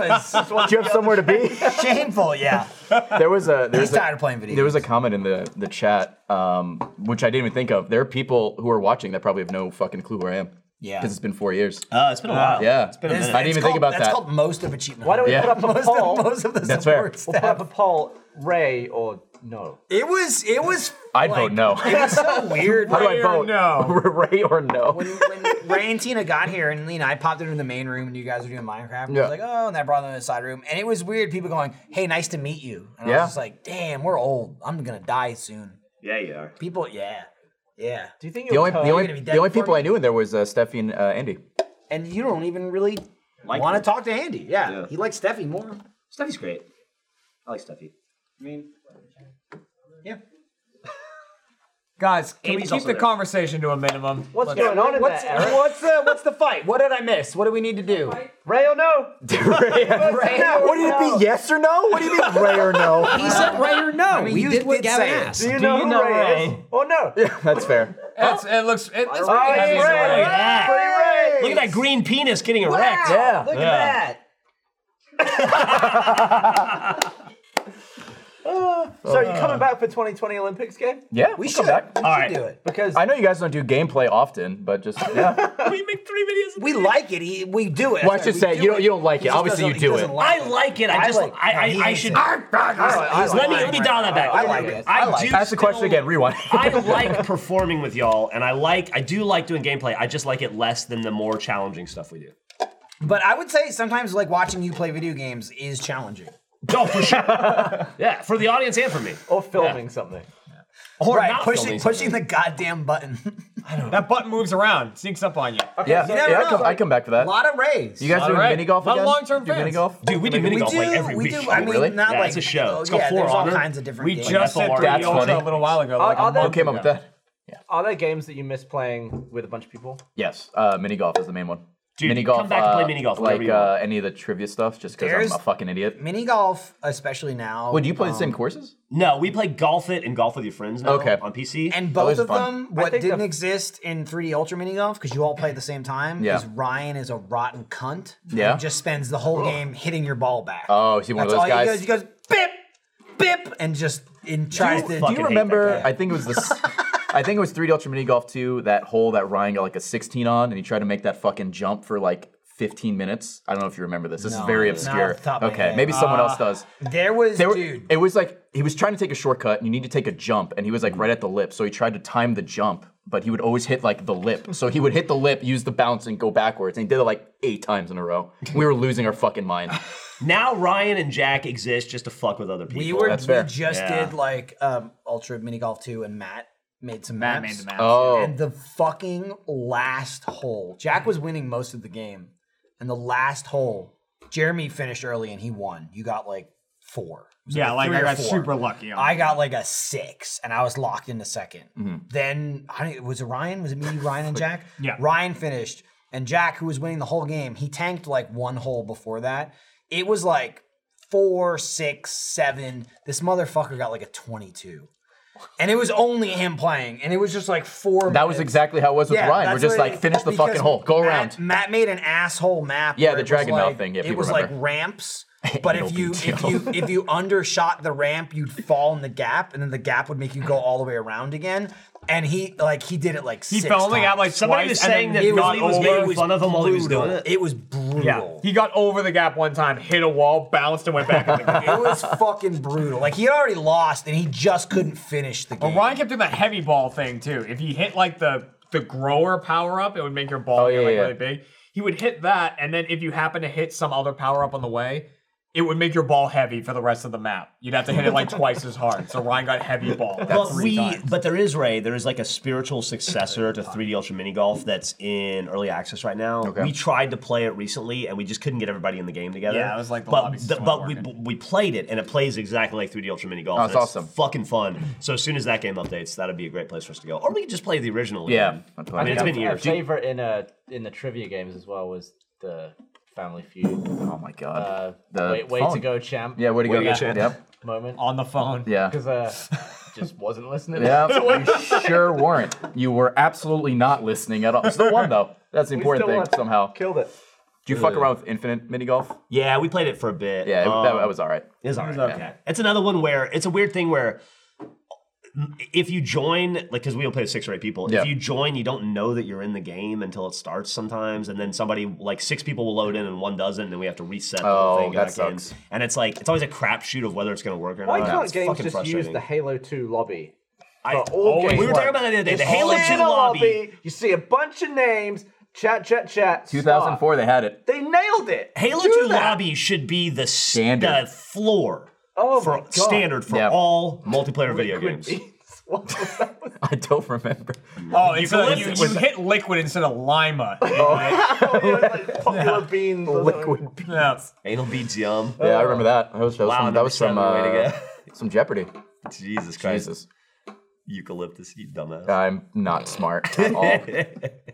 D: <laughs>
G: was
D: Do you have somewhere to
G: <laughs>
D: be?
G: shameful, yeah.
D: there was a there's
G: He's
D: a,
G: tired of playing video
D: There was a comment in the the chat, um, which I didn't even think of. There are people who are watching that probably have no fucking clue where I am.
G: Yeah. Oh,
D: because it's been four years.
E: Uh, it's been a while.
D: yeah,
E: It's been a
D: I
E: minute.
D: didn't even think about
G: That's
D: that.
G: called most of achievement.
F: Why don't we
D: Yeah.
F: put <laughs> up a
G: <laughs> most
F: poll?
G: Of, most of the
D: That's fair.
G: support
F: We'll put up
G: staff.
F: a poll. Ray or no?
G: It was. It
D: <laughs>
G: was.
D: I'd
G: like,
D: vote
G: <laughs>
D: no. <laughs>
G: It was so weird.
D: How do I
G: Ray or
D: vote?
R: no?
D: <laughs> Ray or no?
G: when, when Ray and Tina got here, and you know, I popped into the main room, and you guys were doing Minecraft. And I
D: Yeah.
G: was like, oh, and I brought them to the side room, and it was weird. People going, "Hey, nice to meet you," and I
D: Yeah.
G: was just like, "Damn, we're old. I'm gonna die soon."
E: Yeah, you are.
G: People, yeah, yeah.
F: Do you think
D: the
F: you'll
D: only the
F: turn-
G: gonna
D: only
G: be
D: the
G: dead
D: only
G: before
D: people
G: me?
D: I knew in there was uh, Steffi and uh, Andy.
G: And you don't even really
E: Like
G: Want to
E: him.
G: talk to Andy? Yeah.
E: Yeah.
G: he likes Steffi more.
E: Steffi's great. I like Steffi.
G: I mean,
F: Guys, can
G: Amy's
F: we keep
G: also
F: the
G: there.
F: conversation to a minimum?
G: what's
F: Let's-
G: going on in
F: what's,
G: that? Eric?
F: What's the what's the fight? What did I miss? What do we need to do? Ray or no?
S: What do you be yes or no? What do you mean Ray or no?
T: <laughs> He said Ray or no.
S: I mean,
T: we
S: you
T: did what
S: did
T: Gavin
S: say it.
T: asked.
S: Do you know who Ray is?
T: Oh
F: <laughs>
T: no.
S: Yeah, that's fair.
F: It's, it looks. It, it's
E: Oh,
F: pretty heavy.
E: he's right. Yeah.
F: Pretty
E: Look at that green penis getting erect.
S: Look
E: Yeah.
S: at
U: so you coming back for 2020 Olympics game?
D: Yeah,
U: we
D: we'll
U: should.
D: come back.
U: We should do it because
D: I know you guys don't do gameplay often, but just yeah.
G: we like it. He, we do it.
D: well, I should say you don't you don't like it.
G: just
D: Obviously, you
G: doesn't- he
D: do it.
G: doesn't
E: I like it. I just I I, I should. Let me let me dial that back.
D: I like it.
E: I, do
D: Ask the question again. Rewind.
E: <laughs> I like performing with y'all, and I like I do like doing gameplay. I just like it less than the more challenging stuff we do.
G: But I would say sometimes like watching you play video games is challenging.
E: No, for sure. yeah, for the audience and for me.
F: Oh,
U: Or filming something.
E: Or
G: right,
E: not
G: pushing
E: filming
G: pushing the goddamn button. <laughs>
F: That button moves around, sneaks up on you.
D: yeah,
G: you never
D: yeah, I
G: know.
D: come, I come back to that.
G: A lot of rays.
D: you guys
F: All
D: doing
F: right.
D: mini golf
F: Not
D: again?
F: long-term
D: do mini
F: fans.
D: golf?
E: Dude, we do mini golf like every
G: we
E: week.
G: do. I mean,
D: really?
G: not
E: yeah,
G: like
E: it's a show. It's
G: oh,
E: called
G: yeah,
E: For
G: there's all
E: Honor.
G: kinds of different
F: We
G: games.
F: just
E: Like
F: hit
E: FLRE.
F: the
E: That's
F: ultra a
E: funny.
F: little while ago.
U: Are-
F: Like
U: are
F: a
U: there-
F: month
D: Who came up
F: ago.
D: with that?
U: Are there games that you miss playing with a bunch of people?
D: Yes, uh, mini golf is the main one.
E: Dude,
D: mini
E: come
D: golf,
E: back and play
D: uh,
E: mini golf whenever
D: like
E: you
D: uh,
E: want.
D: any of the trivia stuff, just because
G: There's-
D: I'm a fucking idiot.
G: mini golf, especially now.
D: Would you play the same courses?
E: No, we play golf it and golf with your friends now
D: Okay.
E: on PC.
G: And
D: Oh,
G: both
D: those are
G: of
D: fun.
G: them, what
U: think
G: didn't
U: the-
G: exist in 3D Ultra Mini Golf, because you all play at the same time,
D: Yeah.
G: is Ryan is a rotten cunt.
D: Yeah.
G: And just spends the whole game hitting your ball back.
D: Oh, is he one
G: That's
D: of
G: all
D: those guys?
G: he goes. He goes, bip, bip, and just and tries to.
D: Do you remember? I think it was this.
G: <laughs>
D: I think it was 3D Ultra Mini Golf 2, that hole that Ryan got like a 16 on, and he tried to make that fucking jump for like 15 minutes. I don't know if you remember this. This is
G: No,
D: very
G: not off
D: obscure.
G: the top of my
D: okay,
G: head.
D: maybe someone else does.
G: There was
D: They were,
G: dude.
D: It was like he was trying to take a shortcut, and you need to take a jump, and he was like right at the lip, so he tried to time the jump, but he would always hit like the lip. So he would hit the lip, use the bounce, and go backwards, and he did it like eight times in a row. We were losing our fucking mind.
E: now Ryan and Jack exist just to fuck with other people.
G: We were
D: That's
G: we
D: fair.
G: just
E: Yeah.
G: did like um, Ultra Mini Golf 2 and Matt made some
F: Matt
G: maps.
F: made the map.
D: Oh,
G: And the fucking last hole. Jack was winning most of the game. And the last hole, Jeremy finished early and he won. You got like four. It was
F: Yeah,
G: a
F: like
G: three
F: I
G: or
F: got
G: four.
F: super lucky. On
G: I got like a six, and I was locked into 2nd
D: Mm-hmm.
G: Then I don't- was it Ryan? Was
D: <laughs>
G: it me, Ryan, and Jack?
F: Yeah.
G: Ryan finished, and Jack, who was winning the whole game, he tanked like one hole before that. It was like four, six, seven. This motherfucker got like a twenty-two, and it was only him playing, and it was just like four.
D: that was
G: minutes.
D: exactly how it was with
G: Yeah,
D: Ryan. We're
G: that's
D: just
G: what it-
D: like finish the
G: because
D: fucking hole, go
G: Matt-
D: around.
G: Matt made an asshole map.
D: Yeah,
G: where
D: the
G: it was
D: Dragon Mouth
G: like-
D: thing, yeah,
G: it
D: people
G: was like
D: remember. <laughs>
G: ramps, but if
D: It'll
G: you
D: be
G: if you if you undershot the ramp, you'd fall in the gap, and then the gap would make you go all the way around again. And he like he did it like
F: he
G: six
F: only got
G: times.
F: like
E: Somebody was
F: twice
E: saying
F: and
E: that
F: then
G: was-
F: got
E: Nolly was
F: over.
E: making fun of him while he was doing
G: brutal.
E: it.
G: was brutal.
F: Yeah, he got over the gap one time, hit a wall, bounced, and went back. in the game.
G: <laughs> It was fucking brutal. Like he had already lost, and he just couldn't finish the
F: But
G: game.
F: Ryan kept doing that heavy ball thing too. If he hit like the the grower power up, it would make your ball
D: Oh,
F: get
D: yeah,
F: like
D: yeah.
F: really big. He would hit that, and then if you happen to hit some other power up on the way, it would make your ball heavy for the rest of the map. You'd have to hit it like twice as hard. So Ryan got heavy ball. like,
E: But
F: three
E: we,
F: times.
E: but there is Ray. There is like a spiritual successor to 3D Ultra Mini Golf that's in early access right now.
D: Okay.
E: We tried to play it recently, and we just couldn't get everybody in the game together.
F: Yeah, it was like the
E: but
F: lobbies just weren't
E: but we
F: working.
E: we played it, and it plays exactly like 3D Ultra Mini Golf.
D: Oh, it's
E: and
D: awesome.
E: fucking fun. So as soon as that game updates, that'd be a great place for us to go, or we could just play the original.
D: Yeah.
E: again.
D: I'd play
E: I mean it's
D: that.
E: been
U: Our
E: years.
U: favorite in uh in the trivia games as well was the Family Feud.
D: Oh my god.
U: Uh,
D: The
U: wait, wait
D: phone.
U: to go, champ.
D: Yeah, way to go,
U: Yeah.
D: champ. Yep.
U: Moment.
F: on the phone.
U: <laughs>
D: Yeah.
U: Because uh, just wasn't listening. <laughs>
D: Yeah, you sure weren't. You were absolutely not listening at all. Still won though. That's the
U: We
D: important
U: still
D: thing
U: won.
D: somehow.
U: Killed it.
D: Do you fuck around with infinite mini golf?
E: Yeah, we played it for a bit.
D: Yeah, it-
E: Um,
D: that, that was all right.
E: It's all right. yeah. It's another one where it's a weird thing where if you join, like, because we only play with six or eight people,
D: Yeah.
E: if you join, you don't know that you're in the game until it starts sometimes. And then somebody, like, six people will load in and one doesn't, and then we have to reset the whole
D: Oh,
E: thing
D: that
E: back
D: sucks.
E: in. And it's like, it's always a crapshoot of whether it's going to work or
U: Why
E: not.
U: can't
E: it's
U: games
E: fucking
U: just use
E: frustrating.
U: the Halo 2 lobby?
E: I-
U: For all
E: oh,
U: games.
E: we were talking about that the other day. The Halo 2 lobby.
U: You see a bunch of names. Chat, chat, chat.
D: 2004, they had it.
U: stop. They nailed it.
E: Halo
U: Do
E: 2
U: that.
E: lobby should be the, s-
D: Standard.
E: the floor
U: Oh my
E: for
U: God.
E: standard for
D: Yeah.
E: all multiplayer video
U: Liquid
E: games.
U: beans.
D: <laughs> I don't remember.
V: Oh, it's a, you,
D: Eucalyptus.
V: you hit liquid instead of
F: <laughs>
V: lima.
F: Oh,
V: <laughs>
F: Popular beans.
D: Liquid.
V: Yeah.
E: Anal beads yum.
U: Oh.
D: Yeah, I remember that. That was, that was
E: Wow,
D: some,
E: number
D: that was some,
E: seven, way to
D: uh, <laughs> some Jeopardy.
E: Jesus Christ.
D: Jesus.
E: Eucalyptus, you dumbass.
D: I'm not smart at all.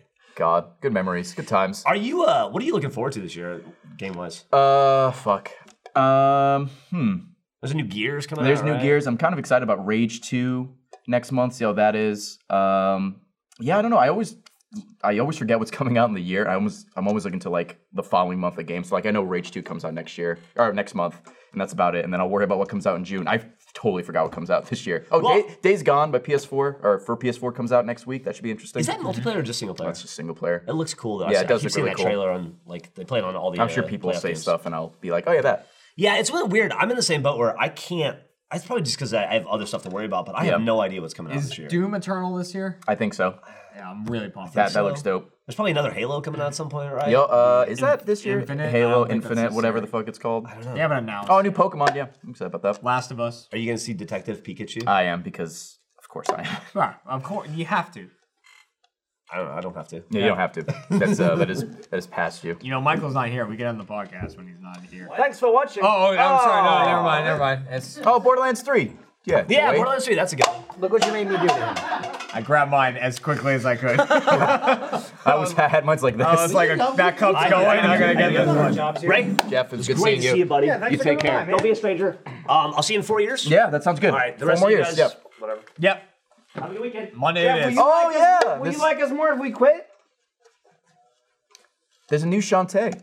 U: <laughs>
D: God, good memories, good times.
E: Are you? uh What are you looking forward to this year, game wise?
D: Uh, fuck. Um, hmm.
E: There's a new Gears coming
D: There's
E: out.
D: new
E: right?
D: Gears. I'm kind of excited about Rage 2 next month. See how that is. Um, yeah, I don't know. I always, I always forget what's <laughs> coming out in the year. I almost, I'm always looking to like the following month of games. So, like I know Rage 2 comes out next year or next month, and that's about it. And then I'll worry about what comes out in June. I totally forgot what comes out this year. Oh,
E: Well-
D: Day, Days Gone by PS4 or for PS4 comes out next week. That should be interesting.
E: Is that multiplayer or just single player?
D: Mm-hmm. That's just single player.
E: It looks cool though. I
D: Yeah,
E: see-
D: it does
E: I keep
D: look
E: seeing
D: really
E: that
D: cool.
E: trailer on like they play it on all the.
D: I'm sure
E: uh,
D: people will
E: playoff
D: say
E: games.
D: stuff, and I'll be like, oh yeah, that.
E: Yeah, it's really weird. I'm in the same boat where I can't. It's probably just because I I have other stuff to worry about, but I have
D: Yeah.
E: no idea what's coming out
V: Is
E: this year.
V: Doom Eternal this year?
D: I think so.
V: Yeah, I'm really pumped.
D: That, that looks dope.
E: There's probably another Halo coming out at some point, right?
D: Yo, uh, is that this year?
V: Infinite? I
D: Halo
V: don't think that's
D: Infinite, whatever the
V: necessary.
D: fuck it's called. I don't
V: They haven't announced.
D: Oh, new Pokemon. Yeah, I'm excited about that.
V: Last of Us.
E: Are you gonna see Detective Pikachu?
D: I am because, of course, I am.
V: Right, of course, you have to.
E: I don't know. I don't have to.
D: Yeah, you don't have to. That's uh, that is that is past you.
V: You know, Michael's not here. We get on the podcast when he's not here.
F: Thanks for watching.
V: Oh, oh, I'm sorry. No, never mind. Never mind. It's,
D: Oh, Borderlands Three. Yeah.
E: Yeah,
D: wait.
E: Borderlands 3, that's a good one.
F: Look what you made me do. to
V: I grabbed mine as quickly as I could.
D: I was I had mine's like this.
V: I was like, that cup's going. I gotta get this one.
D: <laughs>
E: Right?
D: Jeff, it was good
E: Great
D: seeing
E: to see you, buddy.
D: you take care.
E: Don't be a stranger. Um, I'll see you in four years.
D: Yeah, that sounds good.
E: All right, the
D: Four
E: rest
D: more
E: of you
D: years.
E: guys,
D: Yep.
E: whatever.
V: Yep.
W: Have a good weekend.
V: Monday
G: Yeah,
V: it is.
G: will you like us-
D: Oh, yeah,
G: Will you
D: this-
G: like us more if we quit?
D: There's a new Shantae.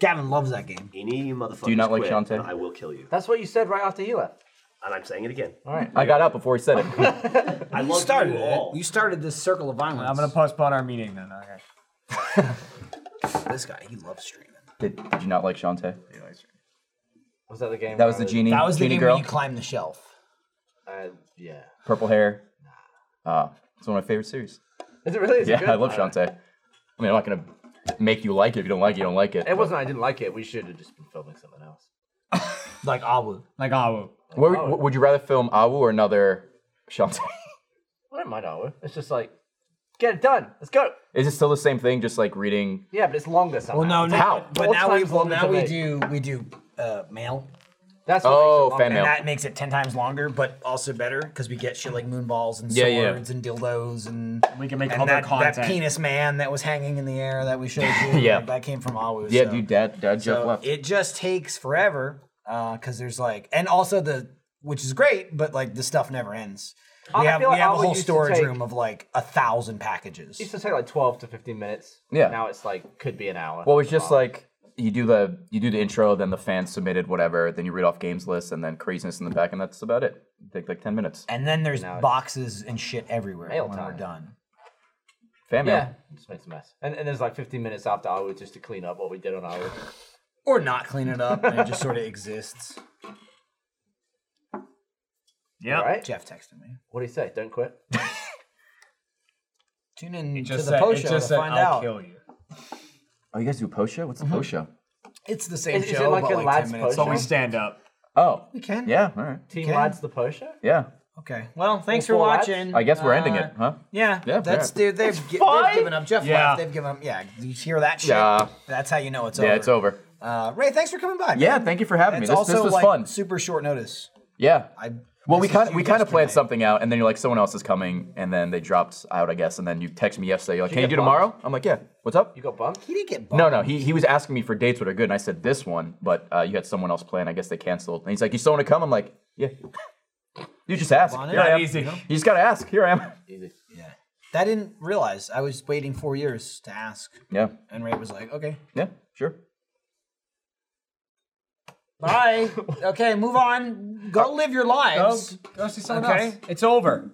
G: Gavin loves that game.
E: Any motherfucker.
D: Do you not like
E: quit,
D: Shantae?
E: and I will kill you.
F: That's what you said right after you left.
E: And I'm saying it again.
F: All right.
D: I got up before he said it.
E: I
G: You
E: love
G: started
E: you
G: it.
E: all.
G: You started this circle of violence.
V: I'm gonna postpone our meeting then. Okay.
G: <laughs> This guy, he loves streaming.
D: did, did you not like Shantae?
F: Was that the game?
D: That was the
F: where I
D: genie.
G: That was the
D: genie
G: game
D: girl.
G: where you climbed the shelf.
F: Uh, yeah.
D: Purple hair. Uh, it's one of my favorite series.
F: Is it really? Is it
D: yeah,
F: good?
D: I love Shantae. I mean, I'm not gonna make you like it if you don't like it. You don't like it.
F: It wasn't. I didn't like it. We should have just been filming something else.
G: Like Awu.
V: Like, oh,
D: Where, Would you rather film Awu or another Shantae? <laughs>
F: I don't mind Arwen. It's just like, get it done. Let's go.
D: Is it still the same thing? Just like reading?
F: Yeah, but it's longer somehow.
G: Well, no, no.
D: How?
G: But
F: All
G: now we
F: times
G: well,
F: longer
G: now
F: to
G: we
F: make.
G: do we do uh, mail,
F: That's what
D: Oh,
F: makes it
D: fan
F: longer.
D: mail.
G: and that makes it ten times longer, but also better because we get shit like moonballs and
D: Yeah,
G: swords
D: yeah.
G: and dildos and
V: we can make
G: and
V: other
G: that,
V: content.
G: that penis man that was hanging in the air that we showed
D: <laughs>
G: you.
D: Yeah.
G: that came from Awu.
D: Yeah,
G: so.
D: dude, dad, dad, Jeff
G: So
D: left.
G: it just takes forever because there's like, and also the which is great, but like the stuff never ends. We
F: I
G: have,
F: feel like
G: we have a
F: Awu
G: whole
F: used to
G: storage
F: take-
G: room of like a thousand packages.
F: It used to take like 12 to 15 minutes.
D: Yeah.
F: Now it's like, could be an hour.
D: well, it's just like you do the you do the intro, then the fans submitted whatever, then you read off games list, and then craziness in the back, and that's about it. Take like ten minutes.
G: And then there's
F: Now it's-
G: boxes and shit everywhere
F: Mail
G: when we're
F: time.
G: done.
D: Fan mail.
F: yeah. It just makes a mess. And, and there's like 15 minutes after hour just to clean up what we did on hour.
G: Or not clean it up and it just sort of exists. <laughs>
V: Yep.
F: Right?
G: Jeff texted me.
F: What do you say? Don't quit.
G: Tune in
V: It
G: to
V: just
G: the
V: said,
G: post
V: it
G: show to
V: just said
G: find
V: I'll
G: out.
V: kill you.
D: Oh, you guys do a post show? What's a post show?
G: It's the same
F: Is- is it
G: show,
F: like
G: but
F: a
G: like
F: lads
G: ten minutes.
F: post
V: But
G: long.
V: we stand up.
D: Oh,
G: We can.
D: yeah. All right.
F: Team
G: Okay.
F: Lads the post show?
D: Yeah.
G: Okay. Well, thanks for
F: Full lads?
G: watching.
D: I guess we're ending
G: Uh,
D: it, huh?
G: Yeah,
D: Yeah,
G: that's
D: fair.
G: dude. They've, gi-
F: fine.
G: they've given up. Jeff
V: Yeah.
G: left. They've given up. Yeah, you hear that shit?
D: Yeah.
G: That's how you know it's over.
D: Yeah, it's over.
G: Uh, Ray, thanks for coming by. man.
D: Yeah, thank you for having
G: It's
D: me. This,
G: also
D: this was
G: like
D: fun.
G: super short notice.
D: Yeah.
G: I
D: Well, we
G: messaged
D: kind of
G: you
D: we kind of planned
G: yesterday.
D: something out, and then you're like, someone else is coming, and then they dropped out, I guess, and then you text me yesterday, you're like, can you
F: get
D: do
F: bumped?
D: tomorrow? I'm like, yeah. What's up?
F: You got bumped?
G: He didn't get bumped.
D: No, no, he, he was asking me for dates that are good, and I said this one, but uh, you had someone else plan. I guess they canceled. And he's like, "You still want to come?" I'm like, "Yeah." <laughs> You just ask.
G: Bonnet?
D: Here I am.
V: Easy.
D: You just gotta ask. Here I am. <laughs>
F: Easy.
G: That I didn't realize. I was waiting four years to ask,
D: Yeah,
G: and Ray was like,
D: <laughs>
G: "Okay,
D: yeah, sure.
G: bye. okay, move on.
D: Oh.
G: Go live your
V: Go,
G: lives."
V: go see someone
G: Okay.
V: else. It's over.